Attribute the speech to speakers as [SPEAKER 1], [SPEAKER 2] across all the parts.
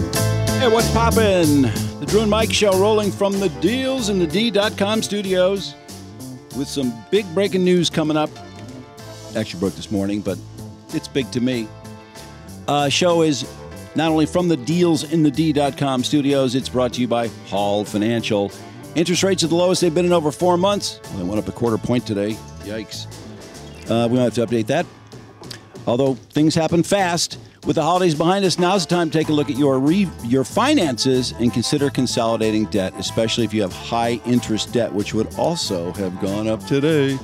[SPEAKER 1] Hey, what's poppin'? The Drew and Mike show rolling from the deals in the D.com studios with some big breaking news coming up. Actually broke this morning, but it's big to me. Uh, show is not only from the deals in the D.com studios, it's brought to you by Hall Financial. Interest rates are the lowest they've been in over four months. Well, they went up a quarter point today. Yikes. Uh, we might have to update that. Although things happen fast, with the holidays behind us, now's the time to take a look at your re- your finances and consider consolidating debt, especially if you have high interest debt, which would also have gone up today.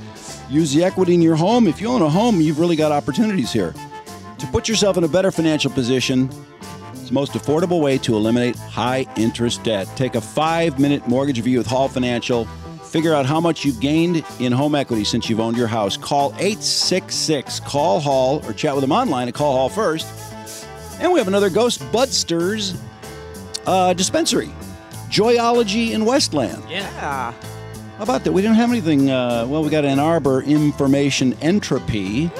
[SPEAKER 1] Use the equity in your home. If you own a home, you've really got opportunities here. To put yourself in a better financial position, it's the most affordable way to eliminate high interest debt. Take a five minute mortgage review with Hall Financial. Figure out how much you've gained in home equity since you've owned your house. Call 866 Call Hall or chat with them online at Call Hall first. And we have another Ghost Budsters uh, dispensary, Joyology in Westland.
[SPEAKER 2] Yeah.
[SPEAKER 1] How about that? We didn't have anything. Uh, well, we got Ann Arbor Information Entropy,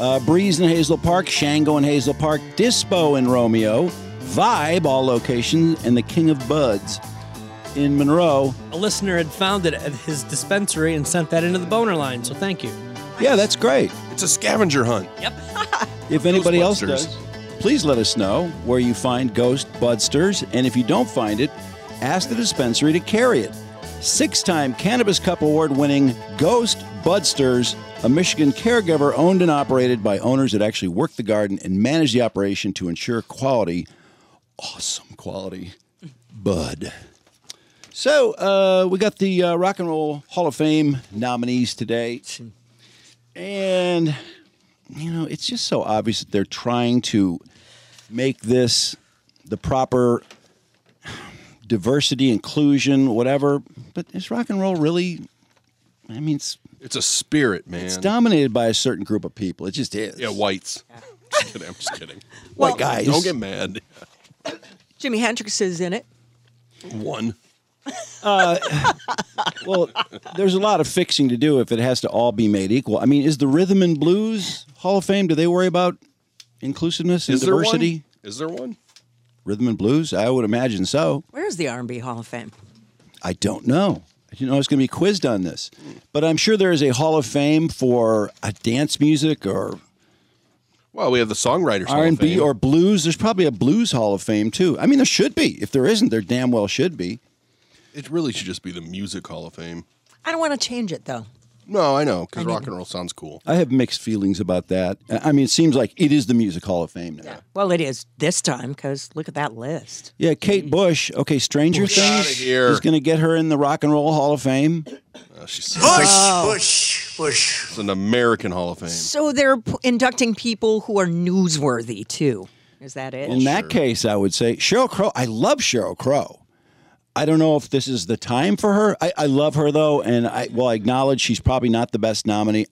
[SPEAKER 1] uh, Breeze in Hazel Park, Shango in Hazel Park, Dispo in Romeo, Vibe, all locations, and the King of Buds in Monroe.
[SPEAKER 2] A listener had found it at his dispensary and sent that into the boner line, so thank you.
[SPEAKER 1] Yeah, that's great.
[SPEAKER 3] It's a scavenger hunt.
[SPEAKER 2] Yep.
[SPEAKER 1] If anybody else
[SPEAKER 3] Budsters.
[SPEAKER 1] does, please let us know where you find Ghost Budsters. And if you don't find it, ask the dispensary to carry it. Six time Cannabis Cup Award winning Ghost Budsters, a Michigan caregiver owned and operated by owners that actually work the garden and manage the operation to ensure quality, awesome quality, bud. So uh, we got the uh, Rock and Roll Hall of Fame nominees today. And you know, it's just so obvious that they're trying to make this the proper diversity, inclusion, whatever. But is rock and roll really? I mean, it's
[SPEAKER 3] It's a spirit, man.
[SPEAKER 1] it's dominated by a certain group of people. It just is.
[SPEAKER 3] Yeah, whites. Just kidding. I'm just kidding.
[SPEAKER 1] White
[SPEAKER 4] Well-
[SPEAKER 1] guys.
[SPEAKER 3] Don't get mad.
[SPEAKER 4] Jimi Hendrix is in it.
[SPEAKER 3] One. Uh,
[SPEAKER 1] well, there's a lot of fixing to do if it has to all be made equal. I mean, is the Rhythm and Blues Hall of Fame? Do they worry about inclusiveness and
[SPEAKER 3] Is there
[SPEAKER 1] diversity?
[SPEAKER 3] one? Is there one?
[SPEAKER 1] Rhythm and Blues? I would imagine so.
[SPEAKER 4] Where's the R&B Hall of Fame?
[SPEAKER 1] I don't know. You know, I was going to be quizzed on this, but I'm sure there is a Hall of Fame for uh dance music or
[SPEAKER 3] Well, we have the songwriters. Hall
[SPEAKER 1] R
[SPEAKER 3] of
[SPEAKER 1] and B
[SPEAKER 3] Fame.
[SPEAKER 1] or blues. There's probably a blues Hall of Fame too. I mean, there should be. If there isn't, there damn well should be.
[SPEAKER 3] it really should just be the music Hall of Fame.
[SPEAKER 4] I don't want to change it though.
[SPEAKER 3] No, I know because rock and roll sounds cool.
[SPEAKER 1] I have mixed feelings about that. I I mean, it seems like it is the Music Hall of Fame now. Yeah,
[SPEAKER 4] Well, it is this time because look at that list.
[SPEAKER 1] Kate Bush. Okay, Stranger
[SPEAKER 3] Bush.
[SPEAKER 1] Things
[SPEAKER 3] Outta here.
[SPEAKER 1] is going to get her in the Rock and Roll Hall of Fame.
[SPEAKER 3] Oh, she's it's an American Hall of Fame.
[SPEAKER 4] So they're p- inducting people who are newsworthy too. Is that it?
[SPEAKER 1] In that case, I would say Cheryl Crow. I love Cheryl Crow. I don't know if this is the time for her. I, I love her though, and I well I acknowledge she's probably not the best nominee.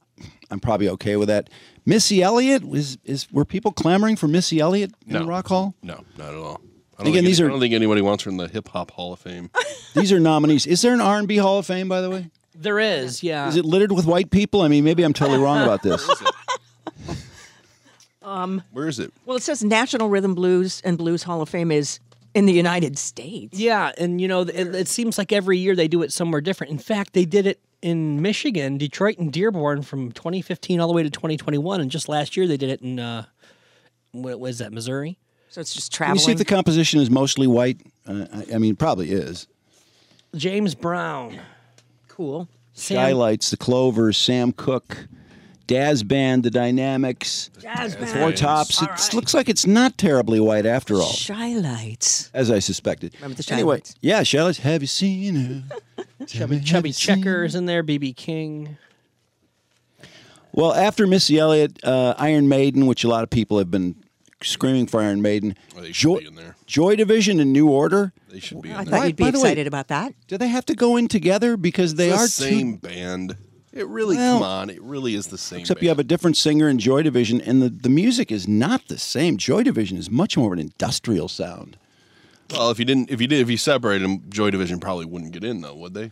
[SPEAKER 1] I'm probably okay with that. Missy Elliott is is were people clamoring for Missy Elliott in the
[SPEAKER 3] No.
[SPEAKER 1] Rock Hall?
[SPEAKER 3] No, not at all. I don't,
[SPEAKER 1] Again,
[SPEAKER 3] think,
[SPEAKER 1] these
[SPEAKER 3] any-
[SPEAKER 1] are-
[SPEAKER 3] I don't think anybody wants her in the Hip Hop Hall of Fame.
[SPEAKER 1] These are nominees. Is there an R and B Hall of Fame by the way?
[SPEAKER 2] There is, yeah.
[SPEAKER 1] Is it littered with white people? I mean, maybe I'm totally wrong about this.
[SPEAKER 3] Where is it?
[SPEAKER 4] Um, well, it says National Rhythm Blues and Blues Hall of Fame is in the United States.
[SPEAKER 2] yeah, and you know, it, it seems like every year they do it somewhere different. In fact, they did it in Michigan, Detroit, and Dearborn from 2015 all the way to 2021, and just last year they did it in uh, what was that, Missouri?
[SPEAKER 4] So it's just
[SPEAKER 1] Can you
[SPEAKER 4] traveling.
[SPEAKER 1] see if the composition is mostly white? Uh, I, I mean, probably is.
[SPEAKER 2] James Brown,
[SPEAKER 4] cool.
[SPEAKER 2] Sam,
[SPEAKER 1] Skylights, the Clovers, Sam Cooke, Daz Band, the Dynamics.
[SPEAKER 4] Jazz
[SPEAKER 1] Four tops. It looks like it's not terribly white after all,
[SPEAKER 4] Shy lights.
[SPEAKER 1] as I suspected.
[SPEAKER 4] Remember the
[SPEAKER 1] anyway,
[SPEAKER 4] Shilots?
[SPEAKER 1] yeah, Shilots. Have you seen her?
[SPEAKER 2] Chubby, Chubby Checkers in there, BB King.
[SPEAKER 1] Well, after Missy Elliott, uh, Iron Maiden, which a lot of people have been screaming for Iron Maiden,
[SPEAKER 3] Well, they should
[SPEAKER 1] Joy,
[SPEAKER 3] be in there.
[SPEAKER 1] Joy Division and New Order.
[SPEAKER 3] They should be.
[SPEAKER 4] I
[SPEAKER 3] in
[SPEAKER 4] thought
[SPEAKER 3] there.
[SPEAKER 1] Why-
[SPEAKER 4] you'd be
[SPEAKER 1] by the way-
[SPEAKER 4] excited about that.
[SPEAKER 1] Do they have to go in together because they
[SPEAKER 3] It's
[SPEAKER 1] are
[SPEAKER 3] the
[SPEAKER 1] two-
[SPEAKER 3] same band. It really,
[SPEAKER 1] Well-
[SPEAKER 3] come on, it really is the same.
[SPEAKER 1] Except
[SPEAKER 3] band.
[SPEAKER 1] you have a different singer in Joy Division, and the, the music is not the same. Joy Division is much more of an industrial sound.
[SPEAKER 3] Well, if you didn't, if you did, if you separated them, Joy Division probably wouldn't get in, though, would they?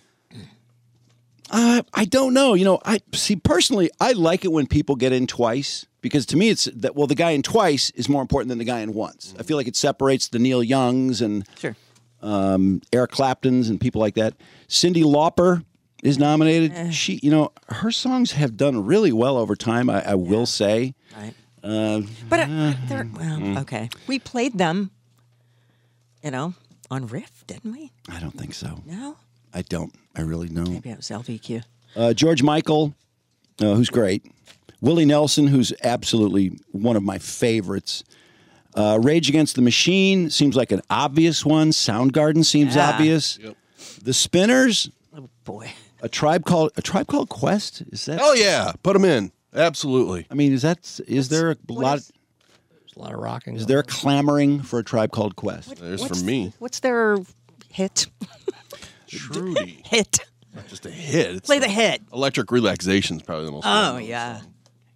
[SPEAKER 1] Uh, I don't know. You know, I see personally, I like it when people get in twice because to me, it's that well, the guy in twice is more important than the guy in once. I feel like it separates the Neil Youngs and
[SPEAKER 4] Sure.
[SPEAKER 1] um, Eric Clapton's and people like that. Cindy Lauper is nominated.
[SPEAKER 4] Eh.
[SPEAKER 1] She, you know, her songs have done really well over time. I, I will say.
[SPEAKER 4] Right.
[SPEAKER 1] Uh, mm,
[SPEAKER 4] But uh, they're, well, okay. We played them, you know, on riff, didn't we?
[SPEAKER 1] I don't think so.
[SPEAKER 4] No,
[SPEAKER 1] I don't. I really don't.
[SPEAKER 4] maybe it was LVQ.
[SPEAKER 1] Uh, George Michael, uh, who's great. Willie Nelson, who's absolutely one of my favorites. Uh, Rage Against the Machine seems like an obvious one. Soundgarden seems
[SPEAKER 4] Yeah.
[SPEAKER 1] obvious. The Spinners,
[SPEAKER 4] Oh boy.
[SPEAKER 1] a tribe called a tribe called Quest. Is that?
[SPEAKER 3] Oh yeah, put them in. Absolutely.
[SPEAKER 1] I mean, is that is there a
[SPEAKER 4] what
[SPEAKER 1] lot?
[SPEAKER 4] is-
[SPEAKER 2] There's a lot of rocking.
[SPEAKER 1] Is there a clamoring for a tribe called Quest?
[SPEAKER 3] There's
[SPEAKER 4] What's-
[SPEAKER 3] for me.
[SPEAKER 4] What's their hit?
[SPEAKER 3] Trudy.
[SPEAKER 4] Hit.
[SPEAKER 3] Just a hit. It's
[SPEAKER 4] Play the hit.
[SPEAKER 3] Electric relaxation is probably the most.
[SPEAKER 4] Oh yeah.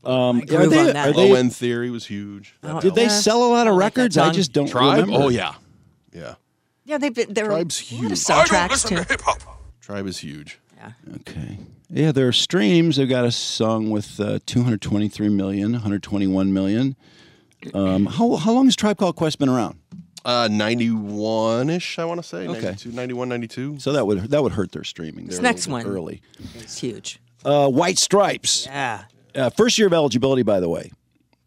[SPEAKER 1] Um,
[SPEAKER 4] groove on that
[SPEAKER 1] are
[SPEAKER 4] one.
[SPEAKER 1] they-
[SPEAKER 3] Low end theory was huge. That
[SPEAKER 1] did they
[SPEAKER 4] Yeah.
[SPEAKER 1] sell a lot of
[SPEAKER 4] I like that
[SPEAKER 1] records? I
[SPEAKER 4] song.
[SPEAKER 1] just don't
[SPEAKER 3] Tribe?
[SPEAKER 1] remember.
[SPEAKER 3] Oh yeah, yeah.
[SPEAKER 4] Yeah, they've been. There
[SPEAKER 3] Tribe's
[SPEAKER 4] are a lot
[SPEAKER 3] huge.
[SPEAKER 4] of soundtracks too.
[SPEAKER 3] Tribe is huge.
[SPEAKER 1] Okay. Yeah, their streams. They've got a song with uh, 223 million, 121 million. Um, how, how long has Tribe Called Quest been around?
[SPEAKER 3] Uh, 91 ish, I want to say.
[SPEAKER 1] Okay.
[SPEAKER 3] 92, 91, 92.
[SPEAKER 1] So that would that would hurt their streaming. They're a
[SPEAKER 4] next
[SPEAKER 1] little bit
[SPEAKER 4] one.
[SPEAKER 1] early.
[SPEAKER 4] It's huge.
[SPEAKER 1] Uh, White Stripes.
[SPEAKER 4] Yeah.
[SPEAKER 1] Uh, first year of eligibility, by the way.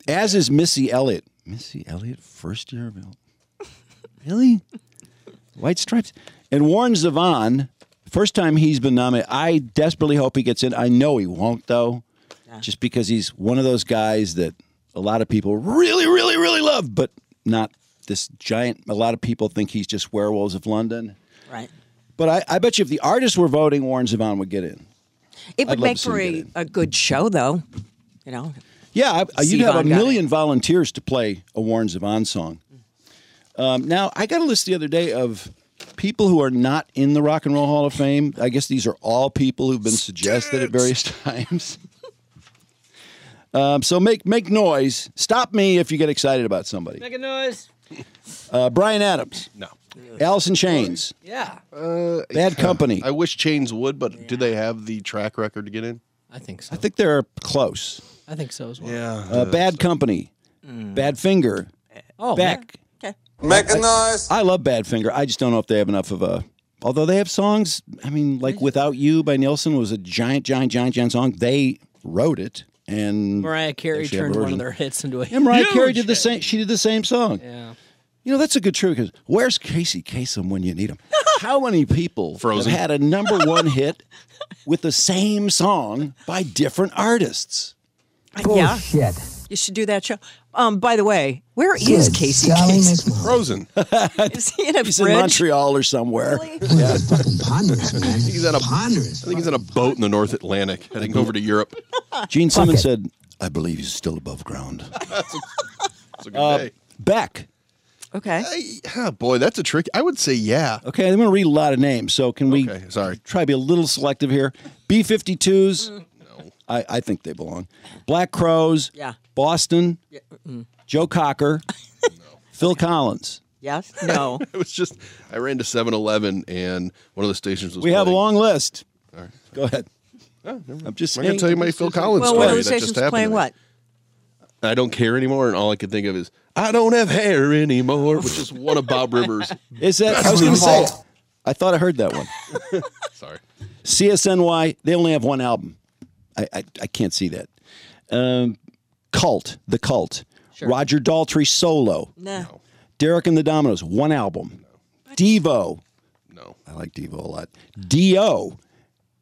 [SPEAKER 1] As is Missy Elliott. Missy Elliott, first year of eligibility. Really? White Stripes. And Warren Zevon, first time he's been nominated. I desperately hope he gets in. I know he won't, though, just because he's one of those guys that a lot of people really, really, really love, but not this giant. A lot of people think he's just Werewolves of London.
[SPEAKER 4] Right.
[SPEAKER 1] But I, I bet you if the artists were voting, Warren Zevon would get in. I'd
[SPEAKER 4] It would
[SPEAKER 1] love
[SPEAKER 4] make
[SPEAKER 1] to see
[SPEAKER 4] for
[SPEAKER 1] him
[SPEAKER 4] a,
[SPEAKER 1] get
[SPEAKER 4] a good show, though. You know.
[SPEAKER 1] Yeah, I, uh, you'd
[SPEAKER 4] Steve
[SPEAKER 1] have a
[SPEAKER 4] Vaughn got
[SPEAKER 1] million volunteers to play a Warren Zevon song. Um, now, I got a list the other day of people who are not in the Rock and Roll Hall of Fame. I guess these are all people who've been suggested at various times. um, so make make noise. Stop me if you get excited about somebody.
[SPEAKER 2] Make a noise.
[SPEAKER 1] Uh, Brian Adams,
[SPEAKER 3] No.
[SPEAKER 1] Allison Chains,
[SPEAKER 2] Yeah.
[SPEAKER 1] Bad Company.
[SPEAKER 3] I wish Chains would, but do they have the track record to get in?
[SPEAKER 2] I think so.
[SPEAKER 1] I think they're close.
[SPEAKER 2] I think so as well.
[SPEAKER 3] Yeah.
[SPEAKER 1] Uh, Bad Company, Bad Finger,
[SPEAKER 2] Oh,
[SPEAKER 1] Beck.
[SPEAKER 4] Okay.
[SPEAKER 5] Mechanized.
[SPEAKER 1] I love Badfinger. I just don't know if they have enough of a. Although they have songs, I mean, like "Without You" by Nielsen was a giant, giant, giant, giant song. They wrote it, and
[SPEAKER 2] Mariah Carey
[SPEAKER 1] Actually, I have
[SPEAKER 2] turned
[SPEAKER 1] a
[SPEAKER 2] one
[SPEAKER 1] version.
[SPEAKER 2] of their hits into a
[SPEAKER 1] and Mariah
[SPEAKER 2] huge
[SPEAKER 1] Carey did the
[SPEAKER 2] hit.
[SPEAKER 1] same. She did the same song.
[SPEAKER 2] Yeah.
[SPEAKER 1] You know, that's a good truth because where's Casey Kasem when you need him? How many people
[SPEAKER 3] Frozen.
[SPEAKER 1] have had a number one hit with the same song by different artists?
[SPEAKER 4] Yeah.
[SPEAKER 6] Shit.
[SPEAKER 4] You should do that show. Um. By the way, where is
[SPEAKER 6] Good
[SPEAKER 4] Casey? Kasem?
[SPEAKER 6] Golly, Miss Molly.
[SPEAKER 3] Frozen.
[SPEAKER 4] Is he in a
[SPEAKER 1] He's
[SPEAKER 4] fridge?
[SPEAKER 1] in Montreal or somewhere.
[SPEAKER 6] He's fucking ponderous, man. He's
[SPEAKER 3] at a-
[SPEAKER 6] ponderous.
[SPEAKER 3] I think he's in a boat in the North Atlantic heading over to Europe.
[SPEAKER 1] Gene Simmons
[SPEAKER 6] it.
[SPEAKER 1] said, "I believe he's still above ground."
[SPEAKER 3] It's a
[SPEAKER 1] Uh,
[SPEAKER 3] good day.
[SPEAKER 1] Beck.
[SPEAKER 4] Okay.
[SPEAKER 3] Hey, ah, boy, that's a trick. I would say yeah.
[SPEAKER 1] Okay, I'm going to read a lot of names. So can we?
[SPEAKER 3] Okay, sorry.
[SPEAKER 1] Try to be a little selective here.
[SPEAKER 4] Mm.
[SPEAKER 1] B52s. I, I think they belong. Black Crows.
[SPEAKER 4] Yeah.
[SPEAKER 1] Boston. Joe Cocker. Phil Collins.
[SPEAKER 4] Yes. No.
[SPEAKER 3] It was just I ran to 7-Eleven and one of the stations was.
[SPEAKER 1] We have a
[SPEAKER 3] playing-
[SPEAKER 1] long list. Go ahead. I'm just
[SPEAKER 3] I'm gonna
[SPEAKER 1] saying.
[SPEAKER 3] tell you my Phil Collins
[SPEAKER 4] well,
[SPEAKER 3] story
[SPEAKER 4] one of the
[SPEAKER 3] that just
[SPEAKER 4] stations
[SPEAKER 3] happened.
[SPEAKER 4] playing
[SPEAKER 3] to me.
[SPEAKER 4] what?
[SPEAKER 3] I don't care anymore, and all I could think of is I don't have hair anymore, which is one of Bob Rivers.
[SPEAKER 1] Is that? I was going to say. I thought I heard that one.
[SPEAKER 3] Sorry.
[SPEAKER 1] CSNY. They only have one album. I I, I can't see that. Um, cult. The Cult. Roger Daltrey solo.
[SPEAKER 4] Nah.
[SPEAKER 1] Derek and the Dominoes, one album. Devo,
[SPEAKER 3] No.
[SPEAKER 1] I like Devo a lot. Do,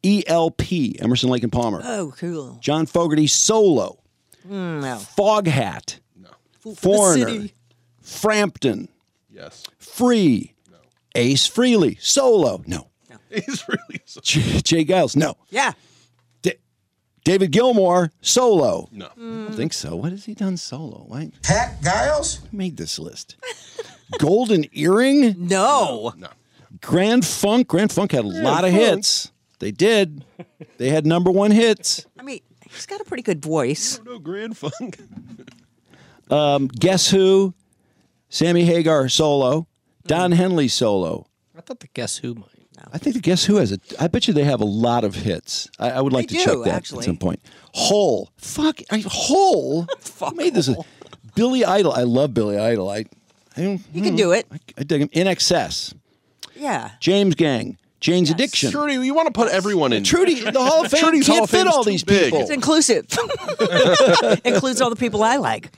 [SPEAKER 1] ELP, Emerson Lake and Palmer.
[SPEAKER 4] Oh, cool. Mm,
[SPEAKER 1] John Fogerty solo.
[SPEAKER 4] No.
[SPEAKER 1] Foghat. Foreigner.
[SPEAKER 4] city.
[SPEAKER 1] Frampton.
[SPEAKER 3] Yes.
[SPEAKER 1] Free. Ace Freely solo. No.
[SPEAKER 3] He's really so-
[SPEAKER 1] J- Jay Giles. No.
[SPEAKER 4] Yeah.
[SPEAKER 1] Da- David Gilmour solo.
[SPEAKER 3] no.
[SPEAKER 1] I don't think so. What has he done solo? Why
[SPEAKER 5] Pat Giles.
[SPEAKER 1] made this list? Golden Earring.
[SPEAKER 4] No.
[SPEAKER 3] No.
[SPEAKER 1] Grand Funk. Grand Funk had a lot of hits. They did. They had number one hits.
[SPEAKER 4] I mean, he's got a pretty good voice.
[SPEAKER 3] No grand funk.
[SPEAKER 1] Um, Guess who?
[SPEAKER 2] Mm.
[SPEAKER 1] Sammy Hagar solo. Don Henley solo.
[SPEAKER 2] I thought the Guess Who might.
[SPEAKER 1] I think the Guess Who has it. I bet you they have a lot of hits. I, I would like
[SPEAKER 4] They
[SPEAKER 1] to
[SPEAKER 4] do,
[SPEAKER 1] check that
[SPEAKER 4] actually.
[SPEAKER 1] at some point. Hole, fuck, I, Hole. Fuck made this. A, Billy Idol. I love Billy Idol. I, I you
[SPEAKER 4] You can do it.
[SPEAKER 1] I, I dig him. In excess.
[SPEAKER 4] Yeah.
[SPEAKER 1] James Gang. Jane's Addiction.
[SPEAKER 3] Trudy, you want to put everyone in.
[SPEAKER 1] Trudy, the Hall of Fame
[SPEAKER 3] Trudy's
[SPEAKER 1] can't
[SPEAKER 3] Hall of
[SPEAKER 1] fit
[SPEAKER 3] Fame's
[SPEAKER 1] all
[SPEAKER 3] too
[SPEAKER 1] these
[SPEAKER 3] big.
[SPEAKER 1] people.
[SPEAKER 4] It's inclusive. Includes all the people I like.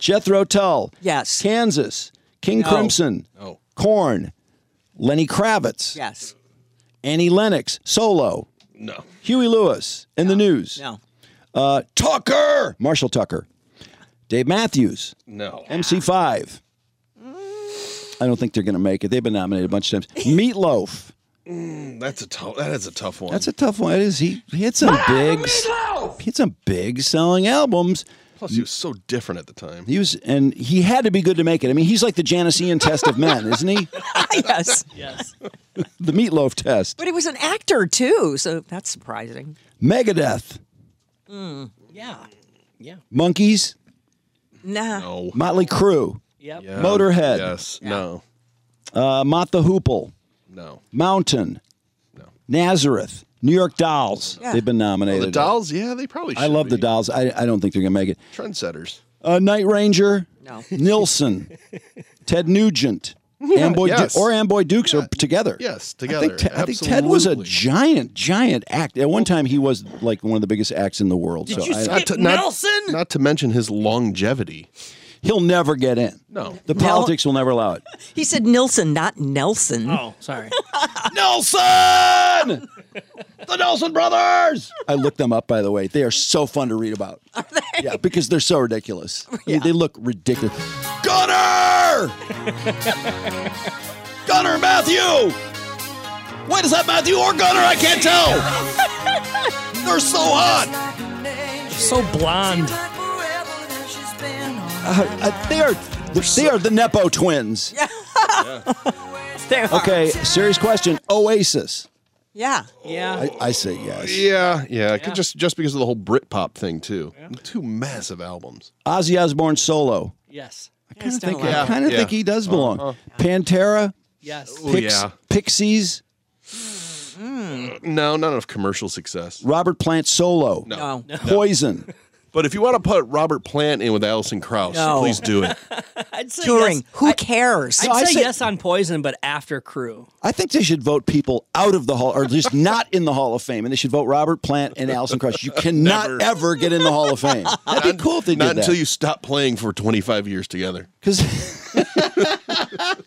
[SPEAKER 1] Jethro Tull.
[SPEAKER 4] Yes.
[SPEAKER 1] Kansas. King
[SPEAKER 4] No.
[SPEAKER 1] Crimson.
[SPEAKER 3] No.
[SPEAKER 1] Corn. Lenny Kravitz.
[SPEAKER 4] Yes.
[SPEAKER 1] Annie Lennox. Solo.
[SPEAKER 3] No.
[SPEAKER 1] Huey Lewis. In the news.
[SPEAKER 4] No.
[SPEAKER 1] Uh, Tucker. Marshall Tucker. Dave Matthews.
[SPEAKER 3] No.
[SPEAKER 1] MC5. I don't think they're going to make it. They've been nominated a bunch of times. Meatloaf.
[SPEAKER 3] Mm, That's a tough. That is a tough one.
[SPEAKER 1] That's a tough one. It is. He, he had some big, he had some big selling albums.
[SPEAKER 3] Plus, he was so different at the time.
[SPEAKER 1] He was, and he had to be good to make it. I mean, he's like the Janician test of men, isn't he?
[SPEAKER 4] yes.
[SPEAKER 2] Yes.
[SPEAKER 1] The meatloaf test.
[SPEAKER 4] But he was an actor too, so that's surprising. Mm.
[SPEAKER 1] Megadeth,
[SPEAKER 2] yeah. Yeah.
[SPEAKER 1] Monkeys,
[SPEAKER 4] Nah.
[SPEAKER 3] No.
[SPEAKER 1] Motley Crue,
[SPEAKER 2] Yep.
[SPEAKER 3] Yeah.
[SPEAKER 1] Motorhead.
[SPEAKER 3] Yes. No.
[SPEAKER 1] uh, Mott the Hoople,
[SPEAKER 3] No.
[SPEAKER 1] Mountain,
[SPEAKER 3] No.
[SPEAKER 1] Nazareth, New York Dolls.
[SPEAKER 4] Yeah.
[SPEAKER 1] They've been
[SPEAKER 3] Well,
[SPEAKER 1] nominated.
[SPEAKER 3] the dolls. Yeah, they probably.
[SPEAKER 1] I
[SPEAKER 3] should
[SPEAKER 1] love the
[SPEAKER 3] be.
[SPEAKER 1] Dolls. I, I don't think they're going to make it.
[SPEAKER 3] Trendsetters.
[SPEAKER 1] Uh, Night Ranger,
[SPEAKER 4] No.
[SPEAKER 1] Nilsson, Ted Nugent. Amboy Du-
[SPEAKER 3] yes.
[SPEAKER 1] or Amboy Dukes are together.
[SPEAKER 3] Yes,
[SPEAKER 1] I think
[SPEAKER 3] together.
[SPEAKER 1] Te- I think, Ted was a
[SPEAKER 3] Absolutely.
[SPEAKER 1] giant, giant act. At one time, he was like one of the biggest acts in the world. so I,
[SPEAKER 3] Not to, not, Not to mention his longevity.
[SPEAKER 1] he'll never get in.
[SPEAKER 3] No.
[SPEAKER 1] The politics will never allow it.
[SPEAKER 4] He said Nilsson, not Nelson.
[SPEAKER 2] Oh, sorry.
[SPEAKER 1] Nelson! the Nelson brothers! I looked them up, by the way. They are so fun to read about. Yeah, because they're so ridiculous. I mean, they look ridiculous. Gunner! Gunner Matthew! Wait, is that Matthew or Gunner? I can't tell. they're so hot.
[SPEAKER 2] so blonde.
[SPEAKER 1] Uh, uh, they are. They are the Nepo twins.
[SPEAKER 4] There are.
[SPEAKER 1] Okay, serious question. Oh, Oasis.
[SPEAKER 4] Yeah.
[SPEAKER 2] Yeah.
[SPEAKER 1] I, I say
[SPEAKER 3] Oh,
[SPEAKER 1] yes.
[SPEAKER 3] Yeah, yeah. c- Just just because of the whole Britpop thing too. Two massive albums.
[SPEAKER 1] Ozzy Osbourne solo.
[SPEAKER 2] Yes.
[SPEAKER 1] I kind of
[SPEAKER 4] done a
[SPEAKER 1] think,
[SPEAKER 4] lot.
[SPEAKER 1] I kinda
[SPEAKER 3] Yeah. Uh-huh.
[SPEAKER 1] think he does belong. Pantera,
[SPEAKER 2] Yes.
[SPEAKER 3] Ooh,
[SPEAKER 1] Pix-
[SPEAKER 3] yeah.
[SPEAKER 1] Pixies,
[SPEAKER 4] Mm.
[SPEAKER 3] Uh, No, not enough commercial success.
[SPEAKER 1] Robert Plant solo,
[SPEAKER 4] No.
[SPEAKER 1] Poison,
[SPEAKER 3] But if you want to put Robert Plant in with Allison Krauss,
[SPEAKER 4] No.
[SPEAKER 3] please do it.
[SPEAKER 2] I'd say
[SPEAKER 4] Touring.
[SPEAKER 2] yes.
[SPEAKER 4] Who cares?
[SPEAKER 2] I'd
[SPEAKER 1] No, I
[SPEAKER 2] say
[SPEAKER 1] say-
[SPEAKER 2] yes on Poison, but after Crew.
[SPEAKER 1] I think they should vote people out of the hall, or just not in the Hall of Fame, and they should vote Robert Plant and Allison Krauss. You cannot
[SPEAKER 3] Never.
[SPEAKER 1] ever get in the Hall of Fame. That'd be cool if they
[SPEAKER 3] Not
[SPEAKER 1] did
[SPEAKER 3] until
[SPEAKER 1] that.
[SPEAKER 3] you stop playing for 25 years together.
[SPEAKER 1] Because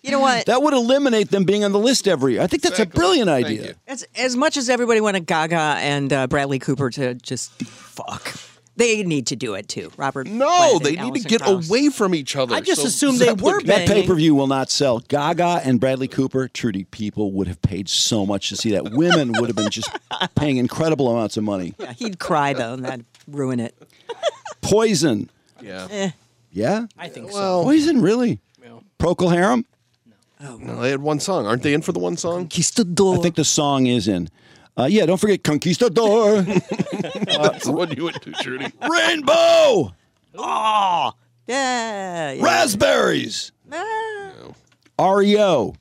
[SPEAKER 4] you know what?
[SPEAKER 1] that would eliminate them being on the list every year. I think that's a brilliant idea.
[SPEAKER 3] you.
[SPEAKER 4] As, as much as everybody wanted Gaga and uh, Bradley Cooper to just fuck, they need to do it too. Robert.
[SPEAKER 3] No,
[SPEAKER 4] Plant
[SPEAKER 3] they need
[SPEAKER 4] and
[SPEAKER 3] to
[SPEAKER 4] Alison
[SPEAKER 3] get
[SPEAKER 4] Krauss.
[SPEAKER 3] away from each other.
[SPEAKER 2] I just
[SPEAKER 3] So
[SPEAKER 2] assumed they
[SPEAKER 3] that would
[SPEAKER 2] were
[SPEAKER 3] be-
[SPEAKER 1] That
[SPEAKER 2] banging.
[SPEAKER 1] pay per view will not sell. Gaga and Bradley Cooper, Trudy, people would have paid so much to see that. Women would have been just paying incredible amounts of money.
[SPEAKER 4] Yeah, he'd cry though, and that'd ruin it.
[SPEAKER 1] Poison,
[SPEAKER 3] Yeah.
[SPEAKER 4] Eh.
[SPEAKER 1] yeah,
[SPEAKER 2] I think
[SPEAKER 1] Poison, really?
[SPEAKER 2] so.
[SPEAKER 1] Procol Harum?
[SPEAKER 3] No, they had one song. Aren't they in for the one song?
[SPEAKER 4] He's the door.
[SPEAKER 1] I think the song is in. Uh, yeah, don't forget Conquistador,
[SPEAKER 3] That's the one you would do, Trudy.
[SPEAKER 1] Rainbow,
[SPEAKER 4] yeah. yeah.
[SPEAKER 1] Raspberries, E
[SPEAKER 4] Ah,
[SPEAKER 1] REO.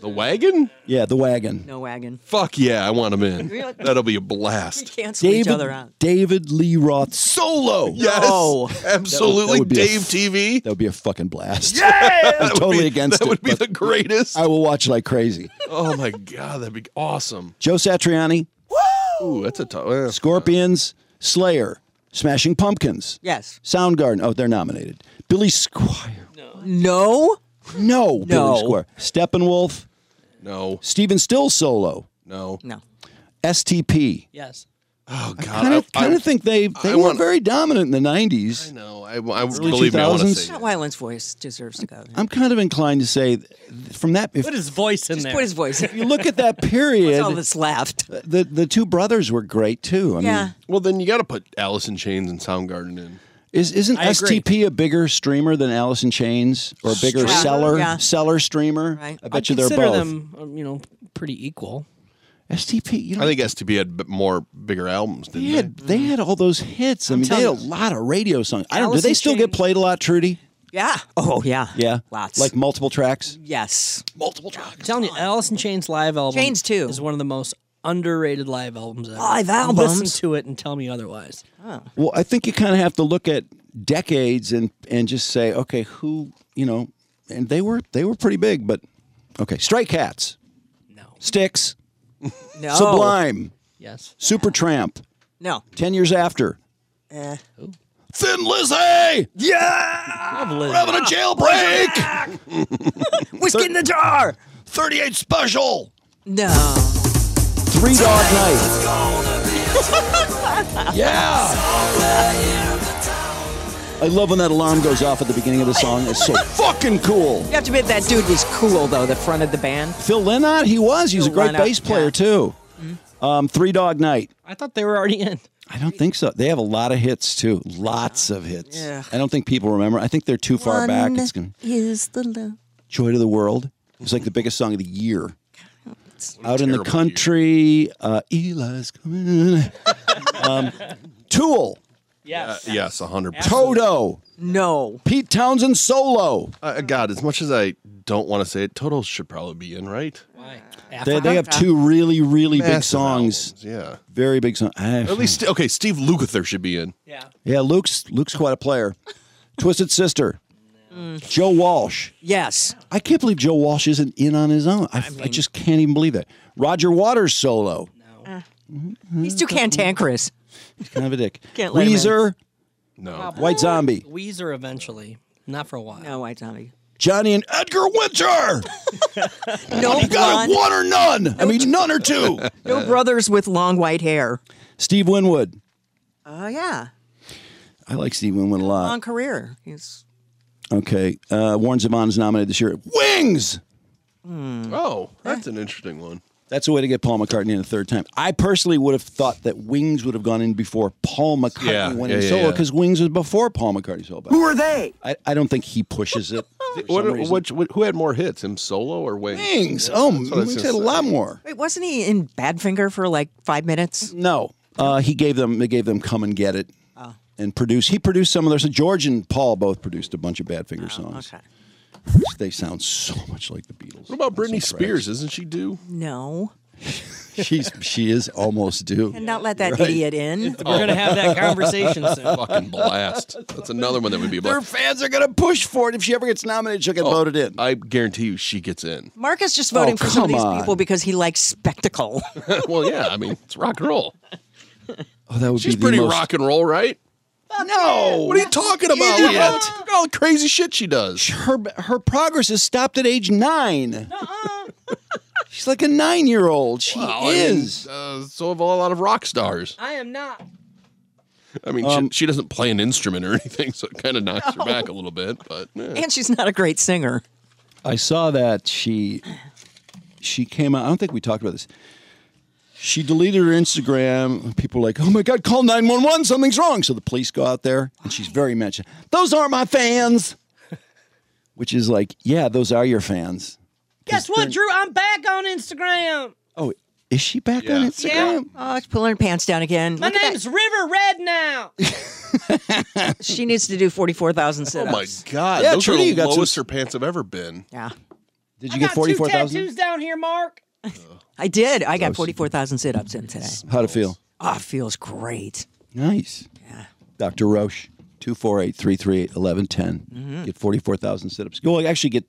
[SPEAKER 3] The Wagon?
[SPEAKER 1] Yeah, the wagon.
[SPEAKER 4] no wagon.
[SPEAKER 3] Fuck yeah, I want him in. That'll be a blast.
[SPEAKER 4] Cancel each other
[SPEAKER 1] David,
[SPEAKER 4] out.
[SPEAKER 1] David Lee Roth solo.
[SPEAKER 3] Yes.
[SPEAKER 4] No.
[SPEAKER 3] Absolutely.
[SPEAKER 1] That would be a-
[SPEAKER 3] Dave TV.
[SPEAKER 1] That would be a fucking blast. Yeah, I'm totally against
[SPEAKER 3] that
[SPEAKER 1] it.
[SPEAKER 3] would be
[SPEAKER 1] but
[SPEAKER 3] the greatest.
[SPEAKER 1] I will watch like crazy.
[SPEAKER 3] oh my god, that'd be awesome.
[SPEAKER 1] Joe Satriani,
[SPEAKER 3] Ooh, that's a tough. Uh,
[SPEAKER 1] Scorpions, Slayer, Smashing Pumpkins,
[SPEAKER 4] Yes.
[SPEAKER 1] Soundgarden. Oh, they're nominated. Billy Squire.
[SPEAKER 4] No.
[SPEAKER 1] No,
[SPEAKER 4] No.
[SPEAKER 1] Billy Squire. Steppenwolf,
[SPEAKER 3] no,
[SPEAKER 1] Steven Still solo,
[SPEAKER 3] no.
[SPEAKER 4] No.
[SPEAKER 1] STP.
[SPEAKER 2] Yes.
[SPEAKER 3] Oh god,
[SPEAKER 1] kind of
[SPEAKER 3] I,
[SPEAKER 1] kind of think they
[SPEAKER 3] I
[SPEAKER 1] they were
[SPEAKER 3] want-
[SPEAKER 1] very dominant in the
[SPEAKER 3] I
[SPEAKER 1] '90s.
[SPEAKER 3] know. I, I
[SPEAKER 1] Early
[SPEAKER 3] believe me. I want to
[SPEAKER 1] 2000s?
[SPEAKER 3] see.
[SPEAKER 4] Not
[SPEAKER 3] it.
[SPEAKER 4] Wyland's voice deserves to go.
[SPEAKER 1] I'm kind of inclined to say, th- from that, if
[SPEAKER 2] Put his voice in
[SPEAKER 4] Just
[SPEAKER 2] there.
[SPEAKER 4] put his voice. in.
[SPEAKER 1] you look at that period,
[SPEAKER 4] That's all that's left.
[SPEAKER 1] the the two brothers were great too. I
[SPEAKER 4] Yeah.
[SPEAKER 1] mean,
[SPEAKER 3] Well, then you got to put Alice in Chains and Soundgarden in.
[SPEAKER 1] is, isn't
[SPEAKER 2] I agree.
[SPEAKER 1] STP a bigger streamer than Alice in Chains or a bigger
[SPEAKER 4] Streamer,
[SPEAKER 1] seller
[SPEAKER 4] yeah.
[SPEAKER 1] seller streamer?
[SPEAKER 4] Right.
[SPEAKER 1] I
[SPEAKER 2] I
[SPEAKER 1] bet you they're
[SPEAKER 2] consider
[SPEAKER 1] both.
[SPEAKER 2] them, um, you know, pretty equal.
[SPEAKER 1] STP, you know,
[SPEAKER 3] I think STB had b- more bigger albums.
[SPEAKER 1] they
[SPEAKER 3] Didn't
[SPEAKER 2] Mm.
[SPEAKER 1] had they had all those hits. i mean, they had a
[SPEAKER 2] telling you.
[SPEAKER 1] lot of radio songs. I don't. Do
[SPEAKER 4] Alice
[SPEAKER 1] they
[SPEAKER 4] in
[SPEAKER 1] still get
[SPEAKER 4] Chains.
[SPEAKER 1] played a lot, Trudy?
[SPEAKER 4] Yeah. Oh, yeah.
[SPEAKER 1] Yeah,
[SPEAKER 4] Lots.
[SPEAKER 1] like multiple tracks.
[SPEAKER 4] yes.
[SPEAKER 1] Multiple tracks.
[SPEAKER 2] I'm telling you, Alice in Chains live album
[SPEAKER 4] Chains too.
[SPEAKER 2] is one of the most underrated live albums ever.
[SPEAKER 4] Live albums?
[SPEAKER 2] Listen to it and tell me otherwise.
[SPEAKER 1] Well, I think you kind of have to look at decades and and just say, okay, who you know, and they were they were pretty big, but okay, Stray Cats,
[SPEAKER 2] No.
[SPEAKER 1] Sticks,
[SPEAKER 4] No.
[SPEAKER 1] Sublime,
[SPEAKER 2] Yes.
[SPEAKER 1] Supertramp,
[SPEAKER 4] No.
[SPEAKER 1] Ten Years After,
[SPEAKER 2] eh.
[SPEAKER 3] Oh.
[SPEAKER 1] Thin Lizzy, yeah,
[SPEAKER 2] Love Lizzy. Ah.
[SPEAKER 1] having a jailbreak,
[SPEAKER 4] Whiskey in the jar.
[SPEAKER 1] Thirty Eight Special,
[SPEAKER 4] No.
[SPEAKER 1] Three Dog Night, yeah. I love when that alarm goes off at the beginning of the song. It's so fucking cool.
[SPEAKER 4] You have to admit that dude was cool though. The front of the band.
[SPEAKER 1] Phil Lynott, he was. He's a
[SPEAKER 4] Phil
[SPEAKER 1] great
[SPEAKER 4] Lynott,
[SPEAKER 1] bass player
[SPEAKER 4] yeah. Mm-hmm.
[SPEAKER 1] too. Um, Three Dog Night.
[SPEAKER 2] I thought they were already in.
[SPEAKER 1] I don't think so. They have a lot of hits too. Lots of hits.
[SPEAKER 4] Yeah.
[SPEAKER 1] I don't think people remember. I think they're too far back. It's gonna
[SPEAKER 4] is the love.
[SPEAKER 1] Joy to the World. It's like the biggest song of the year. Out in the
[SPEAKER 3] Terrible
[SPEAKER 1] country, uh, Eli's coming. um, Tool,
[SPEAKER 2] Yes.
[SPEAKER 3] Uh, yes, hundred percent.
[SPEAKER 1] Toto,
[SPEAKER 4] No.
[SPEAKER 1] Pete Townsend solo.
[SPEAKER 3] Uh, God, as much as I don't want to say it, Total should probably be in, right?
[SPEAKER 2] Why?
[SPEAKER 1] They, they have two really, really big
[SPEAKER 3] Massive albums,
[SPEAKER 1] songs.
[SPEAKER 3] Yeah.
[SPEAKER 1] Very big songs.
[SPEAKER 3] At least, okay, Steve Lukather should be in.
[SPEAKER 2] yeah.
[SPEAKER 1] Yeah, Luke's Luke's quite a player. Twisted Sister.
[SPEAKER 3] Mm.
[SPEAKER 1] Joe Walsh.
[SPEAKER 4] Yes.
[SPEAKER 1] I can't believe Joe Walsh isn't in on his own. I, I just can't even believe it. Roger Waters solo.
[SPEAKER 4] Uh, He's too cantankerous.
[SPEAKER 1] Kind of a dick.
[SPEAKER 4] Can't let him in.
[SPEAKER 1] Weezer,
[SPEAKER 3] No.
[SPEAKER 1] White Zombie,
[SPEAKER 2] Weezer eventually. Not for a while.
[SPEAKER 4] No, I don't.
[SPEAKER 1] Johnny and Edgar Winter.
[SPEAKER 4] No
[SPEAKER 1] Got
[SPEAKER 4] blonde.
[SPEAKER 1] it, one or none. I mean, none or two.
[SPEAKER 4] No brothers with long white hair.
[SPEAKER 1] Steve Winwood.
[SPEAKER 4] Oh yeah.
[SPEAKER 1] I like Steve Winwood a
[SPEAKER 4] Long
[SPEAKER 1] lot.
[SPEAKER 4] career. He's
[SPEAKER 1] Okay. Uh, Warren Zevon is nominated this year. Wings.
[SPEAKER 3] Oh, that's an interesting one.
[SPEAKER 1] That's a way to get Paul McCartney in a third time. I personally would have thought that Wings would have gone in before Paul McCartney
[SPEAKER 3] Yeah,
[SPEAKER 1] went
[SPEAKER 3] yeah,
[SPEAKER 1] in
[SPEAKER 3] yeah,
[SPEAKER 1] solo
[SPEAKER 3] yeah.
[SPEAKER 1] because Wings was before Paul McCartney solo. Who are they? I, I don't think he pushes it. for some
[SPEAKER 3] What,
[SPEAKER 1] reason.
[SPEAKER 3] which- what- who had more hits, him solo or Wings?
[SPEAKER 1] Wings. Oh,
[SPEAKER 3] that's what I was
[SPEAKER 1] Wings
[SPEAKER 3] gonna
[SPEAKER 1] had a
[SPEAKER 3] say.
[SPEAKER 1] lot more.
[SPEAKER 4] Wait, wasn't he in Badfinger for like five minutes?
[SPEAKER 1] No, uh, he gave them. They gave them "Come and Get It"
[SPEAKER 4] Oh.
[SPEAKER 1] and produce. He produced some of their. So George and Paul both produced a bunch of Badfinger songs.
[SPEAKER 4] Okay.
[SPEAKER 1] They sound so much like the Beatles.
[SPEAKER 3] What about Britney
[SPEAKER 1] Some tracks.
[SPEAKER 3] Spears? Isn't she due?
[SPEAKER 4] No.
[SPEAKER 1] She's she is almost due.
[SPEAKER 4] And not let that idiot in.
[SPEAKER 2] We're gonna have that conversation soon.
[SPEAKER 3] Fucking blast. That's another one that would be a
[SPEAKER 1] Her
[SPEAKER 3] blast.
[SPEAKER 1] fans are gonna push for it. If she ever gets nominated, she'll get
[SPEAKER 4] Oh.
[SPEAKER 1] voted in.
[SPEAKER 3] I guarantee you she gets in.
[SPEAKER 4] Mark is just voting
[SPEAKER 1] Oh,
[SPEAKER 4] for some of
[SPEAKER 1] come
[SPEAKER 4] these
[SPEAKER 1] on.
[SPEAKER 4] people because he likes spectacle.
[SPEAKER 3] well, yeah, I mean, it's rock and roll.
[SPEAKER 1] oh, that would
[SPEAKER 3] She's
[SPEAKER 1] be the
[SPEAKER 3] pretty
[SPEAKER 1] most-
[SPEAKER 3] rock and roll, right?
[SPEAKER 1] No,
[SPEAKER 3] What are you talking about? Look at, all- look at all the crazy shit she does.
[SPEAKER 1] her her progress has stopped at age nine. She's like a nine year old. She
[SPEAKER 3] Wow, I mean,
[SPEAKER 1] is.
[SPEAKER 3] uh, so have a lot of rock stars.
[SPEAKER 2] I am not.
[SPEAKER 3] I mean,
[SPEAKER 1] Um,
[SPEAKER 3] she, she doesn't play an instrument or anything, so it kind of knocks her back a little bit. But eh.
[SPEAKER 4] and she's not a great singer.
[SPEAKER 1] I saw that she she came out. I don't think we talked about this. She deleted her Instagram. People were like, oh my God, call 911. Something's wrong. So the police go out there and she's very mad. Those aren't my fans. Which is like, yeah, those are your fans.
[SPEAKER 2] Guess what, Drew? I'm back on Instagram.
[SPEAKER 1] Oh, is she back on
[SPEAKER 3] Yeah.
[SPEAKER 1] Instagram?
[SPEAKER 4] Oh, she's pulling her pants down again.
[SPEAKER 2] My
[SPEAKER 4] Look at that.
[SPEAKER 2] name's River Red now.
[SPEAKER 4] She needs to do 44,000
[SPEAKER 3] oh
[SPEAKER 4] sit-ups.
[SPEAKER 3] my god,
[SPEAKER 1] Yeah,
[SPEAKER 3] those
[SPEAKER 1] Trudy,
[SPEAKER 3] are
[SPEAKER 1] you
[SPEAKER 3] the
[SPEAKER 1] got some-
[SPEAKER 3] lowest her pants have ever been.
[SPEAKER 4] Yeah.
[SPEAKER 1] Did you
[SPEAKER 2] I
[SPEAKER 1] get
[SPEAKER 2] got two
[SPEAKER 1] 44,000?
[SPEAKER 2] tattoos down here, Mark.
[SPEAKER 4] I did. I
[SPEAKER 1] Oh,
[SPEAKER 4] got 44,000 sit-ups in today.
[SPEAKER 1] How'd it feel?
[SPEAKER 4] Oh, it feels great.
[SPEAKER 1] Nice. Dr. Roche, 248 338
[SPEAKER 3] Mm-hmm.
[SPEAKER 1] 1110. Get 44,000 sit ups. You'll actually get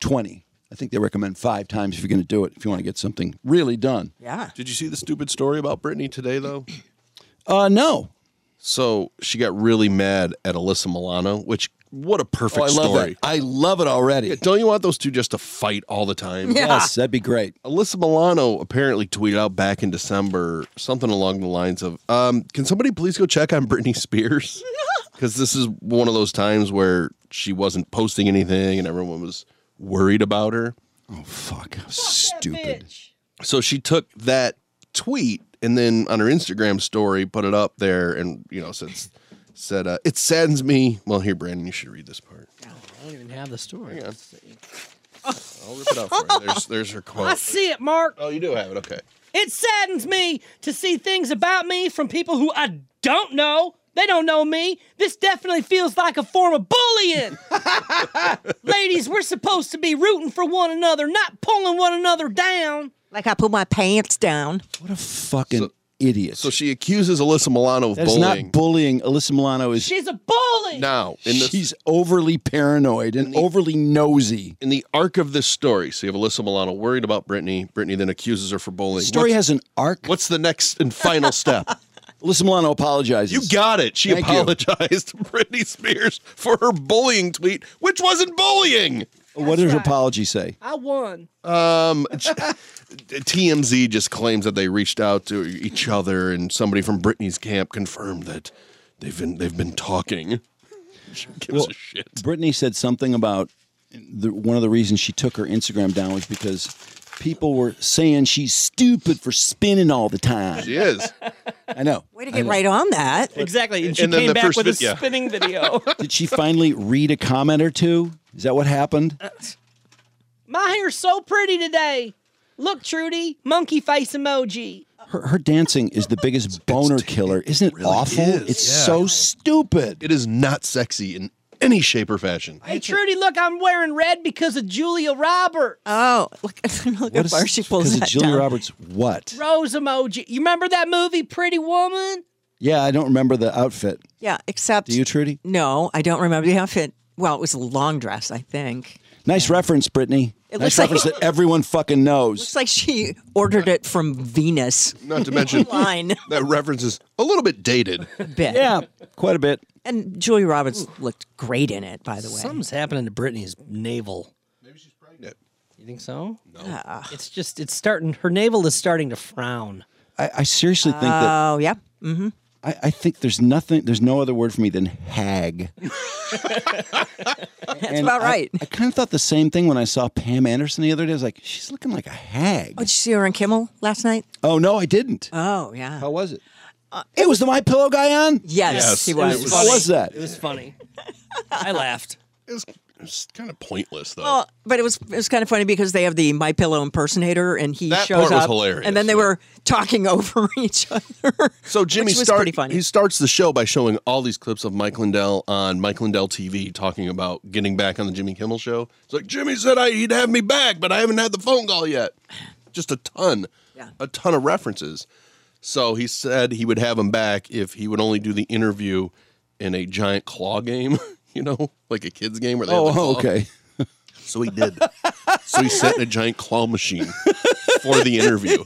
[SPEAKER 1] 220. I think they recommend five times if you're going to do it, if you want to get something really done.
[SPEAKER 4] Yeah.
[SPEAKER 3] Did you see the stupid story about Britney today, though?
[SPEAKER 1] Uh, no.
[SPEAKER 3] So she got really mad at Alyssa Milano, which what a perfect
[SPEAKER 1] Oh, I love
[SPEAKER 3] story.
[SPEAKER 1] that. I love it already.
[SPEAKER 3] Yeah, don't you want those two just to fight all the time?
[SPEAKER 4] Yeah.
[SPEAKER 1] Yes, that'd be great.
[SPEAKER 3] Alyssa Milano apparently tweeted out back in December something along the lines of, um, "Can somebody please go check on Britney Spears? Because this is one of those times where she wasn't posting anything and everyone was worried about her."
[SPEAKER 1] Oh, fuck. Stupid.
[SPEAKER 3] So she took that tweet and then on her Instagram story put it up there and you know said said uh, it saddens me. Well, here, Brandon, you should read this part.
[SPEAKER 2] I don't even have the story.
[SPEAKER 3] I'll rip it out for you. There's there's her
[SPEAKER 2] I
[SPEAKER 3] quote.
[SPEAKER 2] see it, Mark.
[SPEAKER 3] Oh, you do have it. Okay.
[SPEAKER 2] It saddens me to see things about me from people who I don't know They don't know me. This definitely feels like a form of bullying. Ladies, we're supposed to be rooting for one another, not pulling one another down.
[SPEAKER 4] Like I put my pants down.
[SPEAKER 1] What a fucking idiot.
[SPEAKER 3] So she accuses Alyssa Milano of
[SPEAKER 1] That's
[SPEAKER 3] bullying.
[SPEAKER 1] not bullying. Alyssa Milano is
[SPEAKER 2] She's a bully.
[SPEAKER 3] now, in the
[SPEAKER 1] she's overly paranoid and overly nosy.
[SPEAKER 3] in the arc of this story, so you have Alyssa Milano worried about Brittany. Brittany then accuses her for bullying.
[SPEAKER 1] The story has an arc.
[SPEAKER 3] What's the next and final step?
[SPEAKER 1] Alyssa Milano apologizes.
[SPEAKER 3] You got it. She
[SPEAKER 1] Thank you.
[SPEAKER 3] apologized to Britney Spears for her bullying tweet, which wasn't bullying.
[SPEAKER 1] What does her apology say?
[SPEAKER 2] I won.
[SPEAKER 3] Um, TMZ just claims that they reached out to each other, and somebody from Britney's camp confirmed that they've been they've been talking. She gives
[SPEAKER 1] Well,
[SPEAKER 3] a shit.
[SPEAKER 1] Brittany said something about the, one of the reasons she took her Instagram down was because people were saying she's stupid for spinning all the time.
[SPEAKER 3] She is.
[SPEAKER 1] I know.
[SPEAKER 4] Way to get right on that.
[SPEAKER 2] Exactly. And she
[SPEAKER 3] and then
[SPEAKER 2] came
[SPEAKER 3] the
[SPEAKER 2] back
[SPEAKER 3] first
[SPEAKER 2] with a
[SPEAKER 3] vid- yeah.
[SPEAKER 2] spinning video.
[SPEAKER 1] Did she finally read a comment or two? Is that what happened?
[SPEAKER 2] My hair's so pretty today. Look, Trudy, monkey face emoji.
[SPEAKER 1] Her, her dancing is the biggest boner killer. Isn't it awful?
[SPEAKER 3] is,
[SPEAKER 1] It's
[SPEAKER 3] yeah.
[SPEAKER 1] so stupid.
[SPEAKER 3] It is not sexy in any shape or fashion.
[SPEAKER 2] Hey, Trudy, look, I'm wearing red because of Julia Roberts.
[SPEAKER 4] Oh, look, look how far she pulls
[SPEAKER 1] because
[SPEAKER 4] that
[SPEAKER 1] of Julia
[SPEAKER 4] down.
[SPEAKER 1] Roberts? What?
[SPEAKER 2] Rose emoji. You remember that movie, Pretty Woman?
[SPEAKER 1] Yeah, I don't remember the outfit.
[SPEAKER 4] Yeah, except
[SPEAKER 1] Do you, Trudy?
[SPEAKER 4] no, I don't remember the outfit. Well, it was a long dress, I think.
[SPEAKER 1] Nice reference, Brittany.
[SPEAKER 4] It
[SPEAKER 1] nice
[SPEAKER 4] looks like-
[SPEAKER 1] reference that everyone fucking knows.
[SPEAKER 4] It's like she ordered it from Venus
[SPEAKER 3] Not to mention
[SPEAKER 4] line
[SPEAKER 3] that reference is a little bit dated.
[SPEAKER 4] a bit.
[SPEAKER 1] Yeah, quite a bit.
[SPEAKER 4] And Julia Roberts looked great in it, by the way.
[SPEAKER 2] Something's happening to Brittany's navel.
[SPEAKER 3] Pregnant.
[SPEAKER 2] You think so? No. It's just, it's starting, her navel is starting to frown.
[SPEAKER 1] I, I seriously think that
[SPEAKER 4] Oh, yeah.
[SPEAKER 1] I, I think there's nothing, there's no other word for me than hag.
[SPEAKER 4] That's about
[SPEAKER 1] I-
[SPEAKER 4] right.
[SPEAKER 1] I, kind of thought the same thing when I saw Pam Anderson the other day. I was like, she's looking like a hag.
[SPEAKER 4] Oh, did you see her on Kimmel last night?
[SPEAKER 1] Oh, no, I didn't.
[SPEAKER 4] Oh, yeah. Uh,
[SPEAKER 1] How was it? it was the My Pillow guy on?
[SPEAKER 4] yes,
[SPEAKER 3] Yes,
[SPEAKER 4] he
[SPEAKER 3] it
[SPEAKER 4] was.
[SPEAKER 3] was
[SPEAKER 1] How was that?
[SPEAKER 2] It was funny. I laughed. Oh,
[SPEAKER 3] It's, it's kind of pointless though.
[SPEAKER 4] Well, but it was it was kind of funny because they have the My Pillow impersonator, and he
[SPEAKER 3] That
[SPEAKER 4] shows
[SPEAKER 3] part was
[SPEAKER 4] up,
[SPEAKER 3] hilarious,
[SPEAKER 4] and then they
[SPEAKER 3] yeah.
[SPEAKER 4] were talking over each other.
[SPEAKER 3] So Jimmy
[SPEAKER 4] which was
[SPEAKER 3] start-
[SPEAKER 4] pretty funny.
[SPEAKER 3] he starts the show by showing all these clips of Mike Lindell on Mike Lindell TV talking about getting back on the Jimmy Kimmel show. It's like Jimmy said I, he'd have me back, but I haven't had the phone call yet. Just a ton,
[SPEAKER 4] Yeah.
[SPEAKER 3] a ton of references. So he said he would have him back if he would only do the interview in a giant claw game, you know, like a kids game where they have the
[SPEAKER 1] Oh,
[SPEAKER 3] claw.
[SPEAKER 1] okay.
[SPEAKER 3] So he did. so he sat in a giant claw machine for the interview,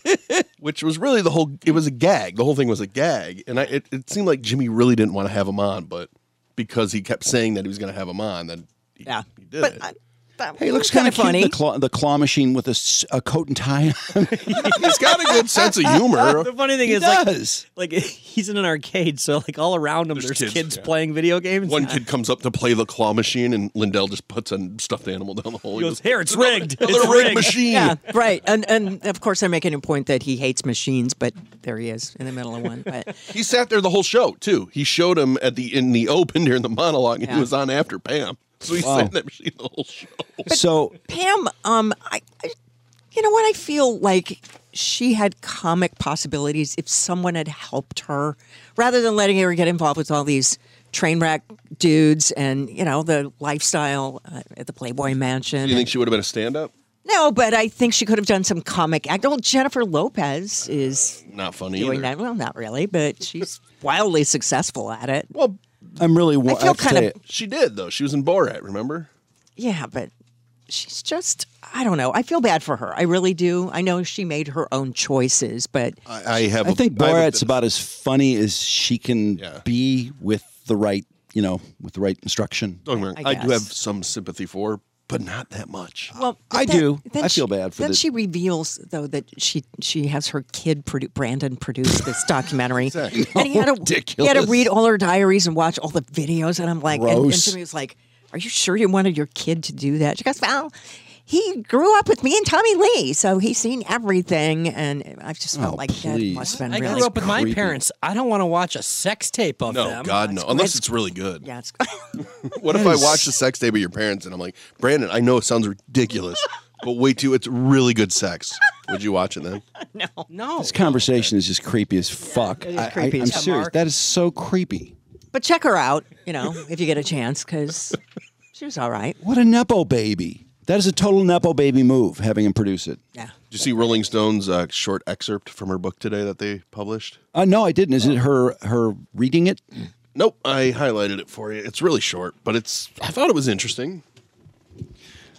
[SPEAKER 3] which was really the whole. It was a gag. The whole thing was a gag, and I, it, it seemed like Jimmy really didn't want to have him on, but because he kept saying that he was going to have him on, then he,
[SPEAKER 4] yeah,
[SPEAKER 3] he did
[SPEAKER 4] But
[SPEAKER 3] it.
[SPEAKER 4] I, that
[SPEAKER 1] Hey, it looks kind
[SPEAKER 4] kinda
[SPEAKER 1] of funny. The claw, the claw machine with a, s- a coat and tie on.
[SPEAKER 3] He's got a good sense of
[SPEAKER 2] The
[SPEAKER 3] humor.
[SPEAKER 2] funny thing
[SPEAKER 1] He
[SPEAKER 2] is, like,
[SPEAKER 1] does.
[SPEAKER 2] like he's in an arcade, so like all around him,
[SPEAKER 3] There's
[SPEAKER 2] there's,
[SPEAKER 3] kids,
[SPEAKER 2] kids,
[SPEAKER 3] yeah.
[SPEAKER 2] playing video games.
[SPEAKER 3] One kid comes up to play the claw machine, and Lindell just puts a stuffed animal down the hole.
[SPEAKER 2] he goes, "Here, it's rigged.
[SPEAKER 3] Another
[SPEAKER 2] It's
[SPEAKER 3] rigged
[SPEAKER 2] rigged."
[SPEAKER 3] machine.
[SPEAKER 4] Yeah, right. And and of course, I'm making a point that he hates machines, but there he is in the middle of one. But
[SPEAKER 3] He sat there the whole show too. He showed him at the in the open during the monologue, and he
[SPEAKER 4] Yeah.
[SPEAKER 3] was on after Pam. So he
[SPEAKER 1] Wow.
[SPEAKER 3] sat in that machine the whole show.
[SPEAKER 1] So,
[SPEAKER 4] Pam, um, I, I, you know what? I feel like she had comic possibilities if someone had helped her rather than letting her get involved with all these train wreck dudes and you know the lifestyle uh, at the Playboy Mansion.
[SPEAKER 3] You think she would have been a stand-up?
[SPEAKER 4] no, but I think she could have done some comic act. Oh, Jennifer Lopez is
[SPEAKER 3] Not funny
[SPEAKER 4] doing
[SPEAKER 3] either.
[SPEAKER 4] that. Well, not really, but she's wildly successful at it.
[SPEAKER 3] Well,
[SPEAKER 1] I'm really. wa-
[SPEAKER 4] I feel
[SPEAKER 1] have to
[SPEAKER 4] kind
[SPEAKER 1] tell
[SPEAKER 4] of-
[SPEAKER 1] you,
[SPEAKER 3] she did though. She was in Borat. Remember?
[SPEAKER 4] Yeah, but she's just I don't know. I feel bad for her. I really do. I know she made her own choices, but
[SPEAKER 3] I, have.
[SPEAKER 1] I think Borat's about as funny as she can
[SPEAKER 3] Yeah.
[SPEAKER 1] be with the right, you know, with the right instruction.
[SPEAKER 3] Don't get me wrong,
[SPEAKER 4] I
[SPEAKER 3] I, do have
[SPEAKER 4] guess.
[SPEAKER 3] some sympathy for, her, but not that much.
[SPEAKER 4] well,
[SPEAKER 1] I do. I feel
[SPEAKER 4] she-
[SPEAKER 1] bad for
[SPEAKER 4] Then
[SPEAKER 1] the-
[SPEAKER 4] she reveals though that she she has her kid produ- Brandon produce this documentary, and he had to he had
[SPEAKER 1] Ridiculous.
[SPEAKER 4] to read all her diaries and watch all the videos, and I'm like, and, and
[SPEAKER 1] Gross.
[SPEAKER 4] Jimmy was like, "Are you sure you wanted your kid to do that?" She goes, "Well." He grew up with me and Tommy Lee, so he's seen everything, and I've just felt
[SPEAKER 1] Oh,
[SPEAKER 4] like
[SPEAKER 1] please.
[SPEAKER 4] that must have been
[SPEAKER 2] I
[SPEAKER 4] really.
[SPEAKER 2] grew up with my
[SPEAKER 1] creepy.
[SPEAKER 2] parents. I don't want to watch a sex tape of
[SPEAKER 3] no,
[SPEAKER 2] them.
[SPEAKER 3] God, no. Unless it's really good.
[SPEAKER 4] yeah, it's,
[SPEAKER 3] What if
[SPEAKER 1] That
[SPEAKER 3] I
[SPEAKER 1] is-
[SPEAKER 3] watch the sex tape of your parents and I'm like, Brandon, I know it sounds ridiculous, but wait till it's really good sex. Would you watch it then?
[SPEAKER 2] No.
[SPEAKER 4] Oh.
[SPEAKER 1] This conversation is just creepy as fuck. I,
[SPEAKER 4] creepy
[SPEAKER 1] I,
[SPEAKER 4] as
[SPEAKER 1] am
[SPEAKER 4] fuck.
[SPEAKER 1] serious. That is so creepy.
[SPEAKER 4] But check her out, you know, if you get a chance, because she was all right.
[SPEAKER 1] What a nepo baby! That is a total nepo baby move. Having him produce it.
[SPEAKER 4] Yeah.
[SPEAKER 3] Did you see Rolling Stone's uh, short excerpt from her book today that they published?
[SPEAKER 1] Uh, no, I didn't. Is it her her reading it?
[SPEAKER 3] Nope, I highlighted it for you. It's really short, but it's. I thought it was interesting.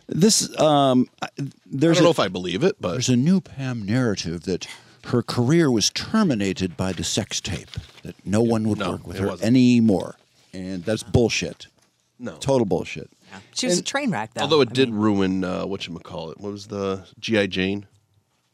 [SPEAKER 1] This um, I-
[SPEAKER 3] I
[SPEAKER 1] there's
[SPEAKER 3] don't
[SPEAKER 1] a,
[SPEAKER 3] know if I believe it, but
[SPEAKER 1] there's a new Pam narrative that her career was terminated by the sex tape that no one would
[SPEAKER 3] no,
[SPEAKER 1] work with
[SPEAKER 3] it
[SPEAKER 1] her
[SPEAKER 3] wasn't.
[SPEAKER 1] anymore, and that's bullshit.
[SPEAKER 3] no.
[SPEAKER 1] Total bullshit.
[SPEAKER 4] She was a train wreck, though.
[SPEAKER 3] Although it
[SPEAKER 4] I
[SPEAKER 3] did
[SPEAKER 4] mean-
[SPEAKER 3] ruin uh, what you call it. What was the GI Jane?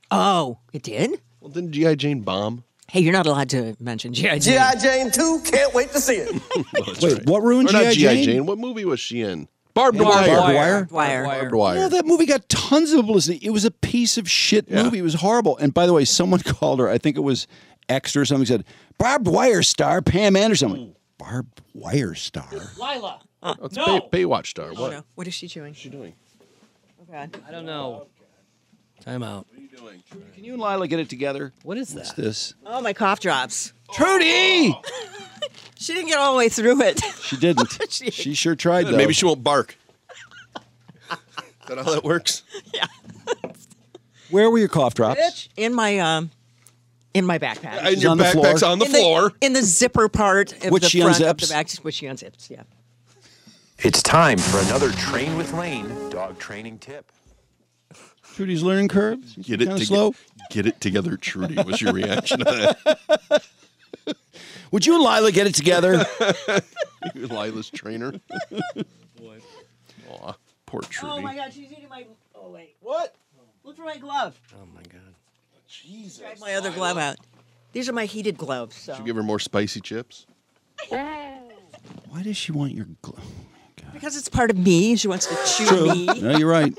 [SPEAKER 4] oh, it did?
[SPEAKER 3] Well, didn't GI Jane bomb?
[SPEAKER 4] Hey, you're not allowed to mention G.I. Jane.
[SPEAKER 5] G.I. Jane 2, can't wait to see it.
[SPEAKER 3] Well, that's
[SPEAKER 1] Wait, what ruined
[SPEAKER 3] Or not
[SPEAKER 1] G.I. Jane?
[SPEAKER 3] What movie was she in?
[SPEAKER 1] Barbed
[SPEAKER 2] Barbed
[SPEAKER 4] wire. Wire.
[SPEAKER 3] Barbed Wire.
[SPEAKER 1] Well, that movie got tons of publicity. It was a piece of shit
[SPEAKER 3] Yeah.
[SPEAKER 1] movie. It was horrible. And by the way, someone called her. I think it was Extra or something. Said barbed wire star Pam Anderson. I'm like, barbed wire star.
[SPEAKER 2] Lila. Uh,
[SPEAKER 3] Oh, it's Bay- Baywatch star. What?
[SPEAKER 4] Oh, no. What is she doing?
[SPEAKER 3] she doing?
[SPEAKER 4] Oh, God.
[SPEAKER 2] I don't know. Time out.
[SPEAKER 1] Can you and Lila get it together?
[SPEAKER 2] What is that?
[SPEAKER 1] This
[SPEAKER 4] Oh, my cough drops.
[SPEAKER 1] Trudy.
[SPEAKER 4] She didn't get all the way through it.
[SPEAKER 1] She didn't. she, sure tried though.
[SPEAKER 3] Maybe she won't bark. Is that how that works?
[SPEAKER 1] Where were your cough drops?
[SPEAKER 4] in my um, in my backpack.
[SPEAKER 3] And
[SPEAKER 1] She's
[SPEAKER 3] your
[SPEAKER 1] on the floor.
[SPEAKER 3] backpack's on the
[SPEAKER 4] in
[SPEAKER 3] floor.
[SPEAKER 4] The, in the zipper part of
[SPEAKER 1] Which
[SPEAKER 4] the
[SPEAKER 1] she
[SPEAKER 4] front of
[SPEAKER 1] unzips?
[SPEAKER 4] the back, which she unzips, yeah.
[SPEAKER 7] It's time for another Train with Lane dog training tip.
[SPEAKER 1] Trudy's learning curve.
[SPEAKER 3] Get it
[SPEAKER 1] Kinda
[SPEAKER 3] to-
[SPEAKER 1] slow.
[SPEAKER 3] Get it together, Trudy. Was your reaction to that?
[SPEAKER 1] Would you and Lila get it together?
[SPEAKER 3] Lila's trainer. Aw, poor
[SPEAKER 1] Oh
[SPEAKER 3] Trudy.
[SPEAKER 4] God, she's eating Oh my. Oh wait, what? Look for my glove.
[SPEAKER 2] Oh my god.
[SPEAKER 4] Grab my other glove out. These are my heated gloves. So
[SPEAKER 3] Give her more spicy chips.
[SPEAKER 1] Why does she want your glove?
[SPEAKER 4] because it's part of me, she wants to chew me.
[SPEAKER 1] No, you're right.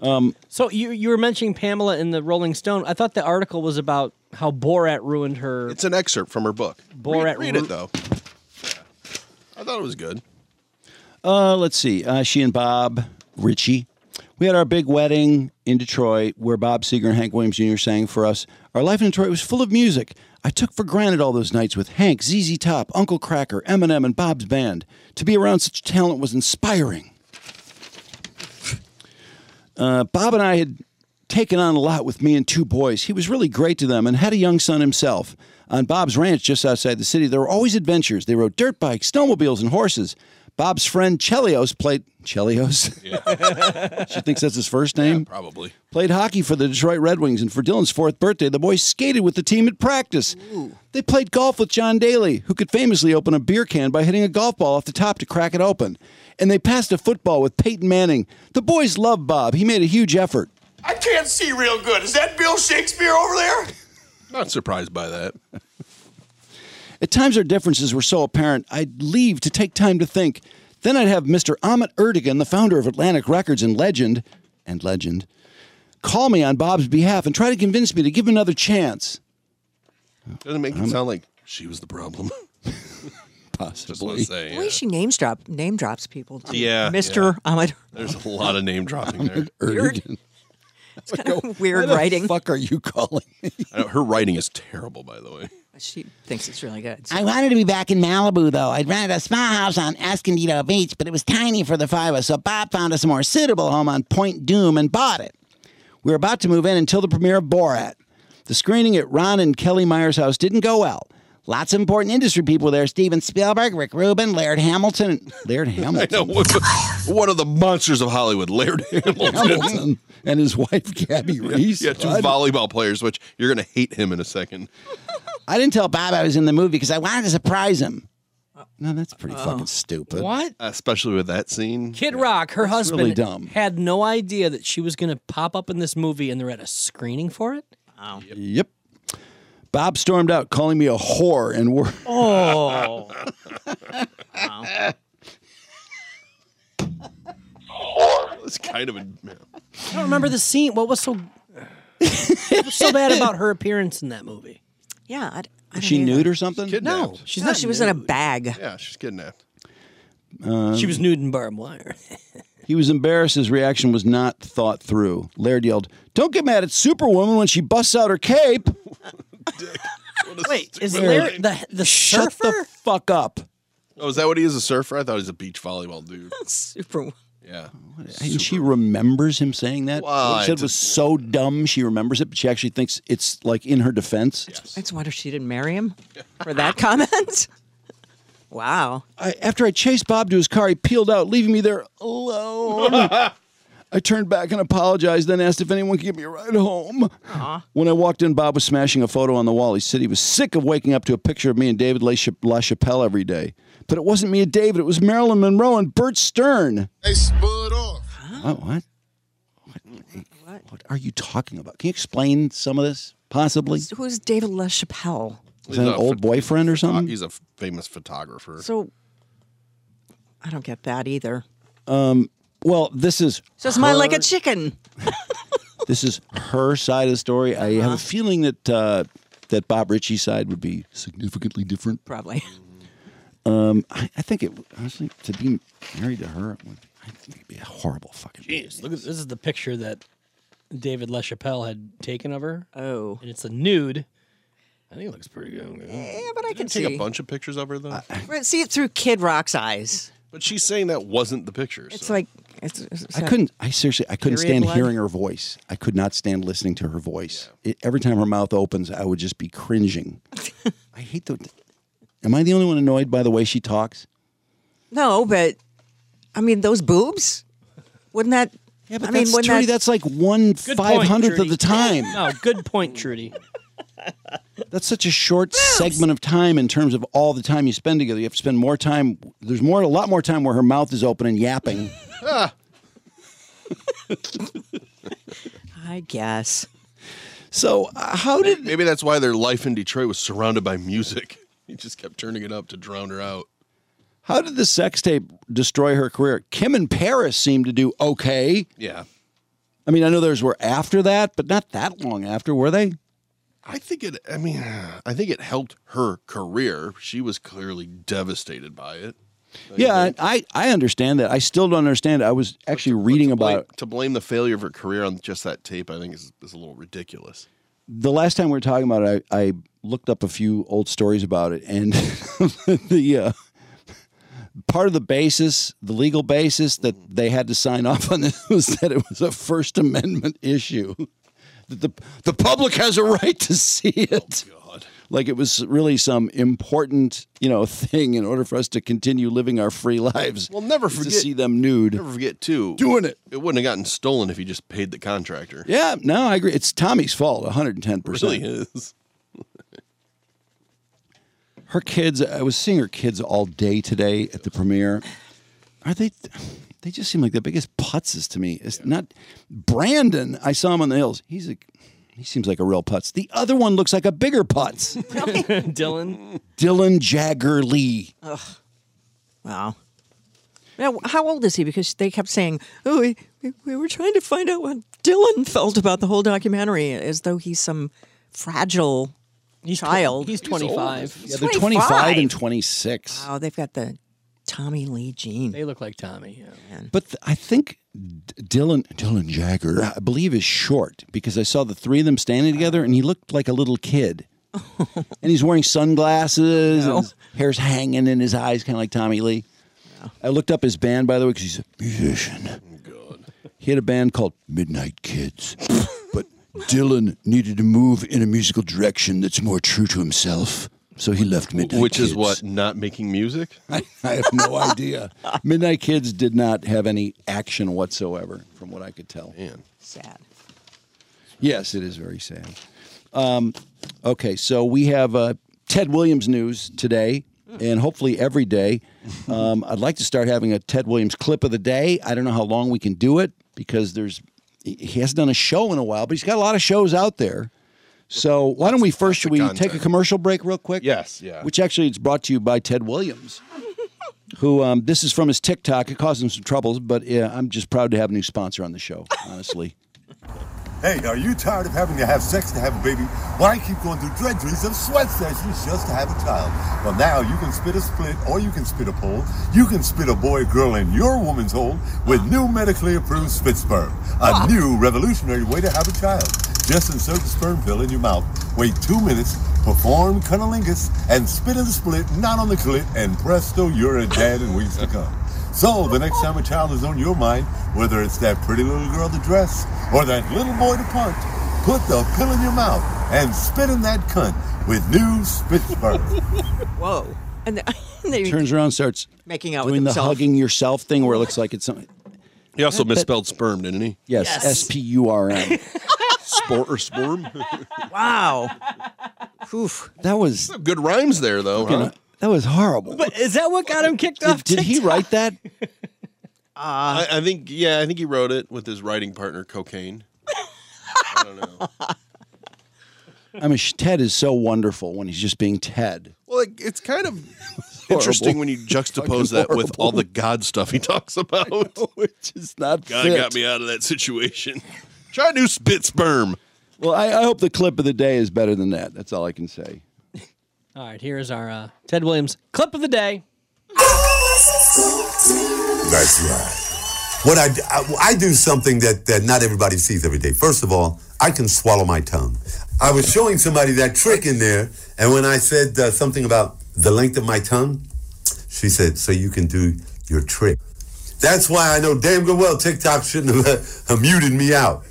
[SPEAKER 1] Um,
[SPEAKER 2] So you you were mentioning Pamela in the Rolling Stone. I thought the article was about how Borat ruined her.
[SPEAKER 3] It's an excerpt from her book.
[SPEAKER 2] Borat
[SPEAKER 3] read, read
[SPEAKER 2] Ru-
[SPEAKER 3] it though. I thought it was good.
[SPEAKER 1] Uh, let's see. Uh, she and Bob Ritchie. We had our big wedding in Detroit where Bob Seger and Hank Williams Jr. sang for us. Our life in Detroit was full of music. I took for granted all those nights with Hank, ZZ Top, Uncle Cracker, Eminem, and Bob's band. To be around such talent was inspiring. Uh, Bob and I had taken on a lot with me and two boys. He was really great to them and had a young son himself. On Bob's ranch just outside the city, there were always adventures. They rode dirt bikes, snowmobiles, and horses. Bob's friend Chelios played Chelios. she thinks that's his first name.
[SPEAKER 3] Probably.
[SPEAKER 1] Played hockey for the Detroit Red Wings, and for Dylan's fourth birthday, the boys skated with the team at practice. They played golf with John Daly, who could famously open a beer can by hitting a golf ball off the top to crack it open. And they passed a football with Peyton Manning. The boys loved Bob. He made a huge effort.
[SPEAKER 5] I can't see real good. Is that Bill Shakespeare over there?
[SPEAKER 3] Not surprised by that.
[SPEAKER 1] At times, our differences were so apparent, I'd leave to take time to think. Then I'd have Mr. Amit Erdogan, the founder of Atlantic Records and legend, and legend, call me on Bob's behalf and try to convince me to give him another chance.
[SPEAKER 3] Doesn't make it sound like she was the problem. Just want
[SPEAKER 1] Possibly.
[SPEAKER 3] to say.
[SPEAKER 4] The way
[SPEAKER 3] yeah.
[SPEAKER 4] she names drop name drops people. Too.
[SPEAKER 3] Yeah,
[SPEAKER 4] Mister Ahmed.
[SPEAKER 3] There's a lot of name dropping there.
[SPEAKER 1] Erdogan.
[SPEAKER 4] It's kind of weird
[SPEAKER 1] the
[SPEAKER 4] writing.
[SPEAKER 1] fuck are you calling me?
[SPEAKER 3] I know, her writing is terrible, by the way.
[SPEAKER 4] She thinks it's really good.
[SPEAKER 8] I wanted to be back in Malibu, though. I'd rented a small house on Escondido Beach, but it was tiny for the five of us, so Bob found us a more suitable home on Point Doom and bought it.
[SPEAKER 1] We were about to move in until the premiere of Borat. The screening at Ron and Kelly Meyer's house didn't go well. Lots of important industry people were there Steven Spielberg, Rick Rubin, Laird Hamilton. and- Laird Hamilton.
[SPEAKER 3] No, what- one of the monsters of Hollywood, Laird Hamilton.
[SPEAKER 1] Hamilton and his wife, Gabby Reese.
[SPEAKER 3] Yeah, two
[SPEAKER 1] I-
[SPEAKER 3] volleyball players, which you're going to hate him in a second.
[SPEAKER 1] I didn't tell Bob I was in the movie because I wanted to surprise him. No, that's pretty fucking stupid.
[SPEAKER 2] Oh. What?
[SPEAKER 3] Uh, Especially with that scene.
[SPEAKER 2] Kid Rock, her husband,
[SPEAKER 1] really dumb.
[SPEAKER 2] had no idea that she was going to pop up in this movie, and they're at a screening for it.
[SPEAKER 1] Yep. Bob stormed out, calling me a whore and wor-
[SPEAKER 2] Oh,
[SPEAKER 3] It's kind of a. yeah.
[SPEAKER 2] I don't remember the scene. What was so what was so bad about her appearance in that movie?
[SPEAKER 4] yeah. I, d- I don't
[SPEAKER 1] She
[SPEAKER 4] either.
[SPEAKER 1] nude or something?
[SPEAKER 3] Kidnapped.
[SPEAKER 2] She's
[SPEAKER 4] No,
[SPEAKER 2] not.
[SPEAKER 4] she was in a bag.
[SPEAKER 3] Yeah, she's kidnapped.
[SPEAKER 2] She was nude in barbed wire.
[SPEAKER 1] Um, He was embarrassed. His reaction was not thought through. Laird yelled, Don't get mad at Superwoman when she busts out her cape.
[SPEAKER 2] Wait, is there the the
[SPEAKER 1] Shut
[SPEAKER 2] surfer?
[SPEAKER 1] the fuck up.
[SPEAKER 3] Oh, is that what he is? A surfer? I thought he was a beach volleyball dude.
[SPEAKER 4] Super.
[SPEAKER 3] Yeah.
[SPEAKER 1] And she remembers him saying that. What
[SPEAKER 3] Why?
[SPEAKER 1] he said was so dumb she remembers it, but she actually thinks it's like in her defense.
[SPEAKER 4] I just wonder if she didn't marry him for that comment. wow.
[SPEAKER 1] I, after I chased Bob to his car, he peeled out, leaving me there alone. I turned back and apologized, then asked if anyone could give me a ride home.
[SPEAKER 3] Uh,
[SPEAKER 1] When I walked in, Bob was smashing a photo on the wall. He said he was sick of waking up to a picture of me and David La, Cha- La Chapelle every day. But it wasn't me and David, it was Marilyn Monroe and Bert Stern.
[SPEAKER 9] They spud off.
[SPEAKER 1] Oh, what? What, what are you talking about? Can you explain some of this, possibly? Is
[SPEAKER 4] Who's David LaChapelle?
[SPEAKER 1] that an
[SPEAKER 3] He's a
[SPEAKER 1] old
[SPEAKER 3] ph-
[SPEAKER 1] boyfriend or
[SPEAKER 3] Uh,
[SPEAKER 1] something?
[SPEAKER 3] he's a f- famous photographer.
[SPEAKER 4] So I don't get that either.
[SPEAKER 1] Um, Well, this is
[SPEAKER 4] So it's my like a
[SPEAKER 1] her-
[SPEAKER 4] chicken.
[SPEAKER 1] this is her side of the story. I have a feeling that uh, that Bob Ritchie's side would be significantly different. Um,
[SPEAKER 4] Probably.
[SPEAKER 1] I, I think it honestly to be married to her would be, I think it'd be a horrible fucking. business.
[SPEAKER 2] Look at this is the picture that David LaChapelle had taken of her,
[SPEAKER 4] Oh.
[SPEAKER 2] and it's a nude. I think it looks pretty good.
[SPEAKER 4] Yeah, but I can
[SPEAKER 3] Take a
[SPEAKER 4] see.
[SPEAKER 3] bunch of pictures of her though.
[SPEAKER 2] Uh,
[SPEAKER 4] Right, see it through Kid Rock's eyes.
[SPEAKER 3] but she's saying that wasn't the pictures.
[SPEAKER 4] It's like it's, it's
[SPEAKER 1] I couldn't. I seriously, I couldn't
[SPEAKER 4] Period
[SPEAKER 1] stand
[SPEAKER 4] blood?
[SPEAKER 1] hearing her voice. I could not stand listening to her voice. It, every time her mouth opens, I would just be cringing. I hate the. Am I the only one annoyed by the way she talks?
[SPEAKER 4] No, but I mean those boobs. Wouldn't that?
[SPEAKER 1] Yeah, but
[SPEAKER 4] I mean,
[SPEAKER 1] that's,
[SPEAKER 4] wouldn't
[SPEAKER 1] Trudy,
[SPEAKER 4] that-
[SPEAKER 1] that's like one
[SPEAKER 2] Good
[SPEAKER 1] five
[SPEAKER 2] point,
[SPEAKER 1] hundredth of
[SPEAKER 2] Trudy.
[SPEAKER 1] the time.
[SPEAKER 2] No, good point, Trudy.
[SPEAKER 1] That's such a short segment of time in terms of all the time you spend together. You have to spend more time. There's more, a lot more time where her mouth is open and yapping.
[SPEAKER 4] I guess.
[SPEAKER 1] so uh, how did?
[SPEAKER 3] Maybe that's why their life in Detroit was surrounded by music. He just kept turning it up to drown her out.
[SPEAKER 1] How did the sex tape destroy her career? Kim and Paris seemed to do okay.
[SPEAKER 3] Yeah.
[SPEAKER 1] I mean, I know theirs were after that, but not that long after, were they?
[SPEAKER 3] I think it I mean I think it helped her career. She was clearly devastated by it.
[SPEAKER 1] Yeah, I, I understand that. I still don't understand. I was actually reading
[SPEAKER 3] To blame-
[SPEAKER 1] about
[SPEAKER 3] to blame the failure of her career on just that tape, I think is, is a little ridiculous.
[SPEAKER 1] the last time we were talking about it. I, I looked up a few old stories about it, and the uh, part of the basis, the legal basis that they had to sign off on this was that it was a First Amendment issue. That the the public has a right to see it.
[SPEAKER 3] Oh, God.
[SPEAKER 1] like it was really some important you know thing in order for us to continue living our free lives
[SPEAKER 3] Well, never
[SPEAKER 1] is to
[SPEAKER 3] forget-
[SPEAKER 1] see them nude
[SPEAKER 3] Never forget too.
[SPEAKER 1] Doing it.
[SPEAKER 3] It wouldn't have gotten stolen if he just paid the contractor.
[SPEAKER 1] yeah no i agree it's tommy's fault 110%
[SPEAKER 3] It really is.
[SPEAKER 1] her kids i was seeing her kids all day today at the premiere are they they just seem like the biggest putzes to me it's not brandon i saw him on the hills he's a he seems like a real putz the other one looks like a bigger putz
[SPEAKER 2] Dylan,
[SPEAKER 1] dylan jagger lee
[SPEAKER 4] Wow. Now, how old is he? Because they kept saying, "Oh, we, we- we were trying to find out what Dylan felt about the whole documentary, as though he's some fragile
[SPEAKER 2] he's tw-
[SPEAKER 4] child."
[SPEAKER 2] he's twenty five.
[SPEAKER 1] yeah they're
[SPEAKER 4] 25.
[SPEAKER 1] 25 and 26
[SPEAKER 4] oh, they've got the Tommy Lee gene.
[SPEAKER 2] They look like Tommy. Yeah.
[SPEAKER 1] But th- I think D- Dylan Dylan Jagger, I believe, is short because I saw the three of them standing together, and he looked like a little kid. and he's wearing sunglasses, and his hair's hanging in his eyes, kind of like Tommy Lee. I looked up his band, by the way, because he's a musician. He had a band called Midnight Kids, but Dylan needed to move in a musical direction that's more true to himself. So he left Midnight
[SPEAKER 3] Which is
[SPEAKER 1] Kids.
[SPEAKER 3] what not making music.
[SPEAKER 1] I, I have no idea. Midnight Kids did not have any action whatsoever, from what I could tell.
[SPEAKER 3] Man.
[SPEAKER 4] Sad.
[SPEAKER 1] Yes, it is very sad. Um, okay, so we have uh, Ted Williams news today, and hopefully every day. Um, I'd like to start having a Ted Williams clip of the day. I don't know how long we can do it because there's he- he hasn't done a show in a while, but he's got a lot of shows out there. So why don't we first should we take a
[SPEAKER 3] content.
[SPEAKER 1] commercial break real quick?
[SPEAKER 3] Yes, yeah.
[SPEAKER 1] Which actually it's brought to you by Ted Williams who um, this is from his TikTok. It caused him some troubles, but yeah, I'm just proud to have a new sponsor on the show, honestly.
[SPEAKER 9] Hey, are you tired of having to have sex to have a baby? Why keep going through drudgeries of sweat sessions just to have a child? Well, now you can spit a split or you can spit a pole. You can spit a boy, girl in your woman's hole with new medically approved spit sperm. A new revolutionary way to have a child. Just insert the sperm pill in your mouth, wait two minutes, perform cunnilingus, and spit in the split, not on the clit, and presto, you're a dad in weeks to come. So the next time a child is on your mind, whether it's that pretty little girl to dress or that little boy to punt, put the pill in your mouth and spit in that cunt with new spit sperm.
[SPEAKER 4] Whoa. And the- and they
[SPEAKER 1] Turns around, starts
[SPEAKER 4] Making out with
[SPEAKER 1] doing the
[SPEAKER 4] himself.
[SPEAKER 1] hugging yourself thing where it looks like it's something.
[SPEAKER 3] He also misspelled sperm, didn't he?
[SPEAKER 1] Yes,
[SPEAKER 4] Yes.
[SPEAKER 1] S P U R M.
[SPEAKER 3] Spor or sperm.
[SPEAKER 4] wow. Oof.
[SPEAKER 1] That was
[SPEAKER 3] Good rhymes there, though. huh?
[SPEAKER 1] that was horrible.
[SPEAKER 2] Is that what got him kicked off?
[SPEAKER 1] did, did he write that?
[SPEAKER 3] Uh, I, I think, yeah, I think he wrote it with his writing partner, cocaine. I don't know.
[SPEAKER 1] I mean, sh- Ted is so wonderful when he's just being Ted.
[SPEAKER 3] Well, like, it's kind of interesting when you juxtapose that with all the God stuff he talks about.
[SPEAKER 1] Which is not
[SPEAKER 3] God
[SPEAKER 1] fit.
[SPEAKER 3] got me out of that situation. Try new spit sperm.
[SPEAKER 1] Well, I, I hope the clip of the day is better than that. That's all I can say.
[SPEAKER 2] All right, here is our uh, Ted Williams clip of the day.
[SPEAKER 9] Nice ride. What I, d- I- I do something that, that not everybody sees every day. First of all, I can swallow my tongue. I was showing somebody that trick in there, and when I said uh, something about the length of my tongue, she said, "So you can do your trick." That's why I know damn good well TikTok shouldn't have uh, muted me out.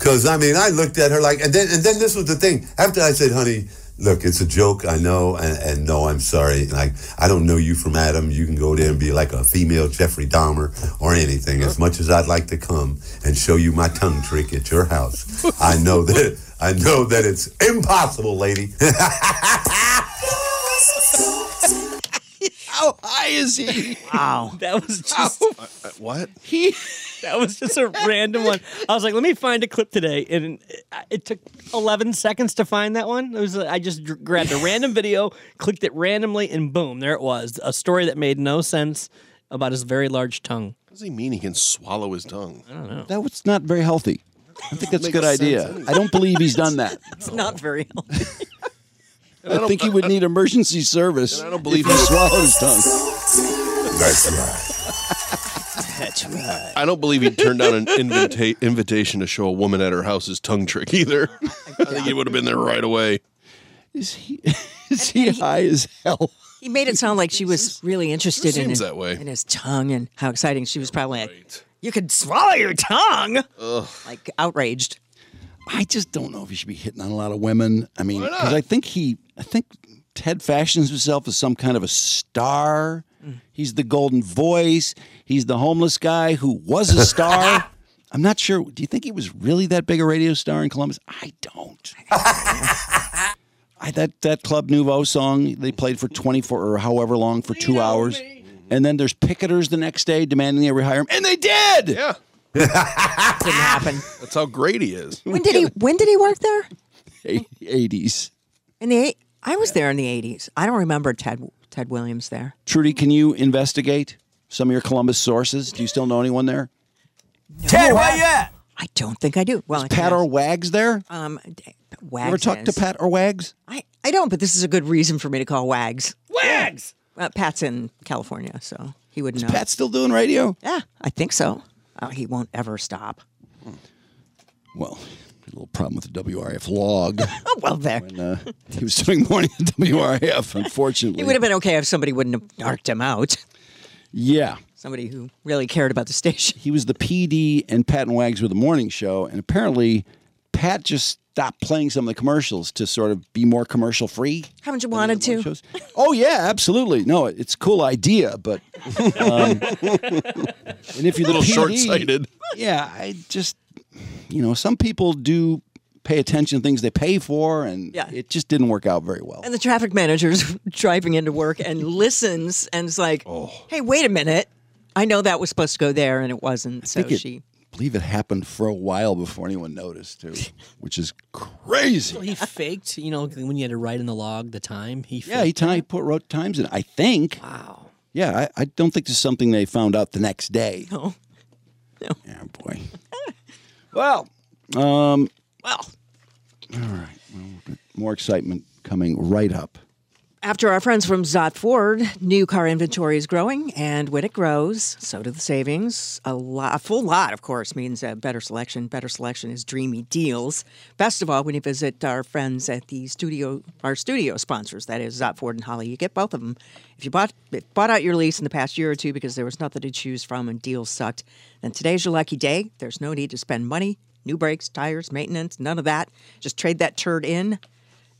[SPEAKER 9] Cause I mean, I looked at her like, and then and then this was the thing. After I said, "Honey, look, it's a joke. I know, and, and no, I'm sorry. Like, I don't know you from Adam. You can go there and be like a female Jeffrey Dahmer or anything. As much as I'd like to come and show you my tongue trick at your house, I know that I know that it's impossible, lady.
[SPEAKER 1] How high is he?
[SPEAKER 4] Wow.
[SPEAKER 2] That was just
[SPEAKER 3] Uh, What?
[SPEAKER 2] that was just a random one. I was like, let me find a clip today, and it, it took 11 seconds to find that one. It was I just dr- grabbed a random video, clicked it randomly, and boom, there it was. A story that made no sense about his very large tongue.
[SPEAKER 3] What does he mean he can swallow his tongue?
[SPEAKER 1] That was not very healthy. I think that's a
[SPEAKER 3] Makes
[SPEAKER 1] good
[SPEAKER 3] sense
[SPEAKER 1] idea.
[SPEAKER 3] anyway.
[SPEAKER 1] I don't believe he's done that.
[SPEAKER 4] It's not very healthy.
[SPEAKER 1] I think he would need emergency service.
[SPEAKER 3] I don't believe
[SPEAKER 1] if he
[SPEAKER 3] he-
[SPEAKER 1] swallowed his tongue.
[SPEAKER 9] nice ride.
[SPEAKER 4] That's right.
[SPEAKER 3] I don't believe he turned down an invita- invitation to show a woman at her house his tongue trick either. I think he would have been there right away.
[SPEAKER 1] Is he? Is he high as hell?
[SPEAKER 4] He made it sound like she was really interested in
[SPEAKER 3] seems
[SPEAKER 4] his,
[SPEAKER 3] that way.
[SPEAKER 4] in his tongue and how exciting she was probably like, you could swallow your tongue. Like outraged.
[SPEAKER 1] I just don't know if he should be hitting on a lot of women. I mean,
[SPEAKER 3] Why not?
[SPEAKER 1] because I think he, I think Ted fashions himself as some kind of a star.
[SPEAKER 3] Mm.
[SPEAKER 1] He's the golden voice. He's the homeless guy who was a star. I'm not sure. Do you think he was really that big a radio star in Columbus? I don't. I, that that Club Nouveau song they played for 24 or however long for two hours, and then there's picketers the next day demanding they rehire him, and they did.
[SPEAKER 3] Yeah,
[SPEAKER 4] Didn't happen.
[SPEAKER 3] that's how great he is.
[SPEAKER 4] When did he when did he work there?
[SPEAKER 1] 80s.
[SPEAKER 4] In the eight I was there in the eighties. I don't remember Ted Ted Williams there.
[SPEAKER 1] Trudy, can you investigate some of your Columbus sources? Do you still know anyone there?
[SPEAKER 5] Ted, where you at?
[SPEAKER 4] I don't think I do. Well, I
[SPEAKER 1] Pat
[SPEAKER 4] can
[SPEAKER 1] or Wags there?
[SPEAKER 4] ask. um, d- Wags.
[SPEAKER 1] You ever talked to
[SPEAKER 4] is-
[SPEAKER 1] Pat or Wags?
[SPEAKER 4] I, I don't, but this is a good reason for me to call Wags.
[SPEAKER 2] Wags.
[SPEAKER 4] Uh, Pat's in California, so he would know.
[SPEAKER 1] Pat's still doing radio?
[SPEAKER 4] Yeah, I think so. Uh, he won't ever stop.
[SPEAKER 1] Hmm. Well, a little problem with the WRF log.
[SPEAKER 4] Oh well, there.
[SPEAKER 1] uh, he was doing morning at WRF, unfortunately.
[SPEAKER 4] It would have been okay if somebody wouldn't have narked him out.
[SPEAKER 1] yeah.
[SPEAKER 4] Somebody who really cared about the station.
[SPEAKER 1] He was the PD and Pat and Wags were the morning show, and apparently Pat just stopped playing some of the commercials to sort of be more commercial free.
[SPEAKER 4] Haven't you wanted
[SPEAKER 1] morning
[SPEAKER 4] to?
[SPEAKER 1] shows. Oh yeah, absolutely. No, it- it's a cool idea, but um, and if you're
[SPEAKER 3] A little
[SPEAKER 1] the PD,
[SPEAKER 3] short-sighted.
[SPEAKER 1] yeah, I just you know some people do pay attention to things they pay for, and
[SPEAKER 4] Yeah.
[SPEAKER 1] it just didn't work out very well.
[SPEAKER 4] And the traffic manager's driving into work and listens and is like,
[SPEAKER 1] Oh.
[SPEAKER 4] "Hey, wait a minute! I know that was supposed to go there and it wasn't." So
[SPEAKER 1] think it-
[SPEAKER 4] she.
[SPEAKER 1] I believe it happened for a while before anyone noticed too, which is crazy.
[SPEAKER 2] He faked, you know, when you had to write in the log the time. He faked.
[SPEAKER 1] Yeah, he, ti- he put wrote times in. I think.
[SPEAKER 2] wow.
[SPEAKER 1] Yeah, I, I don't think this is something they found out the next day.
[SPEAKER 4] No.
[SPEAKER 1] Yeah, boy. well, Um,
[SPEAKER 4] Well,
[SPEAKER 1] More excitement coming right up.
[SPEAKER 4] after our friends from Zott Ford, new car inventory is growing, and when it grows, so do the savings. A, lot, a full lot, of course, means a better selection. Better selection is dreamy deals. Best of all, when you visit our friends at the studio, our studio sponsors, that is Zott Ford and Holly, you get both of them. If you bought if bought out your lease in the past year or two because there was nothing to choose from and deals sucked, then today's your lucky day. There's no need to spend money, new brakes, tires, maintenance, none of that. Just trade that turd in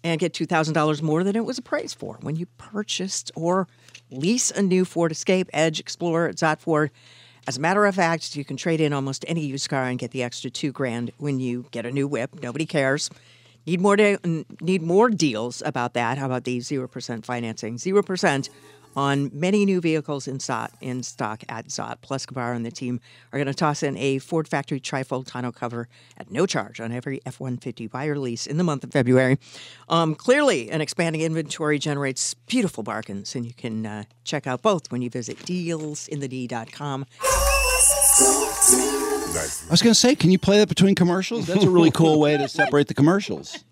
[SPEAKER 4] and get $2,000 more than it was appraised for when you purchased or lease a new Ford Escape, Edge, Explorer at Zott Ford. As a matter of fact, you can trade in almost any used car and get the extra two grand when you get a new whip. Nobody cares. Need more de- n- need more deals about that? How about the zero percent financing? Zero percent on many new vehicles in Zott in stock at Zott. Plus, Gabar and the team are going to toss in a Ford factory trifold tonneau cover at no charge on every F one fifty buyer lease in the month of February. Um, clearly, an expanding inventory generates beautiful bargains, and you can uh, check out both when you visit dealsinthed.com.
[SPEAKER 1] I was going to say, can you play that between commercials? That's a really cool way to separate the commercials.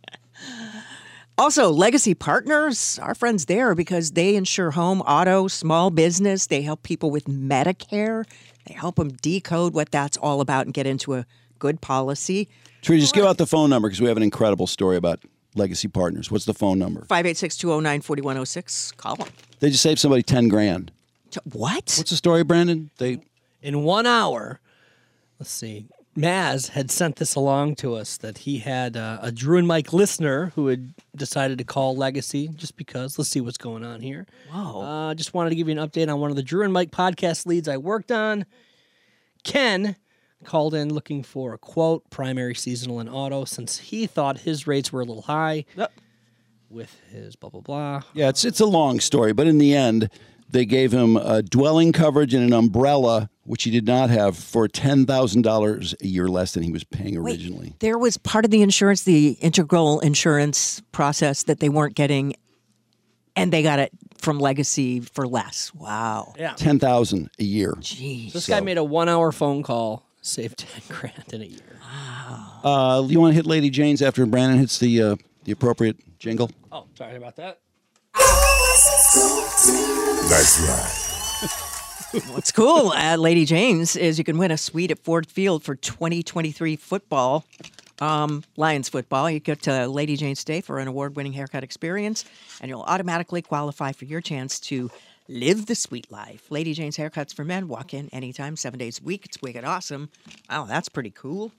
[SPEAKER 4] Also, Legacy Partners, our friends there because they insure home, auto, small business. They help people with Medicare. They help them decode what that's all about and get into a good policy.
[SPEAKER 1] Trudy, just give out the phone number because we have an incredible story about legacy partners. What's the phone number?
[SPEAKER 4] 586 209 4106. Call them.
[SPEAKER 1] They just saved somebody 10 grand.
[SPEAKER 4] What?
[SPEAKER 1] What's the story, Brandon? They
[SPEAKER 2] in one hour, let's see, Maz had sent this along to us that he had uh, a Drew and Mike listener who had decided to call Legacy just because. Let's see what's going on here. Wow. Uh, just wanted to give you an update on one of the Drew and Mike podcast leads I worked on. Ken called in looking for a quote, primary, seasonal, and auto, since he thought his rates were a little high. With his blah blah blah.
[SPEAKER 1] Yeah, it's it's a long story, but in the end, they gave him a dwelling coverage and an umbrella, which he did not have, for ten thousand dollars a year less than he was paying originally.
[SPEAKER 4] There was part of the insurance, the integral insurance process that they weren't getting, and they got it from Legacy for less. Wow.
[SPEAKER 2] Yeah.
[SPEAKER 1] Ten thousand a year.
[SPEAKER 2] This guy made a one hour phone call, saved ten grand in a year.
[SPEAKER 1] Uh, you want to hit Lady Jane's after Brandon hits the uh, the appropriate jingle?
[SPEAKER 2] Oh, sorry about that.
[SPEAKER 9] That's right.
[SPEAKER 4] What's cool at Lady Jane's is you can win a suite at Ford Field for 2023 football, um, Lions football. You get to Lady Jane's Day for an award winning haircut experience, and you'll automatically qualify for your chance to live the sweet life. Lady Jane's Haircuts for Men. Walk in anytime, seven days a week. It's wicked awesome. Wow, that's pretty cool.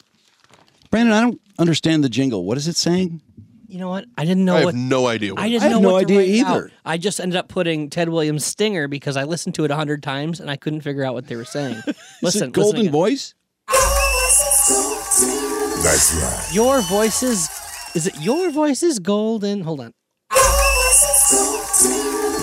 [SPEAKER 1] Brandon, I don't understand the jingle. What is it saying?
[SPEAKER 2] You know what? I didn't know
[SPEAKER 3] I have
[SPEAKER 2] what
[SPEAKER 3] no idea. What
[SPEAKER 2] I didn't
[SPEAKER 1] I have
[SPEAKER 2] know
[SPEAKER 1] no
[SPEAKER 2] what to
[SPEAKER 1] idea
[SPEAKER 2] write
[SPEAKER 1] either.
[SPEAKER 2] out. I just ended up putting Ted Williams Stinger because I listened to it a hundred times and I couldn't figure out what they were saying.
[SPEAKER 1] Is
[SPEAKER 2] listen,
[SPEAKER 1] it Golden
[SPEAKER 2] listen again.
[SPEAKER 1] Voice?
[SPEAKER 9] That's right.
[SPEAKER 2] Your voices, is it your voices golden? Hold on.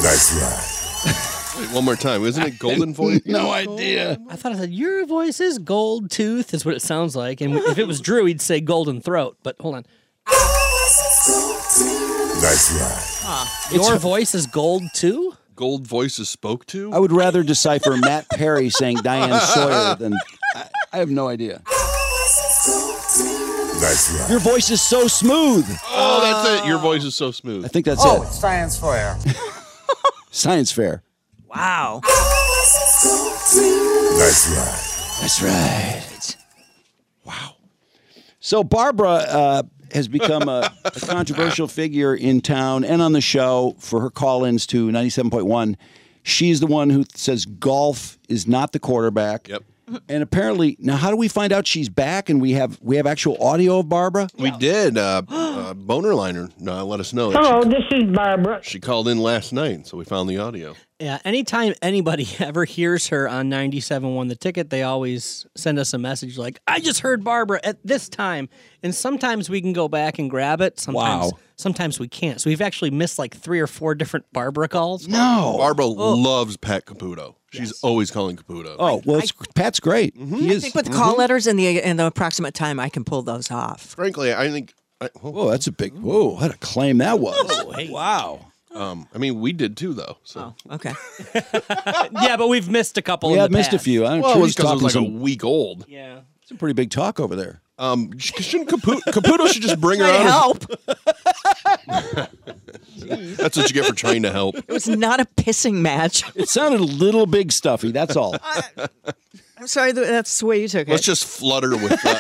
[SPEAKER 9] That's right.
[SPEAKER 3] Wait, one more time. Isn't it Golden Voice?
[SPEAKER 1] No idea.
[SPEAKER 2] I thought I said your voice is gold tooth is what it sounds like, and if it was Drew, he'd say golden throat. But hold on,
[SPEAKER 9] That's right.
[SPEAKER 2] your voice is gold too.
[SPEAKER 3] Gold voices spoke to?
[SPEAKER 1] I would rather decipher Matt Perry saying Diane Sawyer than I, I have no idea.
[SPEAKER 9] That's right.
[SPEAKER 1] Your voice is so smooth.
[SPEAKER 3] oh, that's it. Your voice is so
[SPEAKER 1] I
[SPEAKER 3] smooth.
[SPEAKER 1] think that's
[SPEAKER 5] Oh,
[SPEAKER 1] it.
[SPEAKER 5] it's science fair.
[SPEAKER 1] Science fair.
[SPEAKER 4] Wow.
[SPEAKER 9] That's right.
[SPEAKER 1] That's right. Wow. So Barbara uh, has become a, a controversial figure in town and on the show for her call-ins to 97.1. She's the one who says golf is not the quarterback.
[SPEAKER 3] Yep.
[SPEAKER 1] And apparently, now how do we find out she's back? And we have we have actual audio of Barbara.
[SPEAKER 3] We did. Uh, uh, boner liner uh, let us know. that
[SPEAKER 10] Hello, Oh, this is Barbara.
[SPEAKER 3] She, she called in last night, so we found the audio.
[SPEAKER 2] Yeah, anytime anybody ever hears her on 97.1 The Ticket, they always send us a message like, I just heard Barbara at this time. And sometimes we can go back and grab it. Sometimes,
[SPEAKER 1] Wow.
[SPEAKER 2] Sometimes we can't. So we've actually missed like three or four different Barbara calls.
[SPEAKER 1] No.
[SPEAKER 3] Barbara loves Pat Caputo. She's always calling Caputo.
[SPEAKER 1] Oh well, it's, Pat's great. He
[SPEAKER 4] Mm-hmm. I
[SPEAKER 1] is.
[SPEAKER 4] think with the
[SPEAKER 3] Mm-hmm.
[SPEAKER 4] call letters and the and the approximate time, I can pull those off.
[SPEAKER 3] frankly, I think. I,
[SPEAKER 1] Whoa, that's a big. Whoa, what a claim that
[SPEAKER 2] Oh,
[SPEAKER 1] was. Wow.
[SPEAKER 3] um, I mean, we did too, though. So.
[SPEAKER 4] Okay.
[SPEAKER 2] Oh, yeah, but we've missed a couple.
[SPEAKER 1] Yeah,
[SPEAKER 2] in
[SPEAKER 1] I've
[SPEAKER 2] the
[SPEAKER 1] missed a
[SPEAKER 2] past.
[SPEAKER 1] few. I'm
[SPEAKER 3] Well,
[SPEAKER 1] sure
[SPEAKER 3] it
[SPEAKER 1] he's
[SPEAKER 3] was 'cause it
[SPEAKER 1] talking
[SPEAKER 3] was like a
[SPEAKER 1] some
[SPEAKER 3] week old.
[SPEAKER 2] Yeah.
[SPEAKER 1] It's a pretty big talk over there.
[SPEAKER 3] Um, sh- shouldn't Caputo, Caputo should just bring her
[SPEAKER 4] Trying
[SPEAKER 3] out?
[SPEAKER 4] to
[SPEAKER 3] as-
[SPEAKER 4] help.
[SPEAKER 3] That's what you get for trying to help.
[SPEAKER 4] It was not a pissing match.
[SPEAKER 1] It sounded a little big stuffy. That's all.
[SPEAKER 4] I'm sorry, that that's the way you took it.
[SPEAKER 3] Let's just flutter with uh,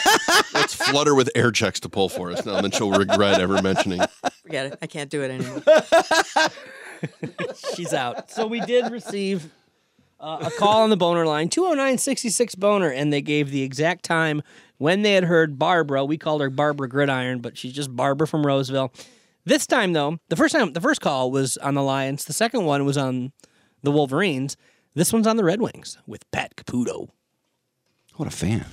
[SPEAKER 3] let's flutter with air checks to pull for us now, and then she'll regret ever mentioning.
[SPEAKER 4] Forget it. I can't do it anymore.
[SPEAKER 2] She's out. So we did receive uh, a call on the boner line, 209-66 boner, and they gave the exact time when they had heard Barbara. We called her Barbara Gridiron, but she's just Barbara from Roseville. This time though, the first time the first call was on the Lions, the second one was on the Wolverines. This one's on the Red Wings with Pat Caputo.
[SPEAKER 1] What a fan.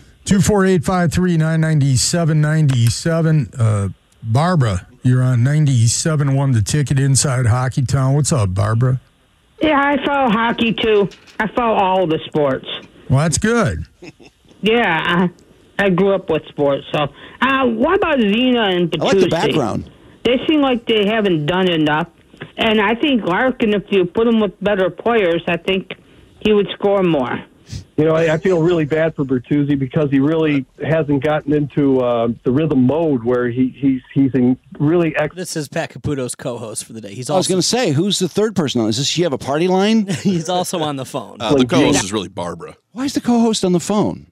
[SPEAKER 10] 248-539-9797. Uh, Barbara, you're on 97.1 The Ticket Inside Hockey Town. What's up, Barbara?
[SPEAKER 11] Yeah, I follow hockey too. I follow all the sports.
[SPEAKER 10] Well, that's good.
[SPEAKER 11] Yeah, I, I grew up with sports. So, uh, what about Zena and Petrucci?
[SPEAKER 1] I like the background.
[SPEAKER 11] They seem like they haven't done enough. And I think Larkin, if you put him with better players, I think he would score more.
[SPEAKER 12] You know, I, I feel really bad for Bertuzzi because he really hasn't gotten into uh, the rhythm mode where he, he's he's in really ex-
[SPEAKER 2] This is Pat Caputo's co-host for the day. He's
[SPEAKER 1] I was
[SPEAKER 2] also
[SPEAKER 1] going to say, who's the third person on? Is this? She have a party line?
[SPEAKER 2] he's also on the phone.
[SPEAKER 3] Uh, the co-host is really Barbara.
[SPEAKER 1] Why is the co-host on the phone?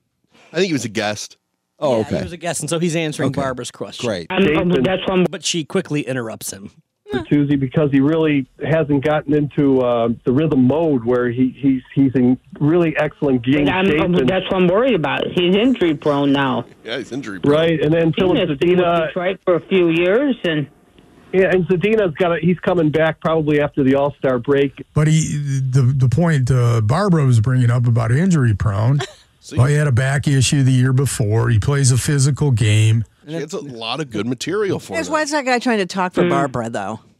[SPEAKER 3] I think he was a guest.
[SPEAKER 1] Oh,
[SPEAKER 2] He
[SPEAKER 1] okay,
[SPEAKER 2] was a guest, and so he's answering Barbara's question.
[SPEAKER 1] great.
[SPEAKER 11] And, um,
[SPEAKER 12] Jason.
[SPEAKER 11] that's one.
[SPEAKER 2] But she quickly interrupts him.
[SPEAKER 11] Hmm.
[SPEAKER 12] Bertuzzi because he really hasn't gotten into uh, the rhythm mode where he, he's he's in really excellent game shape.
[SPEAKER 11] I'm,
[SPEAKER 12] and-
[SPEAKER 11] that's what I'm worried about. He's injury prone now.
[SPEAKER 3] Yeah, he's injury prone.
[SPEAKER 12] right, and then
[SPEAKER 11] He's
[SPEAKER 12] Philip
[SPEAKER 11] gonna stay with
[SPEAKER 12] Zadina,
[SPEAKER 11] Detroit for a few years, and
[SPEAKER 12] yeah, and Zadina's got a, he's coming back probably after the All Star break.
[SPEAKER 10] But he, the, the point uh, Barbara was bringing up about injury prone, well, he had a back issue the year before. He plays a physical game.
[SPEAKER 3] She has a lot of good material for
[SPEAKER 4] Guys,
[SPEAKER 3] him.
[SPEAKER 4] why is that guy trying to talk for Barbara though?
[SPEAKER 1] Hmm.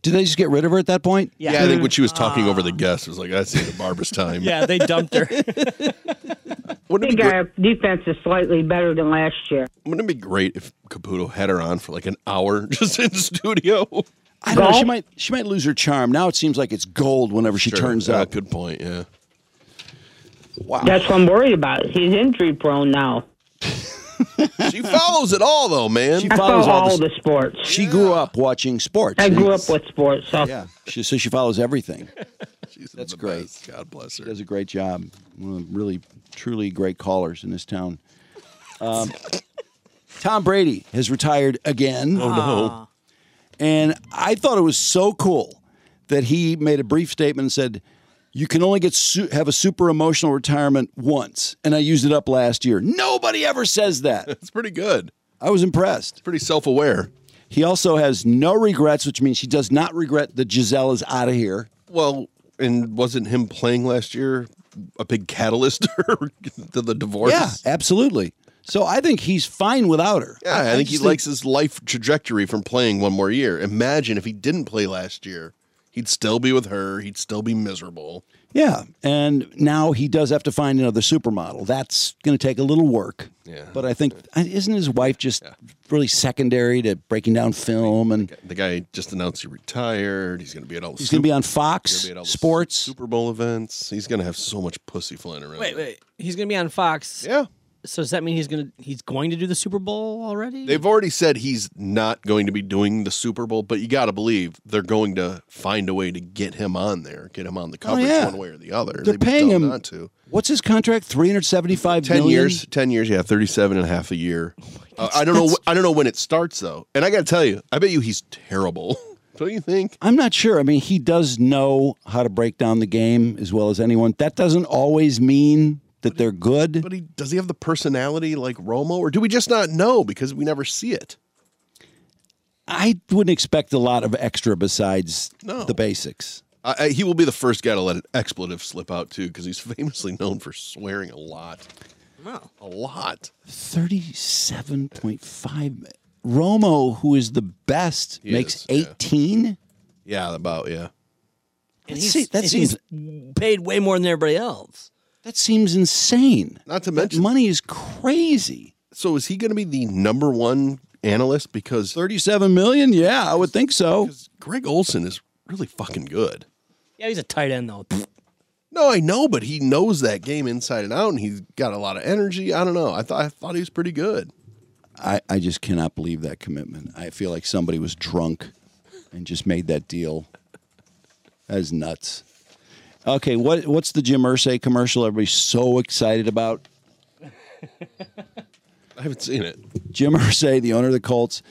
[SPEAKER 1] Did they just get rid of her at that point?
[SPEAKER 3] Yeah, I think when she was talking over the guest, it was like, that's the end of Barbara's time.
[SPEAKER 2] Mm-hmm. Um. Yeah, they dumped her.
[SPEAKER 3] Wouldn't
[SPEAKER 11] I
[SPEAKER 3] it, be
[SPEAKER 11] think
[SPEAKER 3] great,
[SPEAKER 11] our defense is slightly better than last year.
[SPEAKER 3] wouldn't it be great if Caputo had her on for like an hour just in studio?
[SPEAKER 1] I don't know. She
[SPEAKER 11] Gold?
[SPEAKER 1] might. She might lose her charm. Now it seems like it's gold whenever she
[SPEAKER 3] Sure,
[SPEAKER 1] turns
[SPEAKER 3] yeah,
[SPEAKER 1] up.
[SPEAKER 3] Good point, yeah.
[SPEAKER 11] That's what I'm worried about. He's injury prone now.
[SPEAKER 3] She follows it all, though, man.
[SPEAKER 1] She
[SPEAKER 11] I follow
[SPEAKER 1] follows all
[SPEAKER 11] all
[SPEAKER 1] the.
[SPEAKER 11] the sports.
[SPEAKER 1] She grew up watching sports.
[SPEAKER 11] I grew up with sports, so
[SPEAKER 1] Yeah, she, so she follows everything.
[SPEAKER 3] She's
[SPEAKER 1] That's
[SPEAKER 3] the
[SPEAKER 1] great.
[SPEAKER 3] best. God bless her.
[SPEAKER 1] Does a great job. One of the really, truly great callers in this town. Um, Tom Brady has retired again.
[SPEAKER 3] Oh, no.
[SPEAKER 1] And I thought it was so cool that he made a brief statement and said, "You can only get su- have a super emotional retirement once." And I used it up last year. Nobody ever says that.
[SPEAKER 3] It's pretty good.
[SPEAKER 1] I was impressed.
[SPEAKER 3] Pretty self aware.
[SPEAKER 1] He also has no regrets, which means he does not regret that Giselle is out of here.
[SPEAKER 3] Well, and wasn't him playing last year a big catalyst to the divorce?
[SPEAKER 1] Yeah, absolutely. So I think he's fine without her.
[SPEAKER 3] Yeah, I, think he
[SPEAKER 1] just
[SPEAKER 3] likes his life trajectory from playing one more year. Imagine if he didn't play last year. He'd still be with her. He'd still be miserable.
[SPEAKER 1] Yeah, and now he does have to find another supermodel. That's going to take a little work.
[SPEAKER 3] Yeah.
[SPEAKER 1] But I think uh, isn't his wife just really secondary to breaking down film and
[SPEAKER 3] The guy just announced he retired. He's going to be at all the,
[SPEAKER 1] he's going to be on
[SPEAKER 3] he's
[SPEAKER 1] Fox
[SPEAKER 3] gonna be at all the
[SPEAKER 1] Sports.
[SPEAKER 3] Super Bowl events. He's going to have so much pussy flying around.
[SPEAKER 2] Wait, wait. He's going to be on Fox.
[SPEAKER 3] Yeah.
[SPEAKER 2] So does that mean he's going to he's going to do the Super Bowl already?
[SPEAKER 3] They've already said he's not going to be doing the Super Bowl, but you got to believe they're going to find a way to get him on there, get him on the coverage
[SPEAKER 1] Oh, yeah.
[SPEAKER 3] one way or the other.
[SPEAKER 1] They're
[SPEAKER 3] They'd be
[SPEAKER 1] paying
[SPEAKER 3] dumb
[SPEAKER 1] him
[SPEAKER 3] not to.
[SPEAKER 1] What's his contract? 375
[SPEAKER 3] 10
[SPEAKER 1] million? Oh
[SPEAKER 3] years 10 years yeah 37 and a half a year Uh, i don't know wh- i don't know when it starts though and i gotta tell you i bet you he's terrible don't you think
[SPEAKER 1] I'm not sure. I mean, he does know how to break down the game as well as anyone. That doesn't always mean that they're good.
[SPEAKER 3] but he does he have the personality like romo or do we just not know because we never see it
[SPEAKER 1] I wouldn't expect a lot of extra besides
[SPEAKER 3] No.
[SPEAKER 1] the basics.
[SPEAKER 3] I, I, he will be the first guy to let an expletive slip out too because he's famously known for swearing a lot a lot
[SPEAKER 1] 37.5. Romo, who is the best,
[SPEAKER 3] He
[SPEAKER 1] makes
[SPEAKER 3] is, yeah.
[SPEAKER 1] 18.
[SPEAKER 3] yeah about yeah
[SPEAKER 2] and
[SPEAKER 1] see,
[SPEAKER 2] he's,
[SPEAKER 1] that
[SPEAKER 2] and
[SPEAKER 1] seems-
[SPEAKER 2] he's paid way more than everybody else.
[SPEAKER 1] That seems insane.
[SPEAKER 3] not to
[SPEAKER 1] That
[SPEAKER 3] mention
[SPEAKER 1] money is crazy.
[SPEAKER 3] so is he going to be the number one analyst because
[SPEAKER 1] 37 million? Yeah, I would think so.
[SPEAKER 3] greg olson is really fucking good
[SPEAKER 2] Yeah, he's a tight end though.
[SPEAKER 3] No, I know, but he knows that game inside and out, and he's got a lot of energy. I don't know. I thought I thought he was pretty good.
[SPEAKER 1] I, I just cannot believe that commitment. I feel like somebody was drunk and just made that deal. That is nuts. Okay, what what's the Jim Irsay commercial everybody's so excited about?
[SPEAKER 3] I haven't seen it.
[SPEAKER 1] Jim Irsay, the owner of the Colts.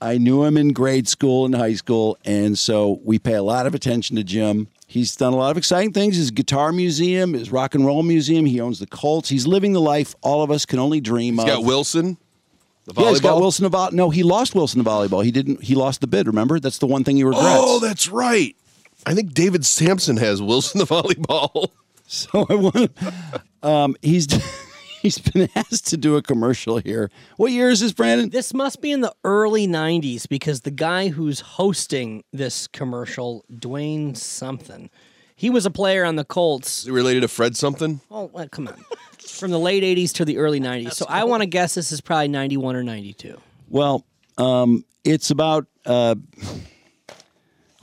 [SPEAKER 1] I knew him in grade school and high school, and so we pay a lot of attention to Jim. He's done a lot of exciting things. His guitar museum, his rock and roll museum. He owns the Colts. He's living the life all of us can only dream
[SPEAKER 3] He's
[SPEAKER 1] of.
[SPEAKER 3] got Wilson. The volleyball.
[SPEAKER 1] Yeah, he's got Wilson about. No, he lost Wilson to volleyball. He didn't. He lost the bid. Remember, that's the one thing he regrets.
[SPEAKER 3] Oh, that's right. I think David Sampson has Wilson the volleyball.
[SPEAKER 1] So I want. Um, he's he's been asked to do a commercial here. What year is this, Brandon?
[SPEAKER 2] This must be in the early 90s because the guy who's hosting this commercial, Dwayne something, he was a player on the Colts.
[SPEAKER 3] Is it related to Fred something?
[SPEAKER 2] Oh, well, come on. From the late 80s to the early 90s. So I want to guess this is probably 91 or 92.
[SPEAKER 1] Well, um, it's about uh,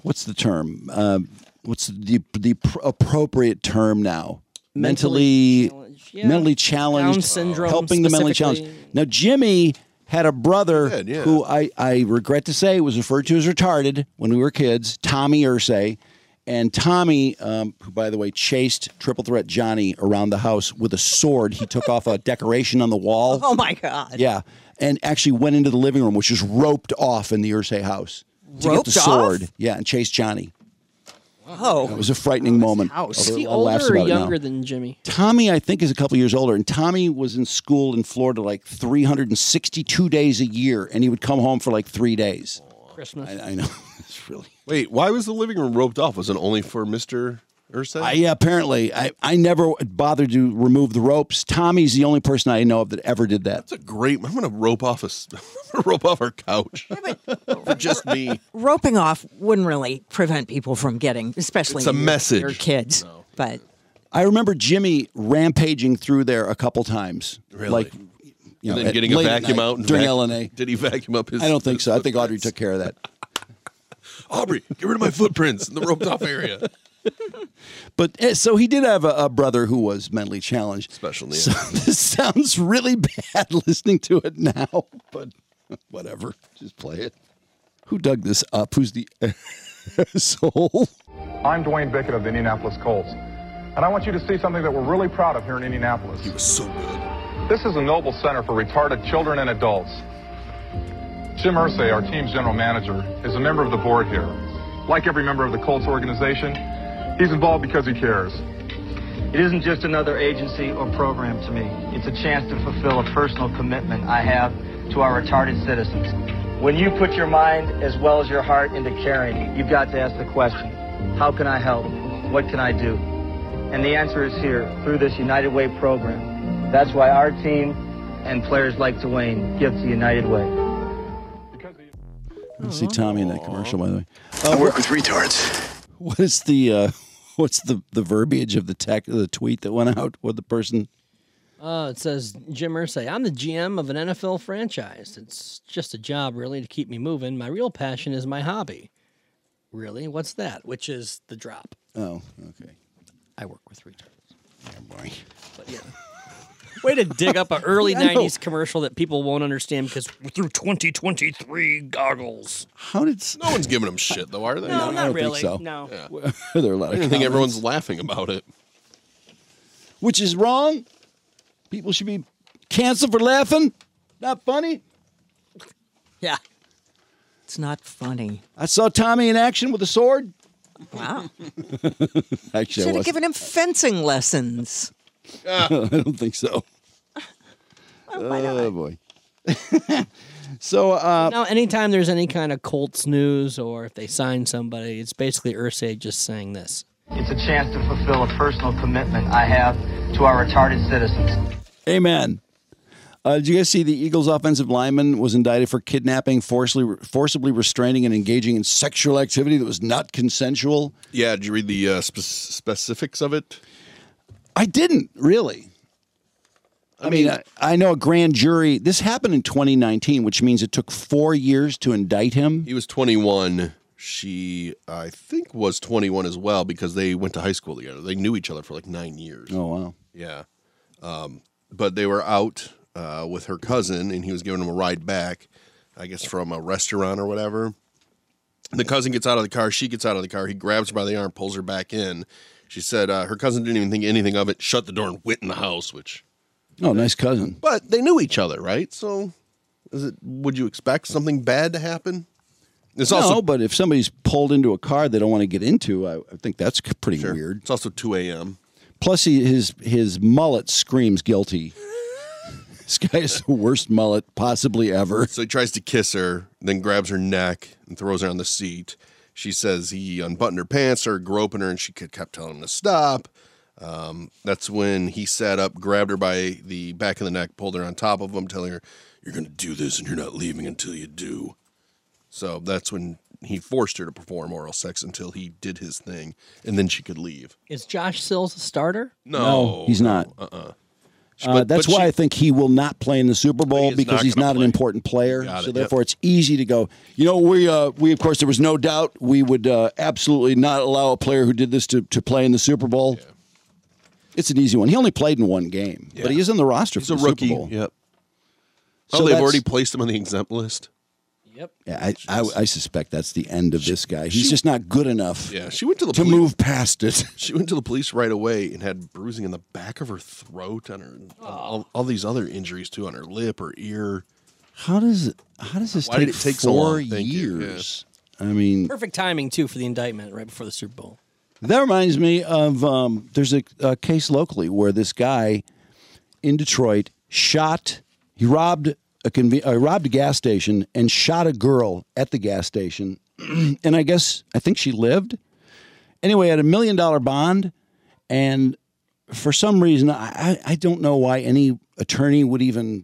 [SPEAKER 1] what's the term? Uh, what's the the pr- appropriate term now?
[SPEAKER 2] Mentally
[SPEAKER 1] Mentally,
[SPEAKER 2] challenged, yeah.
[SPEAKER 1] mentally challenged,
[SPEAKER 2] Down syndrome
[SPEAKER 1] helping the mentally
[SPEAKER 2] specifically.
[SPEAKER 1] challenged. Now, Jimmy had a brother
[SPEAKER 3] He did, yeah.
[SPEAKER 1] who I, I regret to say was referred to as retarded when we were kids, Tommy Ursay. And Tommy, um, who, by the way, chased Triple Threat Johnny around the house with a sword. He took off a decoration on the wall.
[SPEAKER 4] Oh my God.
[SPEAKER 1] Yeah, and actually went into the living room, which was roped off in the Ursay house to
[SPEAKER 4] Roped
[SPEAKER 1] get
[SPEAKER 4] off?
[SPEAKER 1] the sword. Yeah, and chased Johnny.
[SPEAKER 4] Oh.
[SPEAKER 1] It was a frightening moment.
[SPEAKER 2] Is
[SPEAKER 1] Although
[SPEAKER 2] he
[SPEAKER 1] I'll laugh
[SPEAKER 2] older or
[SPEAKER 1] about it now.
[SPEAKER 2] younger than Jimmy?
[SPEAKER 1] Tommy, I think, is a couple years older, and Tommy was in school in Florida like 362 days a year, and he would come home for like three days.
[SPEAKER 2] Christmas.
[SPEAKER 1] I, I know. It's really.
[SPEAKER 3] Wait, why was the living room roped off? Was it only for Mister Ursa?
[SPEAKER 1] I, uh, yeah, apparently, I, I never bothered to remove the ropes. Tommy's the only person I know of that ever did that.
[SPEAKER 3] Great. I'm gonna rope off a s- I'm gonna rope off our couch for just me.
[SPEAKER 4] Roping off wouldn't really prevent people from getting, especially
[SPEAKER 1] It's a
[SPEAKER 4] your-
[SPEAKER 1] message.
[SPEAKER 4] your kids. But
[SPEAKER 1] I remember Jimmy rampaging through there a couple times.
[SPEAKER 3] Really?
[SPEAKER 1] Like, you
[SPEAKER 3] and
[SPEAKER 1] know, at-
[SPEAKER 3] then getting a
[SPEAKER 1] late at
[SPEAKER 3] vacuum
[SPEAKER 1] night
[SPEAKER 3] out and
[SPEAKER 1] during
[SPEAKER 3] vac-
[SPEAKER 1] LNA.
[SPEAKER 3] Did he vacuum up his?
[SPEAKER 1] I don't think so. I think Audrey took care of that.
[SPEAKER 3] Aubrey, get rid of my footprints in the roped off area.
[SPEAKER 1] But eh, so he did have a, a brother who was mentally challenged. Special
[SPEAKER 3] needs.
[SPEAKER 1] So this sounds really bad listening to it now, but whatever. Just play it. Who dug this up? Who's the asshole?
[SPEAKER 13] I'm Dwayne Bickett of the Indianapolis Colts, and I want you to see something that we're really proud of here in Indianapolis. He was so good. This is a noble center for retarded children and adults. Jim Ursay, our team's general manager, is a member of the board here. Like every member of the Colts organization, he's involved because he cares.
[SPEAKER 14] It isn't just another agency or program to me. It's a chance to fulfill a personal commitment I have to our retarded citizens. When you put your mind as well as your heart into caring, you've got to ask the question, how can I help? What can I do? And the answer is here, through this United Way program. That's why our team and players like Dwayne give to United Way.
[SPEAKER 1] I see Tommy in that commercial, by the way. Uh,
[SPEAKER 7] I work with retards.
[SPEAKER 1] What is the uh, what's the, the verbiage of the tech the tweet that went out? What the person
[SPEAKER 2] Uh, it says Jim Irsay. I'm the GM of an NFL franchise. It's just a job, really, to keep me moving. My real passion is my hobby. Really, what's that? Which is the drop.
[SPEAKER 1] Oh, okay.
[SPEAKER 2] I work with retards.
[SPEAKER 1] boy.
[SPEAKER 2] But yeah. Way to dig up an early
[SPEAKER 1] Yeah, I know.
[SPEAKER 2] 90s commercial that people won't understand because through 2023 goggles.
[SPEAKER 1] How did
[SPEAKER 3] no one's giving him shit though? Are they?
[SPEAKER 2] No, No, I not don't think really. so. No.
[SPEAKER 3] Yeah.
[SPEAKER 1] there are a lot
[SPEAKER 3] I don't think
[SPEAKER 1] of comments.
[SPEAKER 3] everyone's laughing about it.
[SPEAKER 1] which is wrong. People should be canceled for laughing. Not funny.
[SPEAKER 4] yeah, it's not funny.
[SPEAKER 1] I saw Tommy in action with a sword.
[SPEAKER 4] Wow.
[SPEAKER 1] Actually, I
[SPEAKER 4] Should have
[SPEAKER 1] wasn't.
[SPEAKER 4] given him fencing lessons.
[SPEAKER 1] I don't think so. oh boy. so, uh,
[SPEAKER 2] now, anytime there's any kind of Colts news or if they sign somebody, it's basically Ursay just saying this.
[SPEAKER 14] It's a chance to fulfill a personal commitment I have to our retarded citizens.
[SPEAKER 1] Amen. Uh, did you guys see the Eagles' offensive lineman was indicted for kidnapping, forcibly forcibly restraining, and engaging in sexual activity that was not consensual?
[SPEAKER 3] Yeah. Did you read the uh, spe- specifics of it?
[SPEAKER 1] I didn't really. I, mean, I, I know a grand jury. This happened in 2019, which means it took four years to indict him.
[SPEAKER 3] He was 21. She, I think, was 21 as well because they went to high school together. They knew each other for like nine years.
[SPEAKER 1] Oh wow.
[SPEAKER 3] Yeah. Um, but they were out uh, with her cousin, and he was giving him a ride back, I guess from a restaurant or whatever. The cousin gets out of the car. She gets out of the car. He grabs her by the arm, pulls her back in. She said uh, her cousin didn't even think anything of it, shut the door, and went in the house. Which,
[SPEAKER 1] Oh, nice cousin.
[SPEAKER 3] but they knew each other, right? So, is it? Would you expect something bad to happen? It's
[SPEAKER 1] no,
[SPEAKER 3] also
[SPEAKER 1] but if somebody's pulled into a car they don't want to get into, I, I think that's c- pretty weird.
[SPEAKER 3] It's also two a.m.
[SPEAKER 1] Plus, he, his his mullet screams guilty. this guy is the worst mullet possibly ever.
[SPEAKER 3] So he tries to kiss her, then grabs her neck and throws her on the seat. She says he unbuttoned her pants, started groping her, and she ke- kept telling him to stop. Um, that's when he sat up, grabbed her by the back of the neck, pulled her on top of him, telling her, You're going to do this and you're not leaving until you do. So that's when he forced her to perform oral sex until he did his thing, and then she could leave.
[SPEAKER 2] Is Josh Sills a starter?
[SPEAKER 3] No,
[SPEAKER 1] he's not.
[SPEAKER 3] Uh uh
[SPEAKER 1] Uh, that's why I think he will not play in the Super Bowl
[SPEAKER 3] is
[SPEAKER 1] because
[SPEAKER 3] not
[SPEAKER 1] he's
[SPEAKER 3] gonna
[SPEAKER 1] not an
[SPEAKER 3] play.
[SPEAKER 1] important player.
[SPEAKER 3] Got
[SPEAKER 1] So
[SPEAKER 3] it,
[SPEAKER 1] therefore, it's easy to go. You know, we uh, we of course there was no doubt we would uh, absolutely not allow a player who did this to, to play in the Super Bowl. It's an easy one. He only played in one game, but he is on the roster
[SPEAKER 3] He's
[SPEAKER 1] for
[SPEAKER 3] a
[SPEAKER 1] the
[SPEAKER 3] rookie.
[SPEAKER 1] Super Bowl.
[SPEAKER 3] Yep.
[SPEAKER 1] So
[SPEAKER 3] oh, they've
[SPEAKER 1] that's-
[SPEAKER 3] already placed him on the exempt list.
[SPEAKER 1] Yeah, I, I, I suspect that's the end of this guy. He's just not good enough.
[SPEAKER 3] Yeah, she went to the
[SPEAKER 1] to
[SPEAKER 3] police-
[SPEAKER 1] move past it.
[SPEAKER 3] She went to the police right away and had bruising in the back of her throat and her and all, all these other injuries too on her lip or ear.
[SPEAKER 1] How does it? How does this
[SPEAKER 3] Why
[SPEAKER 1] take,
[SPEAKER 3] did it take so
[SPEAKER 1] four
[SPEAKER 3] long? Thank you, yeah.
[SPEAKER 1] years? I mean,
[SPEAKER 2] Perfect timing too for the indictment right before the Super Bowl.
[SPEAKER 1] That reminds me of um, there's a, a case locally where this guy in Detroit shot, he robbed a conven- uh, robbed a gas station and shot a girl at the gas station, and I guess I think she lived. Anyway, had a million dollar bond, and for some reason I, I I don't know why any attorney would even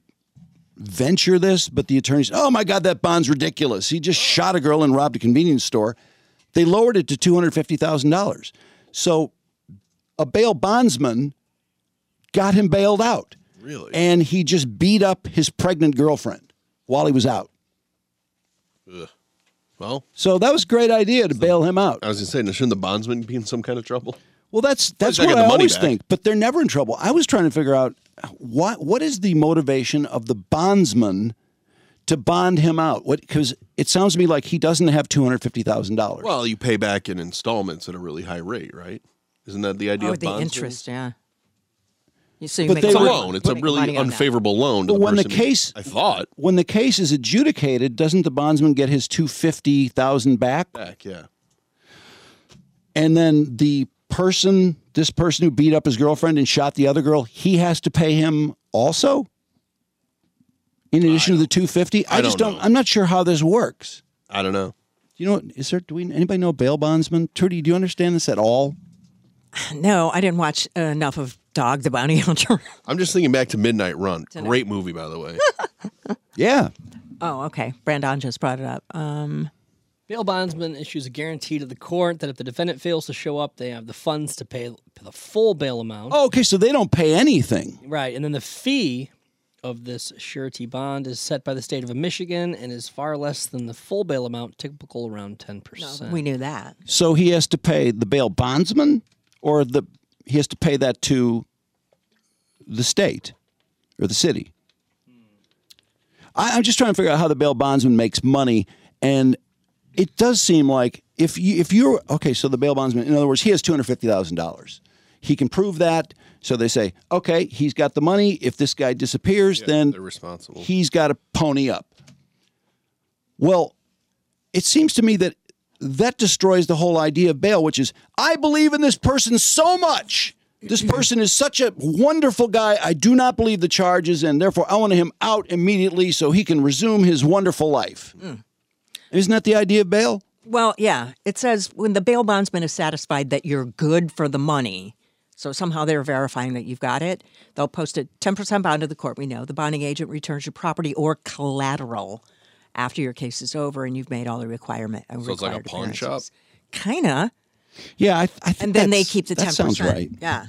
[SPEAKER 1] venture this, but the attorney said, "Oh my God, that bond's ridiculous. He just shot a girl and robbed a convenience store." They lowered it to two hundred fifty thousand dollars. So a bail bondsman got him bailed out. Really? And he just beat up his pregnant girlfriend while he was out.
[SPEAKER 3] Ugh. Well,
[SPEAKER 1] So that was a great idea to bail him out.
[SPEAKER 3] I was just saying, shouldn't the bondsman be in some kind of trouble?
[SPEAKER 1] Well, that's that's
[SPEAKER 3] not
[SPEAKER 1] what
[SPEAKER 3] getting
[SPEAKER 1] I
[SPEAKER 3] the money
[SPEAKER 1] always
[SPEAKER 3] back.
[SPEAKER 1] think, but they're never in trouble. I was trying to figure out what what is the motivation of the bondsman to bond him out? What because it sounds to me like he doesn't have two hundred fifty thousand dollars.
[SPEAKER 3] Well, you pay back in installments at a really high rate, right? Isn't that the idea
[SPEAKER 4] Oh,
[SPEAKER 3] of
[SPEAKER 4] the
[SPEAKER 3] bondsmen?
[SPEAKER 4] interest, yeah. You see,
[SPEAKER 1] But
[SPEAKER 4] make
[SPEAKER 1] they
[SPEAKER 3] It's a
[SPEAKER 1] were-
[SPEAKER 3] loan. It's a
[SPEAKER 1] putting
[SPEAKER 3] really
[SPEAKER 1] money on that.
[SPEAKER 3] unfavorable loan. To
[SPEAKER 1] But
[SPEAKER 3] the
[SPEAKER 1] when the
[SPEAKER 3] person.
[SPEAKER 1] case-
[SPEAKER 3] I thought
[SPEAKER 1] When the case is adjudicated, doesn't the bondsman get his two fifty thousand back?
[SPEAKER 3] back, yeah.
[SPEAKER 1] And then the person, this person who beat up his girlfriend and shot the other girl, he has to pay him also. In addition to the two fifty, I,
[SPEAKER 3] I
[SPEAKER 1] just
[SPEAKER 3] don't
[SPEAKER 1] don't. I'm not sure how this works.
[SPEAKER 3] I don't know.
[SPEAKER 1] Do you know? Is there? Do we? Anybody know bail bondsman? Trudy, do you understand this at all?
[SPEAKER 4] No, I didn't watch enough of Dog the Bounty Hunter.
[SPEAKER 3] I'm just thinking back to Midnight Run. Great movie, by the way.
[SPEAKER 1] yeah.
[SPEAKER 4] Oh, okay. Brandon just brought it up. Um,
[SPEAKER 2] Bail bondsman issues a guarantee to the court that if the defendant fails to show up, they have the funds to pay the full bail amount.
[SPEAKER 1] Oh, okay. So they don't pay anything.
[SPEAKER 2] Right, and then the fee of this surety bond is set by the state of Michigan and is far less than the full bail amount, typical around ten percent.
[SPEAKER 4] we knew that.
[SPEAKER 1] So he has to pay the bail bondsman, or the he has to pay that to the state or the city. I, I'm just trying to figure out how the bail bondsman makes money, and it does seem like if you if you're okay, so the bail bondsman, in other words, he has two hundred fifty thousand dollars. He can prove that. So they say, okay, he's got the money. If this guy disappears, then
[SPEAKER 3] They're responsible.
[SPEAKER 1] he's got to pony up. Well, it seems to me that that destroys the whole idea of bail, which is I believe in this person so much. This person is such a wonderful guy. I do not believe the charges, and therefore I want him out immediately so he can resume his wonderful life.
[SPEAKER 3] Hmm.
[SPEAKER 4] Mm.
[SPEAKER 1] Isn't that the idea of bail?
[SPEAKER 4] hmm. Well, yeah. It says when the bail bondsman is satisfied that you're good for the money, so somehow they're verifying that you've got it, they'll post a 10% bond to the court. We know the bonding agent returns your property or collateral after your case is over and you've made all the requirement. uh,
[SPEAKER 3] So it's like a
[SPEAKER 4] required
[SPEAKER 3] pawn shop?
[SPEAKER 4] appearances. Kinda.
[SPEAKER 1] Yeah, I, I think
[SPEAKER 4] And then they
[SPEAKER 1] that's-
[SPEAKER 4] keep the
[SPEAKER 1] that
[SPEAKER 4] 10%.
[SPEAKER 1] sounds right.
[SPEAKER 4] Yeah.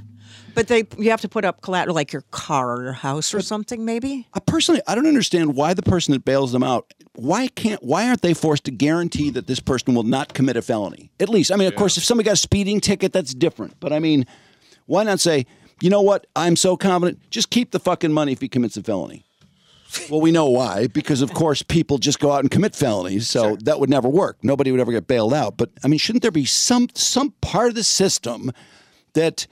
[SPEAKER 4] But they you have to put up collateral like your car or your house or something maybe?
[SPEAKER 1] I personally, I don't understand why the person that bails them out, why can't, why aren't they forced to guarantee that this person will not commit a felony? At least, I mean, of course, if somebody got a speeding ticket, that's different. But I mean, why not say, you know what? I'm so confident. Just keep the fucking money if he commits a felony. Well, we know why, because of course people just go out and commit felonies, so that would never work. Nobody would ever get bailed out. But I mean, shouldn't there be some some part of the system that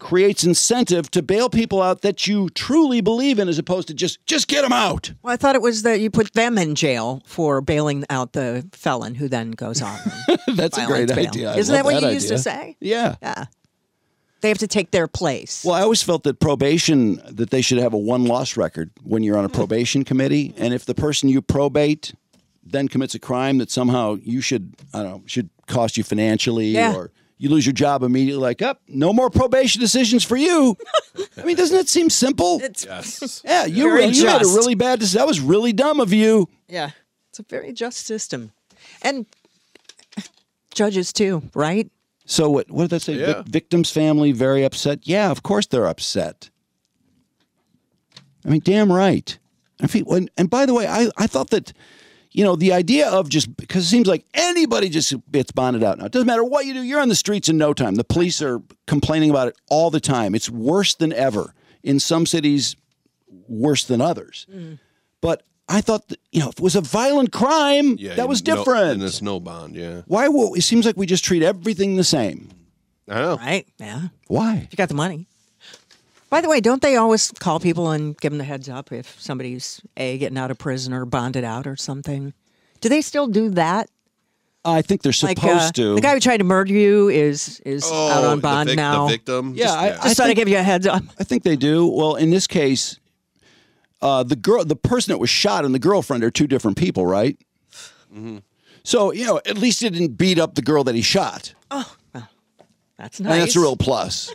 [SPEAKER 1] creates incentive to bail people out that you truly believe in, as opposed to just just get them out?
[SPEAKER 4] Well, I thought it was that you put them in jail for bailing out the felon who then goes on.
[SPEAKER 1] That's a great
[SPEAKER 4] Violates bail.
[SPEAKER 1] idea. I
[SPEAKER 4] Isn't
[SPEAKER 1] love
[SPEAKER 4] that what you
[SPEAKER 1] idea.
[SPEAKER 4] used to say?
[SPEAKER 1] Yeah.
[SPEAKER 4] Yeah. They have to take their place.
[SPEAKER 1] Well, I always felt that probation that they should have a one loss record when you're on
[SPEAKER 4] Hmm.
[SPEAKER 1] a probation committee, and if the person you probate then commits a crime that somehow you should I don't know should cost you financially
[SPEAKER 15] Yeah.
[SPEAKER 1] or you lose your job immediately, like up, no more probation decisions for you. I mean, doesn't that seem simple?
[SPEAKER 15] Yes.
[SPEAKER 1] yeah, you,
[SPEAKER 4] Very
[SPEAKER 1] were, you had a
[SPEAKER 4] just.
[SPEAKER 1] really bad. That was really dumb of you.
[SPEAKER 4] Yeah. It's a very just system. And judges too, right?
[SPEAKER 1] So what? What did that say? Vic- victim's family very upset. Yeah, of course they're upset. I mean, damn right. If he, when, and by the way, I, I thought that, you know, the idea of just because it seems like anybody just gets bonded out now. It doesn't matter what you do, you're on the streets in no time. The police are complaining about it all the time. It's worse than ever in some cities, worse than others. But I thought, that, you know, if it was a violent crime, that was
[SPEAKER 3] no-
[SPEAKER 1] different.
[SPEAKER 3] and it's no bond, yeah.
[SPEAKER 1] Why? Will, it seems like we just treat everything the same.
[SPEAKER 3] I know.
[SPEAKER 4] Right? Yeah.
[SPEAKER 1] Why?
[SPEAKER 4] If you got the money. By the way, don't they always call people and give them the heads up if somebody's A, getting out of prison or bonded out or something? Do they still do that?
[SPEAKER 1] I think they're
[SPEAKER 4] Like,
[SPEAKER 1] supposed
[SPEAKER 4] uh,
[SPEAKER 1] to. Oh,
[SPEAKER 4] The guy who tried to murder you is is
[SPEAKER 3] Oh,
[SPEAKER 4] out on bond now.
[SPEAKER 1] Yeah, I,
[SPEAKER 4] just thought I'd give you a heads up.
[SPEAKER 1] I think they do. Well, in this case, uh, the girl, the person that was shot, and the girlfriend are two different people, right?
[SPEAKER 3] Mm-hmm.
[SPEAKER 1] So you know, at least he didn't beat up the girl that he shot.
[SPEAKER 4] Oh, that's
[SPEAKER 1] And that's a real plus.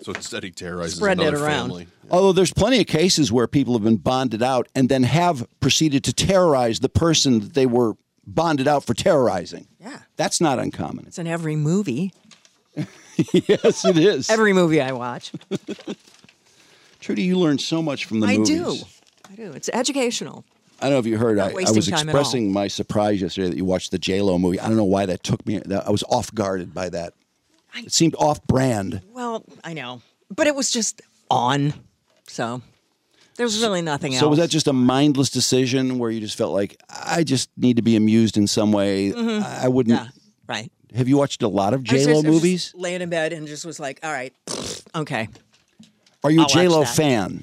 [SPEAKER 3] So instead, he terrorizes
[SPEAKER 4] Spread it
[SPEAKER 3] another
[SPEAKER 4] around.
[SPEAKER 3] family.
[SPEAKER 1] Although there's plenty of cases where people have been bonded out and then have proceeded to terrorize the person that they were bonded out for terrorizing.
[SPEAKER 4] Yeah.
[SPEAKER 1] That's not uncommon.
[SPEAKER 4] It's in every movie.
[SPEAKER 1] yes, it is.
[SPEAKER 4] Every movie I watch.
[SPEAKER 1] Trudy, you learn so much from the
[SPEAKER 4] I
[SPEAKER 1] movies.
[SPEAKER 4] do. I do. It's educational.
[SPEAKER 1] I don't know if you heard. I,
[SPEAKER 4] Not
[SPEAKER 1] I
[SPEAKER 4] wasting
[SPEAKER 1] was
[SPEAKER 4] time at all.
[SPEAKER 1] expressing my surprise yesterday that you watched the J Lo movie. I don't know why that took me. That, I was off guarded by that. It seemed off brand.
[SPEAKER 4] Well, I know. But it was just on. So there's really nothing else.
[SPEAKER 1] So was that just a mindless decision where you just felt like I just need to be amused in some way?
[SPEAKER 4] Mhm.
[SPEAKER 1] I, I wouldn't.
[SPEAKER 4] Yeah, right.
[SPEAKER 1] Have you watched a lot of
[SPEAKER 4] I
[SPEAKER 1] J Lo
[SPEAKER 4] was just- I was just
[SPEAKER 1] movies?
[SPEAKER 4] laying in bed and just was like, all right, okay.
[SPEAKER 1] Are you
[SPEAKER 4] I'll
[SPEAKER 1] a J Lo
[SPEAKER 4] watch that.
[SPEAKER 1] fan?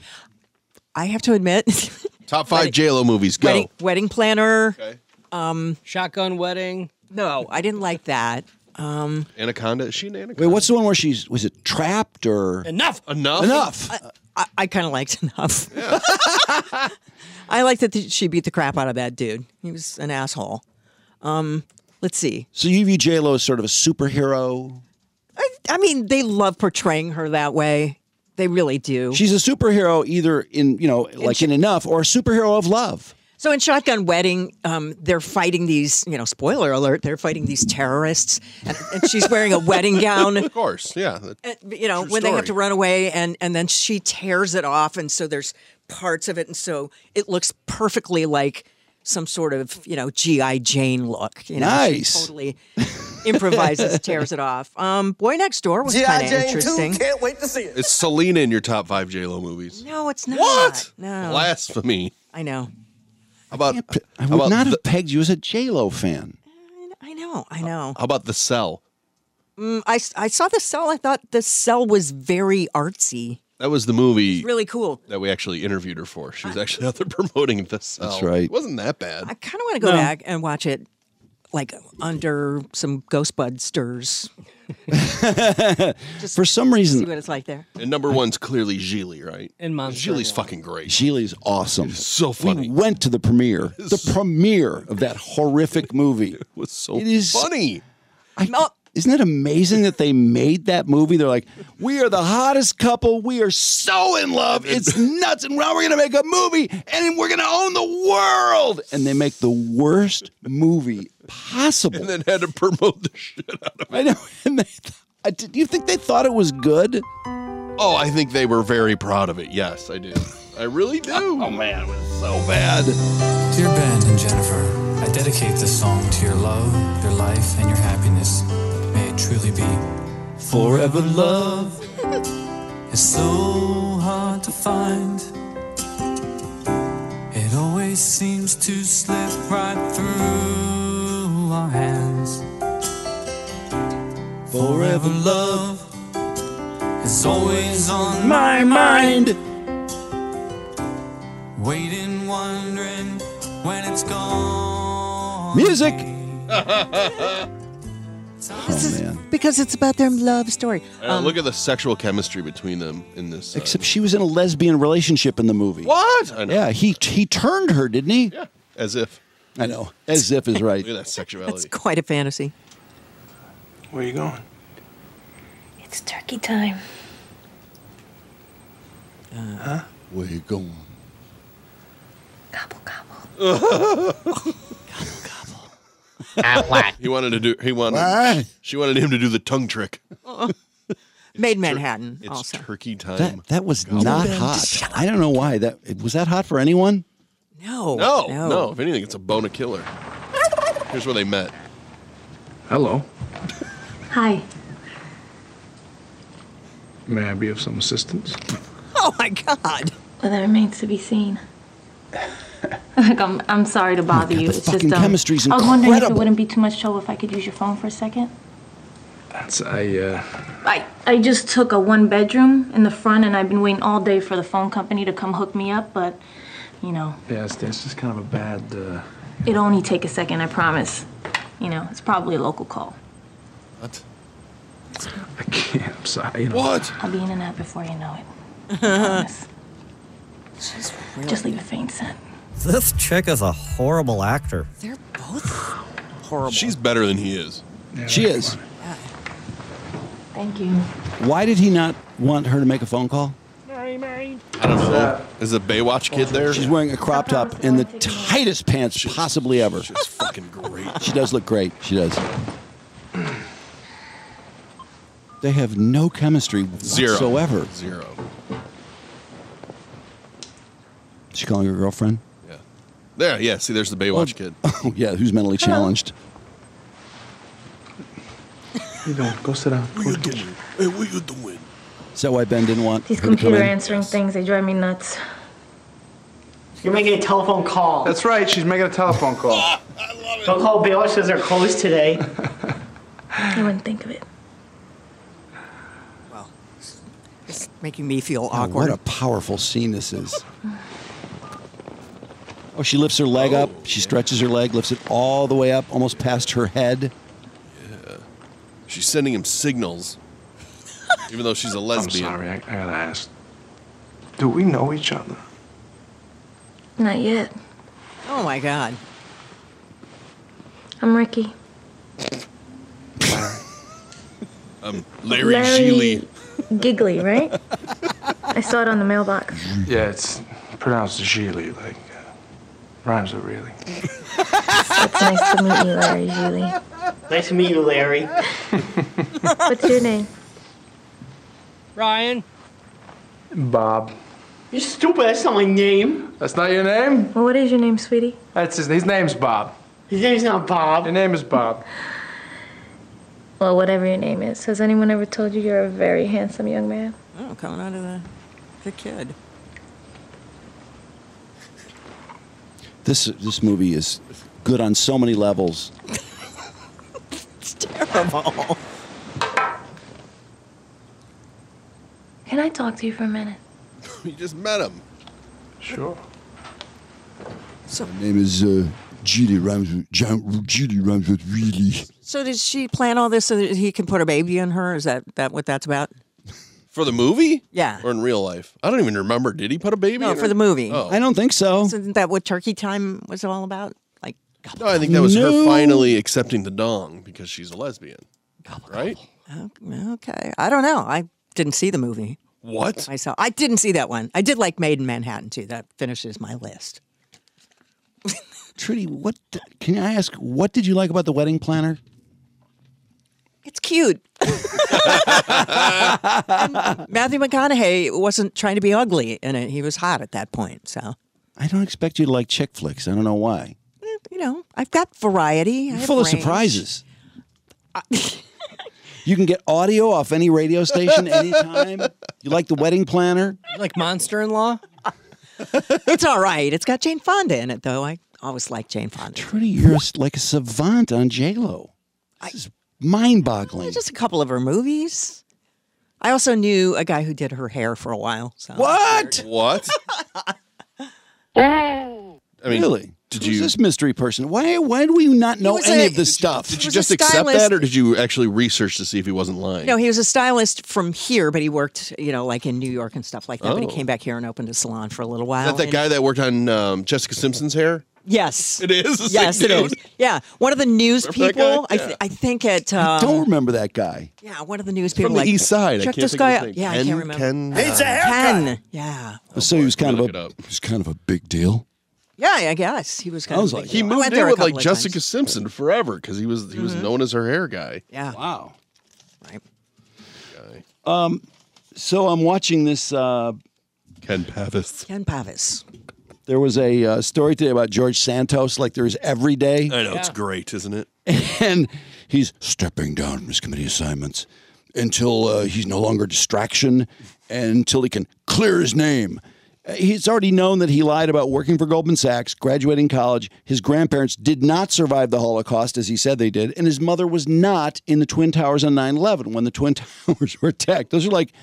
[SPEAKER 4] I have to admit,
[SPEAKER 3] Top five J Lo movies. Go.
[SPEAKER 4] wedding, wedding planner,
[SPEAKER 3] Okay.
[SPEAKER 4] um,
[SPEAKER 2] shotgun wedding.
[SPEAKER 4] No, I didn't like that. Um,
[SPEAKER 3] Anaconda. Is she an anaconda?
[SPEAKER 1] Wait, what's the one where she's was it trapped or
[SPEAKER 2] enough?
[SPEAKER 3] Enough.
[SPEAKER 1] Enough.
[SPEAKER 4] I, I, I kind of liked enough. I liked that she beat the crap out of that dude. He was an asshole. Um, let's see.
[SPEAKER 1] So you view J Lo as sort of a superhero.
[SPEAKER 4] I, I mean, they love portraying her that way. They really do.
[SPEAKER 1] She's a superhero either in you know like in Enough or a superhero of love.
[SPEAKER 4] So in Shotgun Wedding, um, they're fighting these, you know, spoiler alert, they're fighting these terrorists. And, and she's wearing a wedding gown.
[SPEAKER 3] Of course, yeah.
[SPEAKER 4] And, you know,
[SPEAKER 3] True
[SPEAKER 4] when they have
[SPEAKER 3] story.
[SPEAKER 4] to run away and, and then she tears it off. And so there's parts of it. And so it looks perfectly like some sort of, you know, G.I. Jane look. You know, She
[SPEAKER 1] Nice.
[SPEAKER 4] totally improvises, tears it off. Um, Boy Next Door was kind of interesting.
[SPEAKER 5] Can't wait to see it.
[SPEAKER 3] It's Selena in your top five J Lo movies.
[SPEAKER 4] No, it's not.
[SPEAKER 5] What?
[SPEAKER 4] No.
[SPEAKER 3] Blasphemy.
[SPEAKER 4] I know.
[SPEAKER 3] How about
[SPEAKER 1] I would
[SPEAKER 3] about
[SPEAKER 1] not have pegged you as a J Lo fan.
[SPEAKER 4] I know. I know.
[SPEAKER 3] how about the Cell?
[SPEAKER 4] Mm, I, s- I saw the cell. I thought the cell was very artsy.
[SPEAKER 3] That was the movie
[SPEAKER 4] Really cool.
[SPEAKER 3] that we actually interviewed her for. She was actually out there promoting the Cell.
[SPEAKER 1] right.
[SPEAKER 3] It wasn't that bad.
[SPEAKER 4] I kind of want to go
[SPEAKER 3] No.
[SPEAKER 4] back and watch it like under some Ghostbusters.
[SPEAKER 1] For some reason,
[SPEAKER 4] See what it's like there.
[SPEAKER 3] And number one's clearly Gigli, right?
[SPEAKER 2] And Monster.
[SPEAKER 3] Gigli's fucking great.
[SPEAKER 1] Sheely's awesome.
[SPEAKER 3] so funny.
[SPEAKER 1] We went to the premiere, the premiere of that horrific movie. It
[SPEAKER 3] was so
[SPEAKER 1] funny. isn't it amazing that they made that movie? They're like, we are the hottest couple. We are so in love. It's nuts. And now we're going to make a movie and we're going to own the world. And they make the worst movie possible. And
[SPEAKER 3] then had to promote the shit out of it.
[SPEAKER 1] I know. And they, I- do you think they thought it was good?
[SPEAKER 3] Oh, I think they were very proud of it. Yes, I do. I really do. oh man, it was so bad.
[SPEAKER 16] Dear Ben and Jennifer, I dedicate this song to your love, your life, and your happiness. May it truly be forever love. It's so hard to find. always seems to slip right through our hands. Forever love is always on my mind. Waiting, wondering when it's gone.
[SPEAKER 1] Music.
[SPEAKER 4] Oh, This is because it's about their love story.
[SPEAKER 3] Uh, look at the sexual chemistry between them in this. uh,
[SPEAKER 1] Except she was in a lesbian relationship in the movie.
[SPEAKER 3] What? I know.
[SPEAKER 1] Yeah, he he turned her, didn't he? Yeah.
[SPEAKER 3] as if.
[SPEAKER 1] I know. As if is right.
[SPEAKER 3] Look at that
[SPEAKER 4] That's
[SPEAKER 3] sexuality.
[SPEAKER 4] quite a fantasy.
[SPEAKER 5] Where are you going?
[SPEAKER 15] It's turkey time.
[SPEAKER 5] Huh?
[SPEAKER 3] Uh-huh.
[SPEAKER 1] Where you going?
[SPEAKER 3] he wanted to do. He wanted.
[SPEAKER 4] What?
[SPEAKER 3] She wanted him to do the tongue trick.
[SPEAKER 4] Made Manhattan
[SPEAKER 3] It's
[SPEAKER 4] also.
[SPEAKER 3] turkey time.
[SPEAKER 1] That, that was not
[SPEAKER 4] Ben,
[SPEAKER 1] hot. I don't know why that was that hot for anyone.
[SPEAKER 4] No.
[SPEAKER 3] No, no. If anything, it's a bona killer. Here's where they met.
[SPEAKER 17] Hello.
[SPEAKER 15] Hi.
[SPEAKER 17] May I be of some assistance?
[SPEAKER 4] Oh my God.
[SPEAKER 15] Well, that remains to be seen. Look, I'm, I'm sorry to bother you.
[SPEAKER 17] the
[SPEAKER 15] It's
[SPEAKER 17] fucking
[SPEAKER 15] just um,
[SPEAKER 17] chemistry's
[SPEAKER 15] I was wondering if it
[SPEAKER 17] incredible.
[SPEAKER 15] wouldn't be too much trouble if I could use your phone for a second.
[SPEAKER 17] That's I. Uh,
[SPEAKER 15] I I just took a one bedroom in the front, and I've been waiting all day for the phone company to come hook me up. But you know,
[SPEAKER 17] yeah, it's, it's just kind of a bad. Uh,
[SPEAKER 15] it'll only take a second. I promise. You know, it's probably a local call.
[SPEAKER 17] what? I can't. I'm sorry. You know.
[SPEAKER 15] I'll be in and out before you know it. I promise. Just leave a faint scent.
[SPEAKER 18] This chick is a horrible actor.
[SPEAKER 4] Horrible.
[SPEAKER 3] She's better than he is.
[SPEAKER 1] she is.
[SPEAKER 15] Thank you.
[SPEAKER 1] Why did he not want her to make a phone call?
[SPEAKER 3] I don't know. Is the Baywatch kid there?
[SPEAKER 1] She's wearing a crop top and the tightest pants possibly ever. She's
[SPEAKER 3] fucking great.
[SPEAKER 1] She does look great. She does. They have no chemistry
[SPEAKER 3] Zero.
[SPEAKER 1] whatsoever.
[SPEAKER 3] Zero.
[SPEAKER 1] Is she calling her girlfriend?
[SPEAKER 3] There. Yeah. See, there's the Baywatch kid.
[SPEAKER 1] Oh yeah, who's mentally challenged?
[SPEAKER 17] You don't go sit down. Go.
[SPEAKER 3] Hey, what you doing?
[SPEAKER 1] Is that why Ben didn't want
[SPEAKER 15] These
[SPEAKER 1] her to come
[SPEAKER 15] computer
[SPEAKER 1] in?
[SPEAKER 15] answering things, they drive me nuts.
[SPEAKER 19] You're making a telephone call.
[SPEAKER 17] That's right. She's making a telephone call.
[SPEAKER 19] Don't call Baylor says they're closed today.
[SPEAKER 15] You wouldn't think of it.
[SPEAKER 4] It's making me feel
[SPEAKER 1] Oh, what
[SPEAKER 4] awkward.
[SPEAKER 1] a powerful scene this is. Oh, she lifts her leg up. She stretches her leg, lifts it all the way up, almost past her head.
[SPEAKER 3] She's sending him signals, even though she's a lesbian.
[SPEAKER 17] sorry, I, I gotta ask. Do we know each other?
[SPEAKER 15] Not yet.
[SPEAKER 4] Oh my God.
[SPEAKER 15] I'm Ricky.
[SPEAKER 3] Um, Larry, Sheely.
[SPEAKER 15] Giggly, right? I saw it on the mailbox.
[SPEAKER 17] Yeah, it's pronounced Gili, like uh, rhymes with really.
[SPEAKER 15] It's nice to meet you, Larry Julie.
[SPEAKER 19] Nice to meet you, Larry.
[SPEAKER 15] What's your name?
[SPEAKER 2] Ryan.
[SPEAKER 17] Bob.
[SPEAKER 19] You're stupid. That's not my name.
[SPEAKER 17] That's not your name.
[SPEAKER 15] Well, what is your name, sweetie?
[SPEAKER 17] That's his. His name's Bob.
[SPEAKER 19] His name's not Bob.
[SPEAKER 17] Your name is Bob.
[SPEAKER 15] Well, whatever your name is. Has anyone ever told you you're a very handsome young man?
[SPEAKER 4] Oh, coming out of the, the kid.
[SPEAKER 1] This this movie is good on so many levels.
[SPEAKER 4] Terrible.
[SPEAKER 15] Can I talk to you for a minute?
[SPEAKER 3] you just met him.
[SPEAKER 17] Sure.
[SPEAKER 1] My name is uh, Judy Ramsworth. Judy Ramsworth, really.
[SPEAKER 4] So did she plan all this so that he can put a baby in her? Is that, that what that's about?
[SPEAKER 3] For the movie?
[SPEAKER 4] Yeah.
[SPEAKER 3] Or in real life? I don't even remember. Did he put a baby?
[SPEAKER 4] No,
[SPEAKER 3] in
[SPEAKER 4] for
[SPEAKER 3] her?
[SPEAKER 4] the movie.
[SPEAKER 3] Oh.
[SPEAKER 1] I don't think so.
[SPEAKER 4] Isn't that what Turkey Time was all about? Like,
[SPEAKER 3] No, I think that was her
[SPEAKER 4] No.
[SPEAKER 3] finally accepting the dong because she's a lesbian. right?
[SPEAKER 4] okay, I don't know. I didn't see the movie.
[SPEAKER 3] What?
[SPEAKER 4] I saw. I didn't see that one. I did like Made in Manhattan too. That finishes my list.
[SPEAKER 1] Trudy, what the- can I ask? What did you like about the wedding planner?
[SPEAKER 4] It's cute. And Matthew McConaughey wasn't trying to be ugly in it. He was hot at that point. So,
[SPEAKER 1] I don't expect you to like chick flicks. I don't know why.
[SPEAKER 4] you know, I've got variety. I
[SPEAKER 1] You're
[SPEAKER 4] have
[SPEAKER 1] full of
[SPEAKER 4] range.
[SPEAKER 1] surprises. you can get audio off any radio station anytime. You like the wedding planner?
[SPEAKER 2] You like Monster in Law?
[SPEAKER 4] it's all right. It's got Jane Fonda in it, though. I always like Jane Fonda.
[SPEAKER 8] Trudy, you're s- like a savant on J-Lo. This is mind-boggling.
[SPEAKER 4] Just a couple of her movies. I also knew a guy who did her hair for a while. So
[SPEAKER 3] What? What? I mean,
[SPEAKER 1] really?
[SPEAKER 3] Did
[SPEAKER 1] Who's
[SPEAKER 3] you
[SPEAKER 1] this mystery person? Why? Why do we not know
[SPEAKER 4] was
[SPEAKER 1] any
[SPEAKER 4] a-
[SPEAKER 1] of this stuff?
[SPEAKER 3] did you
[SPEAKER 4] was
[SPEAKER 3] just
[SPEAKER 4] a
[SPEAKER 3] accept
[SPEAKER 4] stylist.
[SPEAKER 3] that, or did you actually research to see if he wasn't lying?
[SPEAKER 4] No, he was a stylist from here, but he worked, you know, like in New York and stuff like that. But he
[SPEAKER 3] Oh.
[SPEAKER 4] came back here and opened a salon for a little
[SPEAKER 3] Is
[SPEAKER 4] while.
[SPEAKER 3] that that
[SPEAKER 4] and-
[SPEAKER 3] guy that worked on um, Jessica Simpson's hair?
[SPEAKER 4] Yes,
[SPEAKER 3] it is. the same
[SPEAKER 4] Yes, it
[SPEAKER 3] dude.
[SPEAKER 4] is. Yeah, one of the news
[SPEAKER 3] Remember that guy?
[SPEAKER 4] people. I,
[SPEAKER 3] Yeah.
[SPEAKER 4] th- I think at. Um,
[SPEAKER 1] I don't remember that guy.
[SPEAKER 4] Yeah, one of the news
[SPEAKER 1] From
[SPEAKER 4] people.
[SPEAKER 1] the
[SPEAKER 4] like,
[SPEAKER 1] East Side. I
[SPEAKER 4] Check
[SPEAKER 1] can't
[SPEAKER 4] this
[SPEAKER 1] think of
[SPEAKER 4] guy
[SPEAKER 1] his
[SPEAKER 4] out.
[SPEAKER 1] name.
[SPEAKER 4] Yeah, I
[SPEAKER 1] Ken-
[SPEAKER 4] can't remember.
[SPEAKER 1] Ken,
[SPEAKER 4] Needs
[SPEAKER 1] Needs a uh, haircut.
[SPEAKER 4] Ken. Yeah.
[SPEAKER 1] so he was kind of a he was kind of a big deal.
[SPEAKER 4] Yeah, I guess he was kind
[SPEAKER 3] I
[SPEAKER 4] of.
[SPEAKER 3] was
[SPEAKER 4] a
[SPEAKER 3] like,
[SPEAKER 4] big
[SPEAKER 3] he
[SPEAKER 4] deal. I
[SPEAKER 3] moved
[SPEAKER 4] went there
[SPEAKER 3] in
[SPEAKER 4] a
[SPEAKER 3] with like
[SPEAKER 4] couple of times.
[SPEAKER 3] Jessica Simpson forever because he was he was known as her hair guy.
[SPEAKER 4] Yeah.
[SPEAKER 1] Wow.
[SPEAKER 4] Right.
[SPEAKER 1] Um, so I'm watching this. Uh,
[SPEAKER 3] Ken Pavis.
[SPEAKER 4] Ken Pavis.
[SPEAKER 1] There was a uh, story today about George Santos, like there is every day.
[SPEAKER 3] I know it's great, isn't it?
[SPEAKER 1] and he's stepping down from his committee assignments until uh, he's no longer a distraction and until he can clear his name. Uh, He's already known that he lied about working for Goldman Sachs, graduating college. His grandparents did not survive the Holocaust, as he said they did, and his mother was not in the Twin Towers on 9 11 when the Twin Towers were attacked. Those are like,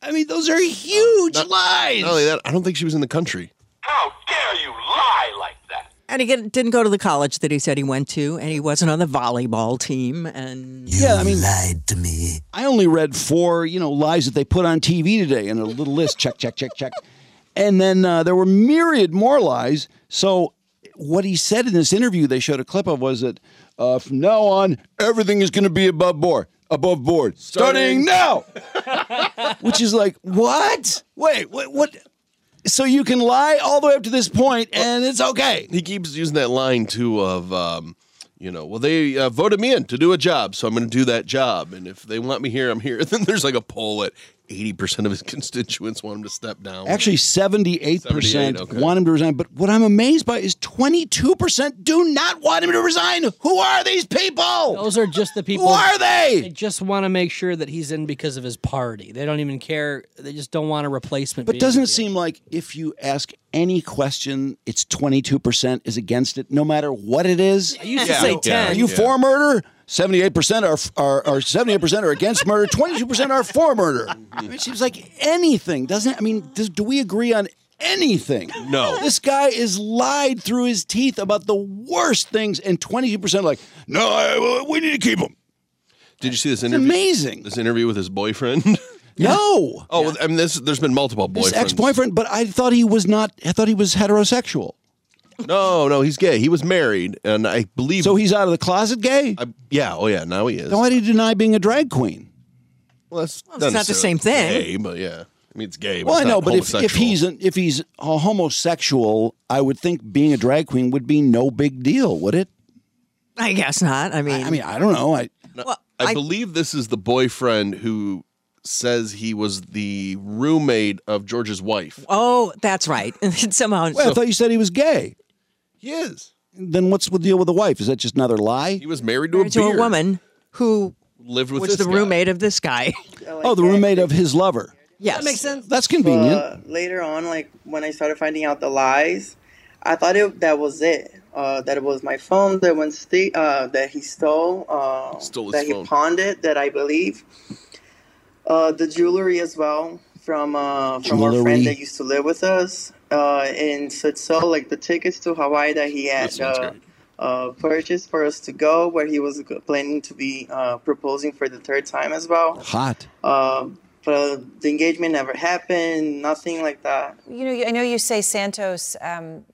[SPEAKER 1] I mean, those are huge lies.
[SPEAKER 3] Not only that, I don't think she was in the country.
[SPEAKER 4] And he get- didn't go to the college that he said he went to, and he wasn't on the volleyball team. And
[SPEAKER 1] yeah, I mean, lied to me. I only read four, you know, lies that they put on TV today in a little list. Check, check, check, check. And then uh, there were myriad more lies. So what he said in this interview, they showed a clip of, was that uh, from now on everything is going to be above board, above board, starting, now. Which is like, what? Wait, what? What? So you can lie all the way up to this point, and it's okay.
[SPEAKER 3] He keeps using that line too of, um, you know, well they uh, voted me in to do a job, so I'm going to do that job, and if they want me here, I'm here. And then there's like a poll at eighty percent of his constituents want him to step down.
[SPEAKER 1] Actually, 78%,
[SPEAKER 3] 78, okay.
[SPEAKER 1] want him to resign. But what I'm amazed by is 22% do not want him to resign. Who are these people?
[SPEAKER 2] Those are just the people.
[SPEAKER 1] Who are they?
[SPEAKER 2] They just want to make sure that he's in because of his party. They don't even care. They just don't want a replacement.
[SPEAKER 1] But
[SPEAKER 2] being-
[SPEAKER 1] doesn't it seem like if you ask any question, it's 22% is against it, no matter what it is? I
[SPEAKER 2] used to Yeah. say 10.
[SPEAKER 1] Are you
[SPEAKER 2] Yeah.
[SPEAKER 1] for murder? 78% are, are, are 78% are against murder. 22% are for murder. I mean, it seems like anything, doesn't it? I mean, does, do we agree on anything?
[SPEAKER 3] No.
[SPEAKER 1] This guy is lied through his teeth about the worst things, and 22% are like, no, I, we need to keep him.
[SPEAKER 3] Did you see this interview?
[SPEAKER 1] amazing.
[SPEAKER 3] This interview with his boyfriend.
[SPEAKER 1] No.
[SPEAKER 3] Oh, well, I mean, this, there's been multiple boyfriends.
[SPEAKER 1] His ex-boyfriend, but I thought he was not, I thought he was heterosexual.
[SPEAKER 3] No, no, he's gay. He was married, and I believe. So
[SPEAKER 1] he's out of the closet, gay.
[SPEAKER 3] yeah. Oh, yeah. Now he is.
[SPEAKER 1] Then why do you deny being a drag queen?
[SPEAKER 3] Well, that's
[SPEAKER 1] Well, it's not the
[SPEAKER 3] necessarily
[SPEAKER 1] same thing.
[SPEAKER 3] Gay, but yeah, I mean, it's gay. But
[SPEAKER 1] Well, I
[SPEAKER 3] it's
[SPEAKER 1] know,
[SPEAKER 3] not
[SPEAKER 1] but if, if
[SPEAKER 3] homosexual.
[SPEAKER 1] he's an, if he's a homosexual, I would think being a drag queen would be no big deal, would it?
[SPEAKER 4] I guess not. I mean,
[SPEAKER 1] I mean, I don't know. I
[SPEAKER 3] No, I, believe this is the boyfriend who says he was the roommate of George's wife.
[SPEAKER 4] oh, that's right. Somehow,
[SPEAKER 1] well, I thought you said he was gay.
[SPEAKER 3] He is
[SPEAKER 1] Then what's the deal with the wife? Is that just another lie?
[SPEAKER 3] He was married to
[SPEAKER 4] married
[SPEAKER 3] a
[SPEAKER 4] to a
[SPEAKER 3] beard.
[SPEAKER 4] woman who
[SPEAKER 3] Lived with
[SPEAKER 4] was
[SPEAKER 3] this
[SPEAKER 4] the roommate of this guy.
[SPEAKER 1] oh, the roommate of his lover.
[SPEAKER 4] Yes,
[SPEAKER 20] That makes sense.
[SPEAKER 1] That's convenient.
[SPEAKER 20] Uh, later on, like when I started finding out the lies, I thought it, that was it. Uh, that it was my phone that went st- uh, that he stole, uh,
[SPEAKER 3] Stole his
[SPEAKER 20] that
[SPEAKER 3] phone.
[SPEAKER 20] he pawned it. That I believe uh, the jewelry as well from uh, from our
[SPEAKER 1] Jewelry.
[SPEAKER 20] friend that used to live with us uh, in Sitso, like the tickets to Hawaii that he had. Uh, uh, purchased for us to go, where he was g- planning to be uh, proposing for the third time as well.
[SPEAKER 1] Hot.
[SPEAKER 20] Uh, but the engagement never happened, nothing like that.
[SPEAKER 21] You know, I know you say Santos um,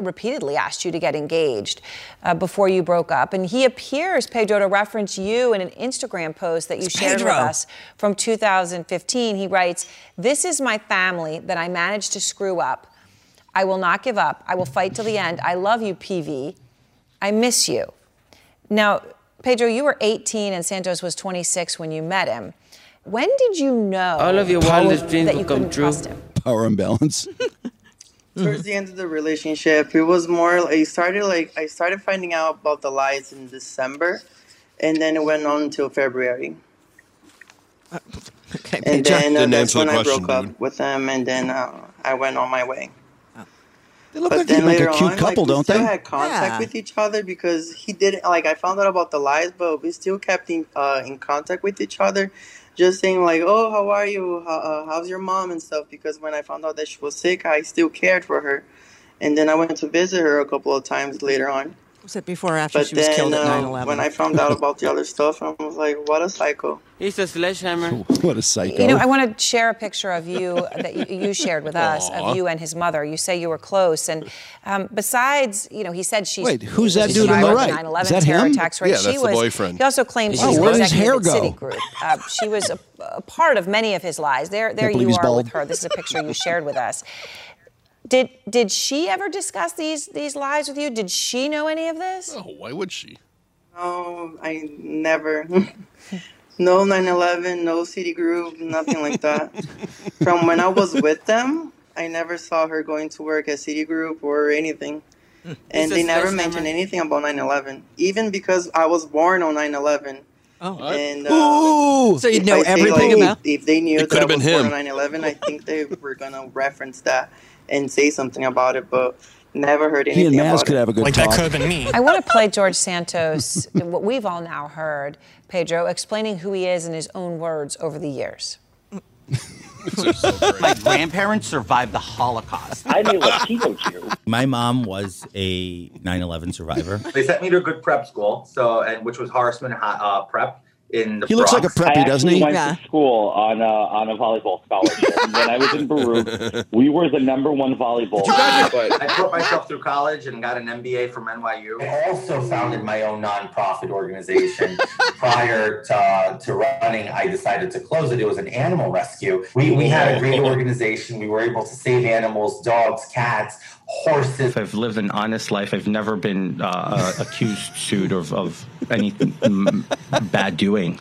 [SPEAKER 21] repeatedly asked you to get engaged uh, before you broke up, and he appears, Pedro, to reference you in an Instagram post that you shared with
[SPEAKER 22] Pedro.
[SPEAKER 21] us from 2015. He writes, "This is my family that I managed to screw up. I will not give up. I will fight till the end. I love you, PV. I miss you." Now, Pedro, you were 18 and Santos was 26 when you met him. When did you know
[SPEAKER 20] All of your wildest dreams
[SPEAKER 21] that
[SPEAKER 20] will
[SPEAKER 21] you
[SPEAKER 20] come
[SPEAKER 21] couldn't
[SPEAKER 20] true.
[SPEAKER 21] trust him?
[SPEAKER 1] Power imbalance. Mm-hmm.
[SPEAKER 20] Towards the end of the relationship, it was more. like- I started like I started finding out about the lies in December, and then it went on until February.
[SPEAKER 4] Okay,
[SPEAKER 20] and
[SPEAKER 4] Pedro.
[SPEAKER 20] then uh,
[SPEAKER 4] Didn't
[SPEAKER 20] that's
[SPEAKER 4] answer the
[SPEAKER 20] when I
[SPEAKER 4] question,
[SPEAKER 20] broke up with him, and then uh, I went on my way.
[SPEAKER 1] They look
[SPEAKER 20] but
[SPEAKER 1] like they
[SPEAKER 20] then
[SPEAKER 1] make
[SPEAKER 20] later
[SPEAKER 1] a cute
[SPEAKER 20] on,
[SPEAKER 1] couple,
[SPEAKER 20] like, we
[SPEAKER 1] don't
[SPEAKER 20] still
[SPEAKER 1] they?
[SPEAKER 20] had contact
[SPEAKER 1] Yeah.
[SPEAKER 20] with each other because he didn't like. I found out about the lies, but we still kept in uh, in contact with each other, just saying like, "Oh, how are you? How, uh, how's your mom and stuff?" Because when I found out that she was sick, I still cared for her, and then I went to visit her a couple of times later on.
[SPEAKER 4] Was it before or after
[SPEAKER 20] but
[SPEAKER 4] she was
[SPEAKER 20] then,
[SPEAKER 4] killed at
[SPEAKER 20] uh,
[SPEAKER 4] 9 11?
[SPEAKER 20] when I found out about the other stuff, I was like, "What a psycho!"
[SPEAKER 1] He's a sledgehammer. What a psycho.
[SPEAKER 21] You know, I want to share a picture of you that you, you shared with us
[SPEAKER 1] Aw.
[SPEAKER 21] of you and his mother. You say you were close, and um, besides, you know, he said she's
[SPEAKER 1] Wait, who's
[SPEAKER 21] she
[SPEAKER 1] that
[SPEAKER 21] was
[SPEAKER 1] dude on the
[SPEAKER 21] survivor of
[SPEAKER 1] right?
[SPEAKER 21] 9/11
[SPEAKER 1] Is that
[SPEAKER 21] terror
[SPEAKER 1] him?
[SPEAKER 21] Attacks, right?
[SPEAKER 1] Yeah,
[SPEAKER 21] she
[SPEAKER 1] that's the
[SPEAKER 21] was,
[SPEAKER 1] boyfriend.
[SPEAKER 21] He also claims
[SPEAKER 1] Oh,
[SPEAKER 21] she
[SPEAKER 1] where
[SPEAKER 21] was
[SPEAKER 1] did his hair
[SPEAKER 21] executive at
[SPEAKER 1] go?
[SPEAKER 21] Citigroup. Uh, she was a, a part of many of his lies. There, there
[SPEAKER 1] believe
[SPEAKER 21] you
[SPEAKER 1] he's
[SPEAKER 21] are
[SPEAKER 1] bald.
[SPEAKER 21] with her. This is a picture you shared with us. Did did she ever discuss these these lies with you? Did she know any of this?
[SPEAKER 3] Oh, why would she?
[SPEAKER 20] No, I never. no 9/11, no City Group, nothing like that. From when I was with them, I never saw her going to work at City Group or anything. And
[SPEAKER 6] Is
[SPEAKER 20] they
[SPEAKER 6] this
[SPEAKER 20] never
[SPEAKER 6] first
[SPEAKER 20] mentioned
[SPEAKER 6] memory?
[SPEAKER 20] anything about 9/11, even because I was born on 9/11. Oh, and, uh,
[SPEAKER 6] Ooh. So you'd know
[SPEAKER 20] if I say,
[SPEAKER 6] everything
[SPEAKER 20] like,
[SPEAKER 6] about-
[SPEAKER 20] If they knew
[SPEAKER 6] It
[SPEAKER 20] that I
[SPEAKER 6] could've
[SPEAKER 20] was
[SPEAKER 6] been
[SPEAKER 20] born
[SPEAKER 6] him.
[SPEAKER 20] on 9/11, I think they were gonna reference that and say something about it, but never heard
[SPEAKER 1] He
[SPEAKER 20] anything
[SPEAKER 1] and
[SPEAKER 20] about
[SPEAKER 1] Maz
[SPEAKER 20] it.
[SPEAKER 1] could have a good talk.
[SPEAKER 21] I want to play George Santos, what we've all now heard, Pedro, explaining who he is in his own words over the years.
[SPEAKER 22] My grandparents survived the Holocaust.
[SPEAKER 23] I'm a Latino
[SPEAKER 22] Jew.
[SPEAKER 23] My mom was a 9/11 survivor.
[SPEAKER 22] They sent me to a good prep school, so and which was Horseman uh, Prep in the
[SPEAKER 23] He looks
[SPEAKER 22] Bronx.
[SPEAKER 23] like a preppy,
[SPEAKER 22] I
[SPEAKER 23] doesn't
[SPEAKER 22] actually
[SPEAKER 23] he?
[SPEAKER 22] went to
[SPEAKER 23] Yeah.
[SPEAKER 22] school on a, on a volleyball scholarship. and when I was in Baruch, we were the number one volleyball. I put myself through college and got an MBA from NYU. I also founded my own nonprofit organization. Prior to, uh, to running, I decided to close it. It was an animal rescue. We, we had a great organization. We were able to save animals, dogs, cats, horses.
[SPEAKER 24] I've lived an honest life. I've never been uh, uh, accused, sued of, of anything mm, bad doing.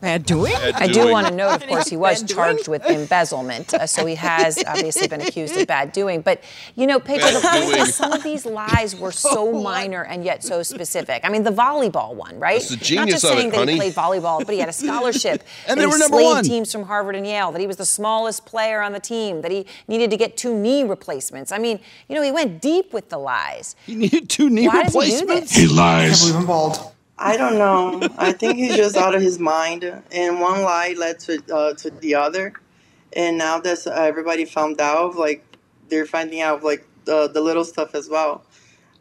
[SPEAKER 4] Bad doing?
[SPEAKER 21] I do want to note, of course, he was charged with embezzlement, uh, so he has obviously been accused of bad doing. But you know, Pedro, the
[SPEAKER 6] Bad
[SPEAKER 21] point
[SPEAKER 6] doing.
[SPEAKER 21] is some of these lies were
[SPEAKER 3] Oh
[SPEAKER 21] so minor and yet so specific. I mean, the volleyball one, right?
[SPEAKER 3] That's the
[SPEAKER 21] Not
[SPEAKER 3] genius
[SPEAKER 21] just
[SPEAKER 3] of
[SPEAKER 21] saying
[SPEAKER 3] it,
[SPEAKER 21] that
[SPEAKER 3] honey.
[SPEAKER 21] he played volleyball, but he had a scholarship. that
[SPEAKER 3] And they
[SPEAKER 21] he
[SPEAKER 3] were number
[SPEAKER 21] slayed
[SPEAKER 3] one.
[SPEAKER 21] Teams from Harvard and Yale. That he was the smallest player on the team. That he needed to get two knee replacements. I mean, you know, he went deep with the lies.
[SPEAKER 1] He needed two knee
[SPEAKER 21] Why does he do
[SPEAKER 1] replacements.
[SPEAKER 21] this? He lies.
[SPEAKER 1] believe
[SPEAKER 22] I'm bald.
[SPEAKER 20] I don't know. I think he's just out of his mind. And one lie led to uh, to the other. And now that everybody found out, like they're finding out like the the little stuff as well.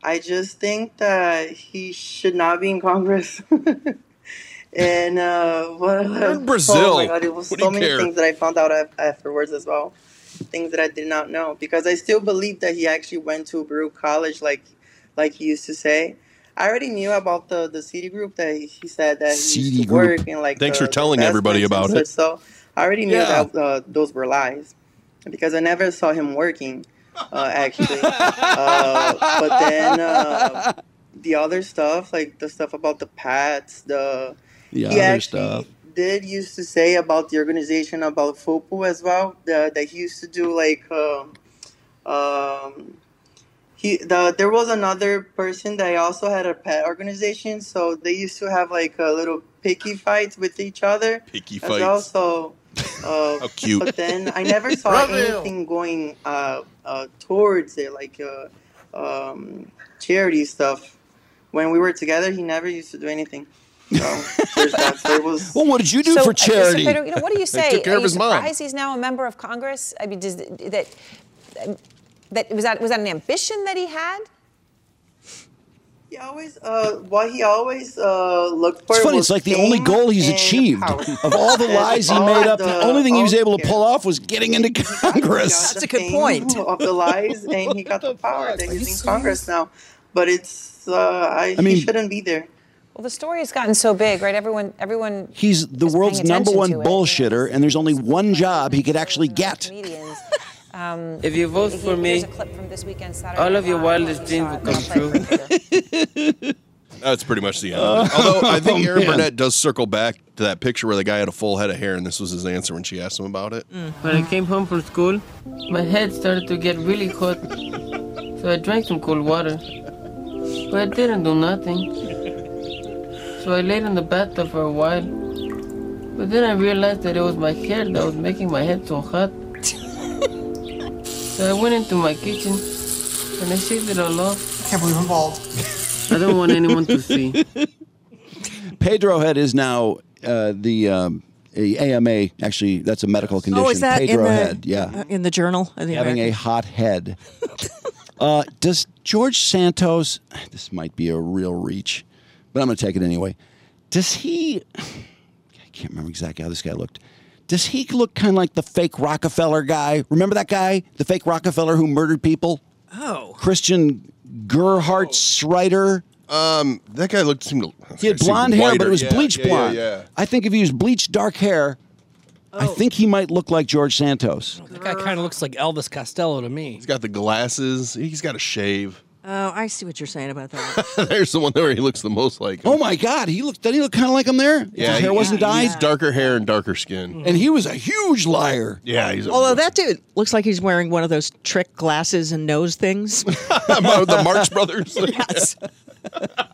[SPEAKER 20] I just think that he should not be in Congress. and uh, what
[SPEAKER 3] You're in
[SPEAKER 20] oh
[SPEAKER 3] Brazil.
[SPEAKER 20] my God, it was
[SPEAKER 3] What do
[SPEAKER 20] so
[SPEAKER 3] you
[SPEAKER 20] many
[SPEAKER 3] care?
[SPEAKER 20] things that I found out af- afterwards as well. Things that I did not know because I still believe that he actually went to Baruch College, like like he used to say. I already knew about the the CD group that he he said that he used
[SPEAKER 3] CD
[SPEAKER 20] to work
[SPEAKER 3] group.
[SPEAKER 20] and like
[SPEAKER 3] Thanks
[SPEAKER 20] the-
[SPEAKER 3] for telling
[SPEAKER 20] the
[SPEAKER 3] everybody
[SPEAKER 20] basements
[SPEAKER 3] about
[SPEAKER 20] and
[SPEAKER 3] it.
[SPEAKER 20] such. So I already knew
[SPEAKER 3] Yeah.
[SPEAKER 20] that uh, those were lies because I never saw him working uh, actually. uh, but then uh, the other stuff, like the stuff about the Pats, the
[SPEAKER 1] The
[SPEAKER 20] he
[SPEAKER 1] other
[SPEAKER 20] actually
[SPEAKER 1] stuff.
[SPEAKER 20] did used to say about the organization about football as well the, that he used to do like um um, he the, there was another person that also had a pet organization so they used to have like a little picky fights with each other
[SPEAKER 3] Picky
[SPEAKER 20] as well
[SPEAKER 3] fights.
[SPEAKER 20] so uh,
[SPEAKER 3] How cute.
[SPEAKER 20] but then I never saw anything going uh, uh, towards it like uh, um, charity stuff when we were together he never used to do anything
[SPEAKER 1] Well, what did you do
[SPEAKER 21] So,
[SPEAKER 1] for
[SPEAKER 21] uh, so
[SPEAKER 1] charity?
[SPEAKER 21] Pedro, you know, what do you say?
[SPEAKER 1] They took care
[SPEAKER 21] Are
[SPEAKER 1] of
[SPEAKER 21] you
[SPEAKER 1] his mom.
[SPEAKER 21] surprised he's now a member of Congress? I mean, does that um, that was that was that an ambition that he had?
[SPEAKER 20] He always, uh, what he always uh, looked for.
[SPEAKER 1] It's funny.
[SPEAKER 20] was
[SPEAKER 1] It's like the only
[SPEAKER 20] fame
[SPEAKER 1] goal he's
[SPEAKER 20] and
[SPEAKER 1] achieved
[SPEAKER 20] power.
[SPEAKER 1] of all the
[SPEAKER 20] And
[SPEAKER 1] lies he
[SPEAKER 20] all
[SPEAKER 1] made up.
[SPEAKER 20] the-
[SPEAKER 1] The only thing he was
[SPEAKER 20] all
[SPEAKER 1] able to
[SPEAKER 20] the-
[SPEAKER 1] pull off was getting into Congress.
[SPEAKER 20] That's a good point. Of the lies, and he got the power that he's in Congress now. But it's, uh, I,
[SPEAKER 1] I mean-
[SPEAKER 20] he shouldn't be there.
[SPEAKER 21] Well, the story has gotten so big, right? Everyone, everyone
[SPEAKER 1] He's the world's
[SPEAKER 21] paying
[SPEAKER 1] number one
[SPEAKER 21] attention to it,
[SPEAKER 1] bullshitter, and there's only one job he could actually get.
[SPEAKER 21] comedians. Um,
[SPEAKER 6] If you vote
[SPEAKER 21] he-
[SPEAKER 6] for me,
[SPEAKER 21] here's a clip from this weekend, Saturday
[SPEAKER 6] all
[SPEAKER 21] Night
[SPEAKER 6] of your
[SPEAKER 21] Live.
[SPEAKER 6] wildest
[SPEAKER 21] You
[SPEAKER 6] dreams
[SPEAKER 21] saw it.
[SPEAKER 6] will
[SPEAKER 21] I'll play it for you.
[SPEAKER 3] That's pretty much the end. of it. Although I think
[SPEAKER 1] Oh,
[SPEAKER 3] Aaron
[SPEAKER 1] man.
[SPEAKER 3] Burnett does circle back to that picture where the guy had a full head of hair, and this was his answer when she asked him about it.
[SPEAKER 6] When I came home from school, my head started to get really hot, so I drank some cold water. But it didn't do nothing. So I laid in the bathtub for a while. But then I realized that it was my hair that was making my head so hot. So I went into my kitchen and I shaved it all off. I can't believe I'm bald. I don't want anyone to see.
[SPEAKER 1] Pedro Head is now uh, the um, a AMA. Actually, that's a medical condition.
[SPEAKER 4] Oh, is that
[SPEAKER 1] Pedro
[SPEAKER 4] in the
[SPEAKER 1] Head? Yeah,
[SPEAKER 4] uh, in the journal? In the
[SPEAKER 1] having a
[SPEAKER 4] American-
[SPEAKER 1] hot head. uh, does George Santos? This might be a real reach, but I'm going to take it anyway. Does he? I can't remember exactly how this guy looked. Does he look kind of like the fake Rockefeller guy? Remember that guy, the fake Rockefeller who murdered people?
[SPEAKER 4] Oh,
[SPEAKER 1] Christian Gerhardt
[SPEAKER 3] Oh.
[SPEAKER 1] Schreiter.
[SPEAKER 3] Um, that guy looked seemed to,
[SPEAKER 1] He
[SPEAKER 3] seemed
[SPEAKER 1] had blonde hair,
[SPEAKER 3] whiter.
[SPEAKER 1] but it was
[SPEAKER 3] Yeah,
[SPEAKER 1] bleach
[SPEAKER 3] yeah, yeah,
[SPEAKER 1] blonde.
[SPEAKER 3] yeah.
[SPEAKER 1] I think if he used bleach dark hair, I think he might look like George Santos.
[SPEAKER 22] uh,
[SPEAKER 2] That guy kind of looks like Elvis Costello to me.
[SPEAKER 3] He's got the glasses. He's got a shave.
[SPEAKER 4] Oh, I see what you're saying about that.
[SPEAKER 3] There's the one where he looks the most like. Him.
[SPEAKER 1] Oh my God, he looked. Doesn't he look kind of like him there?
[SPEAKER 3] Yeah,
[SPEAKER 1] his hair wasn't
[SPEAKER 3] he-
[SPEAKER 1] dyed.
[SPEAKER 3] he's darker hair and darker skin.
[SPEAKER 1] And he was a huge liar.
[SPEAKER 3] Yeah, he's a,
[SPEAKER 4] Although that dude looks like he's wearing one of those trick glasses and nose things.
[SPEAKER 3] the Marx Brothers.
[SPEAKER 4] yes.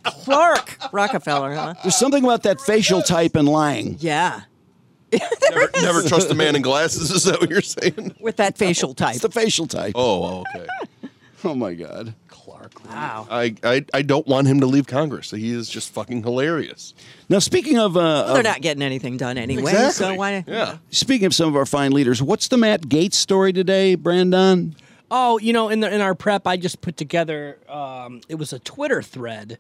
[SPEAKER 4] Clark Rockefeller, huh?
[SPEAKER 1] There's something about that facial type and lying.
[SPEAKER 4] Yeah.
[SPEAKER 3] never, never trust a man in glasses. Is that what you're saying?
[SPEAKER 4] With that facial type.
[SPEAKER 1] It's the facial type.
[SPEAKER 3] Oh, okay.
[SPEAKER 1] oh my God.
[SPEAKER 4] Wow.
[SPEAKER 3] I, I I don't want him to leave Congress. He is just fucking hilarious.
[SPEAKER 1] Now, speaking of, uh,
[SPEAKER 4] Well, they're
[SPEAKER 1] of-
[SPEAKER 4] not getting anything done anyway, so
[SPEAKER 3] Exactly.
[SPEAKER 4] why?
[SPEAKER 3] Yeah.
[SPEAKER 1] speaking of some of our fine leaders, what's the Matt Gates story today, Brandon?
[SPEAKER 2] Oh, you know, in the in our prep, I just put together. Um, it was a Twitter thread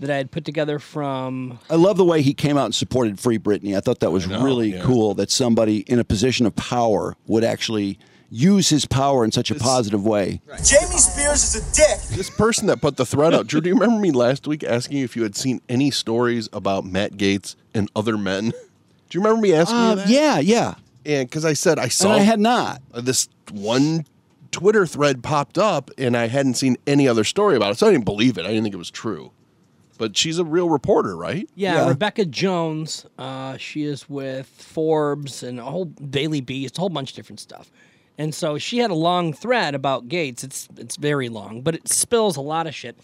[SPEAKER 2] that I had put together from.
[SPEAKER 1] I love the way he came out and supported Free Britney. I thought that was
[SPEAKER 2] know,
[SPEAKER 1] really
[SPEAKER 2] yeah.
[SPEAKER 1] cool that somebody in a position of power would actually use his power in such a positive way.
[SPEAKER 5] Jamie Spears is a dick.
[SPEAKER 3] This person that put the thread out, Drew. Do you remember me last week asking you if you had seen any stories about Matt Gates and other men? Do you remember me asking
[SPEAKER 1] Uh,
[SPEAKER 4] Um,
[SPEAKER 3] you that?
[SPEAKER 1] yeah, yeah.
[SPEAKER 3] And because I said I saw,
[SPEAKER 1] I had not.
[SPEAKER 3] This one Twitter thread popped up, and I hadn't seen any other story about it, so I didn't believe it. I didn't think it was true. But she's a real reporter, right?
[SPEAKER 2] Yeah, Rebecca Jones. Uh, she is with Forbes and a whole Daily Beast, a whole bunch of different stuff. And so she had a long thread about Gates. It's it's very long, but it spills a lot of shit.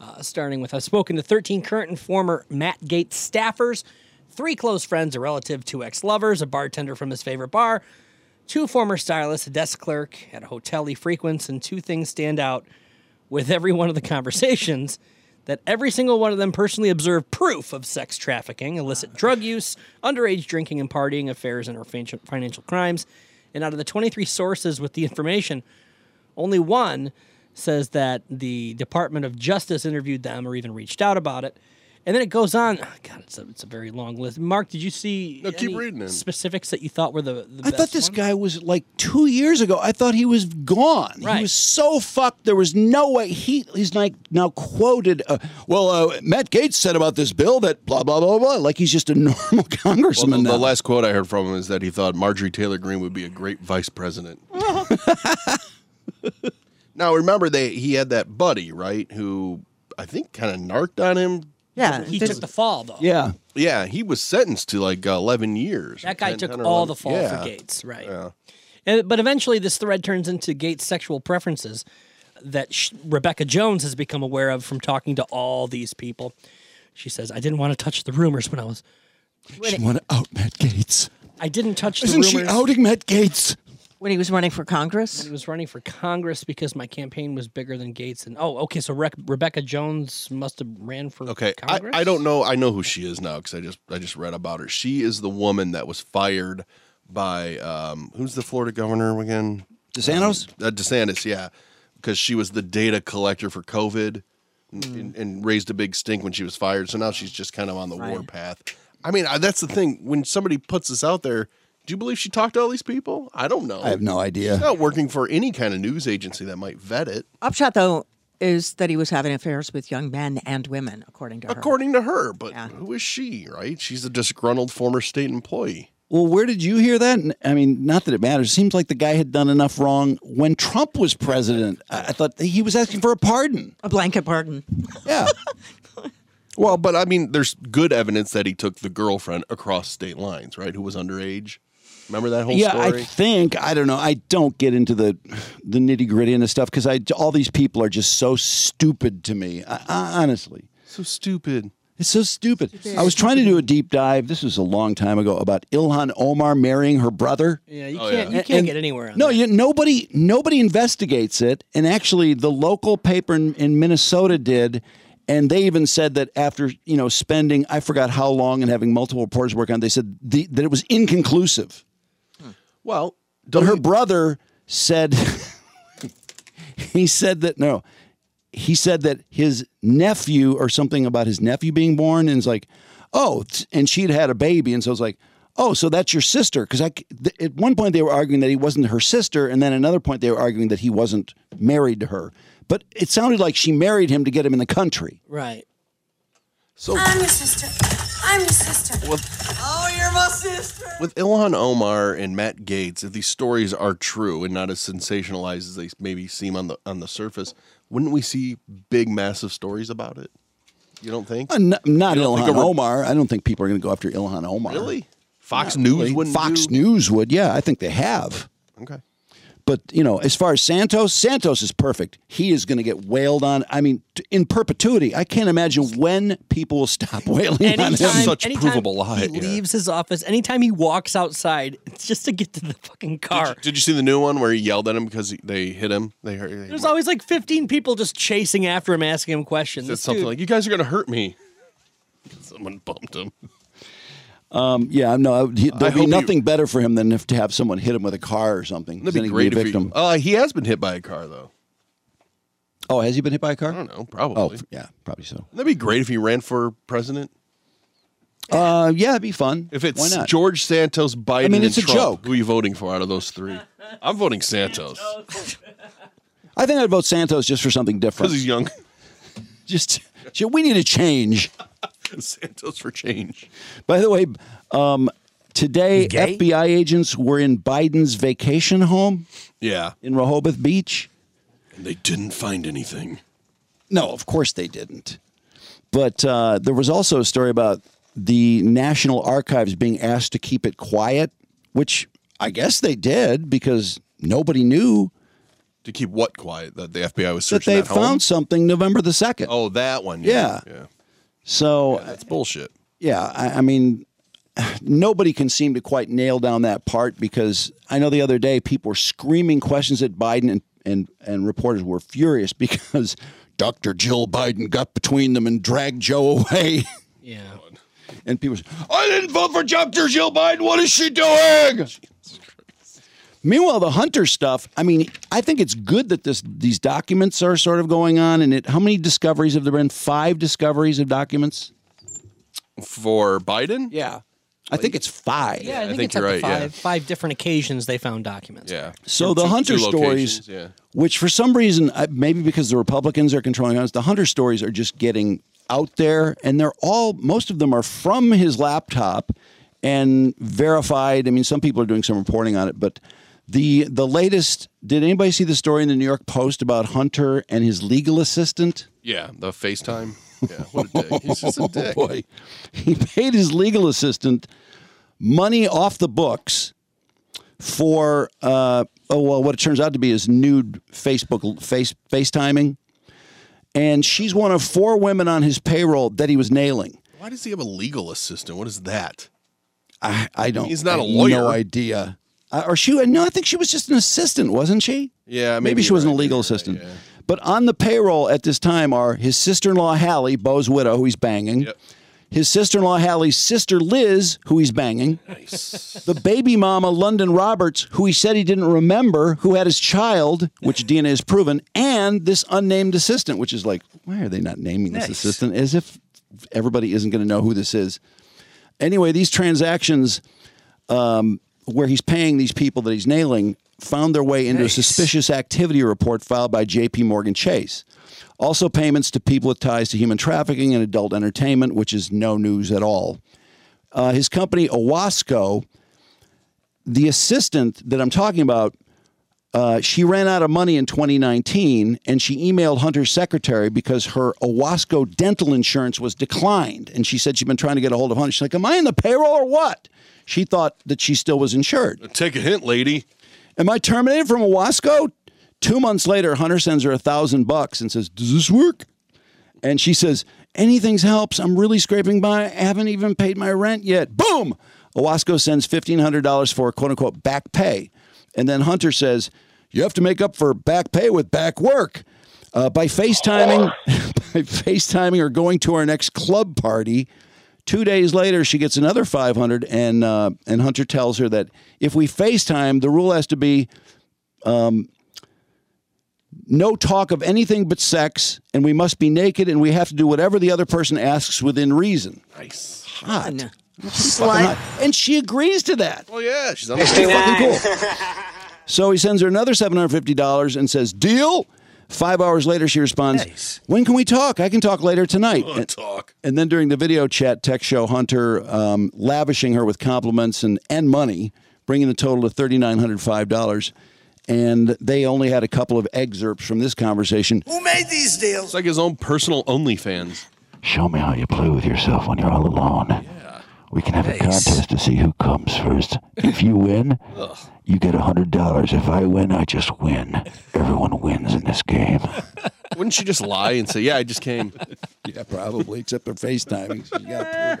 [SPEAKER 2] Uh, starting with, I've spoken to 13 current and former Matt Gates staffers, three close friends, a relative, two ex-lovers, a bartender from his favorite bar, two former stylists, a desk clerk at a hotel he frequents, and two things stand out with every one of the conversations that every single one of them personally observed proof of sex trafficking,
[SPEAKER 1] Uh.
[SPEAKER 2] illicit drug use, underage drinking and partying, affairs, and or fin- financial crimes. And out of the 23 sources with the information, only one says that the Department of Justice interviewed them or even reached out about it. And then it goes on. oh, God, it's a, it's a very long list. Mark, did you see
[SPEAKER 3] No, keep
[SPEAKER 2] any
[SPEAKER 3] reading it.
[SPEAKER 2] specifics that you thought were the, the
[SPEAKER 1] I thought this guy was like two years ago. I thought he was gone. He was so fucked. There was no way he. He's like now quoted. Uh, well, uh, Matt Gates said about this bill that blah blah blah blah. Like he's just a normal
[SPEAKER 3] Well, the,
[SPEAKER 1] congressman
[SPEAKER 3] the
[SPEAKER 1] now.
[SPEAKER 3] last quote I heard from him is that he thought Marjorie Taylor Greene would be a great vice president. now remember, they he had that buddy right who I think kind of narked on him.
[SPEAKER 4] Yeah,
[SPEAKER 2] he took the fall though.
[SPEAKER 1] Yeah,
[SPEAKER 3] yeah, he was sentenced to like uh, eleven years.
[SPEAKER 2] That guy
[SPEAKER 3] 10,
[SPEAKER 2] took
[SPEAKER 3] 10 or
[SPEAKER 2] all
[SPEAKER 3] 11
[SPEAKER 2] the fall
[SPEAKER 3] yeah.
[SPEAKER 2] for Gates, right?
[SPEAKER 3] Yeah.
[SPEAKER 2] And, but eventually, this thread turns into Gates' sexual preferences that sh- Rebecca Jones has become aware of from talking to all these people. She says, "I didn't want to touch the rumors when I was.
[SPEAKER 1] She want to out Matt Gates.
[SPEAKER 2] I didn't touch the
[SPEAKER 1] Isn't
[SPEAKER 2] rumors
[SPEAKER 1] she outing Matt Gates?
[SPEAKER 4] When he was running for Congress?
[SPEAKER 2] when he was running for Congress because my campaign was bigger than Gates." And oh, okay, so Re- Rebecca Jones must have ran for
[SPEAKER 3] Okay, I,
[SPEAKER 2] Congress.
[SPEAKER 3] I don't know. I know who she is now because I just I just read about her. She is the woman that was fired by um, who's the Florida governor again?
[SPEAKER 1] DeSantis.
[SPEAKER 3] Uh, DeSantis, yeah, because she was the data collector for COVID and, and, and raised a big stink when she was fired. So now she's just kind of on the war path. I mean, I, that's the thing. When somebody puts this out there, do you believe she talked to all these people? I don't know.
[SPEAKER 1] I have no idea.
[SPEAKER 3] She's not working for any kind of news agency that might vet it.
[SPEAKER 4] Upshot, though, is that he was having affairs with young men and women, according to her.
[SPEAKER 3] According to her, but who is she, right? She's a disgruntled former state employee.
[SPEAKER 1] Well, where did you hear that? N- I mean, not that it matters. It seems like the guy had done enough wrong when Trump was president. I, I thought he was asking for a pardon,
[SPEAKER 4] a blanket pardon.
[SPEAKER 1] Yeah.
[SPEAKER 3] Well, but I mean, there's good evidence that he took the girlfriend across state lines, right? Who was underage. Remember that whole
[SPEAKER 1] yeah,
[SPEAKER 3] story?
[SPEAKER 1] I think I don't know. I don't get into the the nitty gritty and the stuff because I all these people are just so stupid to me. I, I, honestly,
[SPEAKER 3] so stupid.
[SPEAKER 1] It's so stupid. I was trying to do a deep dive. This was a long time ago about Ilhan Omar marrying her brother.
[SPEAKER 2] Yeah,
[SPEAKER 3] Oh,
[SPEAKER 2] you can't you can't get anywhere on
[SPEAKER 1] No, you, nobody nobody investigates it. And actually, the local paper in, in Minnesota did, and they even said that after you know spending I forgot how long and having multiple reporters work on, it, they said the, that it was inconclusive.
[SPEAKER 3] Well,
[SPEAKER 1] But her brother said he said that no, he said that his nephew or something about his nephew being born and it's like, oh, t- and she'd had a baby and so it's like, oh, so that's your sister because I c- th- at one point they were arguing that he wasn't her sister and then another point they were arguing that he wasn't married to her, but it sounded like she married him to get him in the country.
[SPEAKER 2] Right.
[SPEAKER 3] So
[SPEAKER 9] I'm your sister. I'm your sister. Oh, you're my sister.
[SPEAKER 3] with Ilhan Omar and Matt Gates, if these stories are true and not as sensationalized as they maybe seem on the on the surface, wouldn't we see big, massive stories about it? You don't think?
[SPEAKER 1] Uh, n- not
[SPEAKER 3] You don't
[SPEAKER 1] Ilhan
[SPEAKER 3] think a re-
[SPEAKER 1] Omar. I don't think people are going to go after Ilhan Omar.
[SPEAKER 3] Really? Fox
[SPEAKER 1] Not
[SPEAKER 3] News
[SPEAKER 1] really.
[SPEAKER 3] wouldn't.
[SPEAKER 1] Fox News would. Yeah, I think they have.
[SPEAKER 3] Okay.
[SPEAKER 1] But you know, as far as Santos, Santos is perfect. He is going to get wailed on. I mean, t- in perpetuity. I can't imagine when people will stop wailing on him.
[SPEAKER 2] Anytime, anytime he leaves his office, anytime he walks outside, it's just to get to the fucking car.
[SPEAKER 3] Did you see the new one where he yelled at him because he- they hit him? They hurt. They,
[SPEAKER 2] There's always like 15 people just chasing after him, asking him questions.
[SPEAKER 3] said
[SPEAKER 2] This
[SPEAKER 3] something
[SPEAKER 2] dude-
[SPEAKER 3] like, "You guys are going to hurt me." Someone bumped him.
[SPEAKER 1] Um, yeah, no, he,
[SPEAKER 3] I
[SPEAKER 1] there'd
[SPEAKER 3] hope
[SPEAKER 1] be
[SPEAKER 3] he-
[SPEAKER 1] nothing better for him than if to have someone hit him with a car or something.
[SPEAKER 3] That'd
[SPEAKER 1] Then
[SPEAKER 3] be
[SPEAKER 1] he could
[SPEAKER 3] great
[SPEAKER 1] a
[SPEAKER 3] if
[SPEAKER 1] victim.
[SPEAKER 3] he. Oh, he has been hit by a car though.
[SPEAKER 1] oh, has he been hit by a car? I
[SPEAKER 3] don't know. Probably.
[SPEAKER 1] Oh, f- yeah, probably so.
[SPEAKER 3] That'd be great if he ran for president.
[SPEAKER 1] Uh, yeah, it'd be fun.
[SPEAKER 3] If
[SPEAKER 1] Why
[SPEAKER 3] it's
[SPEAKER 1] not?
[SPEAKER 3] George Santos, Biden,
[SPEAKER 1] I mean, it's
[SPEAKER 3] and
[SPEAKER 1] a
[SPEAKER 3] Trump,
[SPEAKER 1] joke.
[SPEAKER 3] Who are you voting for out of those three? I'm voting Santos
[SPEAKER 1] I think I'd vote Santos just for something different.
[SPEAKER 3] because he's young.
[SPEAKER 1] just ju- we need a change.
[SPEAKER 3] Santos for change.
[SPEAKER 1] By the way, um, today
[SPEAKER 3] Gay?
[SPEAKER 1] FBI agents were in Biden's vacation home
[SPEAKER 3] Yeah,
[SPEAKER 1] in Rehoboth Beach.
[SPEAKER 3] and they didn't find anything.
[SPEAKER 1] No, of course they didn't. But uh, there was also a story about the National Archives being asked to keep it quiet, which I guess they did because nobody knew
[SPEAKER 3] To keep what quiet? That the FBI was
[SPEAKER 1] that
[SPEAKER 3] searching
[SPEAKER 1] they
[SPEAKER 3] that, home?
[SPEAKER 1] found something November the 2nd.
[SPEAKER 3] Oh, that one. Yeah.
[SPEAKER 1] Yeah.
[SPEAKER 3] yeah.
[SPEAKER 1] So
[SPEAKER 3] That's bullshit.
[SPEAKER 1] yeah, I, I mean, nobody can seem to quite nail down that part because I know the other day people were screaming questions at Biden and and, and reporters were furious because Dr. Jill Biden got between them and dragged Joe away.
[SPEAKER 2] Yeah.
[SPEAKER 1] And people, said,
[SPEAKER 3] I didn't vote for Dr. Jill Biden. What is she doing?
[SPEAKER 1] Meanwhile, the Hunter stuff. I mean, I think it's good that this these documents are sort of going on. And it, how many discoveries have there been? Five discoveries of documents.
[SPEAKER 3] For Biden?
[SPEAKER 1] Yeah. I think it's five.
[SPEAKER 2] yeah, I think, it's
[SPEAKER 3] you're
[SPEAKER 2] up to
[SPEAKER 3] right, yeah.
[SPEAKER 2] five, five different occasions they found documents.
[SPEAKER 3] Yeah.
[SPEAKER 1] So the Hunter stories, which for some reason, I- maybe because the Republicans are controlling us, the Hunter stories are just getting out there, and they're all most of them are from his laptop and verified. I mean, some people are doing some reporting on it, but the the latest. Did anybody see the story in the New York Post about Hunter and his legal assistant?
[SPEAKER 3] Yeah, the FaceTime. Yeah, what a dick. He's just a dick.
[SPEAKER 1] Oh, Boy. He paid his legal assistant money off the books for uh, oh well, what it turns out to be is nude Facebook face FaceTiming, and she's one of four women on his payroll that he was nailing.
[SPEAKER 3] Why does he have a legal assistant? What is that?
[SPEAKER 1] I, I don't.
[SPEAKER 3] He's not
[SPEAKER 1] I
[SPEAKER 3] a
[SPEAKER 1] have
[SPEAKER 3] lawyer.
[SPEAKER 1] No idea. Uh, or she? No, I think she was just an assistant, wasn't she?
[SPEAKER 3] Yeah,
[SPEAKER 1] maybe,
[SPEAKER 3] maybe
[SPEAKER 1] she
[SPEAKER 3] you're
[SPEAKER 1] wasn't a legal assistant. But on the payroll at this time are his sister-in-law Hallie, Bo's widow, who he's banging. His sister-in-law Hallie's sister Liz, who he's banging. Nice. The baby mama London Roberts, who he said he didn't remember, who had his child, which DNA has proven, and this unnamed assistant, which is like, why are they not naming this
[SPEAKER 10] Nice.
[SPEAKER 1] assistant? As if everybody isn't going to know who this is. Anyway, these transactions um, where he's paying these people that he's nailing found their way into a suspicious activity report filed by JP Morgan Chase. Also, payments to people with ties to human trafficking and adult entertainment, which is no news at all. Uh, his company, Owasco, the assistant that I'm talking about, uh, she ran out of money in 2019 and she emailed Hunter's secretary because her Owasco dental insurance was declined. And she said she'd been trying to get a hold of Hunter. She's like, Am I in the payroll or what? She thought that she still was insured.
[SPEAKER 3] Take a hint, lady.
[SPEAKER 1] Am I terminated from Owasco? Two months later, Hunter sends her a thousand bucks and says, Does this work? And she says, Anything helps. I'm really scraping by. I haven't even paid my rent yet. Boom! Owasco sends $1,500 for quote unquote back pay. And then Hunter says, You have to make up for back pay with back work. Uh, by FaceTiming, by FaceTiming or going to our next club party. Two days later, she gets another 500 and, uh, and Hunter tells her that if we FaceTime, the rule has to be um, no talk of anything but sex, and we must be naked, and we have to do whatever the other person asks within reason. Nice. Hot. Fucking hot. And she agrees to that.
[SPEAKER 3] Well, Oh, yeah, she's on
[SPEAKER 1] That's fucking cool. So he sends her another $750 and says, Deal? Five hours later, she responds, When can we talk? I can talk later tonight. and, talk. And then during the video chat, tech show Hunter um, lavishing her with compliments and, and money, bringing the total to $3,905. And they only had a couple of excerpts from this conversation.
[SPEAKER 3] Who made these deals? It's like his own personal OnlyFans.
[SPEAKER 10] Show me how you play with yourself when you're all alone. We can have a contest to see who comes first. If you win, you get a hundred dollars. If I win, I just win. Everyone wins in this game.
[SPEAKER 3] Wouldn't she just lie and say, "Yeah, I just came"?
[SPEAKER 1] yeah, probably. Except they're FaceTiming.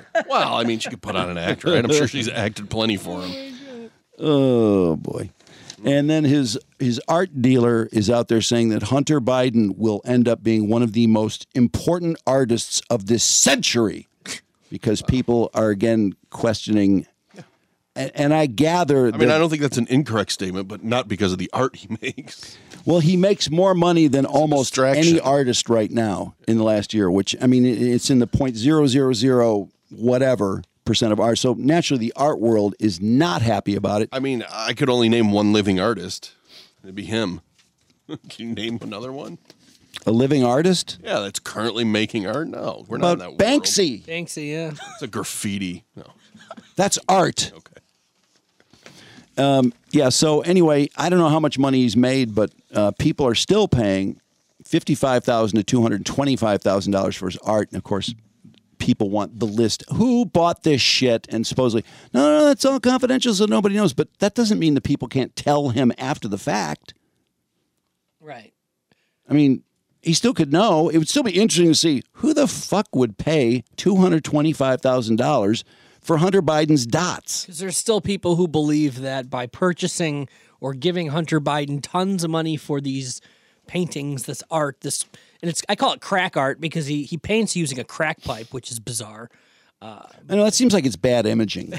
[SPEAKER 3] well, I mean, she could put on an act, right? I'm sure she's acted plenty for him.
[SPEAKER 1] Oh boy. And then his his art dealer is out there saying that Hunter Biden will end up being one of the most important artists of this century because people are again questioning and, and I gather
[SPEAKER 3] I mean,
[SPEAKER 1] that-
[SPEAKER 3] I don't think that's an incorrect statement, but not because of the art he makes.
[SPEAKER 1] well he makes more money than almost any artist right now in the last year which I mean it- it's in the 0.000 whatever percent of art so naturally the art world is not happy about it
[SPEAKER 3] I mean, I could only name one living artist. It'd be him. Can you name another one?
[SPEAKER 1] a living artist
[SPEAKER 3] Yeah, that's currently making art. No, we're
[SPEAKER 1] But
[SPEAKER 3] not in that.
[SPEAKER 1] Banksy
[SPEAKER 3] World. Banksy, yeah. It's a graffiti. No,
[SPEAKER 1] That's art. Okay. Um, yeah. So anyway, I don't know how much money he's made, but uh, people are still paying fifty-five thousand to two hundred twenty-five thousand dollars for his art, and of course, people want the list. Who bought this shit? And supposedly, no, no, no, that's all confidential, so nobody knows. But that doesn't mean the people can't tell him after the fact.
[SPEAKER 2] Right.
[SPEAKER 1] I mean. He still could know. It would still be interesting to see who the fuck would pay two hundred twenty-five thousand dollars for Hunter Biden's dots.
[SPEAKER 2] Because there's still people who believe that by purchasing or giving Hunter Biden tons of money for these paintings, this art, this and it's I call it crack art because he he paints using a crack pipe, which is bizarre. Uh,
[SPEAKER 1] I know that seems like it's bad imaging.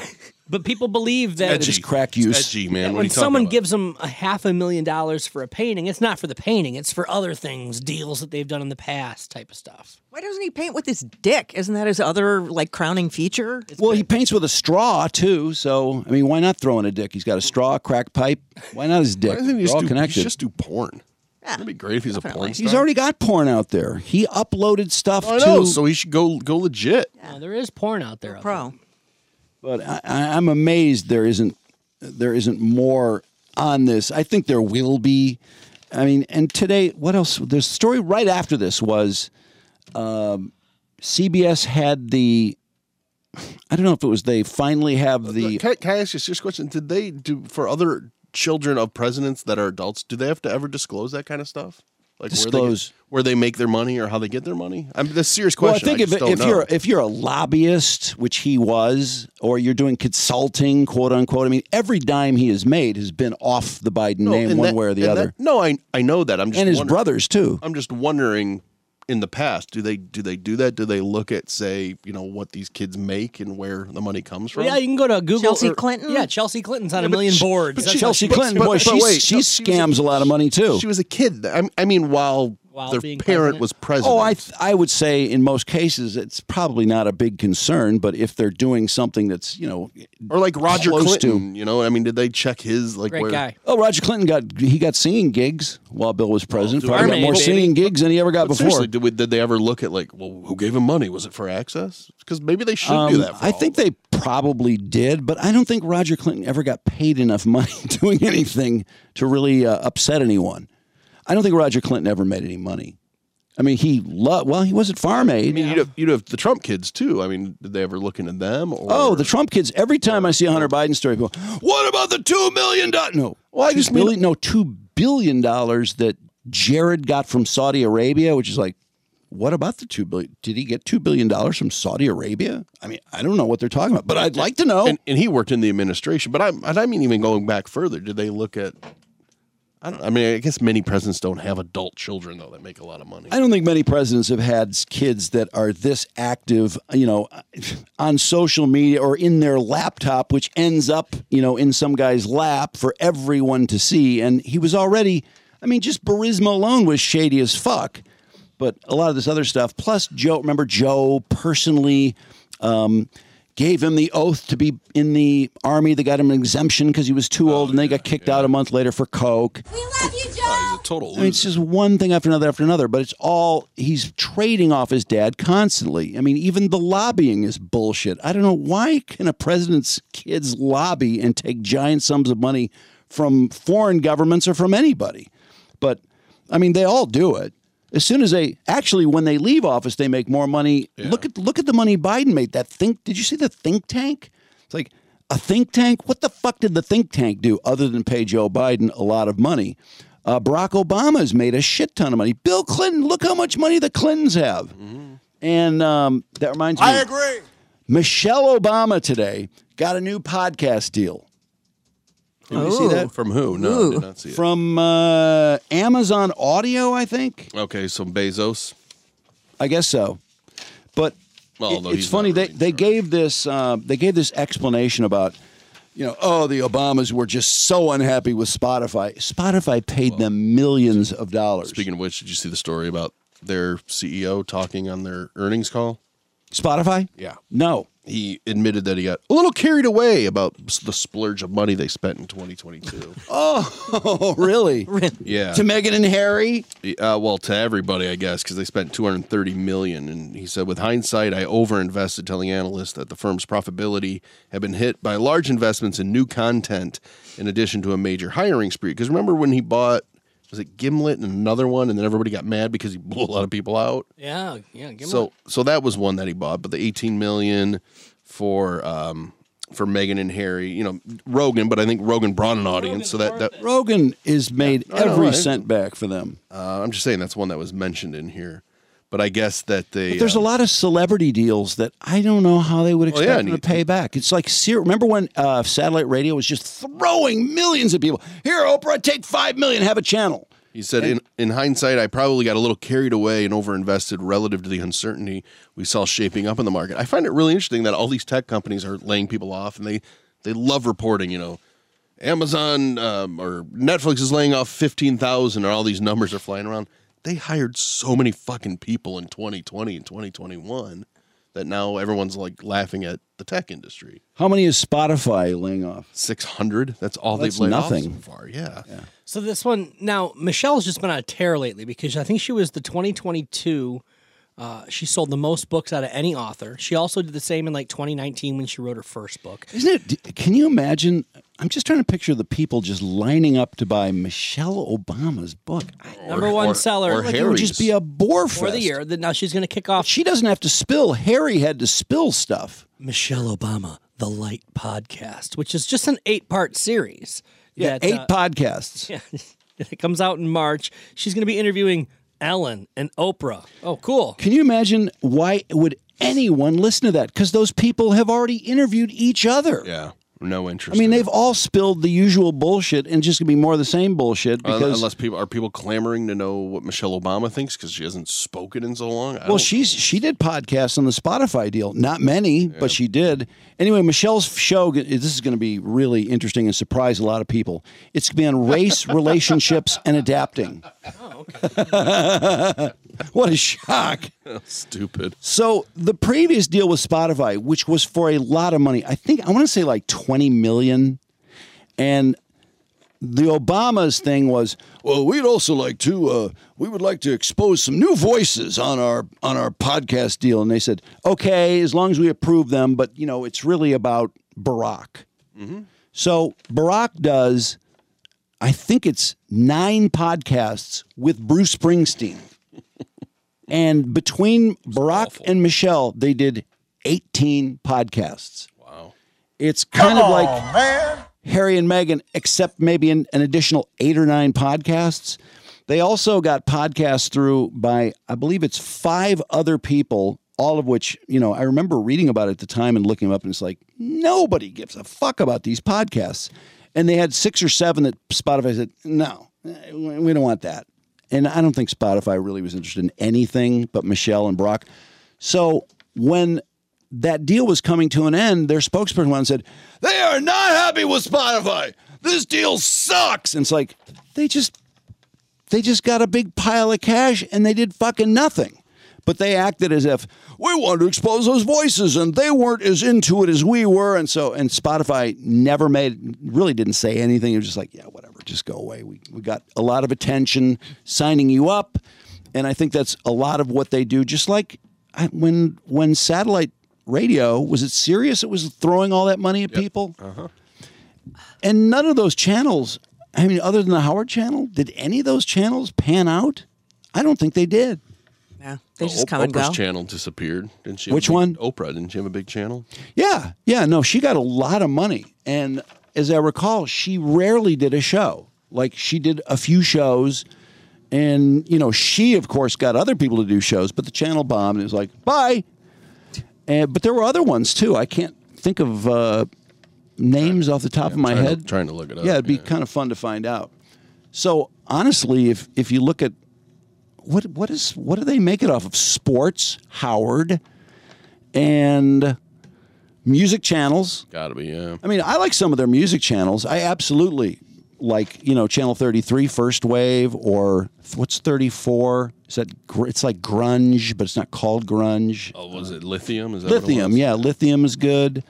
[SPEAKER 2] but people believe that
[SPEAKER 1] It's crack use. edgy,
[SPEAKER 2] that when someone gives them a half a million dollars for a painting, it's not for the painting; it's for other things, deals that they've done in the past, type of stuff.
[SPEAKER 4] Why doesn't he paint with his dick? Isn't that his other like crowning feature?
[SPEAKER 1] well, he paints with a straw too, so I mean, why not throw in a dick? He's got a straw, crack pipe. Why not his dick?
[SPEAKER 3] Why doesn't he
[SPEAKER 1] They're
[SPEAKER 3] just
[SPEAKER 1] all
[SPEAKER 3] do-
[SPEAKER 1] connected.
[SPEAKER 3] he should just do porn. It'd be great if he's a porn star.
[SPEAKER 1] He's already got porn out there. He uploaded stuff
[SPEAKER 3] I know,
[SPEAKER 1] to.
[SPEAKER 3] so he should go go legit.
[SPEAKER 2] Uh, there is porn out there. Pro.
[SPEAKER 1] but I, I- I'm amazed there isn't there isn't more on this. I think there will be. I mean, and today, what else? The story right after this was um, CBS had the. I don't know if it was they finally have the.
[SPEAKER 3] Uh, Can, can I ask you a serious question? Did they do for other children of presidents that are adults? Do they have to ever disclose that kind of stuff? Like where they,
[SPEAKER 1] Disclose.
[SPEAKER 3] get- where they make their money or how they get their money? I mean, that's a serious
[SPEAKER 1] Well, I
[SPEAKER 3] question.
[SPEAKER 1] think
[SPEAKER 3] just
[SPEAKER 1] if,
[SPEAKER 3] don't
[SPEAKER 1] if
[SPEAKER 3] know.
[SPEAKER 1] you're if you're a lobbyist, which he was, or you're doing consulting, quote unquote. I mean, every dime he has made has been off the Biden
[SPEAKER 3] No,
[SPEAKER 1] name,
[SPEAKER 3] and
[SPEAKER 1] one
[SPEAKER 3] that-
[SPEAKER 1] way or the
[SPEAKER 3] and
[SPEAKER 1] other.
[SPEAKER 3] that- no, I I know that. I'm just
[SPEAKER 1] And his
[SPEAKER 3] wonder-
[SPEAKER 1] brothers, too.
[SPEAKER 3] I'm just wondering. In the past, do they do they do that? Do they look at say you know what these kids make and where the money comes from?
[SPEAKER 2] yeah, you can go to Google.
[SPEAKER 4] Chelsea
[SPEAKER 2] or-
[SPEAKER 4] Clinton?
[SPEAKER 2] Yeah, Chelsea Clinton's on
[SPEAKER 3] Yeah,
[SPEAKER 2] a
[SPEAKER 3] but
[SPEAKER 2] million
[SPEAKER 3] she-
[SPEAKER 2] boards.
[SPEAKER 3] but
[SPEAKER 2] That's
[SPEAKER 3] she-
[SPEAKER 2] like-
[SPEAKER 1] Chelsea Clinton,
[SPEAKER 3] but-
[SPEAKER 1] boy,
[SPEAKER 3] but
[SPEAKER 1] she,
[SPEAKER 3] wait, no, she
[SPEAKER 1] she
[SPEAKER 3] was a-
[SPEAKER 1] scams a, lot of money too.
[SPEAKER 3] She was a kid. I, I mean, while,
[SPEAKER 2] While
[SPEAKER 3] their
[SPEAKER 2] being
[SPEAKER 3] parent was president.
[SPEAKER 1] Oh, I th- I would say in most cases it's probably not a big concern, but if they're doing something that's you know
[SPEAKER 3] or like Roger
[SPEAKER 1] close to-
[SPEAKER 3] Clinton. You know, I mean, did they check his like where?
[SPEAKER 1] Oh, Roger Clinton got he got singing gigs while Bill was president.
[SPEAKER 3] dude,
[SPEAKER 1] Probably
[SPEAKER 3] I
[SPEAKER 1] got
[SPEAKER 3] mean,
[SPEAKER 1] more
[SPEAKER 3] but-
[SPEAKER 1] singing gigs than he ever got
[SPEAKER 3] But
[SPEAKER 1] before.
[SPEAKER 3] seriously, did, we, did they ever look at like, well, who gave him money? Was it for access? Because maybe they should do
[SPEAKER 1] Um,
[SPEAKER 3] that. For
[SPEAKER 1] I think they probably did, but I don't think Roger Clinton ever got paid enough money doing anything to really uh, upset anyone. I don't think Roger Clinton ever made any money. I mean, he loved, well, he wasn't farm aid.
[SPEAKER 3] I mean, you'd, have, you'd have the Trump kids too. I mean, did they ever look into them? Or
[SPEAKER 1] oh, the Trump kids, every time I see a Hunter Biden story, people, what about the $2 million? No. Well, I just mean, no, $2 billion that Jared got from Saudi Arabia, which is like, What about the two billion? Did he get two billion dollars from Saudi Arabia? I mean, I don't know what they're talking about, but I'd like to know.
[SPEAKER 3] And, and he worked in the administration, but I, and I mean, even going back further, did they look at? I don't. I mean, I guess many presidents don't have adult children though that make a lot of money.
[SPEAKER 1] I don't think many presidents have had kids that are this active, you know, on social media or in their laptop, which ends up, you know, in some guy's lap for everyone to see. And he was already, I mean, just Barisma alone was shady as fuck. But a lot of this other stuff, plus Joe, remember Joe personally um, gave him the oath to be in the army. They got him an exemption because he was too old and they got kicked out a month later for Coke.
[SPEAKER 3] He's a total
[SPEAKER 1] I mean, it's just one thing after another after another, but it's all he's trading off his dad constantly. I mean, even the lobbying is bullshit. I don't know why can a president's kids lobby and take giant sums of money from foreign governments or from anybody. But I mean, they all do it. As soon as they actually when they leave office, they make more money. Look at look at the money Biden made. That think did you see the think tank? It's like a think tank? What the fuck did the think tank do other than pay Joe Biden a lot of money? Uh, Barack Obama's made a shit ton of money. Bill Clinton, look how much money the Clintons have. And um, that reminds me.
[SPEAKER 5] I agree.
[SPEAKER 1] Michelle Obama today got a new podcast deal.
[SPEAKER 3] Did we see that? From who? No, I did not see it.
[SPEAKER 1] From uh, Amazon Audio, I think.
[SPEAKER 3] Okay, so Bezos.
[SPEAKER 1] I guess so. But
[SPEAKER 3] Well,
[SPEAKER 1] it-
[SPEAKER 3] although
[SPEAKER 1] it's
[SPEAKER 3] he's not
[SPEAKER 1] funny they, they gave this uh, they gave this explanation about you know oh the Obamas were just so unhappy with Spotify. Spotify paid them millions of dollars.
[SPEAKER 3] Speaking of which, did you see the story about their CEO talking on their earnings call?
[SPEAKER 1] Spotify?
[SPEAKER 3] Yeah.
[SPEAKER 1] No.
[SPEAKER 3] He admitted that he got a little carried away about s- the splurge of money they spent in 2022.
[SPEAKER 1] Oh, really?
[SPEAKER 3] Yeah.
[SPEAKER 1] To Meghan and Harry?
[SPEAKER 3] Uh, well, to everybody, I guess, because they spent 230 million. And he said, with hindsight, I overinvested, telling analysts that the firm's profitability had been hit by large investments in new content, in addition to a major hiring spree. Because remember when he bought was it Gimlet and another one, and then everybody got mad because he blew a lot of people out.
[SPEAKER 2] Yeah, yeah. Give 'em
[SPEAKER 3] So, so that was one that he bought, but the 18 million for um for Megan and Harry, you know, Rogan, but I think Rogan brought an audience, so that, that
[SPEAKER 1] Rogan is made
[SPEAKER 3] No, no,
[SPEAKER 1] every
[SPEAKER 3] I-
[SPEAKER 1] cent back for them.
[SPEAKER 3] uh, I'm just saying that's one that was mentioned in here. But I guess that they
[SPEAKER 1] But there's a
[SPEAKER 3] uh,
[SPEAKER 1] lot of celebrity deals that I don't know how they would
[SPEAKER 3] Well,
[SPEAKER 1] expect
[SPEAKER 3] Oh, yeah,
[SPEAKER 1] them
[SPEAKER 3] and
[SPEAKER 1] to pay back. It's like, ser- remember when uh, satellite radio was just throwing millions at people? Here, Oprah, take five million, have a channel.
[SPEAKER 3] He said, in, in hindsight, I probably got a little carried away and overinvested relative to the uncertainty we saw shaping up in the market. I find it really interesting that all these tech companies are laying people off and they, they love reporting, you know, Amazon um, or Netflix is laying off 15,000 and all these numbers are flying around. They hired so many fucking people in 2020 and 2021 that now everyone's like laughing at the tech industry.
[SPEAKER 1] How many is Spotify laying off?
[SPEAKER 3] 600? That's all
[SPEAKER 1] That's
[SPEAKER 3] they've laid
[SPEAKER 1] nothing.
[SPEAKER 3] off so far. Yeah.
[SPEAKER 2] So this one now Michelle's just been on a tear lately because I think she was the 2022. Uh, she sold the most books out of any author. She also did the same in like 2019 when she wrote her first book.
[SPEAKER 1] Isn't it? Can you imagine? I'm just trying to picture the people just lining up to buy Michelle Obama's book. I-
[SPEAKER 2] Number one seller,
[SPEAKER 1] like it would just be a bore
[SPEAKER 2] for the
[SPEAKER 1] fest.
[SPEAKER 2] year. Then now she's going to kick off
[SPEAKER 1] She doesn't have to spill. Harry had to spill stuff.
[SPEAKER 2] Michelle Obama, the Light Podcast, which is just an eight-part series. uh,
[SPEAKER 1] Yeah, eight podcasts.
[SPEAKER 2] Yeah, it comes out in March. She's going to be interviewing Ellen and Oprah. Oh, cool.
[SPEAKER 1] Can you imagine why would anyone listen to that? Because those people have already interviewed each other.
[SPEAKER 3] Yeah. No
[SPEAKER 1] I
[SPEAKER 3] interest.
[SPEAKER 1] mean, they've all spilled the usual bullshit and just gonna be more of the same bullshit
[SPEAKER 3] Uh, Un-
[SPEAKER 1] because
[SPEAKER 3] Unless people are people clamoring to know what Michelle Obama thinks because she hasn't spoken in so long. I
[SPEAKER 1] well,
[SPEAKER 3] don't-
[SPEAKER 1] she's she did podcasts on the Spotify deal. Not many, but she did. Anyway, Michelle's show g- this is going to be really interesting and surprise a lot of people. It's going to be on race, relationships, and adapting. what a shock!
[SPEAKER 3] stupid.
[SPEAKER 1] So the previous deal with Spotify, which was for a lot of money, I think I want to say like 20 million. And the Obama's thing was, well, we'd also like to uh, we would like to expose some new voices on our on our podcast deal. And they said, okay, as long as we approve them, but you know, it's really about Barack. So Barack does, I think it's nine podcasts with Bruce Springsteen. and between Barack and Michelle, they did 18 podcasts. Wow. It's kind of like Harry and Meghan, except maybe an, an additional eight or nine podcasts. They also got podcasts through by, I believe it's five other people, all of which, you know, I remember reading about it at the time and looking them up, and it's like, nobody gives a fuck about these podcasts. And they had six or seven that Spotify said, no, eh, we don't want that. And I don't think Spotify really was interested in anything but Michelle and Brock. So when that deal was coming to an end, their spokesperson went out and said, They are not happy with Spotify. This deal sucks. And it's like, they just they just got a big pile of cash and they did fucking nothing. But they acted as if we wanted to expose those voices and they weren't as into it as we were. And so, and Spotify never made, really didn't say anything. It was just like, yeah, whatever, just go away. We, we got a lot of attention signing you up. And I think that's a lot of what they do. Just like I, when, when satellite radio, was it serious? It was throwing all that money at people.
[SPEAKER 3] Uh-huh.
[SPEAKER 1] And none of those channels, I mean, other than the Howard channel, did any of those channels pan out? I don't think they did.
[SPEAKER 4] Yeah, they
[SPEAKER 3] Oh,
[SPEAKER 4] just
[SPEAKER 3] Op-
[SPEAKER 4] come and
[SPEAKER 3] Oprah's
[SPEAKER 4] go.
[SPEAKER 3] channel disappeared. Didn't she?
[SPEAKER 1] Which
[SPEAKER 3] one? Oprah. Didn't she have a big channel?
[SPEAKER 1] Yeah, yeah, no, she got a lot of money. And as I recall, she rarely did a show. Like she did a few shows. And, you know, she, of course, got other people to do shows, but the channel bombed. And it was like, bye. And, but there were other ones too. I can't think of uh, names off the top of my
[SPEAKER 3] trying to-
[SPEAKER 1] head.
[SPEAKER 3] trying to look it up,
[SPEAKER 1] Yeah, it'd be kind of fun to find out. So honestly, if if you look at what what is what do they make it off of? Sports, Howard, and music channels.
[SPEAKER 3] Gotta be, yeah.
[SPEAKER 1] I mean, I like some of their music channels. I absolutely like, you know, Channel 33 First Wave or th- what's 34? Is that gr- it's like grunge, but it's not called grunge.
[SPEAKER 3] Oh, was it lithium? Is that what it
[SPEAKER 1] Lithium, yeah, Lithium is good.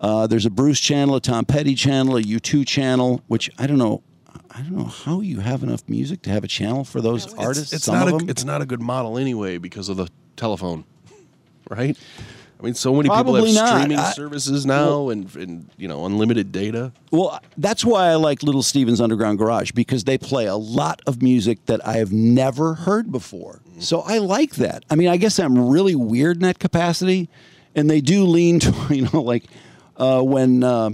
[SPEAKER 1] Uh, there's a Bruce channel, a Tom Petty channel, a U2 channel, which I don't know. I don't know how you have enough music to have a channel for those
[SPEAKER 3] was?
[SPEAKER 1] artists.
[SPEAKER 3] It's, it's
[SPEAKER 1] some
[SPEAKER 3] not
[SPEAKER 1] of
[SPEAKER 3] a,
[SPEAKER 1] them.
[SPEAKER 3] it's not a good model anyway because of the telephone, right? I mean, so many
[SPEAKER 1] Probably
[SPEAKER 3] people have
[SPEAKER 1] not.
[SPEAKER 3] streaming
[SPEAKER 1] I-
[SPEAKER 3] services now and, and you know unlimited data.
[SPEAKER 1] Well, that's why I like Little Steven's Underground Garage because they play a lot of music that I have never heard before. So I like that. I mean, I guess I'm really weird in that capacity, and they do lean to you know like uh, when uh,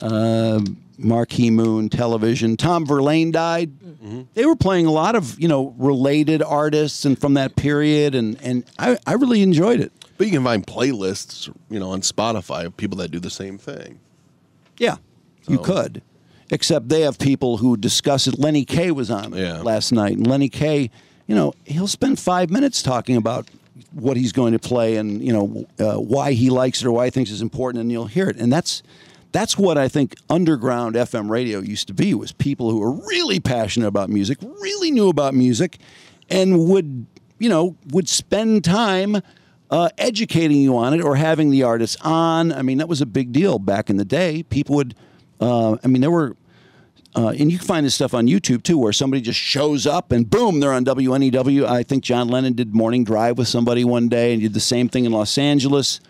[SPEAKER 1] uh, Marquee Moon Television, Tom Verlaine died. They were playing a lot of you know related artists and from that period, and and I, I really enjoyed it.
[SPEAKER 3] But you can find playlists, you know, on Spotify of people that do the same thing.
[SPEAKER 1] Yeah, you could. Except they have people who discuss it. Lenny Kay was on last night, and Lenny Kay, you know, he'll spend five minutes talking about what he's going to play and you know uh, why he likes it or why he thinks it's important, and you'll hear it. And that's that's what I think underground FM radio used to be was people who were really passionate about music, really knew about music, and would you know would spend time uh, educating you on it or having the artists on. I mean, that was a big deal back in the day. People would, uh, I mean, there were, uh, and you can find this stuff on YouTube too, where somebody just shows up and boom, they're on WNEW. I think John Lennon did Morning Drive with somebody one day and did the same thing in Los Angeles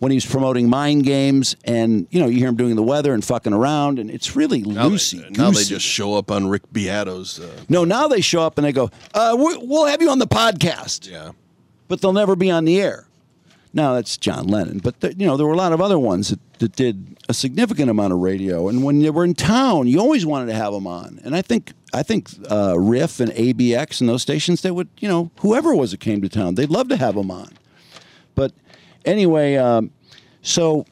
[SPEAKER 1] when he was promoting mind games. And, you know, you hear him doing the weather and fucking around, and it's really loosey goosey.
[SPEAKER 3] Now they just show up on Rick Beato's. Uh,
[SPEAKER 1] No, now they show up and they go, uh, we- we'll have you on the podcast.
[SPEAKER 3] Yeah.
[SPEAKER 1] But they'll never be on the air. Now that's John Lennon. But, there- you know, there were a lot of other ones that, that did a significant amount of radio. And when they were in town, you always wanted to have them on. And I think, I think uh, Riff and ABX and those stations, they would, you know, whoever it was that came to town, they'd love to have them on. But anyway, um, so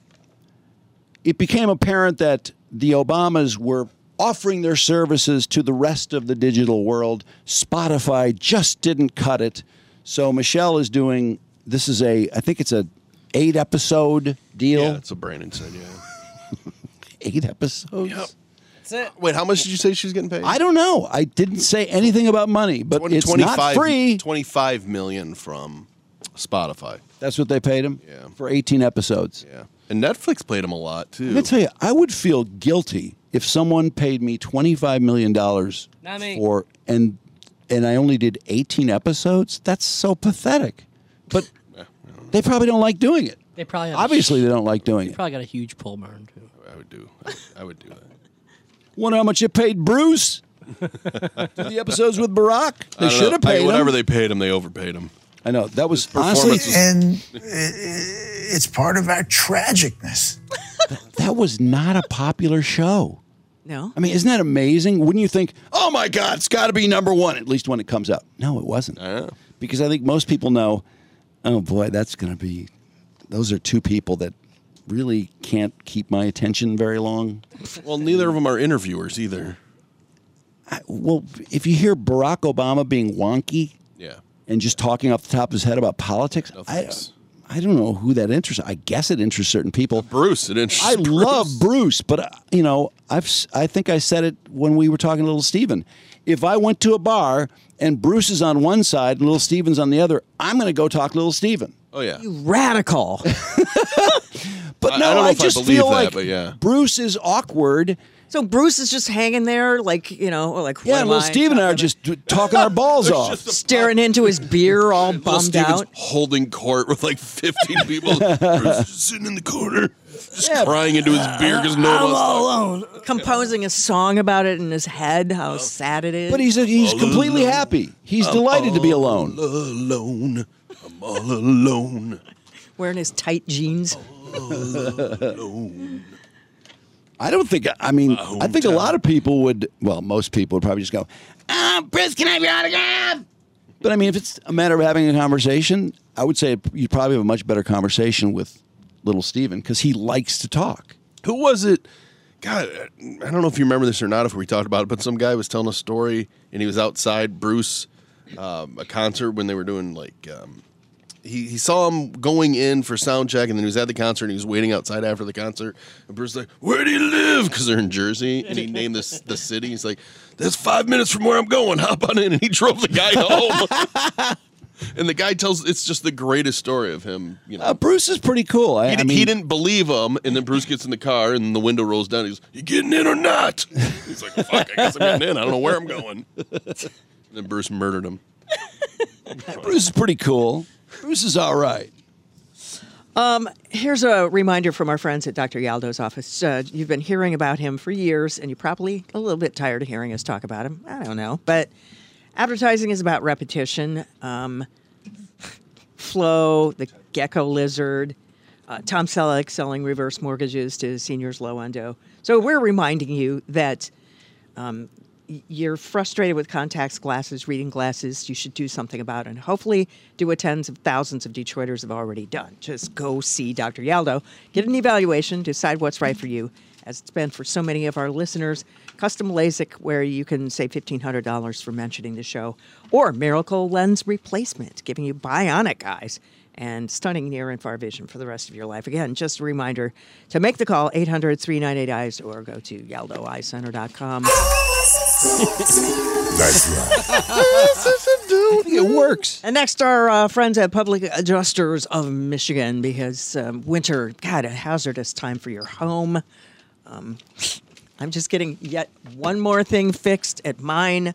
[SPEAKER 1] it became apparent that the Obamas were offering their services to the rest of the digital world. Spotify just didn't cut it. So Michelle is doing this is a I think it's a 8 episode deal.
[SPEAKER 3] yeah, that's what Brandon said. Yeah.
[SPEAKER 1] 8 episodes.
[SPEAKER 3] That's it. Wait, how much did you say she was getting paid?
[SPEAKER 1] I don't know. I didn't say anything about money, but it's not free.
[SPEAKER 3] 25 million from Spotify.
[SPEAKER 1] That's what they paid him yeah. for 18 episodes.
[SPEAKER 3] Yeah. And Netflix played them a lot too.
[SPEAKER 1] Let me tell you, I would feel guilty if someone paid me $25 million
[SPEAKER 3] Not me.
[SPEAKER 1] for and and I only did 18 episodes. That's so pathetic. But they probably don't like doing it.
[SPEAKER 2] They probably have a
[SPEAKER 1] Obviously they don't like
[SPEAKER 2] You
[SPEAKER 1] doing it.
[SPEAKER 2] probably got a huge pull, Marn. Too.
[SPEAKER 3] I would do. I would, I would do that.
[SPEAKER 1] Wonder how much you paid Bruce for the episodes with Barack? They
[SPEAKER 3] I don't
[SPEAKER 1] should have
[SPEAKER 3] know. I-
[SPEAKER 1] paid
[SPEAKER 3] whatever
[SPEAKER 1] him.
[SPEAKER 3] they paid him, they overpaid him.
[SPEAKER 1] I know. That was honestly
[SPEAKER 3] performance
[SPEAKER 7] and i- i- it's part of our tragicness.
[SPEAKER 1] that was not a popular show.
[SPEAKER 4] No.
[SPEAKER 1] I mean, isn't that amazing? Wouldn't you think, oh my God, it's got to be number one, at least when it comes out? No, it wasn't. Because I think most people know, oh boy, that's going to be, those are two people that really can't keep my attention very long.
[SPEAKER 3] Well, neither of them are interviewers either.
[SPEAKER 1] I, well, if you hear Barack Obama being wonky
[SPEAKER 3] Yeah.
[SPEAKER 1] and just talking off the top of his head about politics, I, I don't know who that interests. I guess it interests certain people.
[SPEAKER 3] Bruce, it interests.
[SPEAKER 1] I love Bruce, but uh, you know, I've s- I think I said it when we were talking to Little Steven. If I went to a bar and Bruce is on one side and Little Steven's on the other, I'm going to go talk Little Steven.
[SPEAKER 3] Oh yeah.
[SPEAKER 1] You radical. but
[SPEAKER 3] I-
[SPEAKER 1] no,
[SPEAKER 3] I don't
[SPEAKER 1] I,
[SPEAKER 3] know if I
[SPEAKER 1] just
[SPEAKER 3] believe
[SPEAKER 1] feel
[SPEAKER 3] that,
[SPEAKER 1] like
[SPEAKER 3] but yeah.
[SPEAKER 1] Bruce is awkward.
[SPEAKER 4] So Bruce is just hanging there, like you know, or like
[SPEAKER 1] Yeah,
[SPEAKER 4] what am
[SPEAKER 1] Little
[SPEAKER 4] I?
[SPEAKER 1] Steven and I are just d- talking our balls
[SPEAKER 4] There's
[SPEAKER 1] off.
[SPEAKER 4] staring into his beer, all
[SPEAKER 3] Little
[SPEAKER 4] bummed
[SPEAKER 3] Steven's
[SPEAKER 4] out.
[SPEAKER 3] holding court with like 15 people Bruce is sitting in the corner, just crying into his beer because no one
[SPEAKER 4] I'm
[SPEAKER 3] wants to-
[SPEAKER 4] all alone. Composing a song about it in his head, how sad it is.
[SPEAKER 1] But he's he's completely happy. He's
[SPEAKER 4] I'm
[SPEAKER 1] delighted to be alone.
[SPEAKER 3] Alone, I'm all alone.
[SPEAKER 4] wearing his tight jeans.
[SPEAKER 1] I don't think. I mean, I think a lot of people would. Well, most people would probably just go. "Ah,
[SPEAKER 8] Uh, Bruce, can I have your autograph?
[SPEAKER 1] But I mean, if it's a matter of having a conversation, I would say you'd probably have a much better conversation with little Steven because he likes to talk.
[SPEAKER 3] Who was it? God, I don't know if you remember this or not, if we talked about it, but some guy was telling a story and he was outside Bruce, um, a concert when they were doing like, um, he, he saw him going in for sound check and then he was at the concert and he was waiting outside after the concert. And Bruce was like, Where do you live? Because they're in Jersey. And he named this the city. He's like, That's five minutes from where I'm going. Hop on in. And he drove the guy home. and the guy tells it's just the greatest story of him, you know.
[SPEAKER 1] Uh, Bruce is pretty cool. I,
[SPEAKER 3] He,
[SPEAKER 1] I
[SPEAKER 3] he
[SPEAKER 1] mean,
[SPEAKER 3] didn't believe him, and then Bruce gets in the car, and the window rolls down. He's, "You getting in or not?" He's like, "Fuck, I guess I'm getting in. I don't know where I'm going." And then Bruce murdered him.
[SPEAKER 1] Bruce is pretty cool. Bruce is all right.
[SPEAKER 4] Um, here's a reminder from our friends at Dr. Yaldo's office. Uh, you've been hearing about him for years, and you're probably a little bit tired of hearing us talk about him. I don't know. But advertising is about repetition. Um, Flo, the gecko lizard, uh, Tom Selleck selling reverse mortgages to seniors low on dough. So we're reminding you that um, y- you're frustrated with contacts, glasses, reading glasses. You should do something about it. And hopefully, do what tens of thousands of Detroiters have already done. Just go see Dr. Yaldo, get an evaluation, decide what's right for you. As it's been for so many of our listeners, custom LASIK, where you can save $1,500 for mentioning the show, or miracle lens replacement, giving you bionic eyes and stunning near and far vision for the rest of your life. Again, just a reminder to make the call 800 398 eyes or go to yaldoeyecenter.com.
[SPEAKER 9] Nice
[SPEAKER 1] it works.
[SPEAKER 4] And next, our uh, friends at Public Adjusters of Michigan, because um, winter, God, a hazardous time for your home. Um, I'm just getting yet one more thing fixed at mine.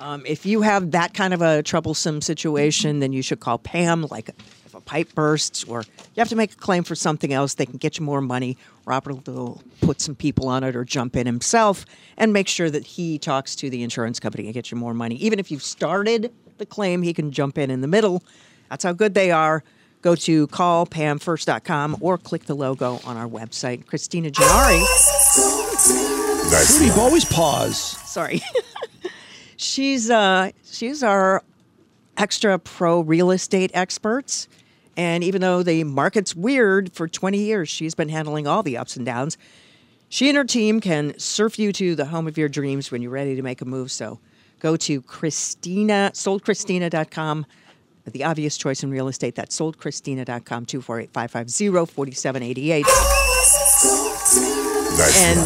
[SPEAKER 4] Um, if you have that kind of a troublesome situation, then you should call Pam. Like if a pipe bursts or you have to make a claim for something else, they can get you more money. Robert will put some people on it or jump in himself and make sure that he talks to the insurance company and get you more money. Even if you've started the claim, he can jump in in the middle. That's how good they are. Go to callpamfirst.com or click the logo on our website. Christina Gennari.
[SPEAKER 1] Trudy, always pause.
[SPEAKER 4] Sorry. she's uh she's our extra pro real estate experts. And even though the market's weird for 20 years, she's been handling all the ups and downs. She and her team can surf you to the home of your dreams when you're ready to make a move. So go to Christina, soldchristina.com. The obvious choice in real estate, that's soldchristina.com, 248 550 4788. And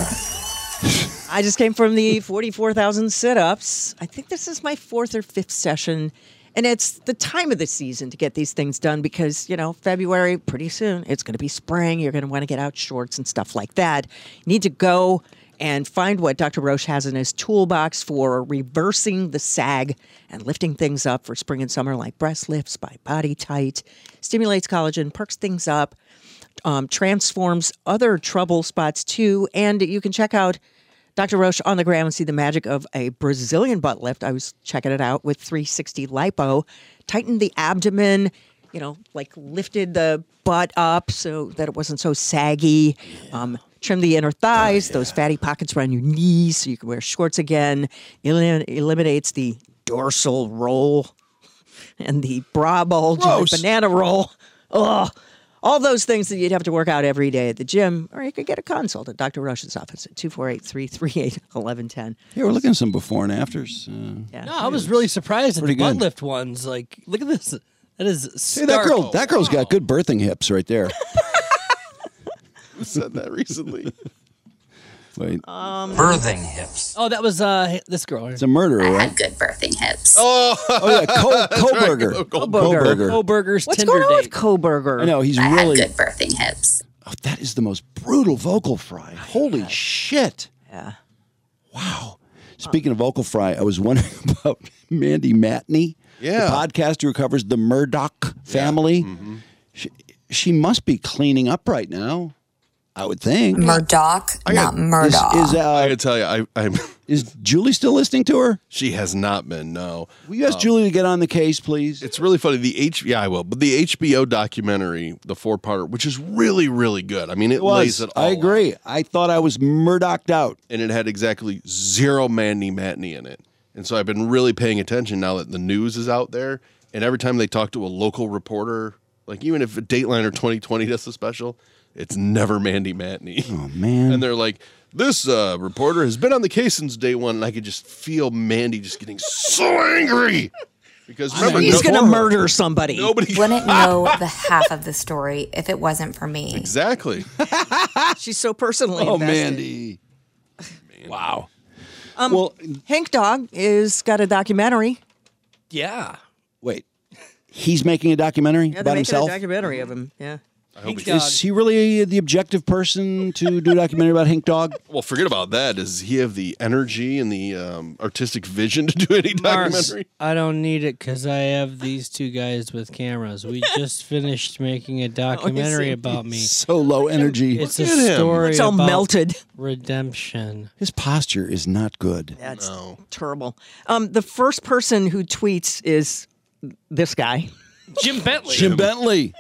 [SPEAKER 4] I just came from the 44,000 sit ups. I think this is my fourth or fifth session. And it's the time of the season to get these things done because, you know, February, pretty soon, it's going to be spring. You're going to want to get out shorts and stuff like that. You need to go and find what Dr. Roche has in his toolbox for reversing the sag and lifting things up for spring and summer, like breast lifts by body tight, stimulates collagen, perks things up um, transforms other trouble spots too. And you can check out Dr. Roche on the gram and see the magic of a Brazilian butt lift. I was checking it out with 360 lipo, tightened the abdomen, you know, like lifted the butt up so that it wasn't so saggy. Um, Trim the inner thighs. Those fatty pockets around your knees so you can wear shorts again. Elim- eliminates the dorsal roll and the bra bulge and the
[SPEAKER 9] Gross.
[SPEAKER 4] banana roll. Ugh. All those things that you'd have to work out every day at the gym, or you could get a consult at Dr. Rush's office at 248 338 1110.
[SPEAKER 1] Yeah, we're looking at some before and afters. Uh,
[SPEAKER 2] No, I was really surprised at
[SPEAKER 1] Pretty
[SPEAKER 2] the butt
[SPEAKER 1] good.
[SPEAKER 2] lift ones. Like, look at this. That is
[SPEAKER 1] Hey, that
[SPEAKER 2] stark.
[SPEAKER 1] girl, that girl's got good birthing hips right there.
[SPEAKER 3] Who said that recently?
[SPEAKER 1] Wait,
[SPEAKER 2] Um,
[SPEAKER 1] Birthing
[SPEAKER 2] hips. Oh, that was uh, this girl.
[SPEAKER 1] it's a murderer,
[SPEAKER 2] I
[SPEAKER 1] right?
[SPEAKER 2] had good
[SPEAKER 1] birthing
[SPEAKER 2] hips.
[SPEAKER 1] Oh, yeah, Cole,
[SPEAKER 2] That's right.
[SPEAKER 1] Koberger.
[SPEAKER 2] Oh, Kohlberger. Kohlberger's
[SPEAKER 4] What's
[SPEAKER 2] Tinder
[SPEAKER 4] going on
[SPEAKER 2] date.
[SPEAKER 4] with Koberger?
[SPEAKER 1] I know he's really
[SPEAKER 4] birthing hips.
[SPEAKER 1] Oh, that is the most brutal vocal fry. Holy shit!
[SPEAKER 4] Yeah.
[SPEAKER 1] Speaking of vocal fry, I was wondering about Mandy Matney,
[SPEAKER 3] Yeah.
[SPEAKER 1] the podcaster who covers the Murdoch family. She, she must be cleaning up right now. I would think
[SPEAKER 9] Murdoch, not Murdoch.
[SPEAKER 1] Is, is uh,
[SPEAKER 3] I gotta tell you, I, I'm.
[SPEAKER 1] Is Julie still listening to her?
[SPEAKER 3] She has not been. No. Uh,
[SPEAKER 1] Will you ask Julie to get on the case, please?
[SPEAKER 3] It's really funny. The H. Yeah, I will. But the HBO documentary, the four-parter, which is really, really good. I mean, it,
[SPEAKER 1] It was.
[SPEAKER 3] lays it all.
[SPEAKER 1] I agree. I thought I was Murdocked out.
[SPEAKER 3] and it had exactly zero Mandy Matney in it. And so I've been really paying attention now that the news is out there. And every time they talk to a local reporter, like even if Dateline or 2020 does a special, it's never Mandy Matney. Oh
[SPEAKER 1] man!
[SPEAKER 3] And they're like, this uh, reporter has been on the case since day one, and I could just feel Mandy just getting so angry because remember,
[SPEAKER 4] he's
[SPEAKER 3] no-
[SPEAKER 4] going to murder somebody.
[SPEAKER 3] Nobody
[SPEAKER 9] wouldn't know the half of the story if it wasn't for me.
[SPEAKER 3] exactly.
[SPEAKER 4] She's so personally
[SPEAKER 1] Oh,
[SPEAKER 4] invested.
[SPEAKER 1] Mandy! Wow.
[SPEAKER 4] Um, well, Hank Dog is got a documentary.
[SPEAKER 2] Yeah.
[SPEAKER 1] Wait, he's making a documentary
[SPEAKER 4] Yeah, they're
[SPEAKER 1] about
[SPEAKER 4] making
[SPEAKER 1] himself.
[SPEAKER 4] a documentary of him. Yeah.
[SPEAKER 3] I hope he-
[SPEAKER 1] Is he really the objective person to do a documentary about Hank Dog?
[SPEAKER 3] Well, forget about that. Does he have the energy and the um, artistic vision to do any
[SPEAKER 2] Mark,
[SPEAKER 3] documentary?
[SPEAKER 2] I don't need it because I have these two guys with cameras. We just finished making a documentary
[SPEAKER 1] see.
[SPEAKER 2] about me.
[SPEAKER 1] So low energy.
[SPEAKER 2] It's a story.
[SPEAKER 4] It's all
[SPEAKER 2] about
[SPEAKER 4] melted.
[SPEAKER 2] Redemption.
[SPEAKER 1] His posture is not good.
[SPEAKER 4] That's terrible. Um, the first person who tweets is this guy.
[SPEAKER 2] Jim Bentley.
[SPEAKER 1] Jim Bentley.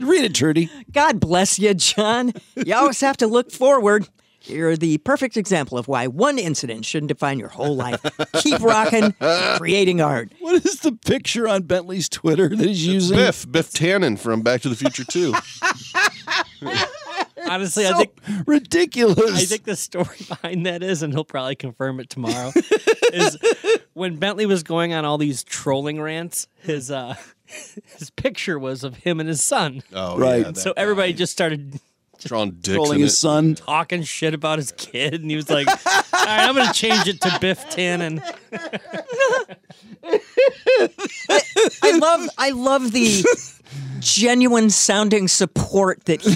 [SPEAKER 1] Read it, Trudy.
[SPEAKER 4] God bless you, John. You always have to look forward. You're the perfect example of why one incident shouldn't define your whole life. Keep rocking, creating art.
[SPEAKER 1] What is the picture on Bentley's Twitter that he's using?
[SPEAKER 3] Biff, Biff Tannen from Back to the Future 2.
[SPEAKER 2] Honestly,
[SPEAKER 1] So
[SPEAKER 2] I think
[SPEAKER 1] ridiculous.
[SPEAKER 2] I think the story behind that is, and he'll probably confirm it tomorrow. is when Bentley was going on all these trolling rants, his uh, his picture was of him and his son.
[SPEAKER 3] Oh,
[SPEAKER 1] Right. yeah, that
[SPEAKER 2] so everybody just started
[SPEAKER 3] Drawn dicks
[SPEAKER 1] Trolling
[SPEAKER 3] in
[SPEAKER 1] his
[SPEAKER 3] it.
[SPEAKER 1] son.
[SPEAKER 2] talking shit about his kid, and he was like, "All right, I'm going to change it to Biff Tannen."
[SPEAKER 3] Oh.
[SPEAKER 4] I love I love the genuine sounding support that he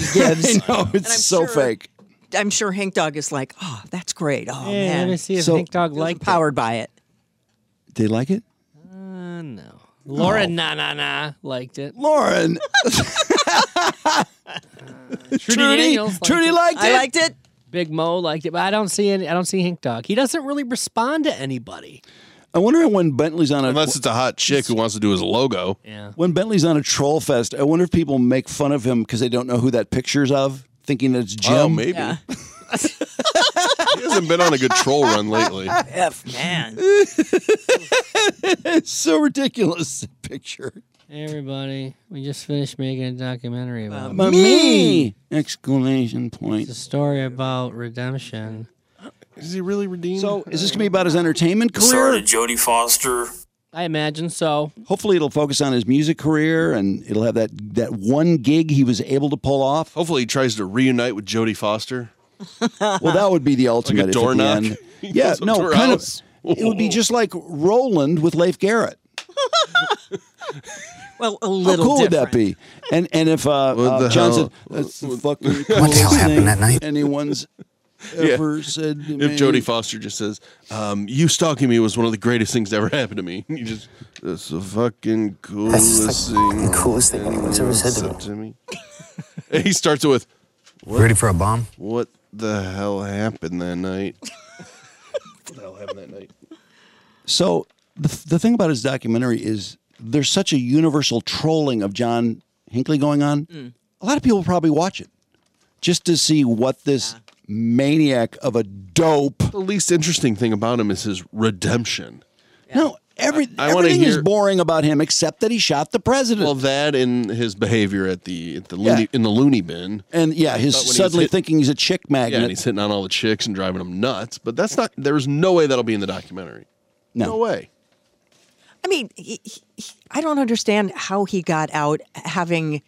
[SPEAKER 4] gives.
[SPEAKER 1] I know, it's so fake.
[SPEAKER 4] I'm sure Hank Dog is like, oh, that's great. Oh
[SPEAKER 2] Hey,
[SPEAKER 4] man,
[SPEAKER 2] let me see if
[SPEAKER 1] So-
[SPEAKER 2] Hank Dog
[SPEAKER 4] Feels
[SPEAKER 2] liked
[SPEAKER 4] empowered by it.
[SPEAKER 1] Did you like it?
[SPEAKER 2] Uh, no. Lauren na na na liked it.
[SPEAKER 1] Lauren.
[SPEAKER 2] Trudy,
[SPEAKER 1] Trudy-
[SPEAKER 2] Daniels liked
[SPEAKER 1] Trudy
[SPEAKER 2] it.
[SPEAKER 1] liked I it. liked
[SPEAKER 4] it.
[SPEAKER 2] Big Mo liked it, but I don't see any. I don't see Hank Dog. He doesn't really respond to anybody.
[SPEAKER 1] I wonder when Bentley's on a
[SPEAKER 3] Unless it's a hot chick who wants to do his logo.
[SPEAKER 2] Yeah.
[SPEAKER 1] when Bentley's on a troll fest. I wonder if people make fun of him because they don't know who that picture's of, thinking that it's Jim.
[SPEAKER 3] Oh, maybe. he hasn't been on a good troll run lately.
[SPEAKER 4] F man.
[SPEAKER 1] it's so ridiculous that picture.
[SPEAKER 2] Hey, everybody, we just finished making a documentary about
[SPEAKER 1] But me! Exclamation point.
[SPEAKER 2] It's a story about redemption.
[SPEAKER 3] Is he really redeemed?
[SPEAKER 1] So is this gonna be about his entertainment career?
[SPEAKER 2] Jodie Foster. I imagine so.
[SPEAKER 1] Hopefully, it'll focus on his music career, and it'll have that that one gig he was able to pull off.
[SPEAKER 3] Hopefully, he tries to reunite with Jodie Foster.
[SPEAKER 1] Well, that would be the ultimate. if at
[SPEAKER 3] door
[SPEAKER 1] the
[SPEAKER 3] knock?
[SPEAKER 1] end-
[SPEAKER 3] He
[SPEAKER 1] Yeah,
[SPEAKER 3] goes up to
[SPEAKER 1] no,
[SPEAKER 3] her
[SPEAKER 1] kind
[SPEAKER 3] house.
[SPEAKER 1] of. It would be just like Roland with Leif Garrett.
[SPEAKER 4] Well, a
[SPEAKER 1] How
[SPEAKER 4] little
[SPEAKER 1] cool would that
[SPEAKER 4] different.
[SPEAKER 1] be? And and if uh, uh,
[SPEAKER 3] the
[SPEAKER 1] John
[SPEAKER 3] hell?
[SPEAKER 1] said, "That's the fucking coolest
[SPEAKER 3] hell happened
[SPEAKER 1] thing
[SPEAKER 3] that night?"
[SPEAKER 1] anyone's ever said." To
[SPEAKER 3] If
[SPEAKER 1] me.
[SPEAKER 3] Jodie Foster just says, um, "You stalking me was one of the greatest things that ever happened to me," you just that's the fucking coolest thing, coolest thing anyone's ever said to me. and he starts it with,
[SPEAKER 7] Ready for a bomb?
[SPEAKER 3] "What the hell happened that night?" what the hell happened that night?
[SPEAKER 1] So the the thing about his documentary is there's such a universal trolling of John Hinckley going on. A lot of people probably watch it. just to see what this maniac of a dope.
[SPEAKER 3] The least interesting thing about him is his redemption.
[SPEAKER 1] No, every
[SPEAKER 3] I- I wanna
[SPEAKER 1] everything is
[SPEAKER 3] hear-
[SPEAKER 1] boring about him except that he shot the president.
[SPEAKER 3] Well, that and his behavior at the at the loony, in the loony bin,
[SPEAKER 1] and yeah, his
[SPEAKER 3] But when he's
[SPEAKER 1] suddenly
[SPEAKER 3] hit-
[SPEAKER 1] thinking he's a chick magnet.
[SPEAKER 3] yeah, and he's hitting on all the chicks and driving them nuts. But that's not. There's no way that'll be in the documentary.
[SPEAKER 1] No,
[SPEAKER 3] way.
[SPEAKER 4] I mean, he, he, he- I don't understand how he got out having.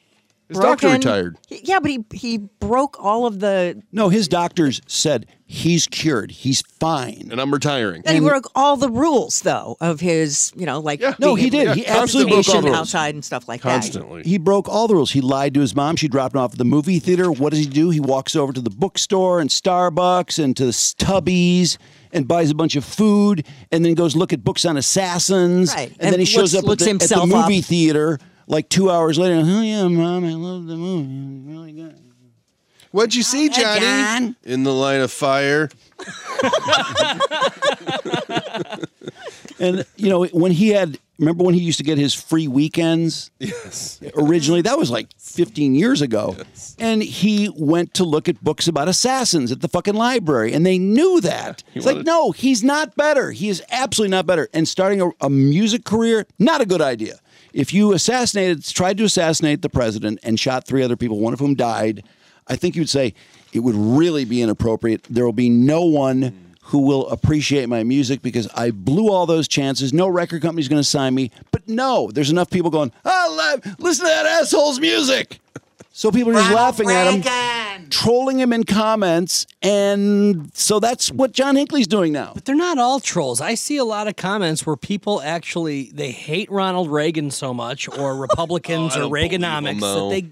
[SPEAKER 1] His doctor
[SPEAKER 4] broken-
[SPEAKER 1] retired.
[SPEAKER 4] He- yeah, but he he broke all of the.
[SPEAKER 1] No, his doctors said he's cured. He's fine.
[SPEAKER 3] And I'm retiring.
[SPEAKER 4] He broke all the rules, though, of his, you know, like
[SPEAKER 1] No,
[SPEAKER 4] being
[SPEAKER 1] he did.
[SPEAKER 4] able to
[SPEAKER 1] He absolutely broke all
[SPEAKER 4] vacation
[SPEAKER 1] the rules.
[SPEAKER 4] outside and stuff like that.
[SPEAKER 1] He broke all the rules. He lied to his mom. She dropped him off at the movie theater. What does he do? He walks over to the bookstore and Starbucks and to the Stubbies and buys a bunch of food and then goes look at books on assassins.
[SPEAKER 4] Right.
[SPEAKER 1] And, then he
[SPEAKER 4] And
[SPEAKER 1] shows
[SPEAKER 4] looks-
[SPEAKER 1] up at
[SPEAKER 4] looks
[SPEAKER 1] the, at the
[SPEAKER 4] himself up.
[SPEAKER 1] movie theater like two hours later. Oh, yeah, mom, I love the movie. Really good.
[SPEAKER 3] What'd you see, Johnny? In the line of fire. Hmm.
[SPEAKER 1] And you know when he had remember when he used to get his free weekends?
[SPEAKER 3] Yes.
[SPEAKER 1] Originally, that was like 15 years ago. And he went to look at books about assassins at the fucking library, and they knew that.
[SPEAKER 3] He
[SPEAKER 1] it's like,
[SPEAKER 3] wanted-
[SPEAKER 1] no, he's not better. He is absolutely not better. And starting a, a music career, not a good idea. If you assassinated, tried to assassinate the president and shot three other people, one of whom died, I think you'd say it would really be inappropriate. There will be no one who will appreciate my music because I blew all those chances. No record company's going to sign me. But no, there's enough people going, oh, li- listen to that asshole's music. So people are just laughing at him, trolling him in comments. And so that's what John Hinckley's doing now.
[SPEAKER 2] But they're not all trolls. I see a lot of comments where people actually they hate Ronald Reagan so much or Republicans
[SPEAKER 3] Oh, I
[SPEAKER 2] or
[SPEAKER 3] don't believe 'em,
[SPEAKER 2] Reaganomics
[SPEAKER 3] though.
[SPEAKER 2] that they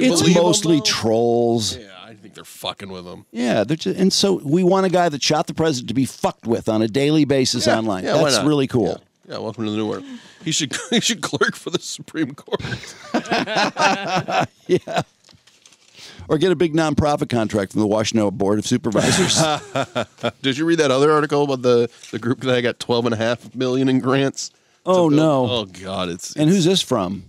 [SPEAKER 3] you
[SPEAKER 1] It's
[SPEAKER 3] believe him,
[SPEAKER 1] mostly trolls.
[SPEAKER 3] Yeah, I think they're fucking with him.
[SPEAKER 1] Yeah, they're just, and so we want a guy that shot the president to be fucked with on a daily basis
[SPEAKER 3] Yeah,
[SPEAKER 1] online.
[SPEAKER 3] yeah, why
[SPEAKER 1] That's
[SPEAKER 3] not?
[SPEAKER 1] really cool.
[SPEAKER 3] Yeah, welcome to the new world. He should he should clerk for the Supreme Court.
[SPEAKER 1] Yeah. Or get a big nonprofit contract from the Washington Board of Supervisors.
[SPEAKER 3] Did you read that other article about the, the group that got twelve and a half million in grants?
[SPEAKER 1] Oh,
[SPEAKER 3] To build-
[SPEAKER 1] no.
[SPEAKER 3] Oh god, it's
[SPEAKER 1] and who's this from?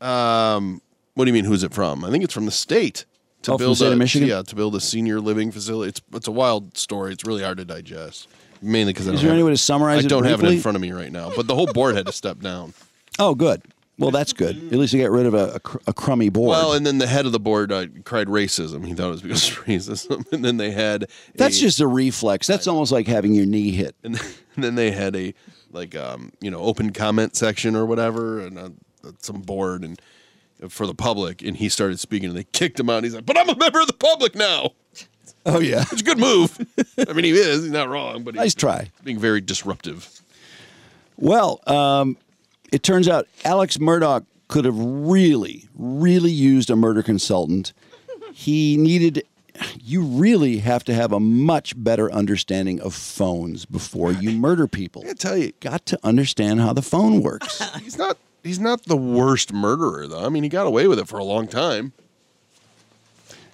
[SPEAKER 3] um what do you mean who's it from? I think it's from the state. To
[SPEAKER 1] Oh, from the state
[SPEAKER 3] a,
[SPEAKER 1] of Michigan?
[SPEAKER 3] Yeah, to build a senior living facility. It's it's a wild story. It's really hard to digest. Mainly because
[SPEAKER 1] Is there any way to summarize
[SPEAKER 3] I
[SPEAKER 1] it
[SPEAKER 3] don't have it
[SPEAKER 1] briefly?
[SPEAKER 3] in front of me right now. But the whole board had to step down.
[SPEAKER 1] Oh, good. Well, that's good. At least they got rid of a, a, cr- a crummy board.
[SPEAKER 3] Well, and then the head of the board uh, cried racism. He thought it was because of racism. And then they had
[SPEAKER 1] that's
[SPEAKER 3] a-
[SPEAKER 1] just a reflex. That's almost like having your knee hit.
[SPEAKER 3] and then, and then they had a like um you know open comment section or whatever and uh, some board and uh, for the public and he started speaking and they kicked him out he's like but i'm a member of the public now
[SPEAKER 1] Oh, yeah.
[SPEAKER 3] it's a good move i mean he is he's not wrong but he's
[SPEAKER 1] Nice try.
[SPEAKER 3] being very disruptive
[SPEAKER 1] Well, um, it turns out Alex Murdoch could have really, really used a murder consultant. He needed. You really have to have a much better understanding of phones before you murder people. I
[SPEAKER 3] tell you,
[SPEAKER 1] got to understand how the phone works.
[SPEAKER 3] he's not he's not the worst murderer though i mean he got away with it for a long time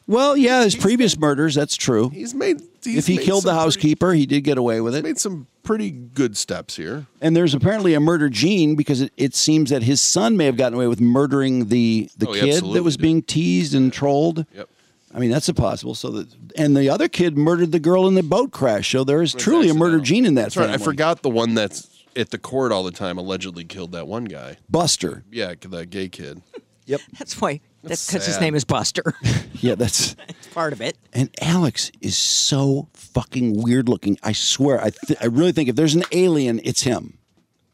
[SPEAKER 1] well, yeah, his previous murders, that's true.
[SPEAKER 3] he's made he's
[SPEAKER 1] If he
[SPEAKER 3] made
[SPEAKER 1] killed the
[SPEAKER 3] some
[SPEAKER 1] housekeeper, he did get away with it.
[SPEAKER 3] made some pretty good steps here
[SPEAKER 1] And there's apparently a murder gene because it, it seems that his son may have gotten away with murdering the, the
[SPEAKER 3] Oh, he
[SPEAKER 1] kid
[SPEAKER 3] absolutely
[SPEAKER 1] that was being teased and trolled.
[SPEAKER 3] Yep.
[SPEAKER 1] I mean, that's a possible. So that and the other kid murdered the girl in the boat crash. So there is truly a murder gene in that
[SPEAKER 3] that's right i
[SPEAKER 1] family.
[SPEAKER 3] forgot the one that's at the court all the time allegedly killed that one guy
[SPEAKER 1] Buster.
[SPEAKER 3] yeah the gay kid
[SPEAKER 1] Yep.
[SPEAKER 4] That's why. That's because his
[SPEAKER 3] sad.
[SPEAKER 4] name is Buster.
[SPEAKER 1] Yeah, that's
[SPEAKER 4] It's part of it.
[SPEAKER 1] and Alex is so fucking weird looking. I swear, I th- I really think if there's an alien, it's him.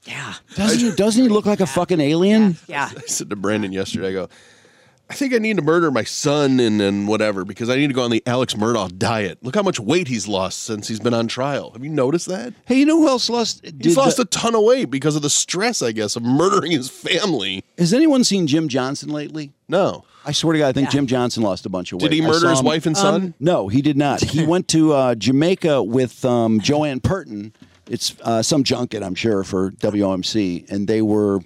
[SPEAKER 1] Yeah. Doesn't he, doesn't he look like a fucking alien?
[SPEAKER 4] Yeah.
[SPEAKER 3] I said to Brandon yesterday, I go, I think I need to murder my son and, and whatever because I need to go on the Alex Murdoch diet. Look how much weight he's lost since he's been on trial. Have you noticed that?
[SPEAKER 1] Hey, you know who else lost?
[SPEAKER 3] He's
[SPEAKER 1] did
[SPEAKER 3] lost
[SPEAKER 1] the-
[SPEAKER 3] a ton of weight because of the stress, I guess, of murdering his family.
[SPEAKER 1] Has anyone seen Jim Johnson lately?
[SPEAKER 3] No.
[SPEAKER 1] I swear to God, I think
[SPEAKER 3] Yeah.
[SPEAKER 1] Jim Johnson lost a bunch of weight.
[SPEAKER 3] Did he
[SPEAKER 1] I
[SPEAKER 3] murder
[SPEAKER 1] saw
[SPEAKER 3] his
[SPEAKER 1] him-
[SPEAKER 3] wife and son? Um,
[SPEAKER 1] no, he did not. He went to uh, Jamaica with um, Joanne Purton. It's uh, some junket, I'm sure, for WMC, and they were.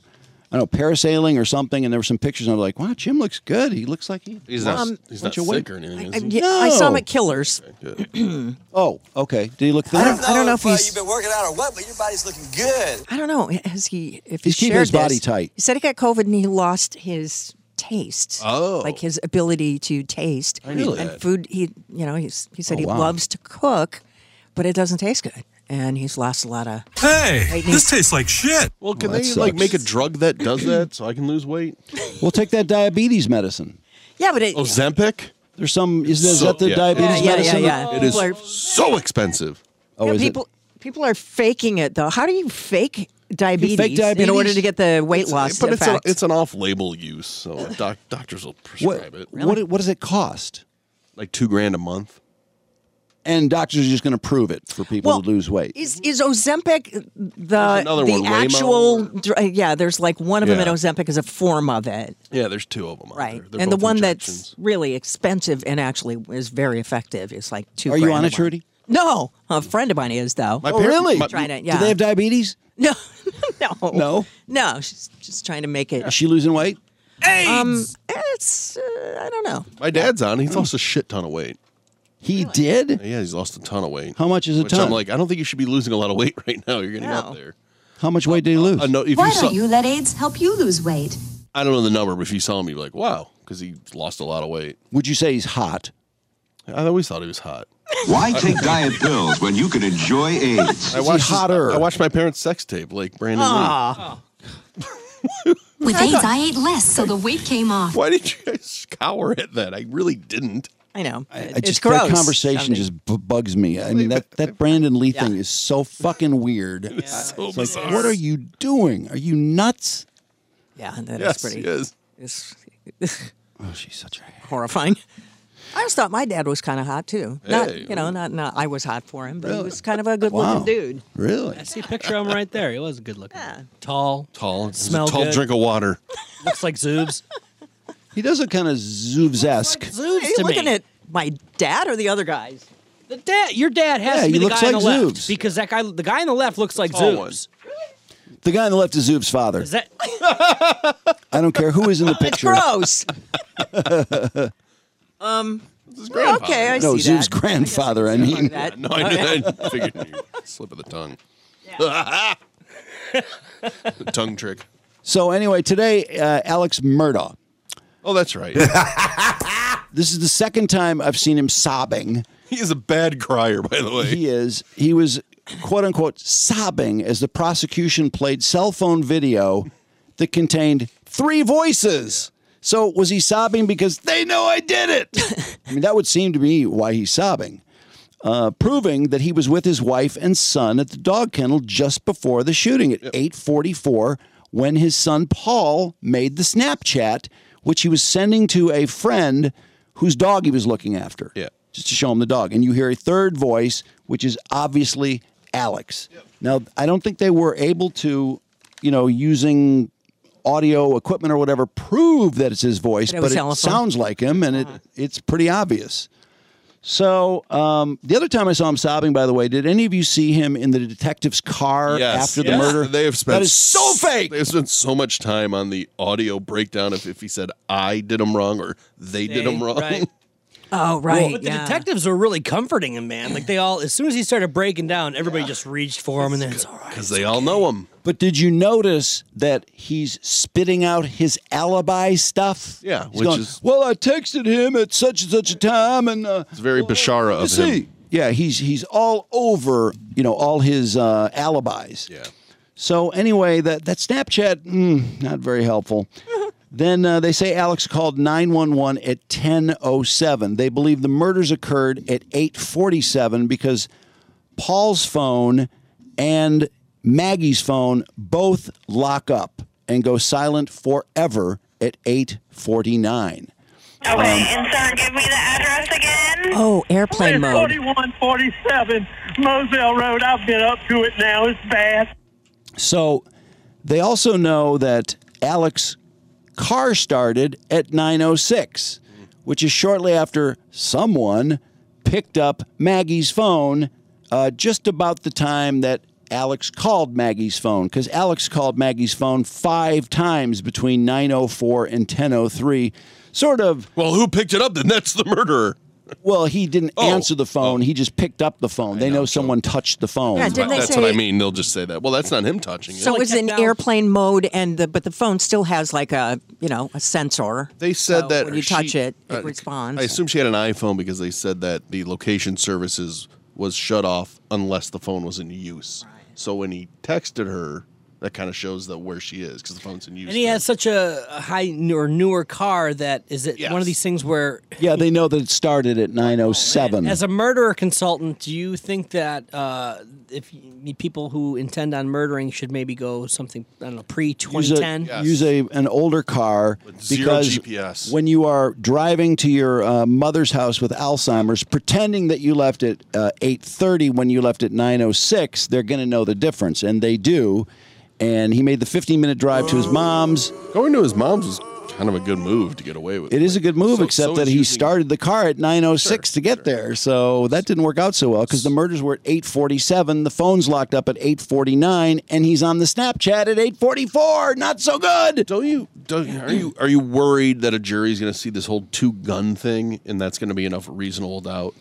[SPEAKER 1] I don't know, parasailing or something, and there were some pictures, and I was like, wow, Jim looks good. He looks like he
[SPEAKER 3] He's not,
[SPEAKER 1] lost a
[SPEAKER 3] he's not
[SPEAKER 1] bunch
[SPEAKER 3] sick
[SPEAKER 1] of weight."
[SPEAKER 3] or anything.
[SPEAKER 4] I,
[SPEAKER 3] is he?
[SPEAKER 4] yeah, I saw him at Killers.
[SPEAKER 1] oh, okay. Did he look thin?
[SPEAKER 4] I don't, I don't know if
[SPEAKER 7] uh,
[SPEAKER 4] he's.
[SPEAKER 7] you've been working out or what, but your body's looking good.
[SPEAKER 4] I don't know. Has he? If
[SPEAKER 1] He's
[SPEAKER 4] he
[SPEAKER 1] keeping
[SPEAKER 4] shared
[SPEAKER 1] his body
[SPEAKER 4] this,
[SPEAKER 1] tight.
[SPEAKER 4] He said he got COVID and he lost his taste.
[SPEAKER 3] Oh.
[SPEAKER 4] Like his ability to taste.
[SPEAKER 3] I knew
[SPEAKER 4] and
[SPEAKER 3] that.
[SPEAKER 4] food he you know, he's he
[SPEAKER 3] Oh,
[SPEAKER 4] said he
[SPEAKER 3] wow.
[SPEAKER 4] loves to cook, but it doesn't taste good. And he's lost a lot of
[SPEAKER 11] Hey,
[SPEAKER 4] Right,
[SPEAKER 11] this
[SPEAKER 4] Nate?
[SPEAKER 11] tastes like shit.
[SPEAKER 3] Well, can
[SPEAKER 1] Well, that
[SPEAKER 3] they like
[SPEAKER 1] sucks.
[SPEAKER 3] make a drug that does that so I can lose weight?
[SPEAKER 1] We'll take that diabetes medicine.
[SPEAKER 4] Yeah, but it
[SPEAKER 3] Oh, Ozempic?
[SPEAKER 1] There's some. Is, is that the
[SPEAKER 3] yeah.
[SPEAKER 1] diabetes
[SPEAKER 4] Yeah, yeah,
[SPEAKER 1] medicine?
[SPEAKER 4] yeah, yeah.
[SPEAKER 3] It is
[SPEAKER 4] Like-
[SPEAKER 3] so expensive.
[SPEAKER 1] Oh,
[SPEAKER 4] Yeah,
[SPEAKER 1] is
[SPEAKER 4] people people are faking it though. How do you fake diabetes,
[SPEAKER 3] diabetes?
[SPEAKER 4] in order to get the weight loss
[SPEAKER 3] But it's, a,
[SPEAKER 4] effect?
[SPEAKER 3] it's an off-label use, so a doc, doctors will prescribe it.
[SPEAKER 1] What, what does it cost?
[SPEAKER 3] Like two grand a month.
[SPEAKER 1] And doctors are just going to prove it for people
[SPEAKER 4] Well,
[SPEAKER 1] to lose weight.
[SPEAKER 4] Is is Ozempic the
[SPEAKER 3] another
[SPEAKER 4] the
[SPEAKER 3] one, Waymo.
[SPEAKER 4] actual? dr- Yeah, there's like one of them
[SPEAKER 3] Yeah.
[SPEAKER 4] in Ozempic is a form of it,
[SPEAKER 3] Yeah, there's two of them. out
[SPEAKER 4] right?
[SPEAKER 3] there. They're
[SPEAKER 4] and the
[SPEAKER 3] both
[SPEAKER 4] one
[SPEAKER 3] injections.
[SPEAKER 4] that's really expensive and actually is very effective is like two.
[SPEAKER 1] Are you
[SPEAKER 4] grand
[SPEAKER 1] on
[SPEAKER 4] a
[SPEAKER 1] it,
[SPEAKER 4] month.
[SPEAKER 1] Trudy?
[SPEAKER 4] No, a friend of mine is though.
[SPEAKER 1] My Oh, parent- really? my-
[SPEAKER 4] trying it.
[SPEAKER 1] do
[SPEAKER 4] Yeah.
[SPEAKER 1] they have diabetes?
[SPEAKER 4] No, no,
[SPEAKER 1] No?
[SPEAKER 4] no. She's just trying to make it.
[SPEAKER 1] Is she losing weight?
[SPEAKER 4] Um, it's uh, I don't know.
[SPEAKER 3] My dad's on. He's lost a shit ton of weight.
[SPEAKER 1] He did?
[SPEAKER 3] Yeah, he's lost a ton of weight.
[SPEAKER 1] How much is a
[SPEAKER 3] Which
[SPEAKER 1] ton?
[SPEAKER 3] I'm like, I don't think you should be losing a lot of weight right now. You're getting up there.
[SPEAKER 1] How much weight did he lose?
[SPEAKER 3] I know if you saw,
[SPEAKER 12] let AIDS help you lose weight?
[SPEAKER 3] I don't know the number, but if you saw him, you'd be like, wow, because he lost a lot of weight.
[SPEAKER 1] Would you say he's hot?
[SPEAKER 3] I always thought he was hot.
[SPEAKER 13] Why take diet pills when you can enjoy AIDS?
[SPEAKER 3] I watched hotter. I watched my parents' sex tape, like Brandon. Lee.
[SPEAKER 12] With AIDS, I ate less, so the weight came off.
[SPEAKER 3] Why did you guys scour at that? I really didn't.
[SPEAKER 4] I know.
[SPEAKER 1] I just, That conversation just b- bugs me. I mean, that, that Brandon Lee thing is so fucking weird.
[SPEAKER 3] so
[SPEAKER 1] It's like,
[SPEAKER 3] bizarre.
[SPEAKER 1] what are you doing? Are you nuts?
[SPEAKER 4] Yeah, that is
[SPEAKER 3] Yes,
[SPEAKER 4] pretty.
[SPEAKER 3] he is.
[SPEAKER 4] It's
[SPEAKER 1] Oh, she's such a.
[SPEAKER 4] horrifying. I always thought my dad was kind of hot too. Not
[SPEAKER 3] Hey.
[SPEAKER 4] you know, not not I was hot for him, but he
[SPEAKER 2] Really?
[SPEAKER 4] was kind of a good
[SPEAKER 2] Wow.
[SPEAKER 4] looking dude.
[SPEAKER 1] Really?
[SPEAKER 2] I see a picture of him right there. He was good looking. Tall.
[SPEAKER 3] Tall. He's a
[SPEAKER 2] Smell
[SPEAKER 3] tall
[SPEAKER 2] good.
[SPEAKER 3] drink of water.
[SPEAKER 2] Looks like Zoobs.
[SPEAKER 1] He does look kind of Zoobs esque.
[SPEAKER 4] Are you looking at my dad or the other guys?
[SPEAKER 2] The dad, your dad has
[SPEAKER 1] Yeah,
[SPEAKER 2] to
[SPEAKER 1] he
[SPEAKER 2] be the
[SPEAKER 1] looks
[SPEAKER 2] guy on
[SPEAKER 1] like
[SPEAKER 2] the left
[SPEAKER 1] Zoobs.
[SPEAKER 2] because that guy, the guy on the left, looks like
[SPEAKER 1] tall
[SPEAKER 2] Zoobs.
[SPEAKER 1] one. The guy on the left is Zoob's father.
[SPEAKER 2] Is that
[SPEAKER 4] Oh,
[SPEAKER 1] I don't care who is in the picture.
[SPEAKER 4] Gross. um. Okay, I
[SPEAKER 1] no,
[SPEAKER 4] see
[SPEAKER 1] Zoob's
[SPEAKER 4] that.
[SPEAKER 1] grandfather. I, mean,
[SPEAKER 4] that.
[SPEAKER 3] No, I knew that. I figured you slip of the tongue. the tongue trick.
[SPEAKER 1] So anyway, today uh, Alex Murdaugh.
[SPEAKER 3] Oh, that's right.
[SPEAKER 1] This is the second time I've seen him sobbing.
[SPEAKER 3] he is a bad crier, by the way.
[SPEAKER 1] He is. He was quote unquote sobbing as the prosecution played cell phone video that contained three voices. So was he sobbing because they know I did it? I mean, that would seem to be why he's sobbing. Uh, proving that he was with his wife and son at the dog kennel just before the shooting at 8:44 when his son Paul made the Snapchat which he was sending to a friend whose dog he was looking after. Yeah. Just to show him the dog. And you hear a third voice, which is obviously Alex. Now, I don't think they were able to, you know, using audio equipment or whatever, prove that it's his voice,
[SPEAKER 4] But it
[SPEAKER 1] but
[SPEAKER 4] was
[SPEAKER 1] it
[SPEAKER 4] telephone.
[SPEAKER 1] sounds like him and it, it's pretty obvious. So, um, the other time I saw him sobbing, by the way, did any of you see him in the detective's car after the murder?
[SPEAKER 3] They have spent
[SPEAKER 1] That is so fake.
[SPEAKER 3] They've spent so much time on the audio breakdown of if he said I did him wrong or they, did
[SPEAKER 2] They-
[SPEAKER 3] him wrong.
[SPEAKER 2] right.
[SPEAKER 4] Oh right.
[SPEAKER 2] But the
[SPEAKER 4] yeah.
[SPEAKER 2] detectives were really comforting him, man. Like they all, as soon as he started breaking down, everybody just reached for him, and then it's all right.
[SPEAKER 3] Because they all know him.
[SPEAKER 1] But did you notice that he's spitting out his alibi stuff?
[SPEAKER 3] Yeah,
[SPEAKER 1] He's
[SPEAKER 3] which
[SPEAKER 1] going,
[SPEAKER 3] is-
[SPEAKER 1] well, I texted him at such and such a time, and uh,
[SPEAKER 3] It's very Bashara of
[SPEAKER 1] you
[SPEAKER 3] him.
[SPEAKER 1] see, yeah, he's he's all over, you know, all his uh, alibis.
[SPEAKER 3] Yeah.
[SPEAKER 1] So anyway, that that Snapchat, mm, not very helpful. then uh, they say Alex called 911 at 10:07. They believe the murders occurred at 8:47 because Paul's phone and Maggie's phone both lock up and go silent forever at 8:49.
[SPEAKER 4] Oh, airplane mode.
[SPEAKER 14] 4147 Moselle Road. I've been up to it now. It's bad.
[SPEAKER 1] So they also know that Alex car started at 906, which is shortly after someone picked up Maggie's phone uh, just about the time that Alex called Maggie's phone because Alex called Maggie's phone five times between 904 and 1003, sort of
[SPEAKER 3] Well, who picked it up? Then that's the murderer.
[SPEAKER 1] Well, he didn't
[SPEAKER 3] oh,
[SPEAKER 1] answer the phone. He just picked up the phone. They know, someone touched the phone.
[SPEAKER 4] Yeah, didn't they
[SPEAKER 3] that's
[SPEAKER 4] say-
[SPEAKER 3] what I mean. They'll just say that. Well, that's not him touching it.
[SPEAKER 4] So it's in airplane mode, and the, but the phone still has like a you know a sensor.
[SPEAKER 3] They said
[SPEAKER 4] So
[SPEAKER 3] that
[SPEAKER 4] when you
[SPEAKER 3] she-
[SPEAKER 4] touch it, it
[SPEAKER 3] uh,
[SPEAKER 4] responds.
[SPEAKER 3] I assume she had an iPhone because they said that the location services was shut off unless the phone was in use. So when he texted her, that kind of shows that where she is because the phone's in use.
[SPEAKER 2] And he has such a a high n- or newer car that is it one of these things where,
[SPEAKER 1] Yeah, they know that it started at 907.
[SPEAKER 2] as a murderer consultant, do you think that uh, if y- people who intend on murdering should maybe go something I don't know pre
[SPEAKER 1] use a,
[SPEAKER 2] 2010?
[SPEAKER 1] use a an older car
[SPEAKER 3] zero
[SPEAKER 1] because
[SPEAKER 3] GPS.
[SPEAKER 1] when you are driving to your uh, mother's house with Alzheimer's, pretending that you left at uh, eight thirty when you left at nine oh six, they're going to know the difference, and they do. And he made the fifteen minute drive to his mom's.
[SPEAKER 3] Going to his mom's was kind of a good move to get away with.
[SPEAKER 1] It is a good move,
[SPEAKER 3] So-
[SPEAKER 1] except
[SPEAKER 3] so
[SPEAKER 1] that
[SPEAKER 3] is
[SPEAKER 1] he
[SPEAKER 3] using-
[SPEAKER 1] started the car at nine oh six to get there, so that didn't work out so well because the murders were at eight forty seven. The phone's locked up at eight forty nine, and he's on the Snapchat at eight forty four. Not so good.
[SPEAKER 3] Don't you? Doug, are you are you worried that a jury's going to see this whole two gun thing and that's going to be enough reasonable doubt?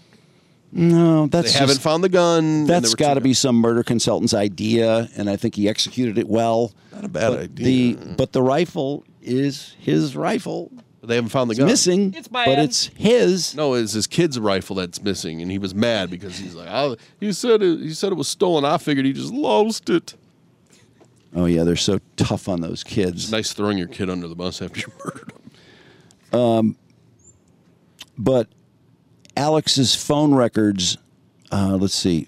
[SPEAKER 1] No, that's
[SPEAKER 3] haven't
[SPEAKER 1] just-
[SPEAKER 3] found the gun, and they
[SPEAKER 1] That's
[SPEAKER 3] were
[SPEAKER 1] got to be some murder consultant's idea, and I think he executed it well. Not a bad idea. The, but the rifle is his rifle.
[SPEAKER 3] They haven't found the
[SPEAKER 1] It's
[SPEAKER 3] gun.
[SPEAKER 1] missing, It's bad. but it's his.
[SPEAKER 3] No, it's his kid's rifle that's missing, and he was mad because he's like, I, "You said it, you said it was stolen. I figured he just lost it."
[SPEAKER 1] Oh yeah, they're so tough on those kids.
[SPEAKER 3] It's nice throwing your kid under the bus after you murdered him.
[SPEAKER 1] Um, but Alex's phone records, uh, let's see,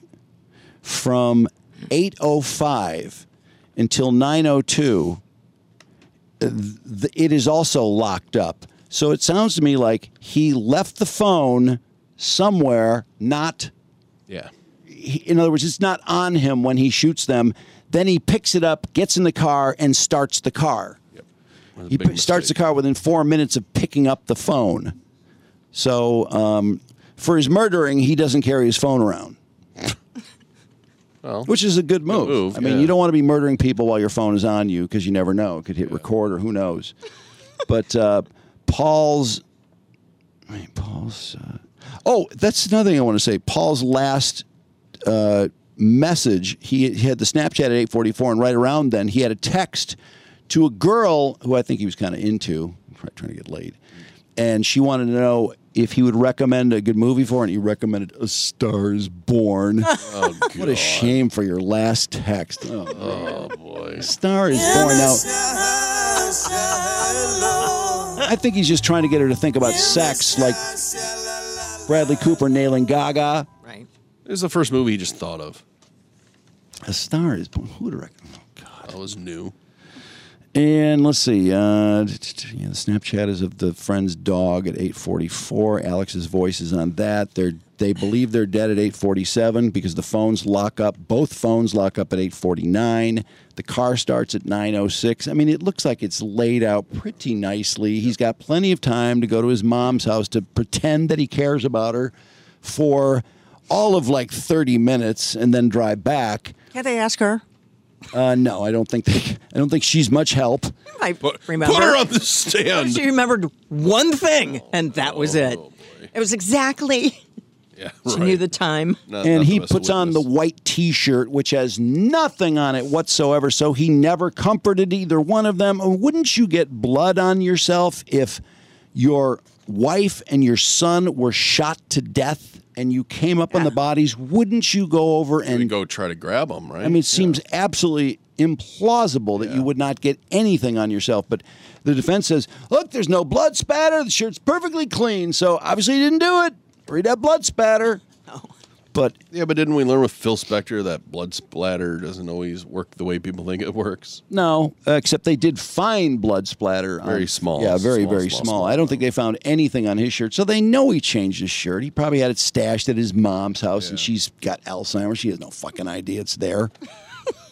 [SPEAKER 1] from 805 until 902, uh, th- it is also locked up. So it sounds to me like he left the phone somewhere, not
[SPEAKER 3] Yeah.
[SPEAKER 1] he, in other words, it's not on him when he shoots them. Then he picks it up, gets in the car, and starts the car. He p- starts the car within four minutes of picking up the phone. So um, for his murdering, he doesn't carry his phone around,
[SPEAKER 3] Well,
[SPEAKER 1] which is a good move.
[SPEAKER 3] move,
[SPEAKER 1] I mean,
[SPEAKER 3] yeah.
[SPEAKER 1] you don't want to be murdering people while your phone is on you because you never know. It could hit record or who knows. but uh, Paul's Wait, Paul's. Uh, oh, that's another thing I want to say. Paul's last uh, message. He, he had the Snapchat at eight forty four, and right around then he had a text to a girl who I think he was kind of into, probably trying to get laid, and she wanted to know if he would recommend a good movie for her, and he recommended A Star's Born.
[SPEAKER 3] Oh,
[SPEAKER 1] what a shame for your last text. Oh,
[SPEAKER 3] boy.
[SPEAKER 1] Star is born out. I think he's just trying to get her to think about sex, like Bradley Cooper nailing Gaga.
[SPEAKER 4] Right.
[SPEAKER 3] This is the first movie he just thought of.
[SPEAKER 1] A star is born. Who would have reckoned?
[SPEAKER 3] That was new.
[SPEAKER 1] And let's see. Uh, t- t- t- yeah, the Snapchat is of the friend's dog at 8:44. Alex's voice is on that. They're they believe they're dead at 8:47 because the phones lock up. Both phones lock up at 8:49. The car starts at 9:06. I mean, it looks like it's laid out pretty nicely. He's got plenty of time to go to his mom's house to pretend that he cares about her for all of like 30 minutes and then drive back.
[SPEAKER 4] Can they ask her?
[SPEAKER 1] Uh, no, I don't think they, I don't think she's much help.
[SPEAKER 4] I remember.
[SPEAKER 1] put her on the
[SPEAKER 3] stand. Oh,
[SPEAKER 4] She remembered one thing, and that was it. it was exactly.
[SPEAKER 3] Yeah,
[SPEAKER 4] She knew the time.
[SPEAKER 1] and he puts on the white T-shirt, which has nothing on it whatsoever. So he never comforted either one of them. Wouldn't you get blood on yourself if your wife and your son were shot to death and you came up on the bodies? Wouldn't you go over and
[SPEAKER 3] Go try to grab him, right?
[SPEAKER 1] I mean, it seems absolutely implausible that you would not get anything on yourself. But the defense says, look, there's no blood spatter. The shirt's perfectly clean. So obviously you didn't do it. Read that blood spatter. But
[SPEAKER 3] yeah, but didn't we learn with Phil Spector that blood splatter doesn't always work the way people think it works?
[SPEAKER 1] No, except they did find blood splatter. on-
[SPEAKER 3] Very small,
[SPEAKER 1] Yeah, very,
[SPEAKER 3] small, small,
[SPEAKER 1] very small.
[SPEAKER 3] small.
[SPEAKER 1] I don't think they found anything on his shirt. So they know he changed his shirt. He probably had it stashed at his mom's house, and she's got Alzheimer's. She has no fucking idea it's there.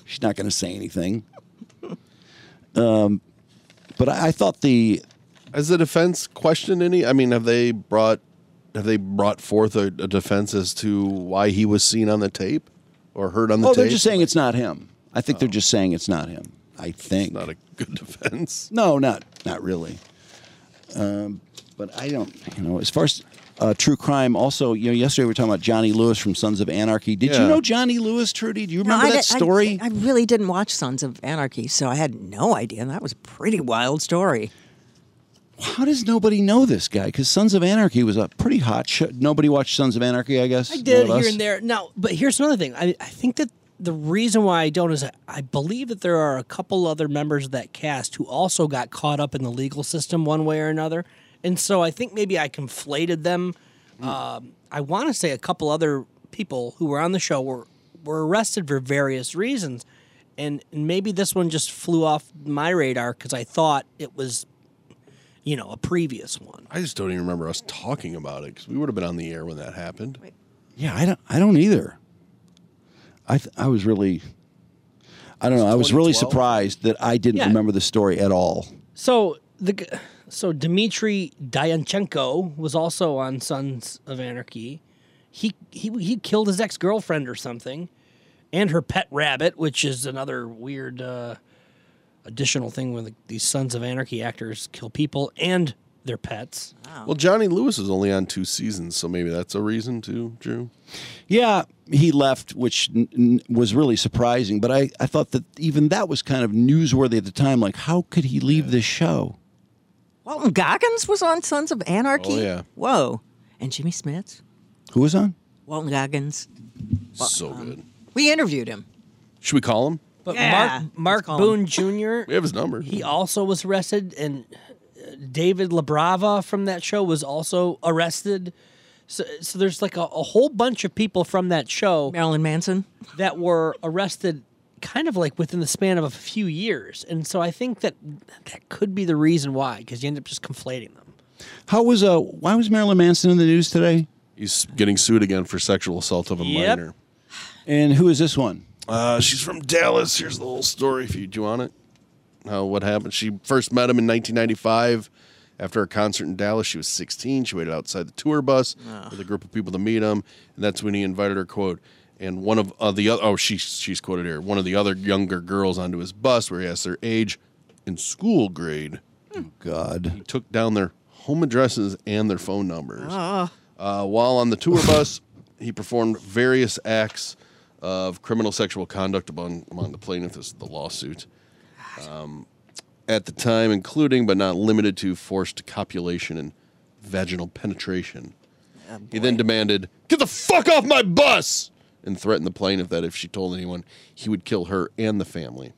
[SPEAKER 1] she's not going to say anything. Um, but I, I thought the
[SPEAKER 3] Has the defense questioned any? I mean, have they brought have they brought forth a, a defense as to why he was seen on the tape or heard on the
[SPEAKER 1] oh,
[SPEAKER 3] tape? Oh.
[SPEAKER 1] they're just saying it's not him. I think they're just saying it's not him. I think
[SPEAKER 3] not a good defense.
[SPEAKER 1] No, not not really. Um, but I don't, you know, as far as uh, true crime. Also, you know, yesterday we were talking about Johnny Lewis from Sons of Anarchy. Did you
[SPEAKER 4] Yeah.
[SPEAKER 1] know Johnny Lewis, Trudy? Do you remember
[SPEAKER 4] I
[SPEAKER 1] that
[SPEAKER 4] di- I-
[SPEAKER 1] story?
[SPEAKER 4] I, really didn't watch Sons of Anarchy, so I had no idea. That was a pretty wild story.
[SPEAKER 1] How does nobody know this guy? Because Sons of Anarchy was a pretty hot show. Nobody watched Sons of Anarchy, I guess.
[SPEAKER 2] I did
[SPEAKER 1] None of
[SPEAKER 2] here
[SPEAKER 1] us?
[SPEAKER 2] and there. No, but here's another thing. I, I think that the reason why I don't is I, I believe that there are a couple other members of that cast who also got caught up in the legal system one way or another. And so I think maybe I conflated them. Um, I want to say a couple other people who were on the show were, were arrested for various reasons. And, and maybe this one just flew off my radar because I thought it was, you know, a previous one.
[SPEAKER 3] I just don't even remember us talking about it because we would have been on the air when that happened.
[SPEAKER 1] Yeah, I don't. I don't either. I th- I was really, I don't know. I was really
[SPEAKER 2] 2012?
[SPEAKER 1] surprised that I didn't
[SPEAKER 2] Yeah.
[SPEAKER 1] remember the story at all.
[SPEAKER 2] So the g- so Dmitry Dyanchenko was also on Sons of Anarchy. He he he killed his ex girlfriend or something, and her pet rabbit, which is another weird uh, additional thing when these Sons of Anarchy actors kill people and their pets.
[SPEAKER 3] Well, Johnny Lewis is only on two seasons, so maybe that's a reason too, Drew.
[SPEAKER 1] Yeah, he left, which n- n- was really surprising. But I, I thought that even that was kind of newsworthy at the time. Like, how could he leave this show?
[SPEAKER 4] Walton Goggins was on Sons of Anarchy.
[SPEAKER 1] Oh, yeah.
[SPEAKER 4] Whoa. And Jimmy Smith,
[SPEAKER 1] Who was on?
[SPEAKER 4] Walton Goggins.
[SPEAKER 3] so good.
[SPEAKER 4] We interviewed him.
[SPEAKER 3] Should we call him?
[SPEAKER 2] But
[SPEAKER 4] Yeah,
[SPEAKER 2] Mark Mark Boone Jr.
[SPEAKER 3] We have his number.
[SPEAKER 2] He also was arrested, and uh, David Labrava from that show was also arrested. So, so there's like a, a whole bunch of people from that show,
[SPEAKER 4] Marilyn Manson,
[SPEAKER 2] that were arrested, kind of like within the span of a few years. And so I think that that could be the reason why, because you end up just conflating them.
[SPEAKER 1] How was uh? Why was Marilyn Manson in the news today?
[SPEAKER 3] He's getting sued again for sexual assault of a
[SPEAKER 1] Yep.
[SPEAKER 3] minor.
[SPEAKER 1] And who is this one?
[SPEAKER 3] Uh, she's from Dallas. Here's the whole story if you do you want it. How what happened? She first met him in 1995 after a concert in Dallas. She was 16. She waited outside the tour bus with a group of people to meet him, and that's when he invited her. Quote. And one of uh, the other, oh, she, she's quoted here. One of the other younger girls onto his bus, where he asked their age and school grade.
[SPEAKER 1] God.
[SPEAKER 3] He took down their home addresses and their phone numbers. Uh, while on the tour bus, he performed various acts of criminal sexual conduct among, among the plaintiffs. This is the lawsuit. Um, at the time, including but not limited to forced copulation and vaginal penetration.
[SPEAKER 4] um,
[SPEAKER 3] he then demanded, Get the fuck off my bus! And threatened the plaintiff that if she told anyone, he would kill her and the family.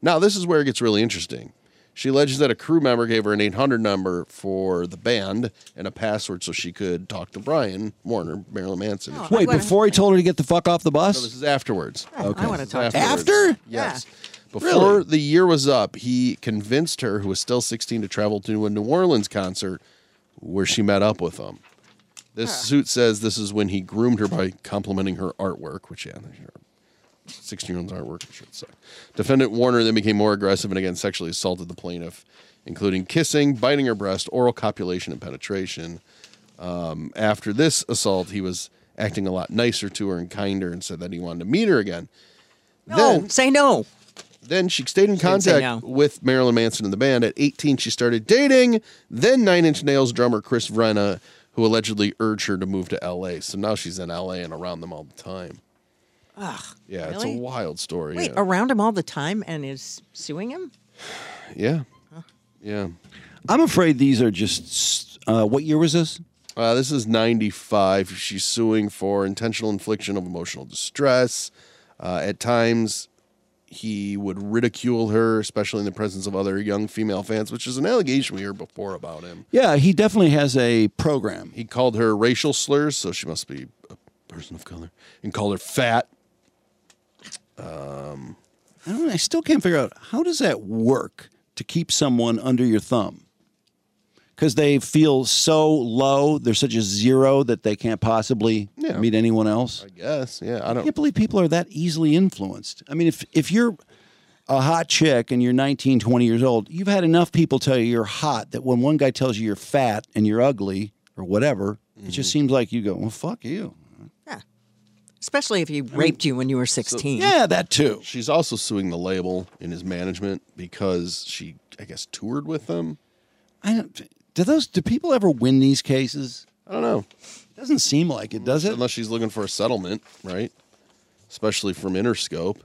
[SPEAKER 3] Now, this is where it gets really interesting. She alleges that a crew member gave her an 800 number for the band and a password so she could talk to Brian Warner, Marilyn Manson.
[SPEAKER 2] Oh,
[SPEAKER 3] if she
[SPEAKER 1] Wait, before he told her to get the fuck off the
[SPEAKER 3] no,
[SPEAKER 1] bus.
[SPEAKER 3] this is afterwards.
[SPEAKER 1] Okay. I wanna
[SPEAKER 3] This is
[SPEAKER 1] talk to
[SPEAKER 3] afterwards.
[SPEAKER 1] you. After?
[SPEAKER 3] Yes.
[SPEAKER 1] Really?
[SPEAKER 3] Before the year was up, he convinced her, who was still 16, to travel to a New Orleans concert where she met up with him. This suit says this is when he groomed her by complimenting her artwork, which, yeah, 16 year old's artwork should suck. Defendant Warner then became more aggressive and again sexually assaulted the plaintiff, including kissing, biting her breast, oral copulation, and penetration. Um, after this assault, he was acting a lot nicer to her and kinder and said that he wanted to meet her again.
[SPEAKER 4] No, say no.
[SPEAKER 3] Then she stayed in
[SPEAKER 4] didn't say
[SPEAKER 3] contact
[SPEAKER 4] no.
[SPEAKER 3] with Marilyn Manson and the band. At 18, she started dating then Nine Inch Nails drummer Chris Vrenna, who allegedly urged her to move to LA. So now she's in LA and around them all the time.
[SPEAKER 4] Ugh.
[SPEAKER 3] Yeah, it's
[SPEAKER 4] Really?
[SPEAKER 3] a wild story.
[SPEAKER 4] Wait,
[SPEAKER 3] yeah.
[SPEAKER 4] around him all the time and is suing him?
[SPEAKER 3] Yeah. Yeah.
[SPEAKER 1] I'm afraid these are just. Uh, what year was this?
[SPEAKER 3] Uh, this is 95. She's suing for intentional infliction of emotional distress. Uh, at times, he would ridicule her, especially in the presence of other young female fans, which is an allegation we heard before about him.
[SPEAKER 1] Yeah, he definitely has a program.
[SPEAKER 3] He called her racial slurs, so she must be a person of color, and called her fat. Um,
[SPEAKER 1] I, don't, I still can't figure out how does that work to keep someone under your thumb because they feel so low they're such a zero that they can't possibly
[SPEAKER 3] Yeah.
[SPEAKER 1] meet anyone else
[SPEAKER 3] I guess. Yeah, I
[SPEAKER 1] I
[SPEAKER 3] don't.
[SPEAKER 1] can't believe people are that easily influenced i mean if if you're a hot chick and you're 19 20 years old you've had enough people tell you you're hot that when one guy tells you you're fat and you're ugly or whatever it
[SPEAKER 3] Mm-hmm.
[SPEAKER 1] just seems like you go well fuck you
[SPEAKER 4] Especially if he raped you when you were 16.
[SPEAKER 1] yeah, that too.
[SPEAKER 3] She's also suing the label and his management because she, I guess, toured with them.
[SPEAKER 1] I don't. Do those? Do people ever win these cases?
[SPEAKER 3] I don't know.
[SPEAKER 1] Doesn't seem like it, does it?
[SPEAKER 3] Unless she's looking for a settlement, right? Especially from Interscope.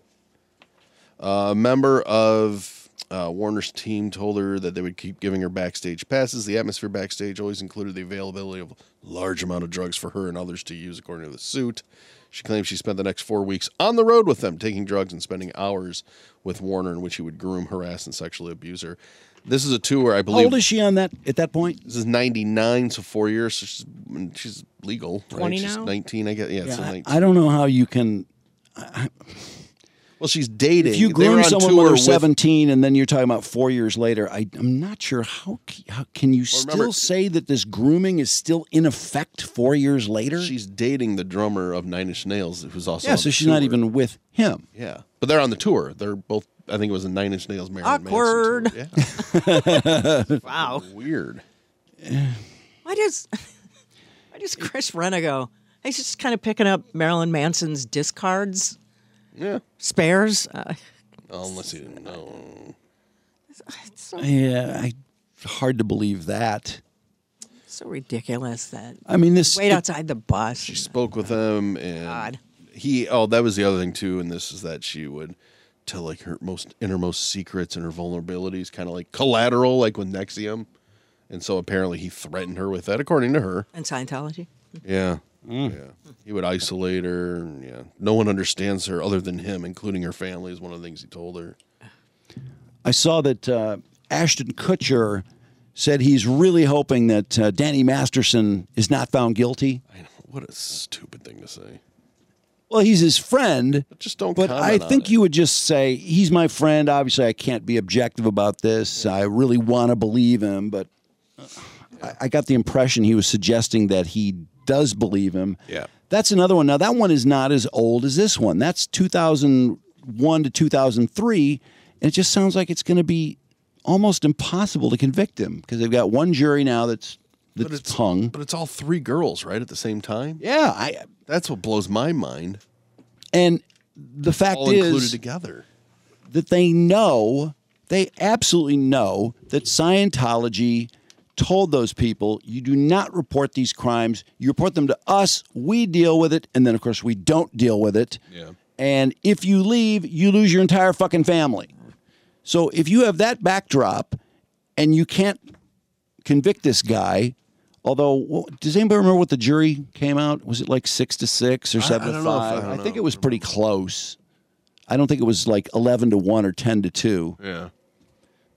[SPEAKER 3] A member of uh, Warner's team told her that they would keep giving her backstage passes. The atmosphere backstage always included the availability of large amount of drugs for her and others to use, according to the suit. She claims she spent the next four weeks on the road with them, taking drugs and spending hours with Warner, in which he would groom, harass, and sexually abuse her. This is a tour, I
[SPEAKER 1] How
[SPEAKER 3] believe.
[SPEAKER 1] old is she on that at that point?
[SPEAKER 3] This is 99, so four years. So she's, mm, she's legal. right?
[SPEAKER 1] 20
[SPEAKER 3] She's
[SPEAKER 1] now?
[SPEAKER 3] 19, I guess. Yeah,
[SPEAKER 1] Yeah,
[SPEAKER 3] so
[SPEAKER 1] I-
[SPEAKER 3] 19.
[SPEAKER 1] I don't know how you can.
[SPEAKER 3] Well, she's dating.
[SPEAKER 1] If you
[SPEAKER 3] They were
[SPEAKER 1] groom
[SPEAKER 3] on
[SPEAKER 1] someone when
[SPEAKER 3] tour
[SPEAKER 1] they're
[SPEAKER 3] with-
[SPEAKER 1] 17 and then you're talking about four years later, I, I'm not sure how, c- how can you still
[SPEAKER 3] remember-
[SPEAKER 1] say that this grooming is still in effect four years later?
[SPEAKER 3] She's dating the drummer of Nine Inch Nails, who's also
[SPEAKER 1] yeah,
[SPEAKER 3] on
[SPEAKER 1] so
[SPEAKER 3] the
[SPEAKER 1] she's not
[SPEAKER 3] tour.
[SPEAKER 1] even with him.
[SPEAKER 3] Yeah, but they're on the tour. They're both. I think it was a Nine Inch Nails Marilyn
[SPEAKER 4] Awkward.
[SPEAKER 3] Manson tour. Yeah. wow. Weird. Um,
[SPEAKER 4] Why does why does Chris Renigo? He's just kind of picking up Marilyn Manson's discards.
[SPEAKER 3] Yeah.
[SPEAKER 4] Spares. Uh,
[SPEAKER 3] Unless you know.
[SPEAKER 1] Yeah, I, hard to believe that.
[SPEAKER 4] so ridiculous that.
[SPEAKER 1] I mean, this-
[SPEAKER 4] Wait
[SPEAKER 1] it-
[SPEAKER 4] outside the bus. She
[SPEAKER 3] spoke with him and he. Oh, that was the other thing too. And this is that she would tell like her most innermost secrets and her vulnerabilities, kind of like collateral, like with Nexium. And so apparently he threatened her with that, according to her.
[SPEAKER 4] And Scientology.
[SPEAKER 3] Yeah.
[SPEAKER 1] Mm.
[SPEAKER 3] Yeah. He would isolate her. And yeah. No one understands her other than him, including her family, is one of the things he told her.
[SPEAKER 1] I saw that uh, Ashton Kutcher said he's really hoping that uh, Danny Masterson is not found guilty.
[SPEAKER 3] What a stupid thing to say.
[SPEAKER 1] Well, he's his friend. But
[SPEAKER 3] just don't.
[SPEAKER 1] But I
[SPEAKER 3] comment on
[SPEAKER 1] think you would just say he's my friend. Obviously, I can't be objective about this. I really want to believe him, but uh, I, I got the impression he was suggesting that he does believe him.
[SPEAKER 3] Yeah.
[SPEAKER 1] That's another one. Now that one is not as old as this one. That's 2001 to 2003, and it just sounds like it's going to be almost impossible to convict him because they've got one jury now that's that's hung.
[SPEAKER 3] But it's all three girls, right, at the same time?
[SPEAKER 1] Yeah, I.
[SPEAKER 3] That's what blows my mind.
[SPEAKER 1] And the fact
[SPEAKER 3] all
[SPEAKER 1] is,
[SPEAKER 3] included together.
[SPEAKER 1] that they know, they absolutely know that Scientology told those people, you do not report these crimes. You report them to us, we deal with it. And then, of course, we don't deal with it.
[SPEAKER 3] Yeah.
[SPEAKER 1] And if you leave, you lose your entire fucking family. So if you have that backdrop and you can't convict this guy, although wh- does anybody remember what the jury came out? Was it like six to six or
[SPEAKER 3] I- I
[SPEAKER 1] seven to
[SPEAKER 3] don't know if- I
[SPEAKER 1] five?
[SPEAKER 3] don't
[SPEAKER 1] I, think
[SPEAKER 3] know.
[SPEAKER 1] it was pretty close. I don't think it was like eleven to one or ten to two.
[SPEAKER 3] Yeah.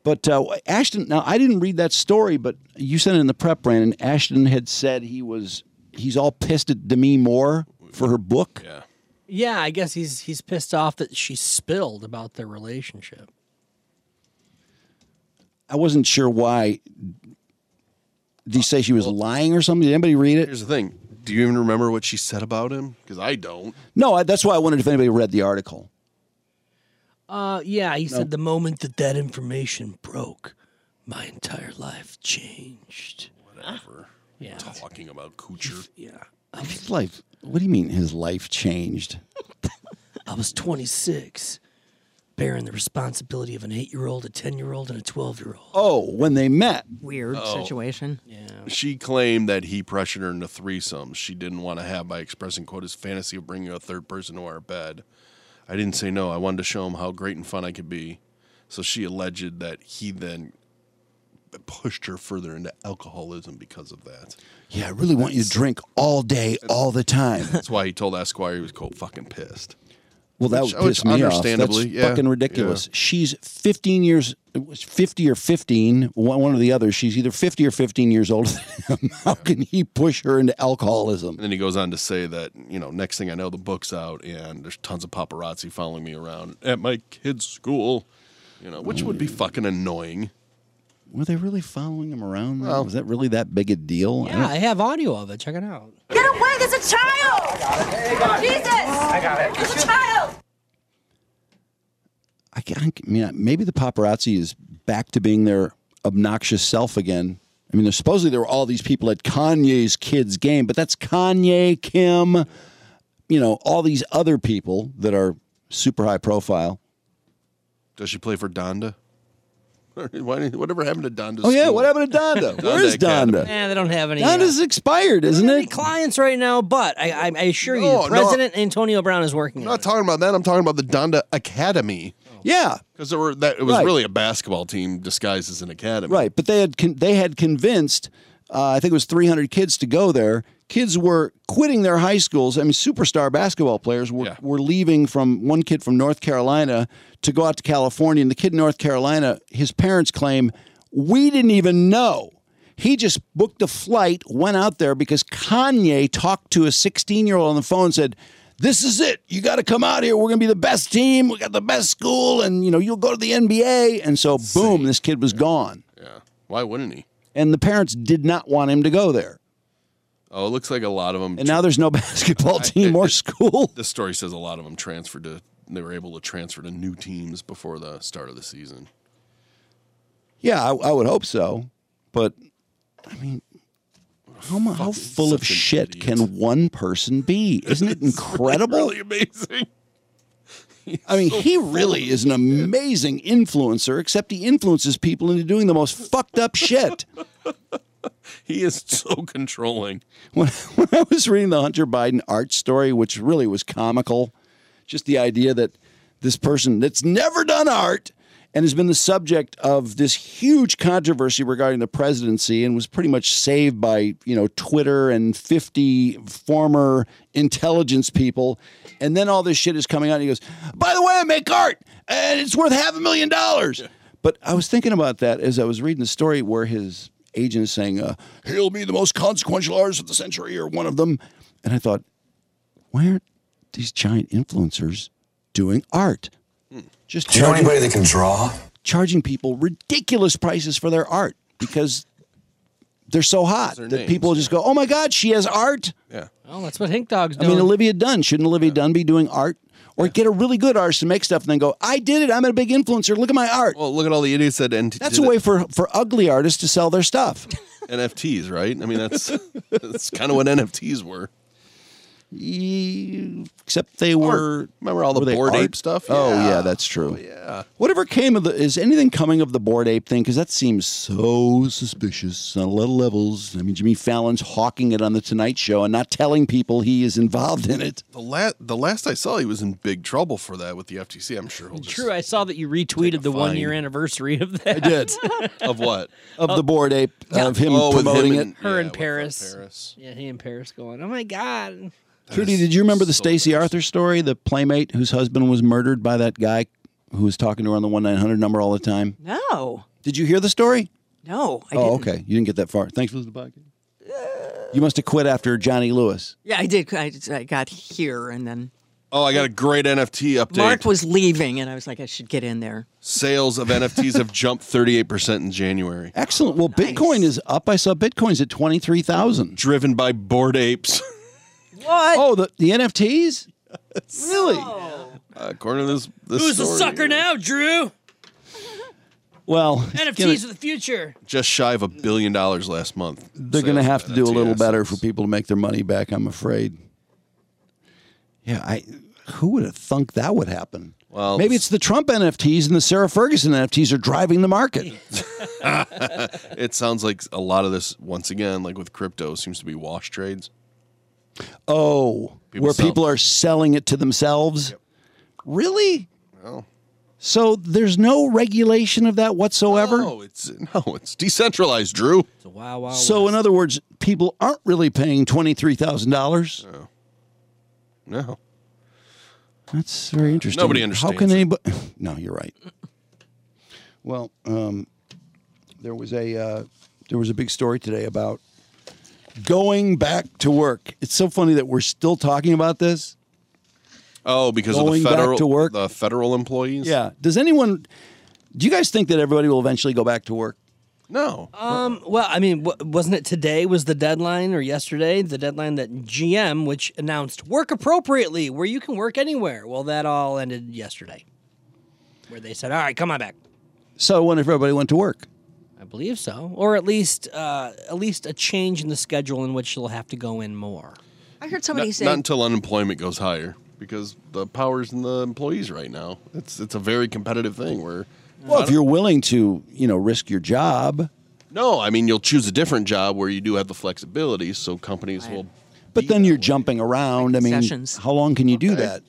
[SPEAKER 1] But uh, Ashton, now I didn't read that story, but you sent it in the prep, Brandon. Ashton had said he was he's all pissed at Demi Moore for her book.
[SPEAKER 3] Yeah.
[SPEAKER 2] Yeah, I guess he's he's pissed off that she spilled about their relationship.
[SPEAKER 1] I wasn't sure why. Did he say she was lying or something? Did anybody read it?
[SPEAKER 3] Here's the thing. Do you even remember what she said about him? Because I don't.
[SPEAKER 1] No, I, that's why I wondered if anybody read the article.
[SPEAKER 2] Uh, yeah, he
[SPEAKER 1] No.
[SPEAKER 2] said the moment that that information broke, my entire life changed.
[SPEAKER 3] Whatever.
[SPEAKER 2] Yeah.
[SPEAKER 3] Talking about Coocher.
[SPEAKER 2] Yeah.
[SPEAKER 1] His life. What do you mean his life changed?
[SPEAKER 2] I was 26, bearing the responsibility of an eight-year-old, a 10-year-old, and a 12-year-old.
[SPEAKER 1] Oh, when they met.
[SPEAKER 4] Weird
[SPEAKER 3] Oh.
[SPEAKER 4] situation.
[SPEAKER 2] Yeah.
[SPEAKER 3] She claimed that he pressured her into threesomes she didn't want to have by expressing, quote, his fantasy of bringing a third person to our bed. I didn't say no. I wanted to show him how great and fun I could be. So she alleged that he then pushed her further into alcoholism because of that.
[SPEAKER 1] Yeah, I really want you to drink all day, all the time.
[SPEAKER 3] That's why he told Esquire he was, quote, fucking pissed.
[SPEAKER 1] Well, that
[SPEAKER 3] Which-
[SPEAKER 1] would
[SPEAKER 3] which
[SPEAKER 1] piss me off. That's
[SPEAKER 3] understandably, yeah,
[SPEAKER 1] fucking ridiculous. She's 15 years, it was 50 or 15, one, one or the other. She's either 50 or 15 years older than him. How can he push her into alcoholism?
[SPEAKER 3] And then he goes on to say that, you know, next thing I know, the book's out and there's tons of paparazzi following me around at my kid's school, you know, which would be fucking annoying.
[SPEAKER 1] Were they really following him around? though?
[SPEAKER 3] Well-
[SPEAKER 1] was that really that big a deal? I
[SPEAKER 2] Yeah,
[SPEAKER 1] don't-
[SPEAKER 2] I have audio of it. Check it out.
[SPEAKER 9] Get away! There's a child! Jesus! I got it. There's a child!
[SPEAKER 1] I, can't, I mean, maybe the paparazzi is back to being their obnoxious self again. I mean, there's, supposedly there were all these people at Kanye's kids' game, but that's Kanye, Kim, you know, all these other people that are super high profile.
[SPEAKER 3] Does she play for Donda? Why did- Whatever happened to Donda?
[SPEAKER 1] Oh, yeah,
[SPEAKER 3] School?
[SPEAKER 1] what happened to Donda? Where is
[SPEAKER 3] Academy.
[SPEAKER 1] Donda?
[SPEAKER 2] Yeah, they don't have any. uh,
[SPEAKER 1] That is expired, isn't it?
[SPEAKER 2] clients right now, but I, I, I assure
[SPEAKER 3] No,
[SPEAKER 2] you,
[SPEAKER 3] no.
[SPEAKER 2] President Antonio Brown is working.
[SPEAKER 3] I'm
[SPEAKER 2] on
[SPEAKER 3] not talking about that. I'm talking about the Donda Academy.
[SPEAKER 1] Oh. Yeah,
[SPEAKER 3] because there were that it was
[SPEAKER 1] Right.
[SPEAKER 3] really a basketball team disguised as an academy.
[SPEAKER 1] Right, but they had con- they had convinced uh, I think it was 300 kids to go there. Kids were quitting their high schools. I mean, superstar basketball players were, were leaving from one kid from North Carolina to go out to California. And the kid in North Carolina, his parents claim, we didn't even know. He just booked a flight, went out there because Kanye talked to a 16 year old on the phone and said, this is it. You got to come out here. We're going to be the best team. We got the best school, and you know you'll go to the NBA. And so, boom, this kid was gone
[SPEAKER 3] Yeah. Why wouldn't he?
[SPEAKER 1] and the parents did not want him to go there.
[SPEAKER 3] Oh, it looks like a lot of them.
[SPEAKER 1] And now there's no basketball team or school.
[SPEAKER 3] This story says a lot of them transferred to. They were able to transfer to new teams before the start of the season.
[SPEAKER 1] Yeah, I, I would hope so, but I mean, how, mu- how full of shit can one person be? Isn't it incredible?
[SPEAKER 3] Really amazing.
[SPEAKER 1] I mean,
[SPEAKER 3] so
[SPEAKER 1] he
[SPEAKER 3] full
[SPEAKER 1] really is an amazing influencer, except he influences people into doing the most fucked up shit.
[SPEAKER 3] He is so controlling.
[SPEAKER 1] when, when I was reading the Hunter Biden art story, which really was comical, just the idea that this person that's never done art and has been the subject of this huge controversy regarding the presidency and was pretty much saved by, you know, Twitter and 50 former intelligence people. And then all this shit is coming out and he goes, by the way, I make art and it's worth half a million dollars. But I was thinking about that as I was reading the story where his agent is saying, uh, he'll be the most consequential artist of the century or one of them. And I thought, why aren't these giant influencers doing art? Just
[SPEAKER 7] Do you know anybody that can draw?
[SPEAKER 1] Charging people ridiculous prices for their art because they're so hot
[SPEAKER 2] their
[SPEAKER 1] that
[SPEAKER 2] names,
[SPEAKER 1] people just go, oh my God, she has art.
[SPEAKER 3] Yeah.
[SPEAKER 2] Well, that's what Hink Dog's
[SPEAKER 1] I
[SPEAKER 2] doing.
[SPEAKER 1] mean, Olivia Dunn. Shouldn't Olivia Dunn be doing art? Or get a really good artist to make stuff and then go, I did it. I'm a big influencer. Look at my art.
[SPEAKER 3] Well, look at all the idiots that NT-
[SPEAKER 1] That's a
[SPEAKER 3] did
[SPEAKER 1] way for, for ugly artists to sell their stuff.
[SPEAKER 3] NFTs, right? I mean, that's that's kind of what NFTs were.
[SPEAKER 1] Except they were.
[SPEAKER 3] Remember all the
[SPEAKER 1] were they
[SPEAKER 3] board
[SPEAKER 1] art?
[SPEAKER 3] ape stuff?
[SPEAKER 1] Oh, yeah, that's true.
[SPEAKER 3] yeah.
[SPEAKER 1] Whatever came of the is anything coming of the board ape thing? Because that seems so suspicious on a lot of levels. I mean, Jimmy Fallon's hawking it on the Tonight Show and not telling people he is involved in it.
[SPEAKER 3] The last the last I saw, he was in big trouble for that with the FTC. I'm sure he'll just
[SPEAKER 2] True, I saw that you retweeted the one year
[SPEAKER 3] fine.
[SPEAKER 2] anniversary of that. I
[SPEAKER 1] did.
[SPEAKER 3] of what
[SPEAKER 1] Of the board ape, of him
[SPEAKER 3] Oh, with him
[SPEAKER 1] promoting
[SPEAKER 3] and-
[SPEAKER 1] it.
[SPEAKER 2] Her in
[SPEAKER 3] with
[SPEAKER 2] Paris. Yeah, he in Paris going, oh my God.
[SPEAKER 1] Trudy, did you remember the Stacey Arthur story, the playmate whose husband was murdered by that guy who was talking to her on the one nine hundred number all the time?
[SPEAKER 4] No,
[SPEAKER 1] Did you hear the story?
[SPEAKER 4] no. I
[SPEAKER 1] oh,
[SPEAKER 4] didn't. Uh,
[SPEAKER 1] okay. You didn't get that far. Thanks for listening to the podcast. You must have quit after Johnny Lewis.
[SPEAKER 4] Yeah, I did. I, I got here and then
[SPEAKER 3] Oh, I got a great NFT update.
[SPEAKER 4] Mark was leaving, and I was like, I should get in there.
[SPEAKER 3] Sales of NFTs have jumped 38 percent in January,
[SPEAKER 1] Excellent. Well, Bitcoin is up. I saw Bitcoin's at twenty three thousand.
[SPEAKER 3] driven by board apes.
[SPEAKER 4] What?
[SPEAKER 1] Oh, the, the NFTs? Really?
[SPEAKER 3] Uh, according to this, this
[SPEAKER 2] Who's the
[SPEAKER 3] story,
[SPEAKER 2] sucker now, Drew?
[SPEAKER 1] Well,
[SPEAKER 2] NFTs of the future.
[SPEAKER 3] Just shy of a billion dollars last month.
[SPEAKER 1] they're going to have to do a little better for people to make their money back. I'm afraid. Yeah, I. Who would have thunk that would happen?
[SPEAKER 3] Well,
[SPEAKER 1] Maybe it's the Trump NFTs and the Sarah Ferguson NFTs are driving the market.
[SPEAKER 3] it sounds like a lot of this once again, like with crypto, seems to be wash trades.
[SPEAKER 1] Oh,
[SPEAKER 3] People
[SPEAKER 1] where
[SPEAKER 3] sell-
[SPEAKER 1] people are selling it to themselves. Really?
[SPEAKER 3] Well,
[SPEAKER 1] So there's no regulation of that whatsoever.
[SPEAKER 3] no, it's no, it's decentralized, Drew.
[SPEAKER 2] Wow, wow.
[SPEAKER 1] so in other words, people aren't really paying twenty three thousand dollars.
[SPEAKER 3] No,
[SPEAKER 1] That's very interesting.
[SPEAKER 3] Nobody
[SPEAKER 1] How
[SPEAKER 3] understands
[SPEAKER 1] can
[SPEAKER 3] it.
[SPEAKER 1] anybody? No, you're right. Well, um, there was a uh, there was a big story today about going back to work. It's so funny that we're still talking about this.
[SPEAKER 3] oh, because of
[SPEAKER 1] Going
[SPEAKER 3] the
[SPEAKER 1] back
[SPEAKER 3] federal
[SPEAKER 1] to work?
[SPEAKER 3] the federal employees.
[SPEAKER 1] Yeah. Does anyone? Do you guys think that everybody will eventually go back to work?
[SPEAKER 3] No.
[SPEAKER 2] Um, well, I mean, w- wasn't it today was the deadline or yesterday the deadline that GM, which announced work appropriately where you can work anywhere? Well, that all ended yesterday, where they said, all right, come on back.
[SPEAKER 1] So I wonder if everybody went to work.
[SPEAKER 2] I believe so, or at least uh, at least a change in the schedule in which you'll have to go in more.
[SPEAKER 4] I heard somebody
[SPEAKER 3] not,
[SPEAKER 4] say,
[SPEAKER 3] not until unemployment goes higher because the powers in the employees right now. It's it's a very competitive thing where
[SPEAKER 1] Well, if you're willing to, you know, risk your job,
[SPEAKER 3] No, I mean you'll choose a different job where you do have the flexibility, so companies will.
[SPEAKER 1] but then you're jumping around. I mean,
[SPEAKER 4] Concessions.
[SPEAKER 1] how long can you do that?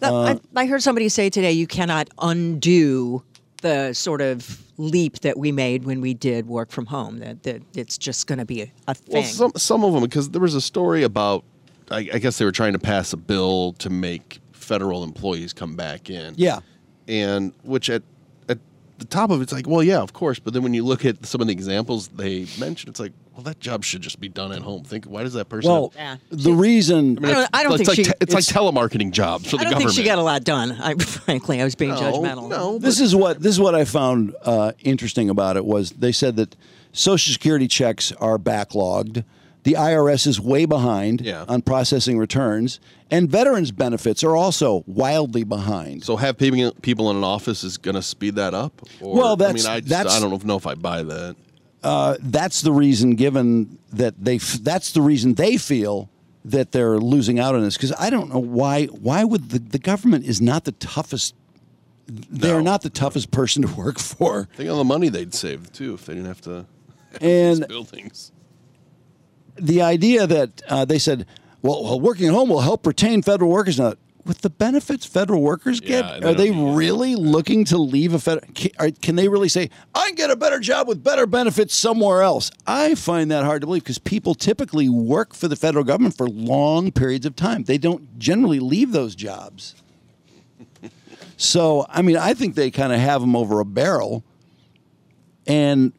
[SPEAKER 4] That-
[SPEAKER 1] Uh,
[SPEAKER 4] I, I heard somebody say today you cannot undo the sort of leap that we made when we did work from home. That, that it's just going to be a, a thing.
[SPEAKER 3] Well, some some of them because there was a story about, I, I guess they were trying to pass a bill to make federal employees come back in.
[SPEAKER 1] Yeah.
[SPEAKER 3] and which at at the top of it's like, well, yeah, of course. But then when you look at some of the examples they mentioned, it's like, well, that job should just be done at home. Think, why does that person?
[SPEAKER 1] Well,
[SPEAKER 3] have-
[SPEAKER 1] the reason
[SPEAKER 3] I mean, it's- it's like te- it's, like telemarketing jobs for the
[SPEAKER 4] I don't
[SPEAKER 3] government.
[SPEAKER 4] think she got a lot done. I, frankly, I was being
[SPEAKER 3] No,
[SPEAKER 4] judgmental. No,
[SPEAKER 1] This is what this is what I found uh, interesting about it was they said that Social Security checks are backlogged. The IRS is way behind on processing returns, and veterans' benefits are also wildly behind.
[SPEAKER 3] so have people people in an office is going to speed that up. Or,
[SPEAKER 1] Well,
[SPEAKER 3] I
[SPEAKER 1] that's-
[SPEAKER 3] mean, I, just,
[SPEAKER 1] that's-
[SPEAKER 3] I don't know if I buy that.
[SPEAKER 1] Uh, that's the reason, given that they, f- that's the reason they feel that they're losing out on this. Because I don't know why. Why would the, the government is not the toughest? They're not the toughest person to work for.
[SPEAKER 3] Think of the money they'd save too if they didn't have to
[SPEAKER 1] And-
[SPEAKER 3] these buildings.
[SPEAKER 1] the idea that uh, they said, well, well, working at home will help retain federal workers. Now, with the benefits federal workers get,
[SPEAKER 3] they
[SPEAKER 1] are
[SPEAKER 3] don't
[SPEAKER 1] they really looking to leave a federal? Can, are- can they really say, I can get a better job with better benefits somewhere else? I find that hard to believe because people typically work for the federal government for long periods of time. They don't generally leave those jobs. So, I mean, I think they kind of have them over a barrel. And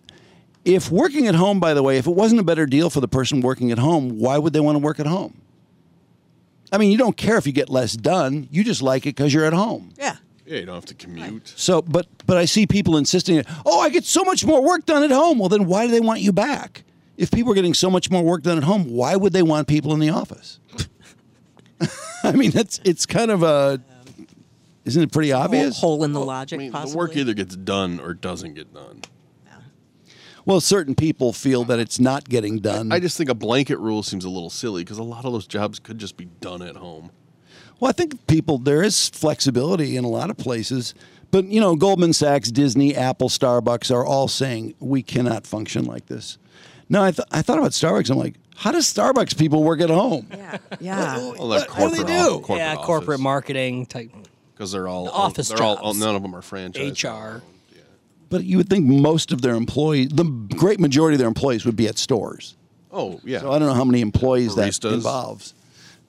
[SPEAKER 1] if working at home, by the way, if it wasn't a better deal for the person working at home, why would they want to work at home? I mean, you don't care if you get less done. You just like it because you're at home.
[SPEAKER 4] Yeah.
[SPEAKER 3] Yeah, you don't have to commute.
[SPEAKER 1] So, but but I see people insisting, oh, I get so much more work done at home. Well, then why do they want you back? If people are getting so much more work done at home, why would they want people in the office? I mean, that's it's kind of a, isn't it pretty obvious?
[SPEAKER 4] hole in the logic.
[SPEAKER 3] I mean, the
[SPEAKER 4] possibly.
[SPEAKER 3] work either gets done or doesn't get done.
[SPEAKER 1] Well, certain people feel that it's not getting done.
[SPEAKER 3] I just think a blanket rule seems a little silly because a lot of those jobs could just be done at home.
[SPEAKER 1] Well, I think people there is flexibility in a lot of places, but you know, Goldman Sachs, Disney, Apple, Starbucks are all saying we cannot function like this. Now, I, th- I thought about Starbucks. I'm like, how does Starbucks people work at home?
[SPEAKER 4] Yeah.
[SPEAKER 3] Well, they're
[SPEAKER 1] What do
[SPEAKER 3] corporate.
[SPEAKER 1] they do?
[SPEAKER 2] yeah, corporate marketing type.
[SPEAKER 3] Because they're all
[SPEAKER 2] office
[SPEAKER 3] They're all,
[SPEAKER 2] jobs.
[SPEAKER 3] none of them are franchise.
[SPEAKER 2] HR.
[SPEAKER 1] But you would think most of their employees, the great majority of their employees, would be at stores.
[SPEAKER 3] Oh yeah.
[SPEAKER 1] So I don't know how many employees that
[SPEAKER 3] Baristas.
[SPEAKER 1] involves,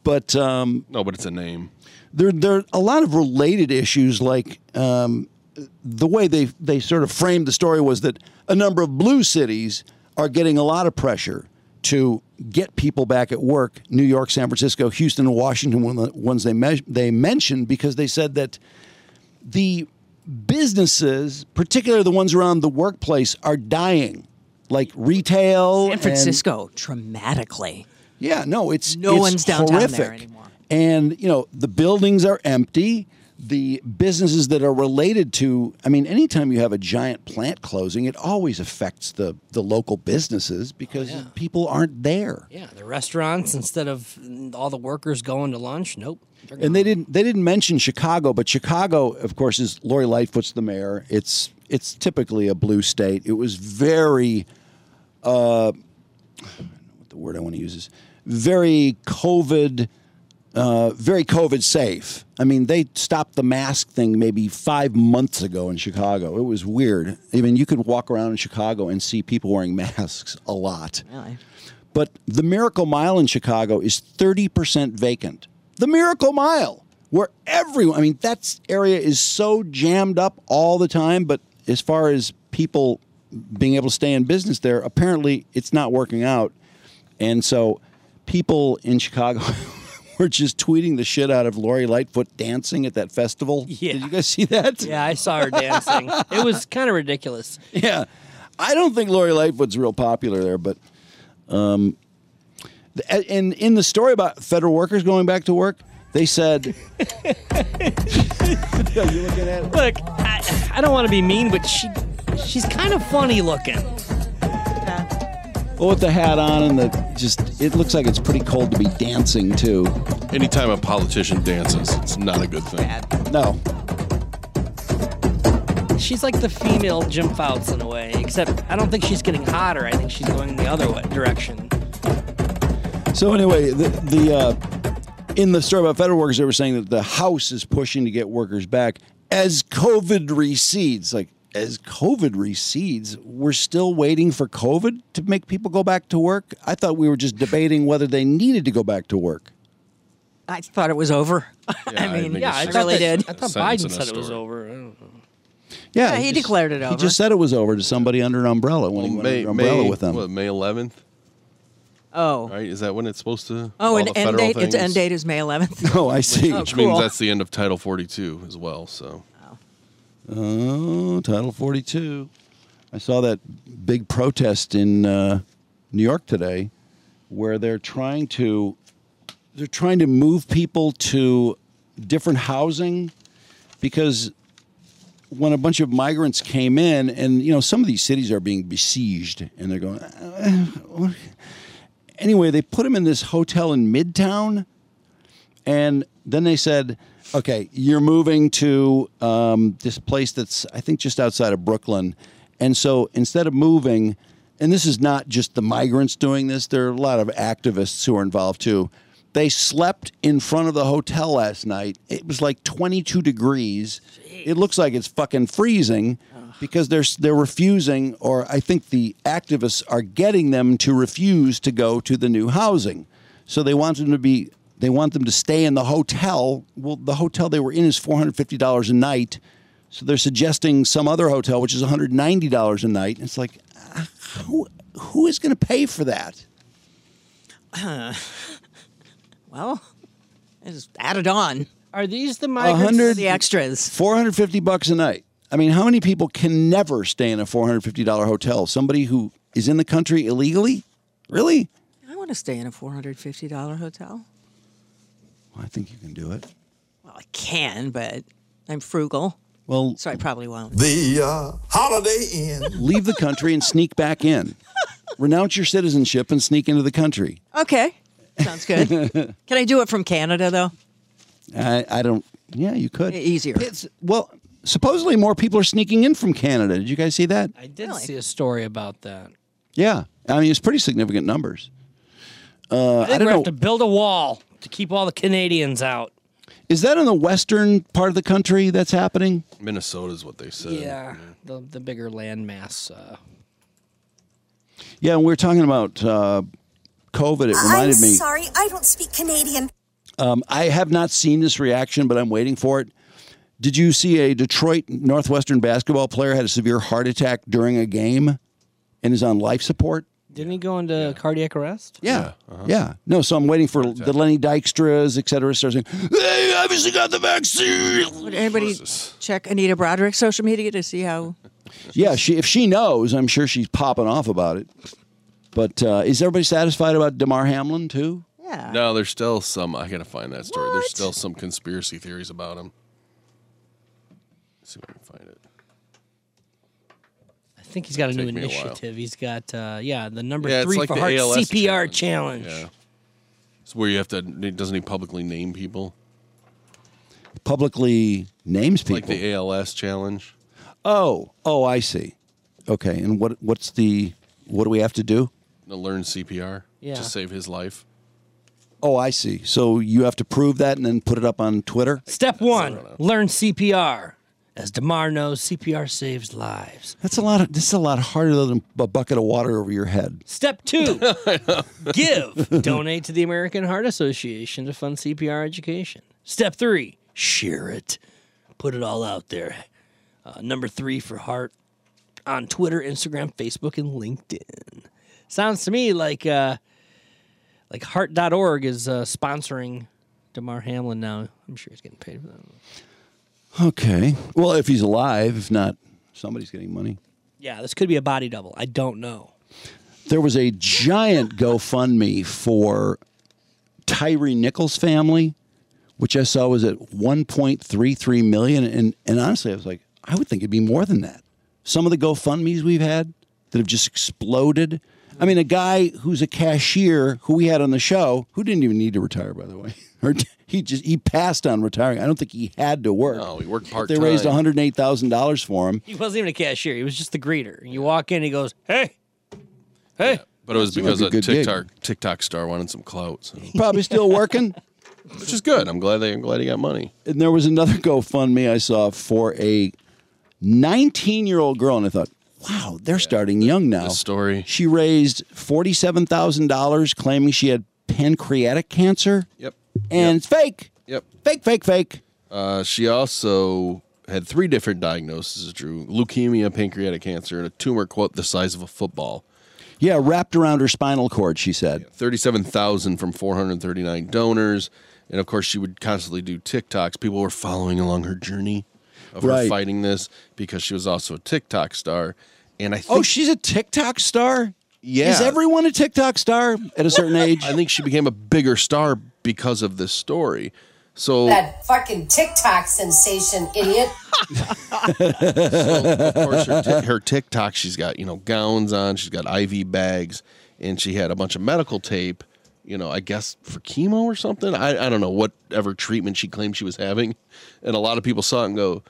[SPEAKER 1] but um,
[SPEAKER 3] No, but it's a name.
[SPEAKER 1] there there are a lot of related issues like um, the way they they sort of framed the story was that a number of blue cities are getting a lot of pressure to get people back at work. New York, San Francisco, Houston, and Washington were the ones they me- they mentioned because they said that the businesses, particularly the ones around the workplace, are dying, like retail.
[SPEAKER 4] San
[SPEAKER 1] and-
[SPEAKER 4] Francisco, dramatically.
[SPEAKER 1] yeah, no, it's
[SPEAKER 4] No
[SPEAKER 1] it's
[SPEAKER 4] one's downtown there
[SPEAKER 1] horrific.
[SPEAKER 4] anymore.
[SPEAKER 1] And you know, the buildings are empty. The businesses that are related to, I mean, anytime you have a giant plant closing, it always affects the the local businesses because people aren't there.
[SPEAKER 2] Yeah, the restaurants instead of all the workers going to lunch. Nope. They're
[SPEAKER 1] And they didn't they didn't mention Chicago, but Chicago, of course, is Lori Lightfoot's the mayor. It's it's typically a blue state. It was very uh what the word I want to use is very COVID uh, very COVID safe. I mean, they stopped the mask thing maybe five months ago in Chicago. It was weird. I mean, you could walk around in Chicago and see people wearing masks a lot.
[SPEAKER 4] Really?
[SPEAKER 1] But the Miracle Mile in Chicago is 30% vacant. The Miracle Mile, where everyone, I mean, that area is so jammed up all the time. But as far as people being able to stay in business there, apparently it's not working out. And so people in Chicago were just tweeting the shit out of Lori Lightfoot dancing at that festival. Yeah. Did you guys see that?
[SPEAKER 2] Yeah, I saw her dancing. it was kind of ridiculous.
[SPEAKER 1] Yeah. I don't think Lori Lightfoot's real popular there, but um, th- a- and in the story about federal workers going back to work, they said you looking at
[SPEAKER 2] Look, I, I don't want to be mean, but she she's kind of funny looking.
[SPEAKER 1] well, with the hat on and the just it looks like it's pretty cold to be dancing too.
[SPEAKER 3] Anytime a politician dances, it's not a good thing.
[SPEAKER 1] No.
[SPEAKER 2] She's like the female Jim Fouts in a way, except I don't think she's getting hotter. I think she's going the other way, direction.
[SPEAKER 1] So anyway, the, the uh, in the story about federal workers, they were saying that the House is pushing to get workers back as COVID recedes. Like as COVID recedes, we're still waiting for COVID to make people go back to work. I thought we were just debating whether they needed to go back to work.
[SPEAKER 4] I thought it was over. I mean, yeah, I really did.
[SPEAKER 2] I thought Biden said it was over. I don't know.
[SPEAKER 1] Yeah,
[SPEAKER 4] Yeah, he declared it
[SPEAKER 1] He
[SPEAKER 4] over.
[SPEAKER 1] just said it was over to somebody under an umbrella when he went
[SPEAKER 3] May,
[SPEAKER 1] under an umbrella
[SPEAKER 3] May-
[SPEAKER 1] with them.
[SPEAKER 3] What, May 11th?
[SPEAKER 4] Oh.
[SPEAKER 3] Right? Is that when it's supposed to?
[SPEAKER 4] Oh,
[SPEAKER 3] all
[SPEAKER 4] and
[SPEAKER 3] the
[SPEAKER 4] end
[SPEAKER 3] federal
[SPEAKER 4] date. Its
[SPEAKER 3] things?
[SPEAKER 4] end date is May 11th.
[SPEAKER 1] Oh, I see.
[SPEAKER 4] Oh,
[SPEAKER 3] Which means
[SPEAKER 4] cool.
[SPEAKER 3] that's the end of Title 42 as well. So
[SPEAKER 1] Oh, Title 42. I saw that big protest in uh, New York today where they're trying to they're trying to move people to different housing because when a bunch of migrants came in and you know some of these cities are being besieged and they're going "Uh, anyway they put them in this hotel in midtown and then they said, okay, you're moving to um, this place that's, I think, just outside of Brooklyn. And so instead of moving, and this is not just the migrants doing this, there are a lot of activists who are involved too. They slept in front of the hotel last night. It was like 22 degrees. It looks like it's fucking freezing because they're they're refusing, or I think the activists are getting them to refuse to go to the new housing. So they want them to be they want them to stay in the hotel. Well, the hotel they were in is four hundred fifty dollars a night, so they're suggesting some other hotel which is one hundred ninety dollars a night. It's like, ah, who who is going to pay for that?
[SPEAKER 4] well, I just added on.
[SPEAKER 2] Are these the
[SPEAKER 1] A hundred
[SPEAKER 4] The extras.
[SPEAKER 1] four hundred fifty bucks a night. I mean, how many people can never stay in a four hundred fifty dollar hotel? Somebody who is in the country illegally, really?
[SPEAKER 4] I want to stay in a $450 hotel.
[SPEAKER 1] Well, I think you can do it.
[SPEAKER 4] I can, but I'm frugal.
[SPEAKER 1] Well,
[SPEAKER 4] so I probably won't.
[SPEAKER 1] The uh, Holiday Inn. Leave the country and sneak back in. Renounce your citizenship and sneak into the country.
[SPEAKER 9] uh,
[SPEAKER 4] Okay. Sounds good. Can I do it from Canada, though?
[SPEAKER 1] I, I don't. Yeah, you could.
[SPEAKER 2] E-,
[SPEAKER 4] Easier.
[SPEAKER 1] It's, well, supposedly more people are sneaking in from Canada. Did you guys see that?
[SPEAKER 2] I did see a story about that.
[SPEAKER 1] Yeah, I mean it's pretty significant numbers. Uh,
[SPEAKER 2] I
[SPEAKER 1] I,
[SPEAKER 2] think
[SPEAKER 1] don't
[SPEAKER 2] we
[SPEAKER 1] know.
[SPEAKER 2] have to build a wall to keep all the Canadians out.
[SPEAKER 1] Is that in the western part of the country that's happening?
[SPEAKER 3] Minnesota is what they said.
[SPEAKER 2] yeah, the the bigger landmass. Uh,
[SPEAKER 1] Yeah, and we were talking about uh, COVID. It
[SPEAKER 9] I'm
[SPEAKER 1] reminded me.
[SPEAKER 9] sorry, I don't speak Canadian.
[SPEAKER 1] Um, I have not seen this reaction, but I'm waiting for it. Did you see a Detroit Northwestern basketball player had a severe heart attack during a game and is on life support?
[SPEAKER 2] didn't he go into cardiac arrest?
[SPEAKER 1] Yeah.
[SPEAKER 3] uh-huh.
[SPEAKER 1] Yeah. No, so I'm waiting for the Lenny Dykstras, et cetera, start saying, they obviously got the vaccine.
[SPEAKER 4] Would anybody check Anita Broderick's social media to see how?
[SPEAKER 1] Yeah, she, if she knows, I'm sure she's popping off about it. But uh, is everybody satisfied about DeMar Hamlin, too?
[SPEAKER 3] No, there's still some. I gotta find that story. There's still some conspiracy theories about him. Let's see if I can find it.
[SPEAKER 2] I think he's got a
[SPEAKER 3] Take
[SPEAKER 2] new
[SPEAKER 3] me a while.
[SPEAKER 2] initiative. he's got uh, yeah, the number
[SPEAKER 3] Yeah, it's
[SPEAKER 2] three
[SPEAKER 3] like
[SPEAKER 2] for
[SPEAKER 3] the
[SPEAKER 2] heart
[SPEAKER 3] ALS
[SPEAKER 2] CPR challenge.
[SPEAKER 3] Yeah. It's where you have to. Doesn't he publicly name people?
[SPEAKER 1] Publicly names people.
[SPEAKER 3] Like the ALS challenge.
[SPEAKER 1] Oh, oh, I see. Okay, and what what's the what do we have to do?
[SPEAKER 3] To learn CPR.
[SPEAKER 1] Yeah.
[SPEAKER 3] To save his life.
[SPEAKER 1] Oh, I see. So you have to prove that and then put it up on Twitter.
[SPEAKER 2] Step one: learn CPR. As Demar knows, CPR saves lives.
[SPEAKER 1] That's a lot. Of, this is a lot harder than a bucket of water over your head.
[SPEAKER 2] Step two: give, donate to the American Heart Association to fund CPR education. Step three: share it, put it all out there. Uh, number three for heart on Twitter, Instagram, Facebook, and LinkedIn. Sounds to me like uh, like heart.org is uh, sponsoring Demar Hamlin now. I'm sure he's getting paid for that.
[SPEAKER 1] Okay. Well, if he's alive, if not, somebody's getting money.
[SPEAKER 2] Yeah, this could be a body double. I don't know.
[SPEAKER 1] There was a giant GoFundMe for Tyree Nichols' family, which I saw was at 1.33 million. And and honestly, I was like, I would think it'd be more than that. Some of the GoFundmes we've had that have just exploded. I mean, a guy who's a cashier who we had on the show who didn't even need to retire, by the way, or he just he passed on retiring. I don't think he had to work. No, he worked part. They raised one
[SPEAKER 2] part-time.
[SPEAKER 1] hundred eight thousand dollars for him.
[SPEAKER 2] He wasn't even a cashier. He was just the greeter. You walk in, he goes, "Hey, hey."
[SPEAKER 3] But it was
[SPEAKER 1] Seemed
[SPEAKER 3] because
[SPEAKER 1] like a
[SPEAKER 3] a,
[SPEAKER 1] good gig.
[SPEAKER 3] TikTok TikTok star wanted some clout, so.
[SPEAKER 1] Probably still working.
[SPEAKER 3] which is good. I'm glad they. I'm glad he got money.
[SPEAKER 1] And there was another GoFundMe I saw for a 19 year old girl, and I thought, wow, they're starting young now.
[SPEAKER 3] story.
[SPEAKER 1] She raised $47,000 claiming she had pancreatic cancer.
[SPEAKER 3] Yep.
[SPEAKER 1] And it's fake.
[SPEAKER 3] Yep.
[SPEAKER 1] Fake, fake, fake.
[SPEAKER 3] Uh, she also had three different diagnoses: Drew leukemia, pancreatic cancer, and a tumor quote the size of a football.
[SPEAKER 1] Yeah, wrapped around her spinal cord, she said.
[SPEAKER 3] Thirty-seven thousand from four hundred thirty-nine donors, and of course she would constantly do TikToks. People were following along her journey of her
[SPEAKER 1] Right.
[SPEAKER 3] fighting this because she was also a TikTok star. And I think
[SPEAKER 1] Oh, she's a TikTok star?
[SPEAKER 3] Yeah.
[SPEAKER 1] Is everyone a TikTok star at a certain age?
[SPEAKER 3] I think she became a bigger star because of this story. So
[SPEAKER 11] That fucking TikTok sensation, idiot.
[SPEAKER 3] of course, her, ti- her TikTok, she's got you know gowns on, she's got IV bags, and she had a bunch of medical tape. You know, I guess for chemo or something. I, I don't know whatever treatment she claimed she was having, and a lot of people saw it and go,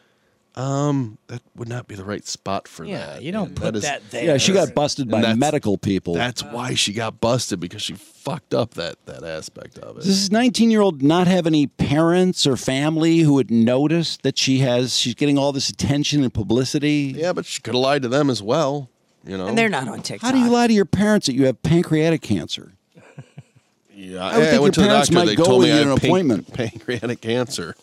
[SPEAKER 3] um, that would not be the right spot for
[SPEAKER 2] Yeah,
[SPEAKER 3] that.
[SPEAKER 2] you don't
[SPEAKER 3] And
[SPEAKER 2] put that there.
[SPEAKER 1] Yeah, she got busted
[SPEAKER 3] and
[SPEAKER 1] by
[SPEAKER 3] that's-
[SPEAKER 1] medical people.
[SPEAKER 3] That's why she got busted because she fucked up that that aspect of it.
[SPEAKER 1] Does this 19 year old not have any parents or family who would notice that she has, she's getting all this attention and publicity?
[SPEAKER 3] Yeah, but she could have lied to them as well. You know,
[SPEAKER 1] And they're
[SPEAKER 4] not on
[SPEAKER 1] How do you lie to your parents that you have pancreatic cancer?
[SPEAKER 3] Yeah,
[SPEAKER 1] I would think your
[SPEAKER 3] went to the
[SPEAKER 1] parents
[SPEAKER 3] doctor.
[SPEAKER 1] might
[SPEAKER 3] they
[SPEAKER 1] go
[SPEAKER 3] told
[SPEAKER 1] with
[SPEAKER 3] me
[SPEAKER 1] you
[SPEAKER 3] I
[SPEAKER 1] to
[SPEAKER 3] had
[SPEAKER 1] an
[SPEAKER 3] pan-
[SPEAKER 1] appointment.
[SPEAKER 3] pancreatic cancer.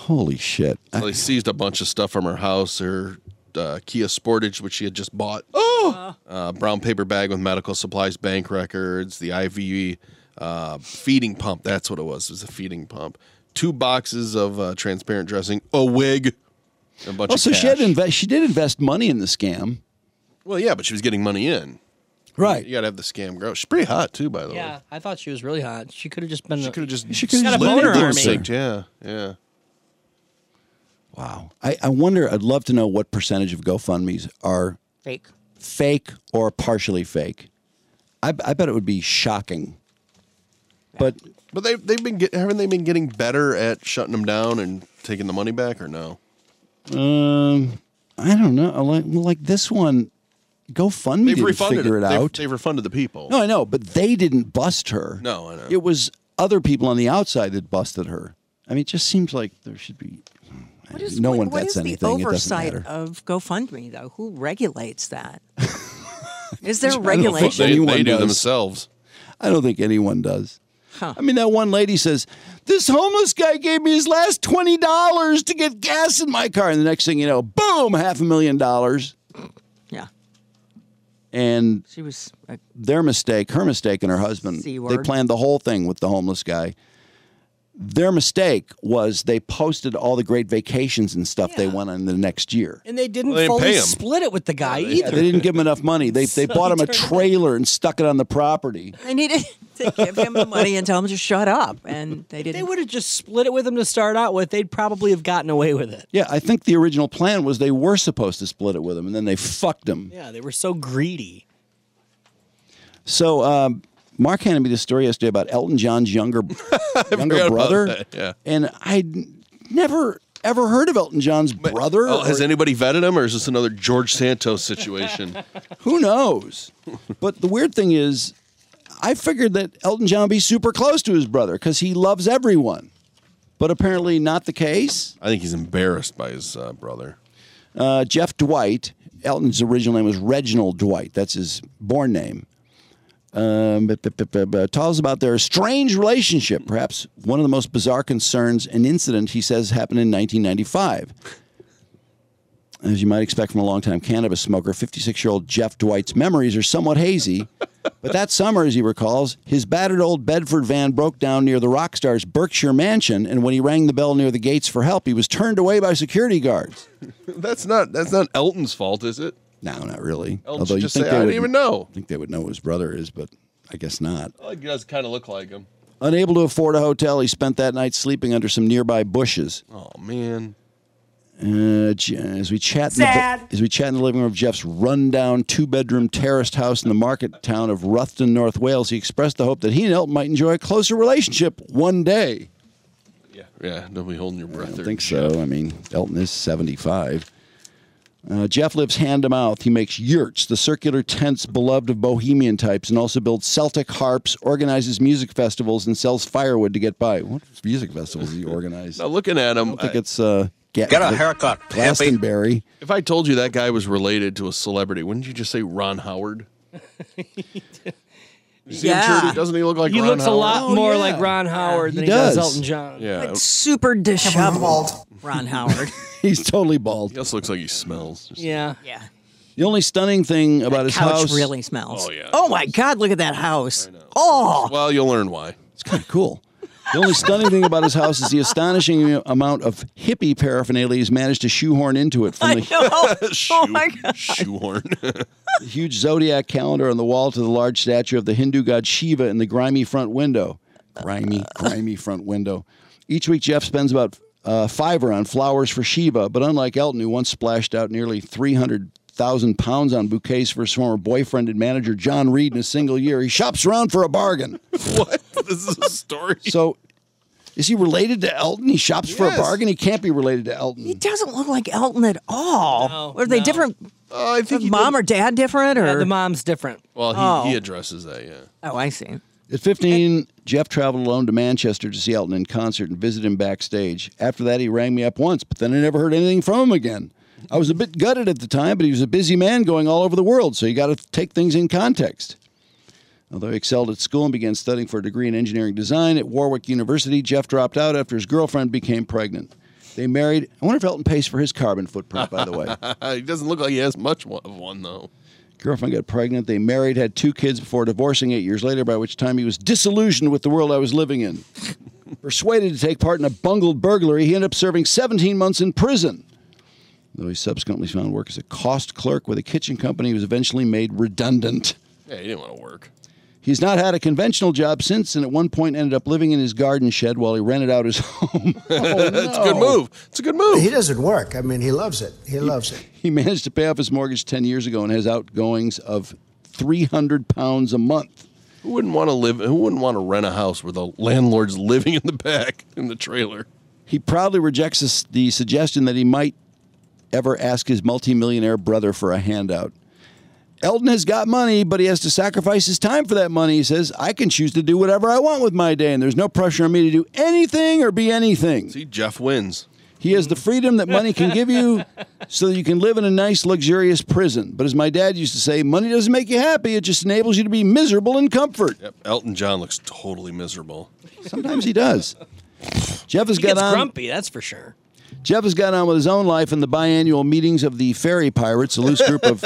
[SPEAKER 1] Holy shit.
[SPEAKER 3] So they seized a bunch of stuff from her house, her uh, Kia Sportage, which she had just bought,
[SPEAKER 1] Oh!
[SPEAKER 3] uh, brown paper bag with medical supplies, bank records, the IV uh, feeding pump. That's what it was. It was a feeding pump. Two boxes of uh, transparent dressing, a wig, and a bunch
[SPEAKER 1] Also,
[SPEAKER 3] of cash.
[SPEAKER 1] Oh, she had invest, she did invest money in the scam.
[SPEAKER 3] well, yeah, but she was getting money in.
[SPEAKER 1] Right.
[SPEAKER 3] You got to have the scam grow. She's pretty hot, too, by the way.
[SPEAKER 2] Yeah, I thought she was really hot. She could have just been. She could have
[SPEAKER 3] just.
[SPEAKER 2] She could have
[SPEAKER 3] Lady
[SPEAKER 2] boner
[SPEAKER 3] Gaga.
[SPEAKER 2] army.
[SPEAKER 3] Yeah, yeah.
[SPEAKER 1] I, I wonder, I'd love to know what percentage of GoFundMe's are
[SPEAKER 4] Fake.
[SPEAKER 1] fake or partially fake. I, I bet it would be shocking. But
[SPEAKER 3] But they've they've been get, haven't they been getting better at shutting them down and taking the money back or no?
[SPEAKER 1] um, I don't know. I Like, well, like this one, GoFundMe
[SPEAKER 3] They've
[SPEAKER 1] didn't
[SPEAKER 3] refunded
[SPEAKER 1] figure it,
[SPEAKER 3] They've-
[SPEAKER 1] out.
[SPEAKER 3] They've, refunded the people.
[SPEAKER 1] No, I know, but they didn't bust her.
[SPEAKER 3] No, I know.
[SPEAKER 1] It was other people on the outside that busted her. I mean, it just seems like there should be no one
[SPEAKER 4] What
[SPEAKER 1] vets
[SPEAKER 4] is the
[SPEAKER 1] anything. It doesn't
[SPEAKER 4] oversight
[SPEAKER 1] matter.
[SPEAKER 4] of GoFundMe though? Who regulates that? is there
[SPEAKER 1] I don't think
[SPEAKER 4] regulation?
[SPEAKER 1] anyone
[SPEAKER 3] they do
[SPEAKER 1] does.
[SPEAKER 3] themselves.
[SPEAKER 1] I don't think anyone does. I mean, that one lady says, This homeless guy gave me his last $20 to get gas in my car. And the next thing you know, boom, half a million dollars.
[SPEAKER 4] Yeah.
[SPEAKER 1] And
[SPEAKER 4] She was a
[SPEAKER 1] their mistake, her mistake, and her husband.
[SPEAKER 4] C
[SPEAKER 1] They
[SPEAKER 4] word.
[SPEAKER 1] planned the whole thing with the homeless guy. Their mistake was they posted all the great vacations and stuff they went on the next year.
[SPEAKER 2] And they didn't
[SPEAKER 1] Well, they didn't
[SPEAKER 2] fully
[SPEAKER 1] pay 'em.
[SPEAKER 2] split it with the guy
[SPEAKER 1] Yeah,
[SPEAKER 2] either.
[SPEAKER 1] they didn't give him enough money. They, they
[SPEAKER 2] So
[SPEAKER 1] bought him a
[SPEAKER 2] he turned-
[SPEAKER 1] trailer and stuck it on the property.
[SPEAKER 4] They needed to give him the money and tell him to shut up, and they
[SPEAKER 2] If
[SPEAKER 4] didn't.
[SPEAKER 2] they would have just split it with him to start out with, they'd probably have gotten away with it.
[SPEAKER 1] Yeah, I think the original plan was they were supposed to split it with him, and then they fucked him.
[SPEAKER 2] Yeah, they were so greedy.
[SPEAKER 1] So um, Mark handed me this story yesterday about Elton John's younger younger
[SPEAKER 3] about
[SPEAKER 1] brother,
[SPEAKER 3] that, yeah.
[SPEAKER 1] and I never ever heard of Elton John's brother.
[SPEAKER 3] Oh, has
[SPEAKER 1] or-
[SPEAKER 3] anybody vetted him or is this another George Santos situation?
[SPEAKER 1] Who knows? but the weird thing is, I figured that Elton John would be super close to his brother because he loves everyone, but apparently not the case.
[SPEAKER 3] I think he's embarrassed by his uh, brother.
[SPEAKER 1] Uh, Jeff Dwight. Elton's original name was Reginald Dwight. That's his born name. Um, but, but, but, but, but tells about their strange relationship, perhaps one of the most bizarre concerns and incident he says happened in 1995. As you might expect from a longtime cannabis smoker, 56 year old Jeff Dwight's memories are somewhat hazy. but that summer, as he recalls, his battered old Bedford van broke down near the rock star's Berkshire mansion. And when he rang the bell near the gates for help, he was turned away by security guards.
[SPEAKER 3] that's not that's not Elton's fault, is it?
[SPEAKER 1] No, not really.
[SPEAKER 3] Elton
[SPEAKER 1] Although
[SPEAKER 3] should
[SPEAKER 1] you
[SPEAKER 3] just
[SPEAKER 1] think
[SPEAKER 3] say,
[SPEAKER 1] they
[SPEAKER 3] I didn't
[SPEAKER 1] would-
[SPEAKER 3] even know.
[SPEAKER 1] I think they would know who his brother is, but I guess not.
[SPEAKER 3] Well, he does kind of look like him.
[SPEAKER 1] Unable to afford a hotel, he spent that night sleeping under some nearby bushes.
[SPEAKER 3] Oh man.
[SPEAKER 1] Uh, J- as we chat, in the,
[SPEAKER 9] Sad.
[SPEAKER 1] as we chat in the living room of Jeff's rundown two-bedroom terraced house in the market town of Ruthven, North Wales, he expressed the hope that he and Elton might enjoy a closer relationship one day.
[SPEAKER 3] Yeah, don't be holding your breath.
[SPEAKER 1] I
[SPEAKER 3] there.
[SPEAKER 1] don't think so. I mean, Elton is 75. Uh, Jeff lives hand to mouth. He makes yurts, the circular tents beloved of bohemian types, and also builds Celtic harps, organizes music festivals, and sells firewood to get by. What music festivals do you organize?
[SPEAKER 3] Now looking at him,
[SPEAKER 1] I think it's uh, Ga-
[SPEAKER 3] Get a haircut, hippie.
[SPEAKER 1] Glastonbury.
[SPEAKER 3] if I told you that guy was related to a celebrity, wouldn't you just say Ron Howard? You see him
[SPEAKER 4] Yeah.
[SPEAKER 3] shirted? Doesn't he look like
[SPEAKER 2] He
[SPEAKER 3] Ron
[SPEAKER 2] looks a
[SPEAKER 3] Howard?
[SPEAKER 2] lot more like Ron Howard
[SPEAKER 1] He
[SPEAKER 2] than he does
[SPEAKER 1] does.
[SPEAKER 2] Elton John.
[SPEAKER 3] Yeah.
[SPEAKER 4] Like super disheveled. Ron Howard.
[SPEAKER 1] He's totally bald.
[SPEAKER 3] He also looks like he smells.
[SPEAKER 2] yeah.
[SPEAKER 4] Yeah.
[SPEAKER 1] The only stunning thing about his
[SPEAKER 4] Couch
[SPEAKER 1] house
[SPEAKER 4] really smells.
[SPEAKER 3] Oh, yeah.
[SPEAKER 4] Oh my God! Look at that house. Oh.
[SPEAKER 3] Well, you'll learn why.
[SPEAKER 1] It's kind of cool. The only stunning thing about his house is the astonishing amount of hippie paraphernalia he's managed to shoehorn into it. From the
[SPEAKER 4] oh my God.
[SPEAKER 3] shoehorn.
[SPEAKER 1] the huge zodiac calendar on the wall to the large statue of the Hindu god Shiva in the grimy front window. Grimy, grimy front window. Each week, Jeff spends about uh, fiver on flowers for Shiva, but unlike Elton, who once splashed out nearly 300,000 pounds on bouquets for his former boyfriend and manager John Reed in a single year, he shops around for a bargain.
[SPEAKER 3] what? This is a story.
[SPEAKER 1] So, is he related to Elton? He shops for a
[SPEAKER 4] Yes.
[SPEAKER 1] bargain. He can't be related to Elton.
[SPEAKER 4] He doesn't look like Elton at all. Were they different?
[SPEAKER 1] Uh,
[SPEAKER 3] I think
[SPEAKER 4] mom or dad different, or
[SPEAKER 2] the mom's different.
[SPEAKER 3] Well, he,
[SPEAKER 4] Oh.
[SPEAKER 3] he addresses that, yeah.
[SPEAKER 4] Oh, I see.
[SPEAKER 1] At 15, Jeff traveled alone to Manchester to see Elton in concert and visit him backstage. After that, he rang me up once, but then I never heard anything from him again. I was a bit gutted at the time, but he was a busy man going all over the world, so you got to take things in context. Although he excelled at school and began studying for a degree in engineering design at Warwick University, Jeff dropped out after his girlfriend became pregnant. They married. I wonder if Elton pays for his carbon footprint, by the way.
[SPEAKER 3] he doesn't look like he has much one- of one, though.
[SPEAKER 1] Girlfriend got pregnant. They married, had two kids before divorcing eight years later, by which time he was disillusioned with the world I was living in. Persuaded to take part in a bungled burglary, he ended up serving 17 months in prison. Though he subsequently found work as a cost clerk with a kitchen company, he was eventually made redundant.
[SPEAKER 3] Yeah, he didn't want to work.
[SPEAKER 1] He's not had a conventional job since, and at one point ended up living in his garden shed while he rented out his home.
[SPEAKER 3] It's a good move. It's a good move.
[SPEAKER 15] He doesn't work. I mean, he loves it. He loves it.
[SPEAKER 1] He managed to pay off his mortgage 10 years ago and has outgoings of 300 pounds a month.
[SPEAKER 3] Who wouldn't want to live? Who wouldn't want to rent a house where the landlord's living in the back in the trailer?
[SPEAKER 1] He proudly rejects this, the suggestion that he might ever ask his multimillionaire brother for a handout. Elton has got money, but he has to sacrifice his time for that money. He says, I can choose to do whatever I want with my day, and there's no pressure on me to do anything or be anything.
[SPEAKER 3] See, Jeff wins.
[SPEAKER 1] He has the freedom that money can give you so that you can live in a nice, luxurious prison. But as my dad used to say, money doesn't make you happy, it just enables you to be miserable in comfort.
[SPEAKER 3] Yep. Elton John looks totally miserable.
[SPEAKER 1] Sometimes he does. Jeff has
[SPEAKER 2] He
[SPEAKER 1] got
[SPEAKER 2] gets
[SPEAKER 1] on.
[SPEAKER 2] grumpy, that's for sure.
[SPEAKER 1] Jeff has got on with his own life in the biannual meetings of the Fairy Pirates, a loose group of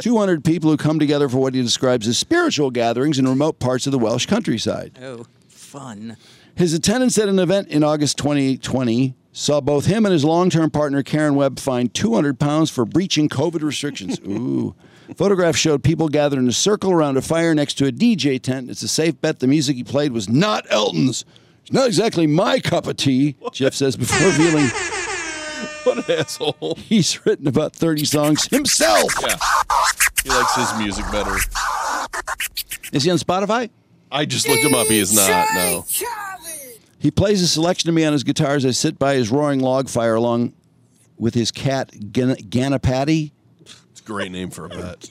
[SPEAKER 1] 200 people who come together for what he describes as spiritual gatherings in remote parts of the Welsh countryside.
[SPEAKER 4] Oh, fun.
[SPEAKER 1] His attendance at an event in August 2020 saw both him and his long term partner, Karen Webb, fined 200 pounds for breaching COVID restrictions. Ooh. Photographs showed people gathered in a circle around a fire next to a DJ tent. It's a safe bet the music he played was not Elton's. It's not exactly my cup of tea, Jeff says before revealing
[SPEAKER 3] What an asshole.
[SPEAKER 1] He's written about 30 songs himself.
[SPEAKER 3] Yeah. He likes his music better.
[SPEAKER 1] Is he on Spotify?
[SPEAKER 3] I just looked him up. He is not. No.
[SPEAKER 1] He plays a selection to me on his guitar as I sit by his roaring log fire along with his cat, Gan- Ganapati.
[SPEAKER 3] It's a great name for a pet.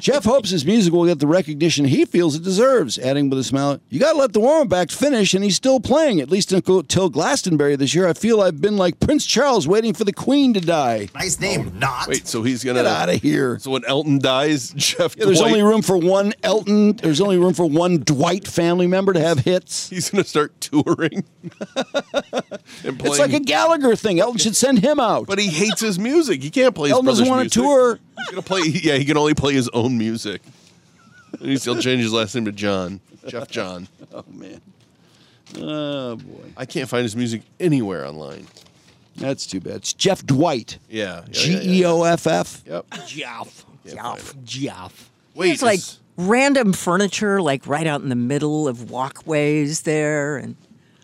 [SPEAKER 1] Jeff hopes his music will get the recognition he feels it deserves, adding with a smile, You got to let the warm act finish, and he's still playing, at least until Glastonbury this year. I feel I've been like Prince Charles waiting for the Queen to die.
[SPEAKER 15] Nice name, not.
[SPEAKER 3] Wait, so he's gonna
[SPEAKER 1] Get outta here.
[SPEAKER 3] So when Elton dies, Jeff
[SPEAKER 1] Yeah, there's
[SPEAKER 3] Dwight,
[SPEAKER 1] only room for one Elton, there's only room for one Dwight family member to have hits.
[SPEAKER 3] he's gonna start touring and playing.
[SPEAKER 1] It's like a Gallagher thing. Elton should send him out.
[SPEAKER 3] but he hates his music. He can't play. His
[SPEAKER 1] Elton doesn't
[SPEAKER 3] brother's
[SPEAKER 1] want
[SPEAKER 3] music.
[SPEAKER 1] to tour.
[SPEAKER 3] He's gonna play. Yeah, he can only play his own music. And he'll still change his last name to John. Jeff John.
[SPEAKER 1] Oh man. Oh boy.
[SPEAKER 3] I can't find his music anywhere online.
[SPEAKER 1] That's too bad. It's Jeff Dwight.
[SPEAKER 3] Yeah.
[SPEAKER 1] G E O F F.
[SPEAKER 3] Yep.
[SPEAKER 2] Jeff.
[SPEAKER 4] Jeff.
[SPEAKER 2] Jeff.
[SPEAKER 3] Wait,
[SPEAKER 4] It's like
[SPEAKER 3] is-
[SPEAKER 4] random furniture, like right out in the middle of walkways there, and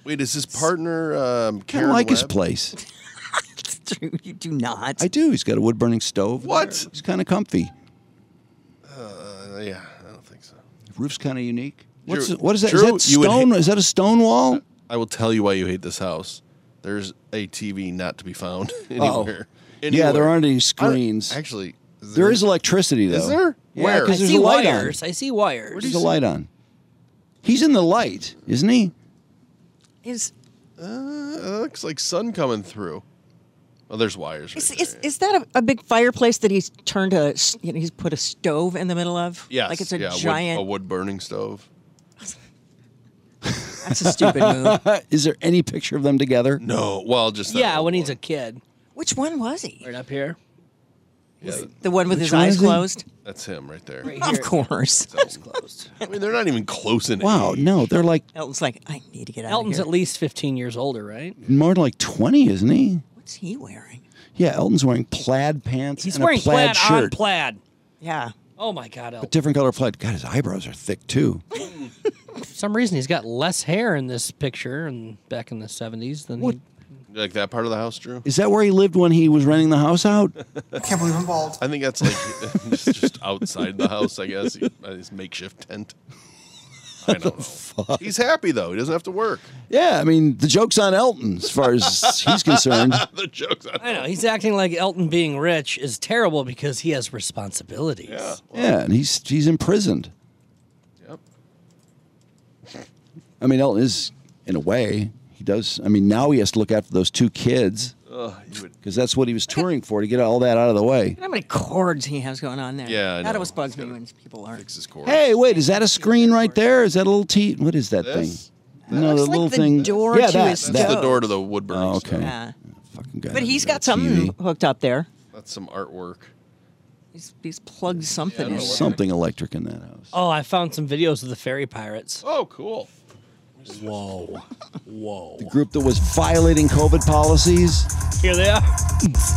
[SPEAKER 3] wait, is his partner um,
[SPEAKER 1] Kind
[SPEAKER 3] Karen
[SPEAKER 1] of like his
[SPEAKER 3] Webb?
[SPEAKER 1] place.
[SPEAKER 4] Drew, you do not.
[SPEAKER 1] I do. He's got a wood burning stove. What? It's kind of comfy.
[SPEAKER 3] Uh, yeah, I don't think so.
[SPEAKER 1] Roof's kind of unique.
[SPEAKER 3] Drew-
[SPEAKER 1] What's what is that? Is
[SPEAKER 3] Drew,
[SPEAKER 1] that
[SPEAKER 3] you would
[SPEAKER 1] stone? Is that a stone wall?
[SPEAKER 3] I will tell you why you hate this house. There's a TV not to be found
[SPEAKER 1] Oh.
[SPEAKER 3] anywhere.
[SPEAKER 1] Yeah, there
[SPEAKER 3] Anywhere.
[SPEAKER 1] aren't
[SPEAKER 3] I
[SPEAKER 1] any
[SPEAKER 3] don't-
[SPEAKER 1] screens.
[SPEAKER 3] Actually,
[SPEAKER 1] there is electricity though.
[SPEAKER 3] Is there?
[SPEAKER 1] Yeah,
[SPEAKER 3] Where?
[SPEAKER 1] 'cause
[SPEAKER 2] I
[SPEAKER 1] there's
[SPEAKER 2] see
[SPEAKER 1] a light
[SPEAKER 2] wires.
[SPEAKER 1] on.
[SPEAKER 2] I see wires.
[SPEAKER 1] There's a light on. He's in the light, isn't he?
[SPEAKER 4] Is
[SPEAKER 3] uh, it looks like sun coming through. Oh, there's wires.
[SPEAKER 4] Is, is, is that a, a big fireplace that he's turned a, s- you know, he's put a stove in the middle of?
[SPEAKER 3] Yes,
[SPEAKER 4] Like it's a
[SPEAKER 3] yeah, wood-
[SPEAKER 4] giant.
[SPEAKER 3] a wood burning stove.
[SPEAKER 4] That's a stupid move.
[SPEAKER 1] is there any picture of them together?
[SPEAKER 3] No. Well, just that
[SPEAKER 2] yeah, when he's a kid.
[SPEAKER 4] Which one was he?
[SPEAKER 2] Right up here.
[SPEAKER 3] Yeah,
[SPEAKER 4] The one with
[SPEAKER 1] Which
[SPEAKER 4] his
[SPEAKER 1] one
[SPEAKER 4] eyes
[SPEAKER 1] is he?
[SPEAKER 4] closed?
[SPEAKER 3] that's him right there.
[SPEAKER 4] Right Of here. course.
[SPEAKER 3] It's closed. I mean, they're not even close in.
[SPEAKER 1] Wow, no, they're like
[SPEAKER 4] Elton's like, I need to get out
[SPEAKER 2] Elton's
[SPEAKER 4] of
[SPEAKER 2] at
[SPEAKER 4] here.
[SPEAKER 2] least 15 years older, right?
[SPEAKER 1] more like twenty, isn't he?
[SPEAKER 4] What's he wearing?
[SPEAKER 1] Yeah, Elton's wearing plaid pants.
[SPEAKER 2] He's
[SPEAKER 1] and
[SPEAKER 2] wearing
[SPEAKER 1] a plaid,
[SPEAKER 2] plaid, on
[SPEAKER 1] shirt,
[SPEAKER 2] plaid.
[SPEAKER 4] Yeah.
[SPEAKER 2] Oh my God, Elton.
[SPEAKER 1] but different color plaid. God, his eyebrows are thick too.
[SPEAKER 2] For some reason, he's got less hair in this picture and back in the 70s than he
[SPEAKER 3] Like that part of the house, Drew.
[SPEAKER 1] Is that where he lived when he was renting the house out?
[SPEAKER 3] I can't believe I'm bald. I think that's like it's just outside the house. I guess his makeshift tent. I don't know. He's happy though. He doesn't have to work.
[SPEAKER 1] Yeah, I mean the joke's on Elton as far as he's concerned.
[SPEAKER 3] the joke's on.
[SPEAKER 2] I know he's acting like Elton being rich is terrible because he has responsibilities. Yeah.
[SPEAKER 1] Yeah, and he's he's imprisoned.
[SPEAKER 3] Yep.
[SPEAKER 1] I mean, Elton is in a way he does. I mean, now he has to look after those two kids
[SPEAKER 3] Ugh, you would.
[SPEAKER 1] because that's what he was touring for to get all that out of the way.
[SPEAKER 4] Look at How many cords he has going on there?
[SPEAKER 1] Yeah, I
[SPEAKER 4] that
[SPEAKER 1] know.
[SPEAKER 4] always bugs me when people aren't. Fix
[SPEAKER 3] his
[SPEAKER 1] Hey, wait, is that a screen right there? Is that a little T? What is that
[SPEAKER 3] This?
[SPEAKER 1] thing? no, the
[SPEAKER 4] looks like
[SPEAKER 1] little
[SPEAKER 4] the
[SPEAKER 1] thing.
[SPEAKER 4] door
[SPEAKER 1] yeah,
[SPEAKER 4] to
[SPEAKER 1] that,
[SPEAKER 4] his
[SPEAKER 1] that.
[SPEAKER 3] That's the door to the Woodburn.
[SPEAKER 1] Oh, okay.
[SPEAKER 4] Yeah.
[SPEAKER 1] Fucking guy
[SPEAKER 4] But
[SPEAKER 1] doesn't
[SPEAKER 4] he's
[SPEAKER 1] know
[SPEAKER 4] got something
[SPEAKER 1] TV.
[SPEAKER 4] hooked up there.
[SPEAKER 3] That's some artwork.
[SPEAKER 4] He's, he's plugged something in.
[SPEAKER 1] There's something electric in that house.
[SPEAKER 2] Oh, I found some videos of the fairy pirates.
[SPEAKER 3] Oh, cool.
[SPEAKER 2] Whoa, whoa.
[SPEAKER 1] The group that was violating COVID policies.
[SPEAKER 2] Here they are.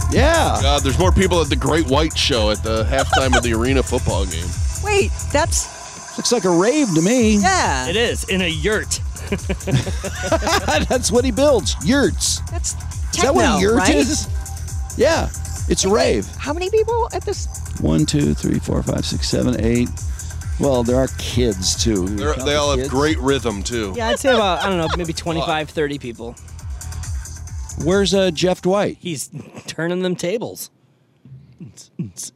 [SPEAKER 1] Yeah.
[SPEAKER 3] God, there's more people at the Great White Show at the halftime of the arena football game.
[SPEAKER 4] Wait, that's
[SPEAKER 1] Looks like a rave to me.
[SPEAKER 4] Yeah.
[SPEAKER 2] It is in a yurt.
[SPEAKER 1] That's what he builds. Yurts.
[SPEAKER 4] that's techno,
[SPEAKER 1] is that what a yurt
[SPEAKER 4] right?
[SPEAKER 1] is? Yeah. It's a rave.
[SPEAKER 4] How many people at this?
[SPEAKER 1] One, two, three, four, five, six, seven, eight. Well, there are kids too.
[SPEAKER 3] They're, they all have great rhythm too.
[SPEAKER 2] Yeah, I'd say about I don't know maybe 25, 30 people.
[SPEAKER 1] Where's uh, Jeff Dwight?
[SPEAKER 2] He's turning them tables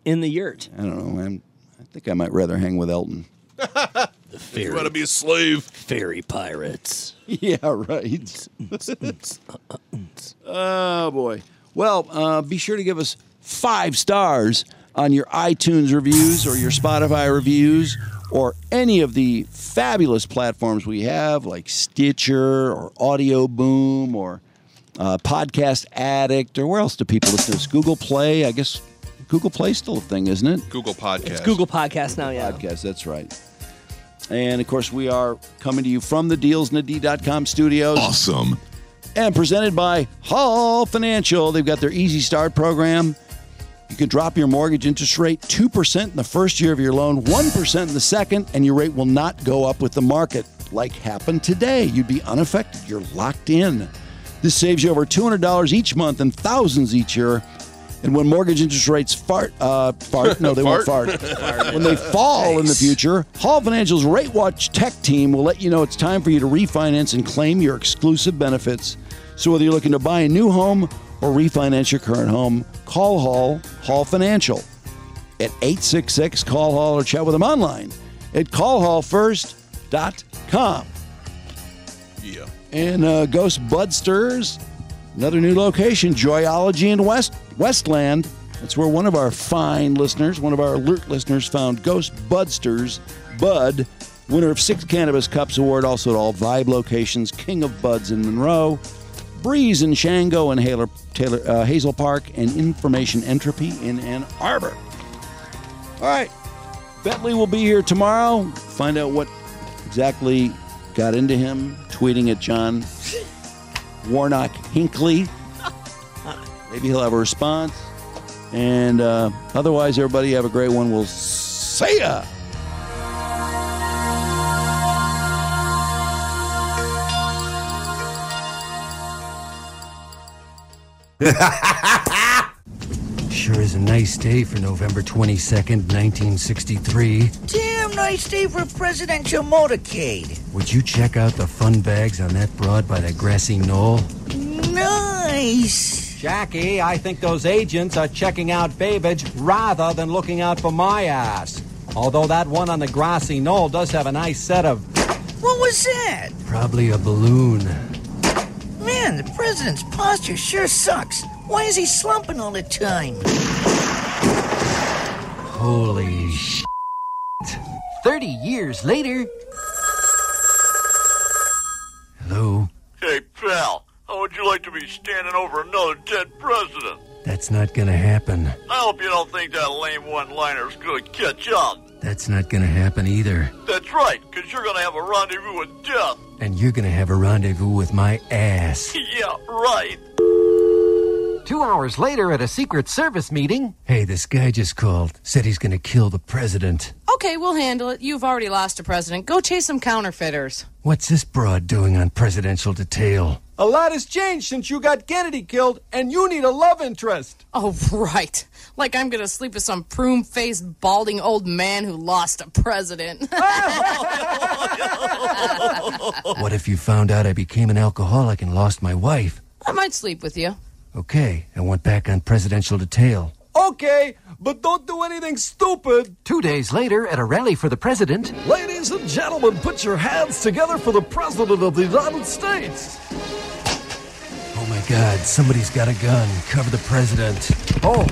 [SPEAKER 2] in the yurt.
[SPEAKER 1] I don't know. I'm, I think I might rather hang with Elton.
[SPEAKER 2] The
[SPEAKER 3] You want to be a slave?
[SPEAKER 2] fairy pirates.
[SPEAKER 1] yeah, right. oh boy. Well, uh, be sure to give us five stars on your iTunes reviews or your Spotify reviews or any of the fabulous platforms we have, like Stitcher or Audio Boom or uh, Podcast Addict or where else do people listen to us? Google Play, I guess. Google Play's still a thing, isn't it?
[SPEAKER 3] Google Podcast.
[SPEAKER 2] It's Google Podcast now. Yeah.
[SPEAKER 1] podcast. That's right. And of course, we are coming to you from the dealsnad.com studios.
[SPEAKER 13] Awesome.
[SPEAKER 1] And presented by Hall Financial. They've got their Easy Start program. You can drop your mortgage interest rate 2% in the first year of your loan, 1% in the second, and your rate will not go up with the market like happened today. You'd be unaffected. You're locked in. This saves you over $200 each month and thousands each year. And when mortgage interest rates fart, uh, fart, no, they won't
[SPEAKER 3] Fart?
[SPEAKER 1] fart. when they fall in the future, Hall Financial's Rate Watch Tech team will let you know it's time for you to refinance and claim your exclusive benefits. So whether you're looking to buy a new home or refinance your current home, call Hall Hall Financial at 866 call Hall or chat with them online at callhallfirst.com.
[SPEAKER 3] Yeah.
[SPEAKER 1] And uh, Ghost Budsters, another new location, Joyology in West Westland. That's where one of our fine listeners, one of our alert listeners, found Ghost Budsters, Bud, winner of six Cannabis Cups Award, also at all Vibe locations, King of Buds in Monroe, Breeze in Shango and Haler, Taylor, uh, Hazel Park, and Information Entropy in Ann Arbor. All right. Bentley will be here tomorrow. Find out what exactly got into him, tweeting at John Warnock Hinkley. Maybe he'll have a response. And uh, otherwise, everybody have a great one. We'll see ya. Sure is a nice day for November 22nd, 1963.
[SPEAKER 11] Damn nice day for a presidential motorcade.
[SPEAKER 1] Would you check out the fun bags on that broad by that grassy knoll?
[SPEAKER 11] Nice.
[SPEAKER 18] Jackie, I think those agents are checking out Babbage rather than looking out for my ass. Although that one on the grassy knoll does have a nice set of
[SPEAKER 11] What was that?
[SPEAKER 18] probably a balloon.
[SPEAKER 11] Man, the president's posture sure sucks. Why is he slumping all the time?
[SPEAKER 18] Holy sh!
[SPEAKER 11] 30 years later.
[SPEAKER 18] Hello?
[SPEAKER 5] Hey, pal, how would you like to be standing over another dead president?
[SPEAKER 18] That's not gonna happen.
[SPEAKER 5] I hope you don't think that lame one liner's gonna catch up.
[SPEAKER 18] That's not gonna happen either.
[SPEAKER 5] That's right, because you're gonna have a rendezvous with death.
[SPEAKER 18] And you're gonna have a rendezvous with my ass.
[SPEAKER 5] yeah, right.
[SPEAKER 18] Two hours later at a Secret Service meeting. Hey, this guy just called. Said he's gonna kill the president.
[SPEAKER 6] Okay, we'll handle it. You've already lost a president. Go chase some counterfeiters.
[SPEAKER 18] What's this broad doing on presidential detail?
[SPEAKER 1] A lot has changed since you got Kennedy killed, and you need a love interest.
[SPEAKER 6] Oh, right. Like I'm going to sleep with some prune faced, balding old man who lost a president. I
[SPEAKER 18] what if you found out I became an alcoholic and lost my wife?
[SPEAKER 6] might sleep with you.
[SPEAKER 18] Okay, I went back on presidential detail.
[SPEAKER 1] Okay, but don't do anything stupid.
[SPEAKER 18] Two days later, at a rally for the president.
[SPEAKER 1] Ladies and gentlemen, put your hands together for the President of the United States.
[SPEAKER 18] Oh my god, somebody's got a gun. Cover the president. Oh!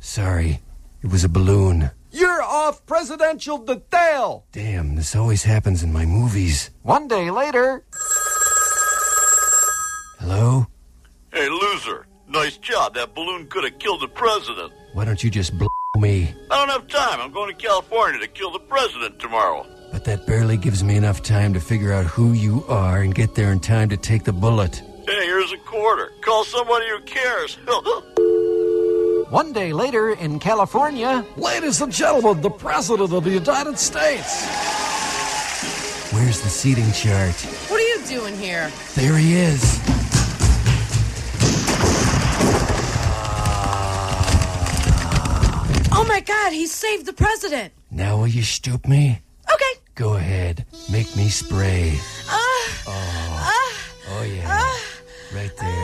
[SPEAKER 18] Sorry, it was a balloon.
[SPEAKER 1] You're off presidential detail.
[SPEAKER 18] Damn, this always happens in my movies.
[SPEAKER 1] One day later.
[SPEAKER 18] Hello?
[SPEAKER 5] Hey, loser, nice job. That balloon could have killed the president.
[SPEAKER 18] Why don't you just blow me?
[SPEAKER 5] I don't have time. I'm going to California to kill the president tomorrow.
[SPEAKER 18] But that barely gives me enough time to figure out who you are and get there in time to take the bullet.
[SPEAKER 5] Hey, here's a quarter. Call somebody who cares.
[SPEAKER 1] One day later in California. Ladies and gentlemen, the President of the United States.
[SPEAKER 18] Where's the seating chart?
[SPEAKER 6] What are you doing here?
[SPEAKER 18] There he is.
[SPEAKER 6] Oh my god, he saved the president.
[SPEAKER 18] Now will you stoop me?
[SPEAKER 6] Okay.
[SPEAKER 18] Go ahead. Make me spray.
[SPEAKER 6] Ah.
[SPEAKER 18] Oh, oh yeah. Right there.